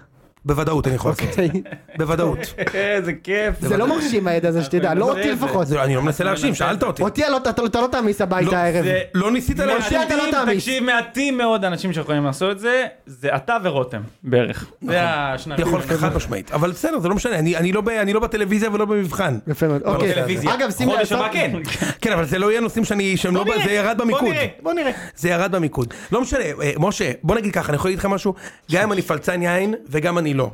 Speaker 2: בוודאות אני יכול לעשות את זה.
Speaker 1: אוקיי.
Speaker 2: בוודאות.
Speaker 5: *laughs* איזה כיף.
Speaker 1: זה לא מרשים הידע הזה שתדע, לא אותי לפחות.
Speaker 2: זה- אני לא
Speaker 1: אוקיי.
Speaker 2: מנסה להרשים, שאלת אותי.
Speaker 1: אותי לא- אתה אתה לא תעמיס הביתה הערב.
Speaker 5: זה-
Speaker 2: לא ניסית להרשים?
Speaker 1: משה, אתה לא
Speaker 5: מעטים,
Speaker 1: תעמיס.
Speaker 5: תקשיב, מעטים מאוד אנשים שיכולים לעשות את זה, זה אתה ורותם בערך. זה השניים.
Speaker 2: נכון. יכול, חד משמעית. אבל בסדר, זה לא משנה, אני- אני לא ב- אני לא בטלוויזיה ולא במבחן.
Speaker 1: יפה מאוד.
Speaker 2: לא,
Speaker 1: אוקיי.
Speaker 4: טלוויזיה.
Speaker 1: אגב, שים לב,
Speaker 4: חודש הבא
Speaker 1: שם-
Speaker 4: כן.
Speaker 2: כן, אבל זה לא יהיה נושאים שאני, שהם לא,
Speaker 4: בוא
Speaker 2: ב-
Speaker 4: נראה,
Speaker 2: זה ירד
Speaker 4: בוא
Speaker 2: במיקוד.
Speaker 4: נראה, בוא נראה.
Speaker 2: זה ירד במיקוד. לא משנה, אה, משה, בוא נגיד ככה, אני יכול להגיד לך משהו? גם אם אני פלצן יין, וגם אני לא.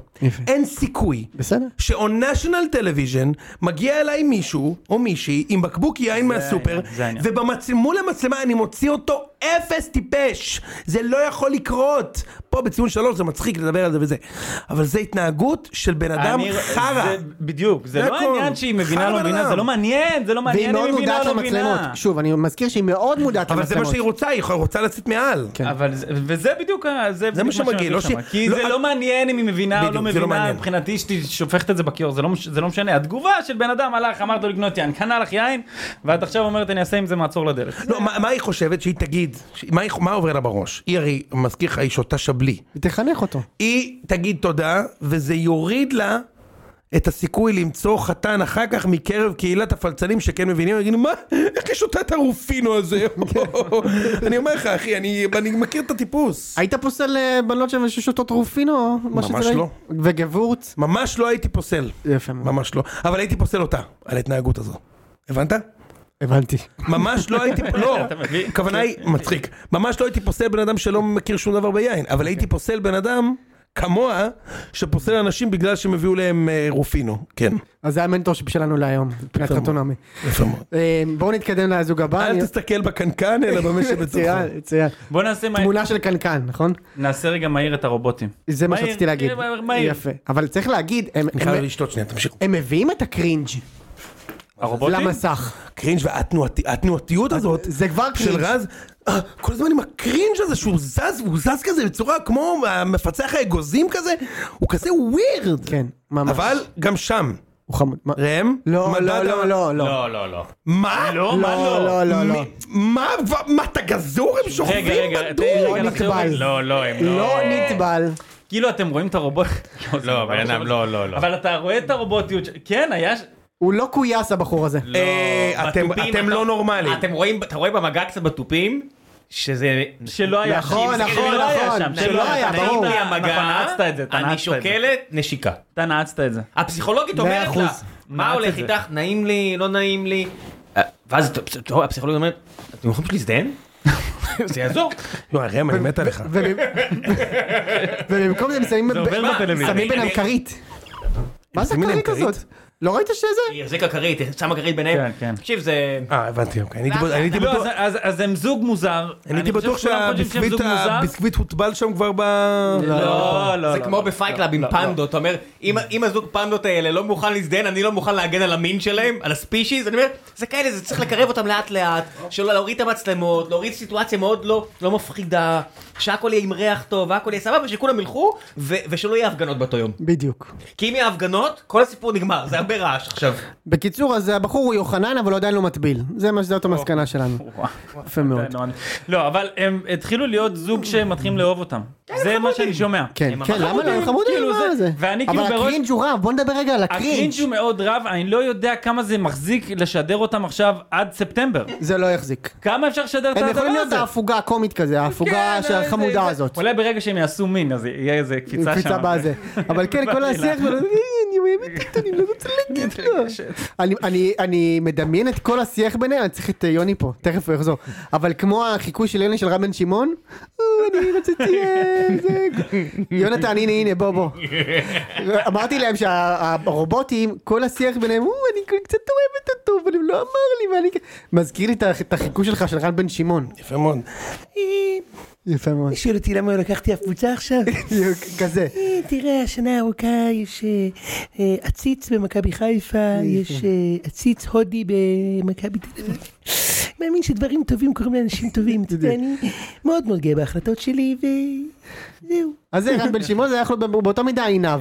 Speaker 2: אין סיכוי.
Speaker 1: בסדר.
Speaker 2: שעל national television מגיע אליי מישהו או מישהי עם בקבוק יין מהסופר
Speaker 5: העניין, זה העניין.
Speaker 2: ובמצ- מול המצלמה אני מוציא אותו אפס טיפש זה לא יכול לקרות פה בציון שלוש זה מצחיק לדבר על זה וזה אבל זה התנהגות של בן אדם
Speaker 5: אני-
Speaker 2: חרא
Speaker 5: זה- בדיוק, זה
Speaker 2: זה
Speaker 5: לא
Speaker 2: הכל.
Speaker 5: העניין שהיא מבינה
Speaker 2: חרא
Speaker 5: לא
Speaker 2: בן
Speaker 5: מבינה,
Speaker 2: אדם.
Speaker 5: זה לא מעניין, זה לא
Speaker 1: והיא
Speaker 5: מעניין,
Speaker 1: מאוד
Speaker 5: היא מבינה
Speaker 1: מודעת
Speaker 5: לא
Speaker 1: למצלמות.
Speaker 5: מבינה.
Speaker 1: שוב, אני מזכיר שהיא מאוד מודעת
Speaker 2: אבל
Speaker 1: למצלמות.
Speaker 2: זה מה שהיא רוצה היא רוצה לצאת מעל
Speaker 1: כן.
Speaker 5: אבל זה- וזה בדיוק, ה- זה בדיוק
Speaker 2: שמגעיל,
Speaker 5: שמביא
Speaker 2: לא
Speaker 5: שם.
Speaker 2: שהיא-
Speaker 5: כי
Speaker 2: לא-
Speaker 5: זה לא מעניין אם היא מבינה או לא
Speaker 2: בדיוק, זה לא
Speaker 5: מבינה,
Speaker 2: מעניין.
Speaker 5: מבחינתי שהיא שופכת את זה בכיור, זה לא מש- זה לא משנה. התגובה של בן אדם הלך, אמרת לו לקנות יין, קנה לך יין, ואת עכשיו אומרת אני אעשה עם זה מעצור לדלת.
Speaker 2: לא, מה, מה היא חושבת שהיא תגיד? ש- מה, היא, מה עובר לה בראש? היא הרי, מזכיר לך, היא שותה שבלי.
Speaker 1: היא תחנך אותו.
Speaker 2: היא תגיד תודה, וזה יוריד לה את הסיכוי למצוא חתן אחר כך מקרב קהילת הפלצנים שכן מבינים, יגידו, מה, איך היא שותה את הרופינו הזה? *laughs* אני אומר לך, אחי, אני, אני מכיר את הטיפוס.
Speaker 1: היית פוסל אה, בנות שם ששותות רופינו? מה שזה
Speaker 2: ממש
Speaker 1: יהיה?
Speaker 2: לא.
Speaker 1: וגבורץ?
Speaker 2: ממש לא הייתי פוסל.
Speaker 1: יפה מאוד.
Speaker 2: ממש לא. אבל הייתי פוסל אותה, על ההתנהגות הזו. הבנת?
Speaker 1: הבנתי.
Speaker 2: ממש לא
Speaker 5: *laughs*
Speaker 2: הייתי, לא,
Speaker 5: אתה מבין? כן.
Speaker 2: הכוונה היא, מצחיק, ממש לא הייתי פוסל בן אדם שלא מכיר שום דבר ביין, אבל הייתי פוסל בן אדם כמוה, שפוסל אנשים בגלל שהם הביאו להם אה, רופינו, כן.
Speaker 1: אז זה המנטור שלנו להיום, מבחינת
Speaker 2: מאוד.
Speaker 1: חתונמי.
Speaker 2: יפה מאוד.
Speaker 1: אה, בואו נתקדם לזוג הבא. אה, אני-
Speaker 2: אל תסתכל בקנקן אלא
Speaker 1: *laughs*
Speaker 2: במה שבתוכו.
Speaker 1: מצוין, מצוין.
Speaker 5: בוא נעשה מה-
Speaker 1: תמונה של קנקן, נכון?
Speaker 5: נעשה רגע מהיר את הרובוטים.
Speaker 1: זה מה
Speaker 5: מהיר,
Speaker 1: שרציתי להגיד.
Speaker 5: מהיר, מהיר.
Speaker 1: יפה. אבל צריך להגיד, הם-
Speaker 2: אני
Speaker 1: הם-
Speaker 2: חייב לשתות שנייה, תמשיכו.
Speaker 1: הם מביאים את הקרינג'
Speaker 5: הרובוטים?
Speaker 1: למסך.
Speaker 2: הקרינג' והתנועתי- התנועתיות הזאת
Speaker 1: אה, זה כבר
Speaker 2: של
Speaker 1: קרינג'.
Speaker 2: רז, אה, כל הזמן עם הקרינג' הזה שהוא זז, הוא זז כזה בצורה כמו מפצח האגוזים כזה, הוא כזה ווירד.
Speaker 1: כן, ממש.
Speaker 2: אבל גם שם,
Speaker 1: הוא חמוד. מה-
Speaker 2: ראם,
Speaker 1: לא,
Speaker 2: מדד ה-
Speaker 1: לא, לא, לא, לא.
Speaker 4: לא, לא, לא.
Speaker 2: מה?
Speaker 5: לא, מה
Speaker 1: לא,
Speaker 5: לא?
Speaker 1: לא, לא, לא.
Speaker 2: מי- מה, ו- מה, אתה גזור? הם שוכבים
Speaker 5: רגע, רגע,
Speaker 2: בדור?
Speaker 5: תן לי
Speaker 1: לא
Speaker 5: רגע לחשוב.
Speaker 1: נטבל.
Speaker 5: לא, לא, הם לא.
Speaker 1: לא נטבל.
Speaker 5: כאילו אתם רואים את הרובוט.
Speaker 4: לא, בן אדם, לא, לא, לא.
Speaker 5: אבל אתה רואה את הרובוטיות, ש- כן, היה... ש-
Speaker 1: הוא לא קויס הבחור הזה.
Speaker 5: לא,
Speaker 2: אה, אתם-
Speaker 4: בתופים
Speaker 2: אתם
Speaker 4: אתה-
Speaker 2: לא נורמלים.
Speaker 4: אתם רואים, אתה רואה במגע קצת בתופים, שזה...
Speaker 5: שלא היה
Speaker 1: נכון,
Speaker 5: שם.
Speaker 1: נכון,
Speaker 5: שלא היה
Speaker 1: נכון,
Speaker 5: שם,
Speaker 1: שלא היה,
Speaker 5: נעים
Speaker 1: ברור.
Speaker 5: לי
Speaker 4: המגע,
Speaker 5: המגע, נכון, נעצת את זה, אתה
Speaker 4: אני
Speaker 5: נעצת את זה.
Speaker 4: שוקלת נשיקה.
Speaker 5: אתה נעצת את זה.
Speaker 4: הפסיכולוגית
Speaker 1: מאה
Speaker 4: אומרת לה,
Speaker 1: אחוז.
Speaker 4: מה
Speaker 5: נעץ
Speaker 4: הולך
Speaker 5: את זה.
Speaker 4: איתך, נעים לי, לא נעים לי. אה, ואז אתה- אתה רואה, הפסיכולוגית אומרת, אתם יכולים פשוט להזדהן? *laughs* זה יעזור.
Speaker 2: לא, ראם, אני מת עליך.
Speaker 1: ובמ- ובמקום זה הם שמים...
Speaker 5: זה עובר
Speaker 1: מה?
Speaker 5: בטלוויזיה.
Speaker 1: שמים
Speaker 4: אני-
Speaker 1: ביניהם
Speaker 4: אני-
Speaker 1: כרית. מה זה
Speaker 2: שמים להם
Speaker 1: הכרית הזאת?
Speaker 2: כרית?
Speaker 1: לא ראית שזה?
Speaker 4: היא החזיקה כרית, היא שמה כרית ביניהם.
Speaker 5: כן, כן.
Speaker 4: תקשיב, זה...
Speaker 2: אה, הבנתי, אוקיי. אני הייתי בטוח- אני הייתי
Speaker 5: לא,
Speaker 2: בטוח...
Speaker 5: אז- אז- אז הם זוג מוזר.
Speaker 2: אני הייתי
Speaker 5: חושב
Speaker 2: בטוח
Speaker 5: שכולם חושבים שהם
Speaker 2: שהביסקוויט
Speaker 5: זוג מוזר.
Speaker 2: הביסקוויט הוטבל שם כבר ב...
Speaker 5: לא, לא.
Speaker 4: זה
Speaker 5: לא,
Speaker 4: כמו
Speaker 5: לא.
Speaker 4: בפייטלאב עם פנדות, אתה אומר, אם- אם הזוג פנדות האלה לא מוכן להזדהן, אני לא מוכן להגן על המין שלהם, על הספישיז, אני אומר, זה כאלה, זה צריך לקרב אותם לאט לאט, שלא להוריד את המצלמות, להוריד סיטואציה מאוד לא לא מפחידה, שהכל יהיה עם ריח טוב, והכל יהיה סבבה, ושכולם ילכו, ו- ושלא יהיה הפגנות באותו יום.
Speaker 1: בדיוק.
Speaker 4: כי אם יהיה הפגנות, כל הסיפור נגמר, זה הרבה רעש עכשיו.
Speaker 1: בקיצור, אז הבחור הוא יוחנן, אבל הוא עדיין לא מטביל. זה מה שזאת המסקנה שלנו. יפה מאוד.
Speaker 5: לא, אבל הם התחילו להיות זוג שמתחילים לאהוב אותם. זה מה שאני שומע.
Speaker 1: כן,
Speaker 4: הם
Speaker 1: כן, למה לא?
Speaker 5: חמודים,
Speaker 1: הם חמודים,
Speaker 5: כאילו
Speaker 1: מה
Speaker 5: זה-
Speaker 1: זה?
Speaker 5: ואני כאילו
Speaker 1: אבל
Speaker 5: בראש-
Speaker 1: הקרינג' הוא רב, בוא נדבר רגע על הקרינג'.
Speaker 5: הקרינג' הוא מאוד רב, אני לא יודע כמה זה מחזיק לשדר אותם עכשיו עד ספטמבר.
Speaker 1: זה לא יחזיק.
Speaker 5: כמה אפשר לשדר את
Speaker 1: הם
Speaker 5: הדבר
Speaker 1: יכולים להיות
Speaker 5: הזה?
Speaker 1: ההפוגה הקומית כזה, ההפוגה
Speaker 5: לא כן,
Speaker 1: של
Speaker 5: זה-
Speaker 1: החמודה
Speaker 5: זה-
Speaker 1: הזאת.
Speaker 5: אולי ברגע שהם יעשו מין, אז יהיה איזה קפיצה שם.
Speaker 1: קפיצה בזה. אבל כן, כל
Speaker 5: *laughs* במילה.
Speaker 1: השיח, שלו, "אה, אני אוהבת אותו, אני לא רוצה להגיד לו. אני- אני- אני מדמיין את כל השיח ביניהם, אני צריך את אה, יוני פה, תכף הוא יחזור. אבל כמו החיקוי של יוני של רם בן שמעון, "אה, אני רציתי... אה, זה." יונתן, הנה, הנה, בוא, בוא. אמרתי להם שהרובוטים, כל השיח ביניהם, "או, אני קצת אוהבת אותו, אבל הוא לא אמר לי, ואני... כ-" מזכיר לי את הח- את החיקוי שלך של רם בן שמעון.
Speaker 2: יפה מאוד.
Speaker 1: יפה מאוד.
Speaker 2: שואל אותי למה לקחתי הפוצה
Speaker 1: *laughs*
Speaker 2: עכשיו?
Speaker 1: בדיוק, כזה.
Speaker 7: אה, תראה, השנה הארוכה יש אה, אה, עציץ במכבי חיפה, יש אה, עציץ הודי במכבי תל אביב.
Speaker 1: *laughs*
Speaker 7: מאמין שדברים טובים קורים לאנשים טובים. אתה יודע, אני מאוד מאוד גאה בהחלטות שלי, וזהו.
Speaker 1: אז זה רן בן שמעון, זה היה יכול להיות באותה מידה עינב.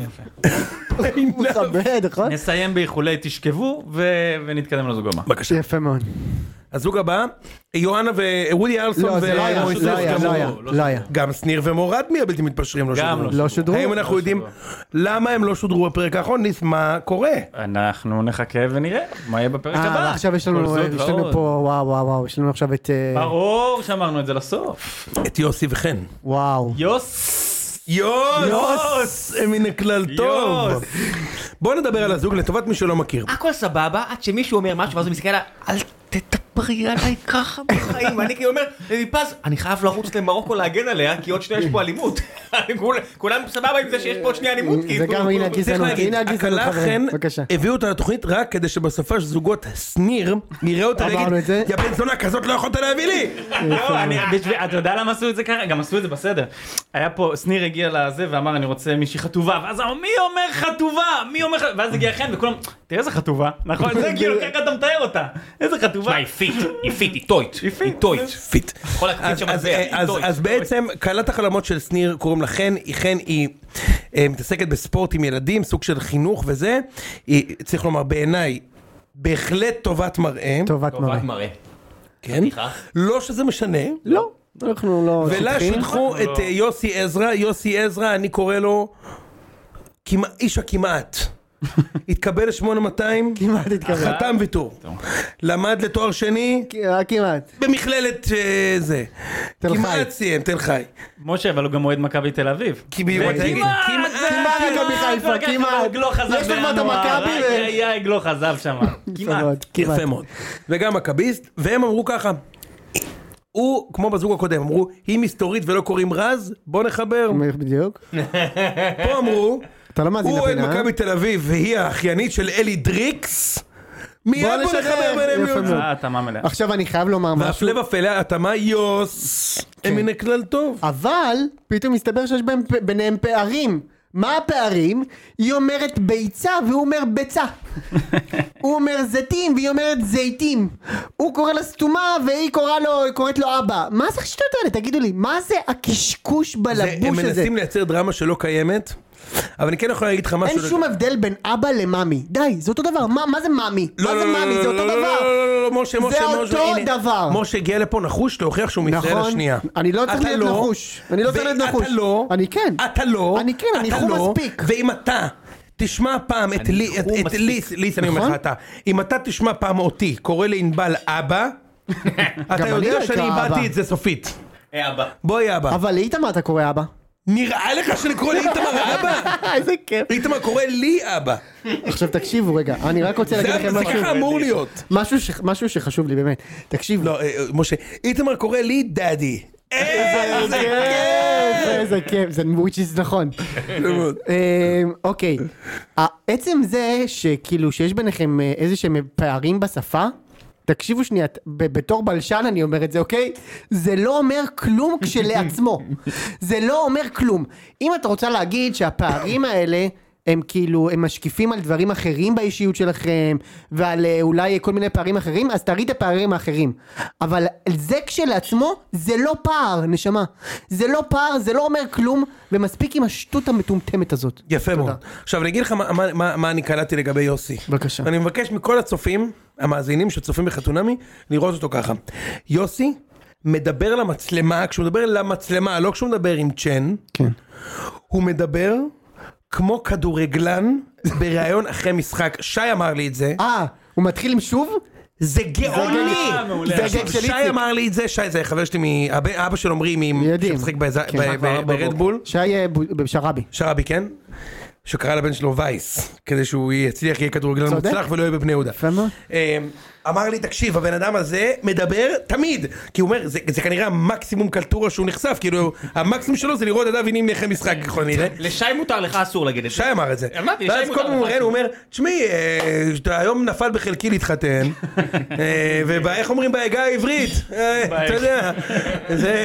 Speaker 1: הוא *laughs* מכבד, נכון?
Speaker 5: נסיים באיחולי תשכבו, ו- ונתקדם לזוג הבא.
Speaker 2: בבקשה.
Speaker 1: יפה מאוד.
Speaker 2: הזוג הבא, יואנה ווודי ארלסון
Speaker 1: כן. לא, זה לא היה,
Speaker 2: ומויסס
Speaker 1: לא היה,
Speaker 2: גמור.
Speaker 1: לא היה, לא היה.
Speaker 2: גם שניר ומורדמי הבלתי מתפשרים לא
Speaker 5: גם
Speaker 2: שודרו.
Speaker 1: לא שודרו?
Speaker 2: האם אנחנו יודעים למה הם לא שודרו בפרק האחרון? ניס, מה קורה?
Speaker 5: אנחנו נחכה ונראה מה יהיה בפרק הבא.
Speaker 1: אה, עכשיו יש
Speaker 5: כל
Speaker 1: לנו,
Speaker 5: זאת
Speaker 1: יש לנו
Speaker 5: ועוד.
Speaker 1: פה, וואו, וואו, וואו, יש לנו עכשיו את, אה,
Speaker 5: ברור שאמרנו את זה לסוף.
Speaker 2: את יוסי וחן.
Speaker 1: וואו.
Speaker 5: יוס!
Speaker 2: יוס!
Speaker 5: יוס!
Speaker 2: הם מן הכלל טוב.
Speaker 5: יוס!
Speaker 2: בואו נדבר על הזוג לטובת מי שלא מכיר.
Speaker 4: הכל סבבה, עד שמישהו אומר משהו, ואז הוא מסתכל עליי, אל תתפרי עליי ככה בחיים. אני כאילו אומר, ליפז, אני חייב לרוץ למרוקו להגן עליה, כי עוד שנייה יש פה אלימות. *laughs* אני כול- כולם סבבה עם זה שיש פה עוד שנייה אלימות, כאילו, כי...
Speaker 1: זה גם הנה
Speaker 2: צריך
Speaker 1: הגזענות,
Speaker 2: להגיד,
Speaker 1: הנה הגזענות,
Speaker 2: הכלה חן
Speaker 1: חברים. בבקשה.
Speaker 2: הביאו אותה לתוכנית רק כדי שבסופה של זוגות שניר נראה אותה
Speaker 1: אמרנו את זה.
Speaker 2: נגיד יא בן זונה כזאת לא יכולת להביא לי
Speaker 5: לא, אני- בשביל- אתה יודע למה עשו את זה ככה? גם עשו את זה בסדר. היה פה, שניר הגיע לזה ואמר אני רוצה מישהי חטובה, ואז אמר מי אומר חטובה? מי אומר חטובה? ואז הגיע חן וכולם, תראה איזה חטובה, נכון? זה
Speaker 4: *laughs*
Speaker 5: כאילו ככה אתה מתאר אותה, איזה חטובה.
Speaker 4: מה, היא פיט, היא פיט, היא טויט,
Speaker 5: היא פיט.
Speaker 4: היא טויט.
Speaker 2: פיט.
Speaker 4: יכול להקפיץ
Speaker 2: אז-
Speaker 4: שם
Speaker 2: אז-
Speaker 4: מטבע, היא
Speaker 2: אז-
Speaker 4: טויט.
Speaker 2: אז בעצם כלת החלומות של שניר קוראים לה חן, היא חן היא אה, מתעסקת בספורט עם ילדים, סוג של חינוך וזה, היא צריך לומר בעיניי בהחלט טובת מראה,
Speaker 1: טובת מראה.
Speaker 4: טובת מראה.
Speaker 2: כן? לא שזה משנה,
Speaker 1: לא, אנחנו לא...
Speaker 2: ולה
Speaker 1: שטחים.
Speaker 2: שידחו את אה, יוסי עזרא, יוסי עזרא אני קורא לו כמע- איש
Speaker 1: *laughs*
Speaker 2: הכמעט, התקבל ל-8200,
Speaker 1: כמעט התקבל.
Speaker 2: חתם ויתור, למד לתואר שני
Speaker 1: רק אה, כמעט.
Speaker 2: במכללת אה, זה,
Speaker 1: תל חי.
Speaker 2: כמעט סיים, תל חי.
Speaker 5: משה, אבל הוא גם אוהד מכבי תל אביב.
Speaker 2: כי בדיוק, תגיד,
Speaker 4: אה,
Speaker 2: כמעט,
Speaker 1: כמעט מכבי חיפה,
Speaker 5: וככה
Speaker 1: כמעט.
Speaker 4: לא
Speaker 5: הגלוך עזב
Speaker 1: יש לך כבר את
Speaker 5: בינואר,
Speaker 1: המכבי ו-
Speaker 5: היה- היה הגלוך עזב
Speaker 1: *laughs*
Speaker 5: שם.
Speaker 1: יפה מאוד, כמעט.
Speaker 2: יפה מאוד. וגם מכביסט, והם אמרו ככה, הוא, כמו בזוג הקודם, אמרו, היא מסתורית ולא קוראים רז, בוא נחבר.
Speaker 1: בדיוק.
Speaker 2: פה אמרו,
Speaker 1: אתה לא מאזין
Speaker 2: הוא אוהד
Speaker 1: לפינה. אה?
Speaker 2: מכבי תל אביב והיא האחיינית של אלי דריקס, מיד
Speaker 1: בוא
Speaker 2: בוא
Speaker 1: נשדר.
Speaker 2: נחבר ביניהם
Speaker 1: יפה
Speaker 2: יוס.
Speaker 1: מאוד.
Speaker 5: אה, התאמה מלאה.
Speaker 1: עכשיו אני חייב לומר משהו,
Speaker 2: והפלא ופלא, התאמה יוס,
Speaker 1: כן.
Speaker 2: הם מן הכלל טוב.
Speaker 1: אבל פתאום מסתבר שיש בהם- ביניהם פערים. מה הפערים? היא אומרת ביצה והוא אומר ביצה. הוא אומר זיתים והיא אומרת זיתים. הוא קורא לה סתומה והיא קורא לו, קוראת לו אבא. מה זה השטויות האלה? תגידו לי, מה זה הקשקוש
Speaker 2: זה- הם
Speaker 1: בלבוש הזה?
Speaker 2: מנסים לייצר דרמה שלא קיימת, אבל אני כן יכול להגיד לך משהו.
Speaker 1: אין שום הבדל בין אבא למאמי. די, זה אותו דבר. מה מה זה מאמי?
Speaker 2: לא,
Speaker 1: מה
Speaker 2: לא,
Speaker 1: זה
Speaker 2: לא, לא,
Speaker 1: מאמי? זה
Speaker 2: לא,
Speaker 1: אותו
Speaker 2: לא, לא,
Speaker 1: דבר.
Speaker 2: לא, לא, לא, לא, משה, משה,
Speaker 1: זה
Speaker 2: משה,
Speaker 1: אותו
Speaker 2: הנה.
Speaker 1: דבר.
Speaker 2: משה הגיע לפה נחוש להוכיח שהוא מישראל
Speaker 1: נכון.
Speaker 2: השנייה.
Speaker 1: אני לא צריך
Speaker 2: אתה
Speaker 1: להיות נחוש. אני לא צריך להיות
Speaker 2: ואתה
Speaker 1: נחוש.
Speaker 2: לא.
Speaker 1: אני כן.
Speaker 2: אתה לא.
Speaker 1: אני כן, אני
Speaker 2: אתה
Speaker 1: חום
Speaker 2: לא,
Speaker 1: מספיק.
Speaker 2: ואם אתה... תשמע פעם את לי, את-
Speaker 4: חום
Speaker 2: את
Speaker 4: מספיק.
Speaker 2: ליס, ליס אני אומר
Speaker 1: נכון?
Speaker 2: לך אתה, אם אתה תשמע פעם אותי קורא לענבל
Speaker 1: *laughs*
Speaker 2: אבא, אתה
Speaker 1: אני לא
Speaker 2: יודע
Speaker 1: אקרא
Speaker 2: שאני
Speaker 1: אבא.
Speaker 2: איבדתי את זה סופית.
Speaker 4: אה, אבא.
Speaker 2: בואי אבא.
Speaker 1: אבל לאיתמר אתה
Speaker 2: *laughs*
Speaker 1: קורא אבא.
Speaker 2: נראה לך שאני קורא לאיתמר
Speaker 1: *laughs*
Speaker 2: אבא?
Speaker 1: איזה כיף.
Speaker 2: איתמר קורא לי אבא.
Speaker 1: עכשיו תקשיבו רגע, אני רק רוצה להגיד
Speaker 2: זה
Speaker 1: לכם
Speaker 2: זה
Speaker 1: משהו.
Speaker 2: ככה אמור להיות.
Speaker 1: משהו, ש... משהו שחשוב לי באמת, תקשיבו,
Speaker 2: לא, אה, אה, משה, איתמר קורא לי דאדי. איזה כיף!
Speaker 1: איזה כיף, זה which is נכון. אמ, אוקיי, ה- עצם זה שכאילו שיש ביניכם אה, איזה שהם פערים בשפה, תקשיבו שנייה, ת- ב- בתור בלשן אני אומר את זה, אוקיי? זה לא אומר כלום כשלעצמו. זה לא אומר כלום. אם את רוצה להגיד שהפערים האלה... הם כאילו, הם משקיפים על דברים אחרים באישיות שלכם, ועל אה, אולי כל מיני פערים אחרים, אז תראי את הפערים האחרים. אבל זה כשלעצמו, זה לא פער, נשמה. זה לא פער, זה לא אומר כלום, ומספיק עם השטות המטומטמת הזאת.
Speaker 2: יפה מאוד. עכשיו אני אגיד לך מה- מה- מה מה אני קלטתי לגבי יוסי.
Speaker 1: בבקשה.
Speaker 2: אני מבקש מכל הצופים, המאזינים שצופים בחתונמי, לראות אותו ככה. יוסי מדבר למצלמה, כשהוא מדבר למצלמה, לא כשהוא מדבר עם צ'ן,
Speaker 1: כן.
Speaker 2: הוא מדבר כמו כדורגלן בריאיון אחרי משחק. שי אמר לי את זה.
Speaker 1: אה, הוא מתחיל עם שוב?
Speaker 2: זה גאוני!
Speaker 5: אה, מעולה.
Speaker 1: זה
Speaker 2: עכשיו,
Speaker 1: הגג של
Speaker 2: שי
Speaker 1: איציק.
Speaker 2: אמר לי את זה, שי זה חבר שלי, מ- אבא- אבא של עמרי, מ-
Speaker 1: יודעים.
Speaker 2: שמשחק בזה-
Speaker 1: כן.
Speaker 2: ב- ב- ברדבול.
Speaker 1: שי אה, ב- בשרעבי.
Speaker 2: שרעבי, כן? שקרא לבן שלו וייס, כדי שהוא יצליח, יהיה כדורגלן
Speaker 1: צודק.
Speaker 2: מוצלח ולא יהיה בבני יהודה.
Speaker 1: יפה מאוד.
Speaker 2: אמ, אמר לי, תקשיב, הבן אדם הזה מדבר תמיד, כי הוא אומר, זה זה כנראה המקסימום קלטורה שהוא נחשף, כאילו, המקסימום שלו זה לראות את אבי נימני אחרי משחק,
Speaker 1: כן.
Speaker 2: ככל הנראה.
Speaker 4: לשי מותר לך אסור להגיד את זה.
Speaker 2: שי אמר את זה.
Speaker 4: אמרתי, שי
Speaker 2: ואז
Speaker 4: מותר
Speaker 2: כל פעם הוא
Speaker 4: לך.
Speaker 2: מראיין, הוא אומר, תשמעי, אה, שאתה היום נפל בחלקי
Speaker 1: *laughs*
Speaker 2: להתחתן, אה, ואיך אומרים בעגה העברית? אה, אתה יודע, זה...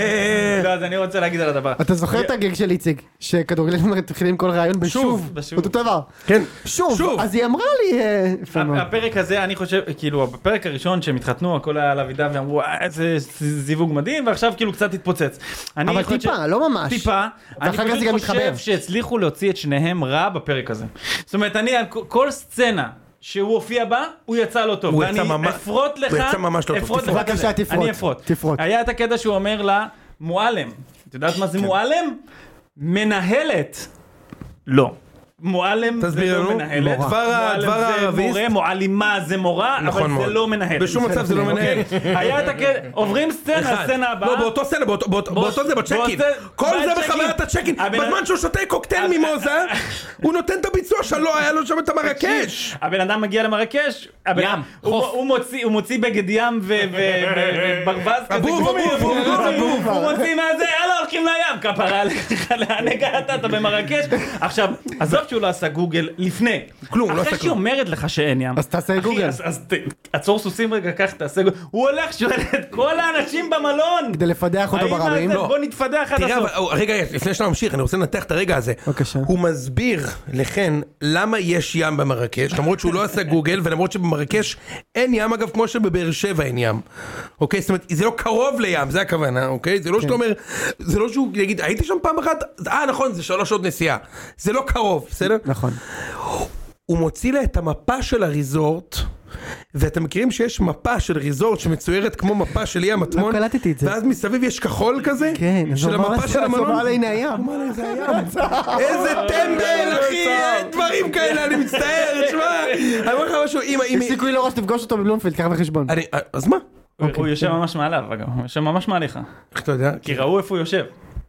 Speaker 5: לא, אז אני רוצה להגיד על הדבר.
Speaker 1: אתה זוכר את הגג של איציק, שכדורגלנים מתחילים כל רעיון בשוב,
Speaker 5: בשוב.
Speaker 1: אותו דבר.
Speaker 2: כן.
Speaker 1: שוב, אז היא אמרה לי, אה, יפה מאוד.
Speaker 5: הפרק הזה, אני חושב, כאילו, בפרק הראשון שהם התחתנו, הכל היה עליו עידה ואמרו, "אה, איזה זיווג מדהים, ועכשיו כאילו קצת התפוצץ. אני
Speaker 1: אבל
Speaker 5: חושב-
Speaker 1: טיפה, לא ממש.
Speaker 5: טיפה. אני
Speaker 1: ואחר כך זה גם
Speaker 5: פשוט
Speaker 1: מתחבר.
Speaker 5: חושב שהצליחו להוציא את שניהם רע בפרק הזה. זאת אומרת, אני, על כל- כל סצנה. שהוא הופיע בה, הוא יצא לא טוב.
Speaker 2: הוא יצא
Speaker 5: ואני
Speaker 2: ממש-
Speaker 5: אפרוט לך,
Speaker 2: הוא יצא ממש לא טוב.
Speaker 5: אפרוט לך
Speaker 1: תפרוט.
Speaker 5: כזה.
Speaker 1: בבקשה, תפרוט.
Speaker 5: אני אפרוט.
Speaker 1: תפרוט.
Speaker 5: היה את הקטע שהוא אומר לה, מועלם, את יודעת מה זה
Speaker 2: כן.
Speaker 5: מועלם? מנהלת. לא. מועלם זה
Speaker 2: תסביר
Speaker 5: לא
Speaker 2: לנו.
Speaker 5: מנהלת,
Speaker 2: מורה. דבר ה-
Speaker 5: מועלם
Speaker 2: דבר
Speaker 5: זה
Speaker 2: הערביסט.
Speaker 5: מורה, מועלימה זה מורה,
Speaker 2: נכון
Speaker 5: אבל
Speaker 2: מאוד.
Speaker 5: זה לא מנהלת. אוקיי.
Speaker 2: בשום מצב זה לא מנהל.
Speaker 5: היה את הקטע, עוברים סצנה,
Speaker 2: אחד.
Speaker 5: סצנה הבאה.
Speaker 2: לא, באותו סצנה, באותו- באותו באותו זה לא- בצ'קין.
Speaker 5: באותו-
Speaker 2: כל זה
Speaker 5: בצ'קין.
Speaker 2: בחוויית הצ'קין.
Speaker 5: הבן-
Speaker 2: בזמן שהוא שותה קוקטייל
Speaker 5: הבן-
Speaker 2: ממוזה, הוא נותן את הביצוע *laughs* שלו, היה לו שם את המרקש.
Speaker 5: הבן אדם מגיע למרקש, הבן-
Speaker 4: ים,
Speaker 5: הוא- הוא מוציא- הוא מוציא בגד ים ו- ו- ו- וברווז כזה,
Speaker 2: הבוב,
Speaker 5: גומי,
Speaker 2: הבוב,
Speaker 5: הוא
Speaker 2: הבוב,
Speaker 5: מוציא-
Speaker 2: הבוב.
Speaker 5: הוא מוציא מהזה, יאללה הולכים לים, כפרה עליך, לאן הגעת, אתה במרקש. עכשיו, עזוב שהוא לא עשה גוגל לפני.
Speaker 2: כלום, הוא לא עשה
Speaker 5: אחרי שהיא
Speaker 2: כלום.
Speaker 5: אומרת לך שאין ים.
Speaker 1: אז תעשה
Speaker 5: אחי,
Speaker 1: גוגל.
Speaker 5: אז- אז ת- עצור סוסים רגע, קח תעשה גוגל. הוא הולך, שואל את כל האנשים במלון.
Speaker 1: כדי לפדח אותו
Speaker 5: האם
Speaker 1: ברבים.
Speaker 5: הזה-
Speaker 2: לא.
Speaker 5: בוא נתפדח עד
Speaker 2: תראה,
Speaker 5: הסוף.
Speaker 2: אבל- או, רגע, רגע, לפני שאתה ממשיך, אני רוצה לנתח את הרגע הזה.
Speaker 1: בבקשה.
Speaker 2: הוא מסביר לכן למה יש ים במרקש, למרות שהוא לא עשה גוגל, ולמרות שבמרקש אין ים, אגב, כמו שבבאר שבע אין ים. אוקיי? זאת אומרת, זה לא קרוב לים, זה הכוונה, אוקיי?
Speaker 1: כן.
Speaker 2: זה לא שאתה אומר, זה לא שהוא יגיד, הייתי שם פעם אחת, אה, נכון, זה שלוש שעות נסיעה. זה לא קרוב, בסדר?
Speaker 1: נכון.
Speaker 2: הוא מוציא לה את המפה של הריזורט, ואתם מכירים שיש מפה של ריזורט שמצוירת כמו מפה של אי המטמון?
Speaker 1: לא קלטתי את זה.
Speaker 2: ואז מסביב יש ככול כזה?
Speaker 1: כן, אז
Speaker 2: של
Speaker 1: הוא אמר
Speaker 2: המפה של
Speaker 1: לה- אז הוא
Speaker 2: המלון?
Speaker 1: אמר לה, הנה הים.
Speaker 2: אמר לה, "זה הים." איזה טמבל, אחי, אין דברים כאלה, אני מצטער, תשמע. אני אומר לך משהו, אם... אם-
Speaker 1: יש סיכוי לא רע שתפגוש אותו בבלומפילד, קח בחשבון.
Speaker 2: אני- אז מה?
Speaker 5: הוא יושב ממש מעליו, אגב. הוא יושב ממש מעליך.
Speaker 2: איך אתה יודע?
Speaker 5: כי ראו איפה הוא יושב.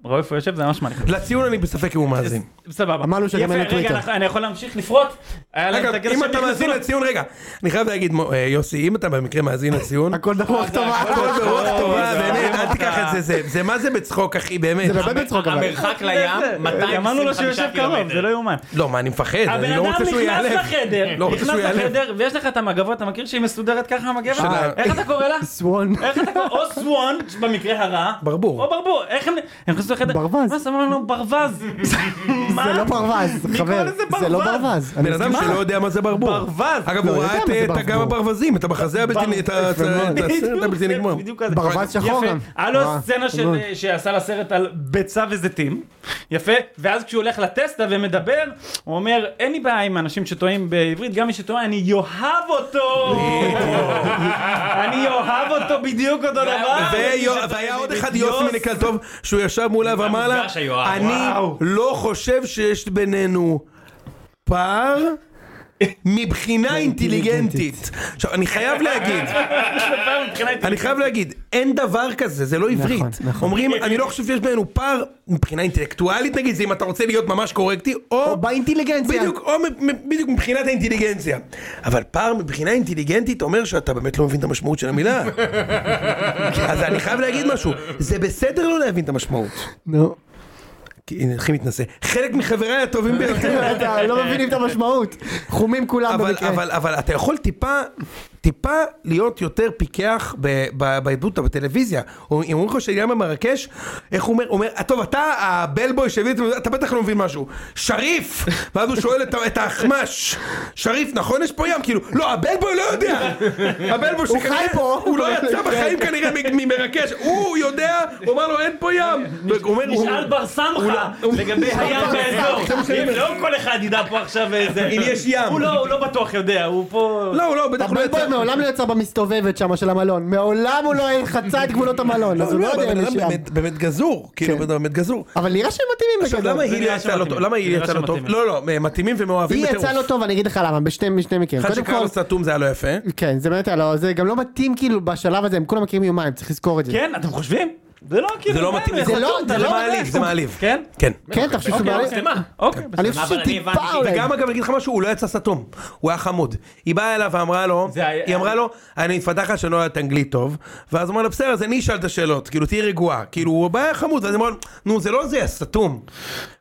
Speaker 5: ראו איפה הוא יושב, זה ממש מעליך.
Speaker 2: לציון אני בספק אם הוא מאזין.
Speaker 5: סבבה.
Speaker 1: אמרנו שגם
Speaker 5: יפה,
Speaker 1: אין לו
Speaker 5: רגע,
Speaker 1: טוויטר.
Speaker 5: אנחנו- אני יכול להמשיך לפרוט? היה להם את
Speaker 2: אגב,
Speaker 5: הקטע
Speaker 2: אם
Speaker 5: שהם
Speaker 2: אתה מאזין
Speaker 5: נכנסו-
Speaker 2: לציון, רגע, אני חייב להגיד, מו- אה, יוסי, אם אתה במקרה מאזין לציון,
Speaker 1: הכל דרוך
Speaker 2: הכל
Speaker 1: טובה.
Speaker 2: ברוח טובה,
Speaker 5: זה
Speaker 2: באמת,
Speaker 5: ברור.
Speaker 2: אל תיקח את זה, זה, זה מה זה בצחוק, אחי, באמת.
Speaker 1: זה לא באמת צחוק אבל.
Speaker 4: המרחק
Speaker 5: *laughs*
Speaker 4: לים,
Speaker 5: אמרנו לו
Speaker 4: 225
Speaker 5: שהוא יושב
Speaker 4: קילומטר.
Speaker 5: קרוב, זה לא יאומן.
Speaker 2: לא, מה, אני מפחד,
Speaker 5: הבן
Speaker 2: אני לא
Speaker 5: אדם
Speaker 2: רוצה שהוא
Speaker 5: נכנס
Speaker 2: ייעלב.
Speaker 5: לחדר,
Speaker 2: לא רוצה
Speaker 5: נכנס
Speaker 2: שהוא ייעלב.
Speaker 5: לחדר, ויש לך את המגבות, אתה מכיר שהיא מסודרת ככה המגבת?
Speaker 2: שלה.
Speaker 5: איך אתה קורא לה?
Speaker 1: סוואן.
Speaker 5: איך אתה קורא? או סוואן, במקרה הרע.
Speaker 2: ברבור.
Speaker 5: או ברבור. איך הם... הם נכנסו לחדר.
Speaker 1: ברווז.
Speaker 5: מה שמו לנו ברווז? מה?
Speaker 1: זה לא ברווז,
Speaker 5: מי
Speaker 1: חבר.
Speaker 5: קורא לזה
Speaker 1: זה לא
Speaker 5: ברווז?
Speaker 1: ברווז. אני
Speaker 2: בן אדם
Speaker 1: מסכים.
Speaker 2: שלא יודע מה זה ברבור.
Speaker 5: ברווז.
Speaker 2: אגב, הוא
Speaker 1: לא,
Speaker 2: ראה
Speaker 1: יודע
Speaker 2: את
Speaker 1: מה זה
Speaker 2: את הגב
Speaker 1: ברבור.
Speaker 2: הברווזים, את המחזה הבלתי נ- את ה- את ה- את הסרט הבלתי נגמר.
Speaker 5: בדיוק כזה.
Speaker 1: ברווז שחור
Speaker 5: יפה.
Speaker 1: גם.
Speaker 5: היה לו
Speaker 1: אה,
Speaker 5: סצנה של-
Speaker 1: מאוד.
Speaker 5: שעשה לה סרט על ביצה וזיתים. יפה. ואז כשהוא הולך לטסטה ומדבר, הוא אומר, אין לי בעיה עם אנשים שטועים בעברית, גם מי שטועה, אני אוהב
Speaker 2: *laughs*
Speaker 5: אותו. אני אוהב אותו בדיוק אותו דבר.
Speaker 2: ויו- והיה עוד אחד יוסי מנקל טוב, שהוא ישב מולה ואמר לה,
Speaker 4: המפגש היואב,
Speaker 2: אני
Speaker 5: וואו."
Speaker 2: לא חושב שיש בינינו פער. מבחינה אינטליגנטית. עכשיו, אני חייב
Speaker 5: *laughs*
Speaker 2: להגיד, אני חייב להגיד, אין דבר כזה, זה לא עברית.
Speaker 1: נכון.
Speaker 2: אומרים, אני לא חושב שיש בינינו פער, מבחינה אינטלקטואלית נגיד, זה אם אתה רוצה להיות ממש קורקטי, או...
Speaker 1: או באינטליגנציה.
Speaker 2: לא- בדיוק, או מ- מ- בדיוק מבחינת האינטליגנציה. אבל פער מבחינה אינטליגנטית אומר שאתה באמת לא מבין את המשמעות של
Speaker 1: *laughs*
Speaker 2: המילה. אז אני חייב להגיד משהו, זה בסדר לא להבין את המשמעות.
Speaker 1: נו.
Speaker 2: כי הנה, הכי מתנשא, חלק מחבריי הטובים ביותר.
Speaker 1: אתה לא מבינים את המשמעות. חומים כולם
Speaker 2: אבל,
Speaker 1: במקרה.
Speaker 2: אבל, אבל אתה יכול טיפה, טיפה להיות יותר פיקח ב- ב- בעדות, בטלוויזיה. או- אם אומרים לך שאליהו במרקש, איך הוא אומר, הוא אומר, טוב, אתה הבלבוי שהביא את זה, אתה בטח לא מבין משהו. שריף! ואז הוא שואל את, ה- את האחמ"ש, שריף, נכון יש פה ים? כאילו, לא, הבלבוי לא יודע! הבלבוי
Speaker 1: הוא
Speaker 2: שכנראה,
Speaker 1: חי פה.
Speaker 2: הוא לא יצא בחיים כנראה מ- ממרקש, הוא יודע, הוא אמר לו, אין פה ים! והוא אומר, הוא- לא-
Speaker 4: נשאל בר סמכה לגבי הים באזור. לא כל אחד ידע פה עכשיו איזה...
Speaker 2: אם יש ים.
Speaker 4: הוא לא- הוא לא בטוח יודע, הוא פה...
Speaker 2: לא, הוא לא, בטח הוא לא
Speaker 1: הבן
Speaker 2: יצא.
Speaker 1: בוי מעולם לא יצא במסתובבת שם של המלון, מעולם הוא לא חצה את גבולות המלון, אז הוא לא
Speaker 2: אבל
Speaker 1: יודע אם
Speaker 2: הבן
Speaker 1: יש
Speaker 2: אדם
Speaker 1: ים. כן.
Speaker 2: באמת- באמת גזור, כאילו, הבן אדם באמת גזור.
Speaker 1: אבל נראה שהם מתאימים
Speaker 2: עכשיו, למה
Speaker 1: בגדול.
Speaker 2: היא
Speaker 5: נראה
Speaker 2: יצאה לא טוב?
Speaker 5: שמתאימים.
Speaker 2: למה היא
Speaker 5: נראה
Speaker 2: יצאה לא טוב?
Speaker 5: שמתאימים.
Speaker 2: לא, לא, מתאימים ומאוהבים
Speaker 1: היא
Speaker 2: בטירוף.
Speaker 1: יצאה לא טוב, אני אגיד לך למה, בשני בשני מקרים.
Speaker 2: אחד
Speaker 1: קודם כל,
Speaker 2: שקרלוס סתום זה היה לא יפה.
Speaker 1: כן, זה באמת היה לא, זה גם לא מתאים כאילו בשלב הזה, הם כולם מכירים יומיים, צריך לזכור את זה.
Speaker 5: כן, אתם חושבים? זה לא כאילו...
Speaker 2: זה לא
Speaker 5: באמת,
Speaker 2: מתאים לזה.
Speaker 1: זה לא-
Speaker 5: חתום,
Speaker 1: זה
Speaker 5: אתה
Speaker 1: לא
Speaker 2: מעליב, זה מעליב.
Speaker 5: כן?
Speaker 2: כן.
Speaker 1: כן, אתה חושב שזה
Speaker 5: אוקיי,
Speaker 1: בעיה?
Speaker 5: מצלמה. אוקיי, בסדר.
Speaker 1: אני חושב
Speaker 4: אבל אני הבנתי
Speaker 1: שטיפה
Speaker 4: שהיא
Speaker 1: אולי.
Speaker 2: וגם אגב, אני אגיד לך משהו, הוא לא יצא סתום. הוא היה חמוד. היא באה אליו ואמרה לו,
Speaker 5: זה היה-
Speaker 2: היא אמרה לו, אני מפתחת שלא יודעת אנגלית טוב, ואז הוא אמר לה, בסדר, אז אני אשאל את השאלות, כאילו, תהיי רגועה. כאילו, הוא בא היה חמוד, ואז היא אמרה לו, נו, זה לא זה, סתום.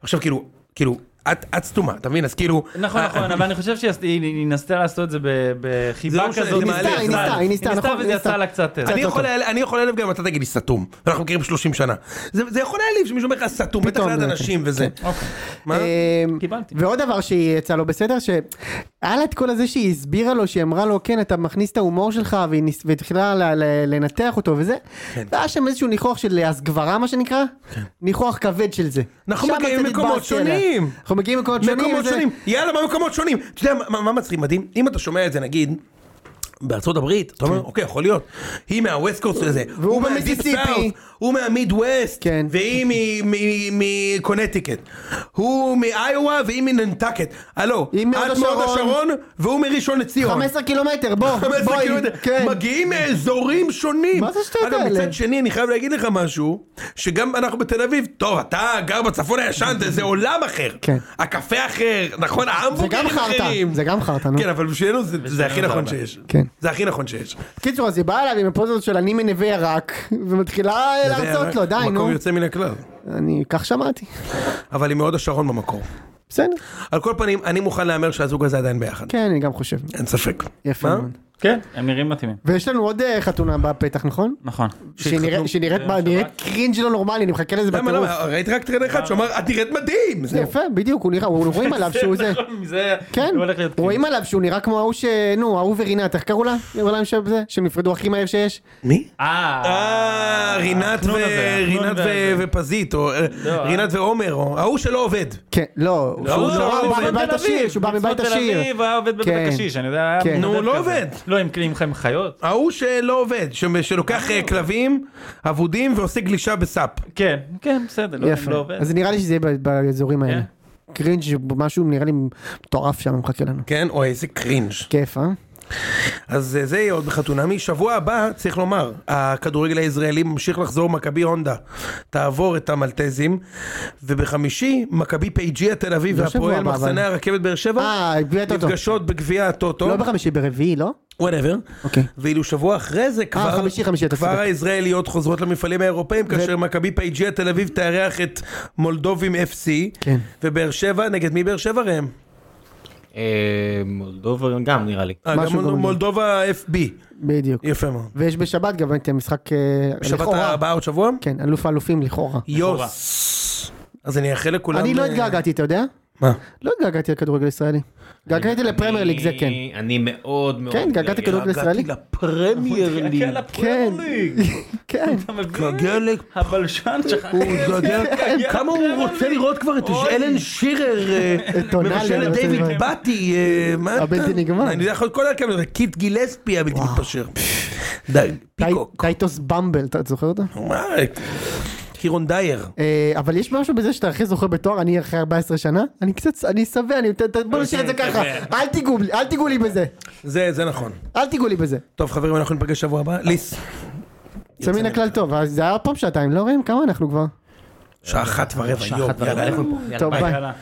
Speaker 2: עכשיו, כאילו, כאילו, את את סתומה, אתה מבין? אז כאילו...
Speaker 5: נכון,
Speaker 2: אה,
Speaker 5: נכון, אבל אני חושב שהיא היא ניסתה לעשות את זה ב-
Speaker 2: זה
Speaker 5: בחיבה
Speaker 2: לא משנה,
Speaker 5: כזאת.
Speaker 2: זה מעליב,
Speaker 5: ניסתה,
Speaker 2: זה מעליב.
Speaker 5: היא ניסתה,
Speaker 1: היא ניסתה,
Speaker 5: וזה
Speaker 1: נכון,
Speaker 5: יצא לה קצת... אה,
Speaker 1: ניסתה.
Speaker 2: אני
Speaker 1: קצת
Speaker 2: יכול
Speaker 1: אותו.
Speaker 2: להעל- אני יכול להעליב גם אם אתה תגיד לי סתום, ואנחנו מכירים 30 שנה. זה זה יכול להעליב שמישהו אומר לך סתום, בטח
Speaker 1: פתאום,
Speaker 2: ליד
Speaker 1: כן.
Speaker 2: אנשים וזה. מה?
Speaker 1: אמ,
Speaker 5: קיבלתי.
Speaker 1: ועוד דבר שהיא יצאה לא בסדר, שהיה לה את כל הזה שהיא הסבירה לו, שהיא אמרה לו, כן, אתה מכניס את ההומור שלך, והיא ניס- והתחילה ל- ל- לנתח אותו וזה,
Speaker 2: כן.
Speaker 1: והיה שם איזשהו ניחוח של הסגברה, מה שנקרא, ניחוח כבד של זה.
Speaker 2: אנחנו
Speaker 1: שם
Speaker 2: מגיעים
Speaker 1: קצת
Speaker 2: ממקומות
Speaker 1: התבאסתי עליה.
Speaker 2: שונים.
Speaker 1: אנחנו מגיעים ממקומות שונים.
Speaker 2: מקומות
Speaker 1: וזה-
Speaker 2: שונים, יאללה מה מקומות שונים, אתה יודע מה- מה מצחיק מדהים, אם אתה שומע את זה נגיד. בארצות הברית, אתה
Speaker 1: כן.
Speaker 2: אומר, אוקיי, יכול להיות. היא מהווסט קורס הזה, הוא מהדיפ
Speaker 1: במיסיסיפי.
Speaker 2: סאוף, הוא מהמיד ווסט,
Speaker 1: כן.
Speaker 2: והיא מ- מ- מקונטיקט. הוא מאיווה והיא מננטקט. הלו,
Speaker 1: היא מהוד
Speaker 2: את מהוד
Speaker 1: השרון.
Speaker 2: השרון והוא מראשון לציון.
Speaker 1: 15 קילומטר, בוא,
Speaker 2: 15
Speaker 1: בואי,
Speaker 2: קילומטר.
Speaker 1: כן.
Speaker 2: מגיעים מאזורים שונים.
Speaker 1: מה זה השטויות
Speaker 2: אגב,
Speaker 1: האלה?
Speaker 2: מצד שני, אני חייב להגיד לך משהו, שגם אנחנו בתל אביב, טוב, אתה גר בצפון הישן, זה- זה עולם אחר.
Speaker 1: כן.
Speaker 2: הקפה אחר, נכון,
Speaker 1: זה
Speaker 2: ההמבורגרים
Speaker 1: גם חרטא,
Speaker 2: אחרים.
Speaker 1: זה גם חרטא, נו.
Speaker 2: כן, אבל בשבילנו זה- זה הכי נכון שיש.
Speaker 1: כן.
Speaker 2: זה הכי נכון שיש.
Speaker 1: קיצור, אז היא באה אליו עם הפוזות של אני מנווה ירק, ומתחילה אה, להרצות לו, די, נו.
Speaker 2: מקום יוצא מן הכלל.
Speaker 1: אני, כך שמעתי.
Speaker 2: אבל היא מאוד השרון במקור.
Speaker 1: בסדר.
Speaker 2: על כל פנים, אני מוכן להמר שהזוג הזה עדיין ביחד.
Speaker 1: כן, אני גם חושב.
Speaker 2: אין ספק.
Speaker 1: יפה
Speaker 2: מה?
Speaker 1: מאוד.
Speaker 5: כן, הם נראים מתאימים.
Speaker 1: ויש לנו עוד אה, חתונה בפתח, נכון?
Speaker 5: נכון.
Speaker 1: שנראה- שנראית ב- נראית קרינג' לא נורמלי, אני מחכה לזה
Speaker 2: למה,
Speaker 1: בטירוף.
Speaker 2: למה? ראית רק טרנר אחד שאמר, את נראית מדהים! זהו.
Speaker 1: יפה, בדיוק, הוא נראה, הוא- רואים עליו שהוא זה.
Speaker 5: זה
Speaker 1: כן,
Speaker 5: נכון, הולך להיות...
Speaker 1: רואים עליו שהוא נראה כמו ההוא ש... נו, ההוא ורינת, איך קראו לה? קראו להם שם זה? שהם נפרדו הכי מהר שיש?
Speaker 2: מי?
Speaker 5: כאילו- אה,
Speaker 2: אה, רינת
Speaker 5: החנון
Speaker 2: ו-
Speaker 5: הזה, החנון
Speaker 2: רינת ו-
Speaker 5: והזה.
Speaker 2: ופזית, או אה,
Speaker 5: לא,
Speaker 2: רינת ועומר, או ההוא שלא עובד.
Speaker 1: כן, לא, שהוא
Speaker 2: הוא
Speaker 1: נורא, הוא
Speaker 2: עובד.
Speaker 1: בא מבית
Speaker 5: תל אביב,
Speaker 1: השיר, שהוא בא מבית
Speaker 5: מצפון תל
Speaker 1: השיר.
Speaker 5: אביב היה עובד בבית
Speaker 1: כן.
Speaker 5: הקשיש, אני יודע, היה
Speaker 1: כן.
Speaker 5: מתנדב
Speaker 2: נו, הוא לא
Speaker 5: כזה.
Speaker 2: עובד.
Speaker 5: לא, הם כלים חיים חיות.
Speaker 2: ההוא שלא עובד, ש- שלוקח אה, כלבים אבודים ועושה גלישה בסאפ.
Speaker 5: כן, כן, בסדר, לא, הם
Speaker 1: יפה.
Speaker 5: לא עובד.
Speaker 1: אז נראה לי שזה יהיה ב- באזורים האלה. קרינג' משהו נראה לי מטורף שם מחכה לנו.
Speaker 2: כן, אוי, איזה קרינג'.
Speaker 1: כיף, אה?
Speaker 2: אז אה, זה יהיה עוד בחתונמי. שבוע הבא, צריך לומר, הכדורגל הישראלי ממשיך לחזור, מכבי הונדה תעבור את המלטזים, ובחמישי, מכבי פייג'יה תל אביב
Speaker 1: לא שבוע
Speaker 2: והפועל
Speaker 1: הבא,
Speaker 2: מחסני
Speaker 1: אבל.
Speaker 2: הרכבת באר שבע,
Speaker 1: אה, גביע הטוטו.
Speaker 2: נפגשות בגביע הטוטו,
Speaker 1: לא בחמישי, ברביעי, לא?
Speaker 2: וואטאבר.
Speaker 1: אוקיי. אה,
Speaker 2: ואילו שבוע אחרי זה כבר,
Speaker 1: חמישי, חמישי, אתה
Speaker 2: כבר
Speaker 1: צודק.
Speaker 2: הישראליות חוזרות למפעלים האירופאים, כאשר מכבי פייג'יה תל אביב תארח את מולדובים FC,
Speaker 1: כן.
Speaker 2: ובאר שבע, נגד מי באר שבע ראם?
Speaker 4: אה, מולדובה גם נראה לי.
Speaker 2: אה, גם
Speaker 1: משהו
Speaker 2: מול-
Speaker 1: גם-
Speaker 2: מולדובה FB,
Speaker 1: בדיוק.
Speaker 2: יפה מאוד.
Speaker 1: ויש בשבת גם את המשחק אה,
Speaker 2: בשבת
Speaker 1: לכאורה.
Speaker 2: הבאה עוד שבוע?
Speaker 1: כן, אלוף האלופים לכאורה.
Speaker 2: יוס. אז אני אאחל לכולם...
Speaker 1: אני לא
Speaker 2: אה,
Speaker 1: התגעגעתי, אתה יודע?
Speaker 2: מה?
Speaker 1: לא התגעגעתי לכדורגל ישראלי. התגעגעתי לפרמייר ליג, זה כן.
Speaker 4: אני- אני מאוד מאוד...
Speaker 1: כן, התגעגעתי
Speaker 4: מתגעגע.
Speaker 1: לכדורגל ישראלי.
Speaker 2: לפרמייר ליג.
Speaker 5: כן,
Speaker 1: כן.
Speaker 5: הפועל ליג.
Speaker 1: *laughs* כן.
Speaker 5: אתה מבין?
Speaker 2: התגעגע ל-
Speaker 5: הבלשן שלך.
Speaker 2: הוא התגעגע-
Speaker 1: *laughs*
Speaker 2: כמה הוא רוצה לראות כבר את
Speaker 5: אוי.
Speaker 2: אלן שירר, אה,
Speaker 1: טונאלי, אני
Speaker 2: מבשל את
Speaker 1: רוצה
Speaker 2: דיוויד
Speaker 1: לראות.
Speaker 2: באטי, אה, מה אתה?
Speaker 1: הבלתי נגמר.
Speaker 2: אני יודע, יכול להיות כל ההרכב, הזה, קיט גילספי הבלתי מתפשר. די, פיקוק.
Speaker 1: טי- טייטוס במבל, אתה זוכר אותו?
Speaker 2: מה? קירון דייר.
Speaker 1: אה, אבל יש משהו בזה שאתה הכי זוכר בתואר, אני אחרי 14 שנה, אני קצת, אני שבע, אני- ת- ת- בוא נשאיר את זה ככה, אל תיגעו לי, אל תיגעו לי בזה,
Speaker 2: זה זה נכון.
Speaker 1: אל תיגעו לי בזה.
Speaker 2: טוב חברים, אנחנו ניפגש שבוע הבא. ליס,
Speaker 1: יוצא מן הכלל טוב, אז זה היה עוד פעם שעתיים, לא רואים כמה אנחנו כבר.
Speaker 2: שעה אחת ורבע.
Speaker 4: שעה
Speaker 2: יואו,
Speaker 4: אחת ורבע,
Speaker 2: יאללה.
Speaker 4: איפה- יאללה,
Speaker 1: טוב,
Speaker 4: ביי.
Speaker 1: ביי.
Speaker 5: יאללה.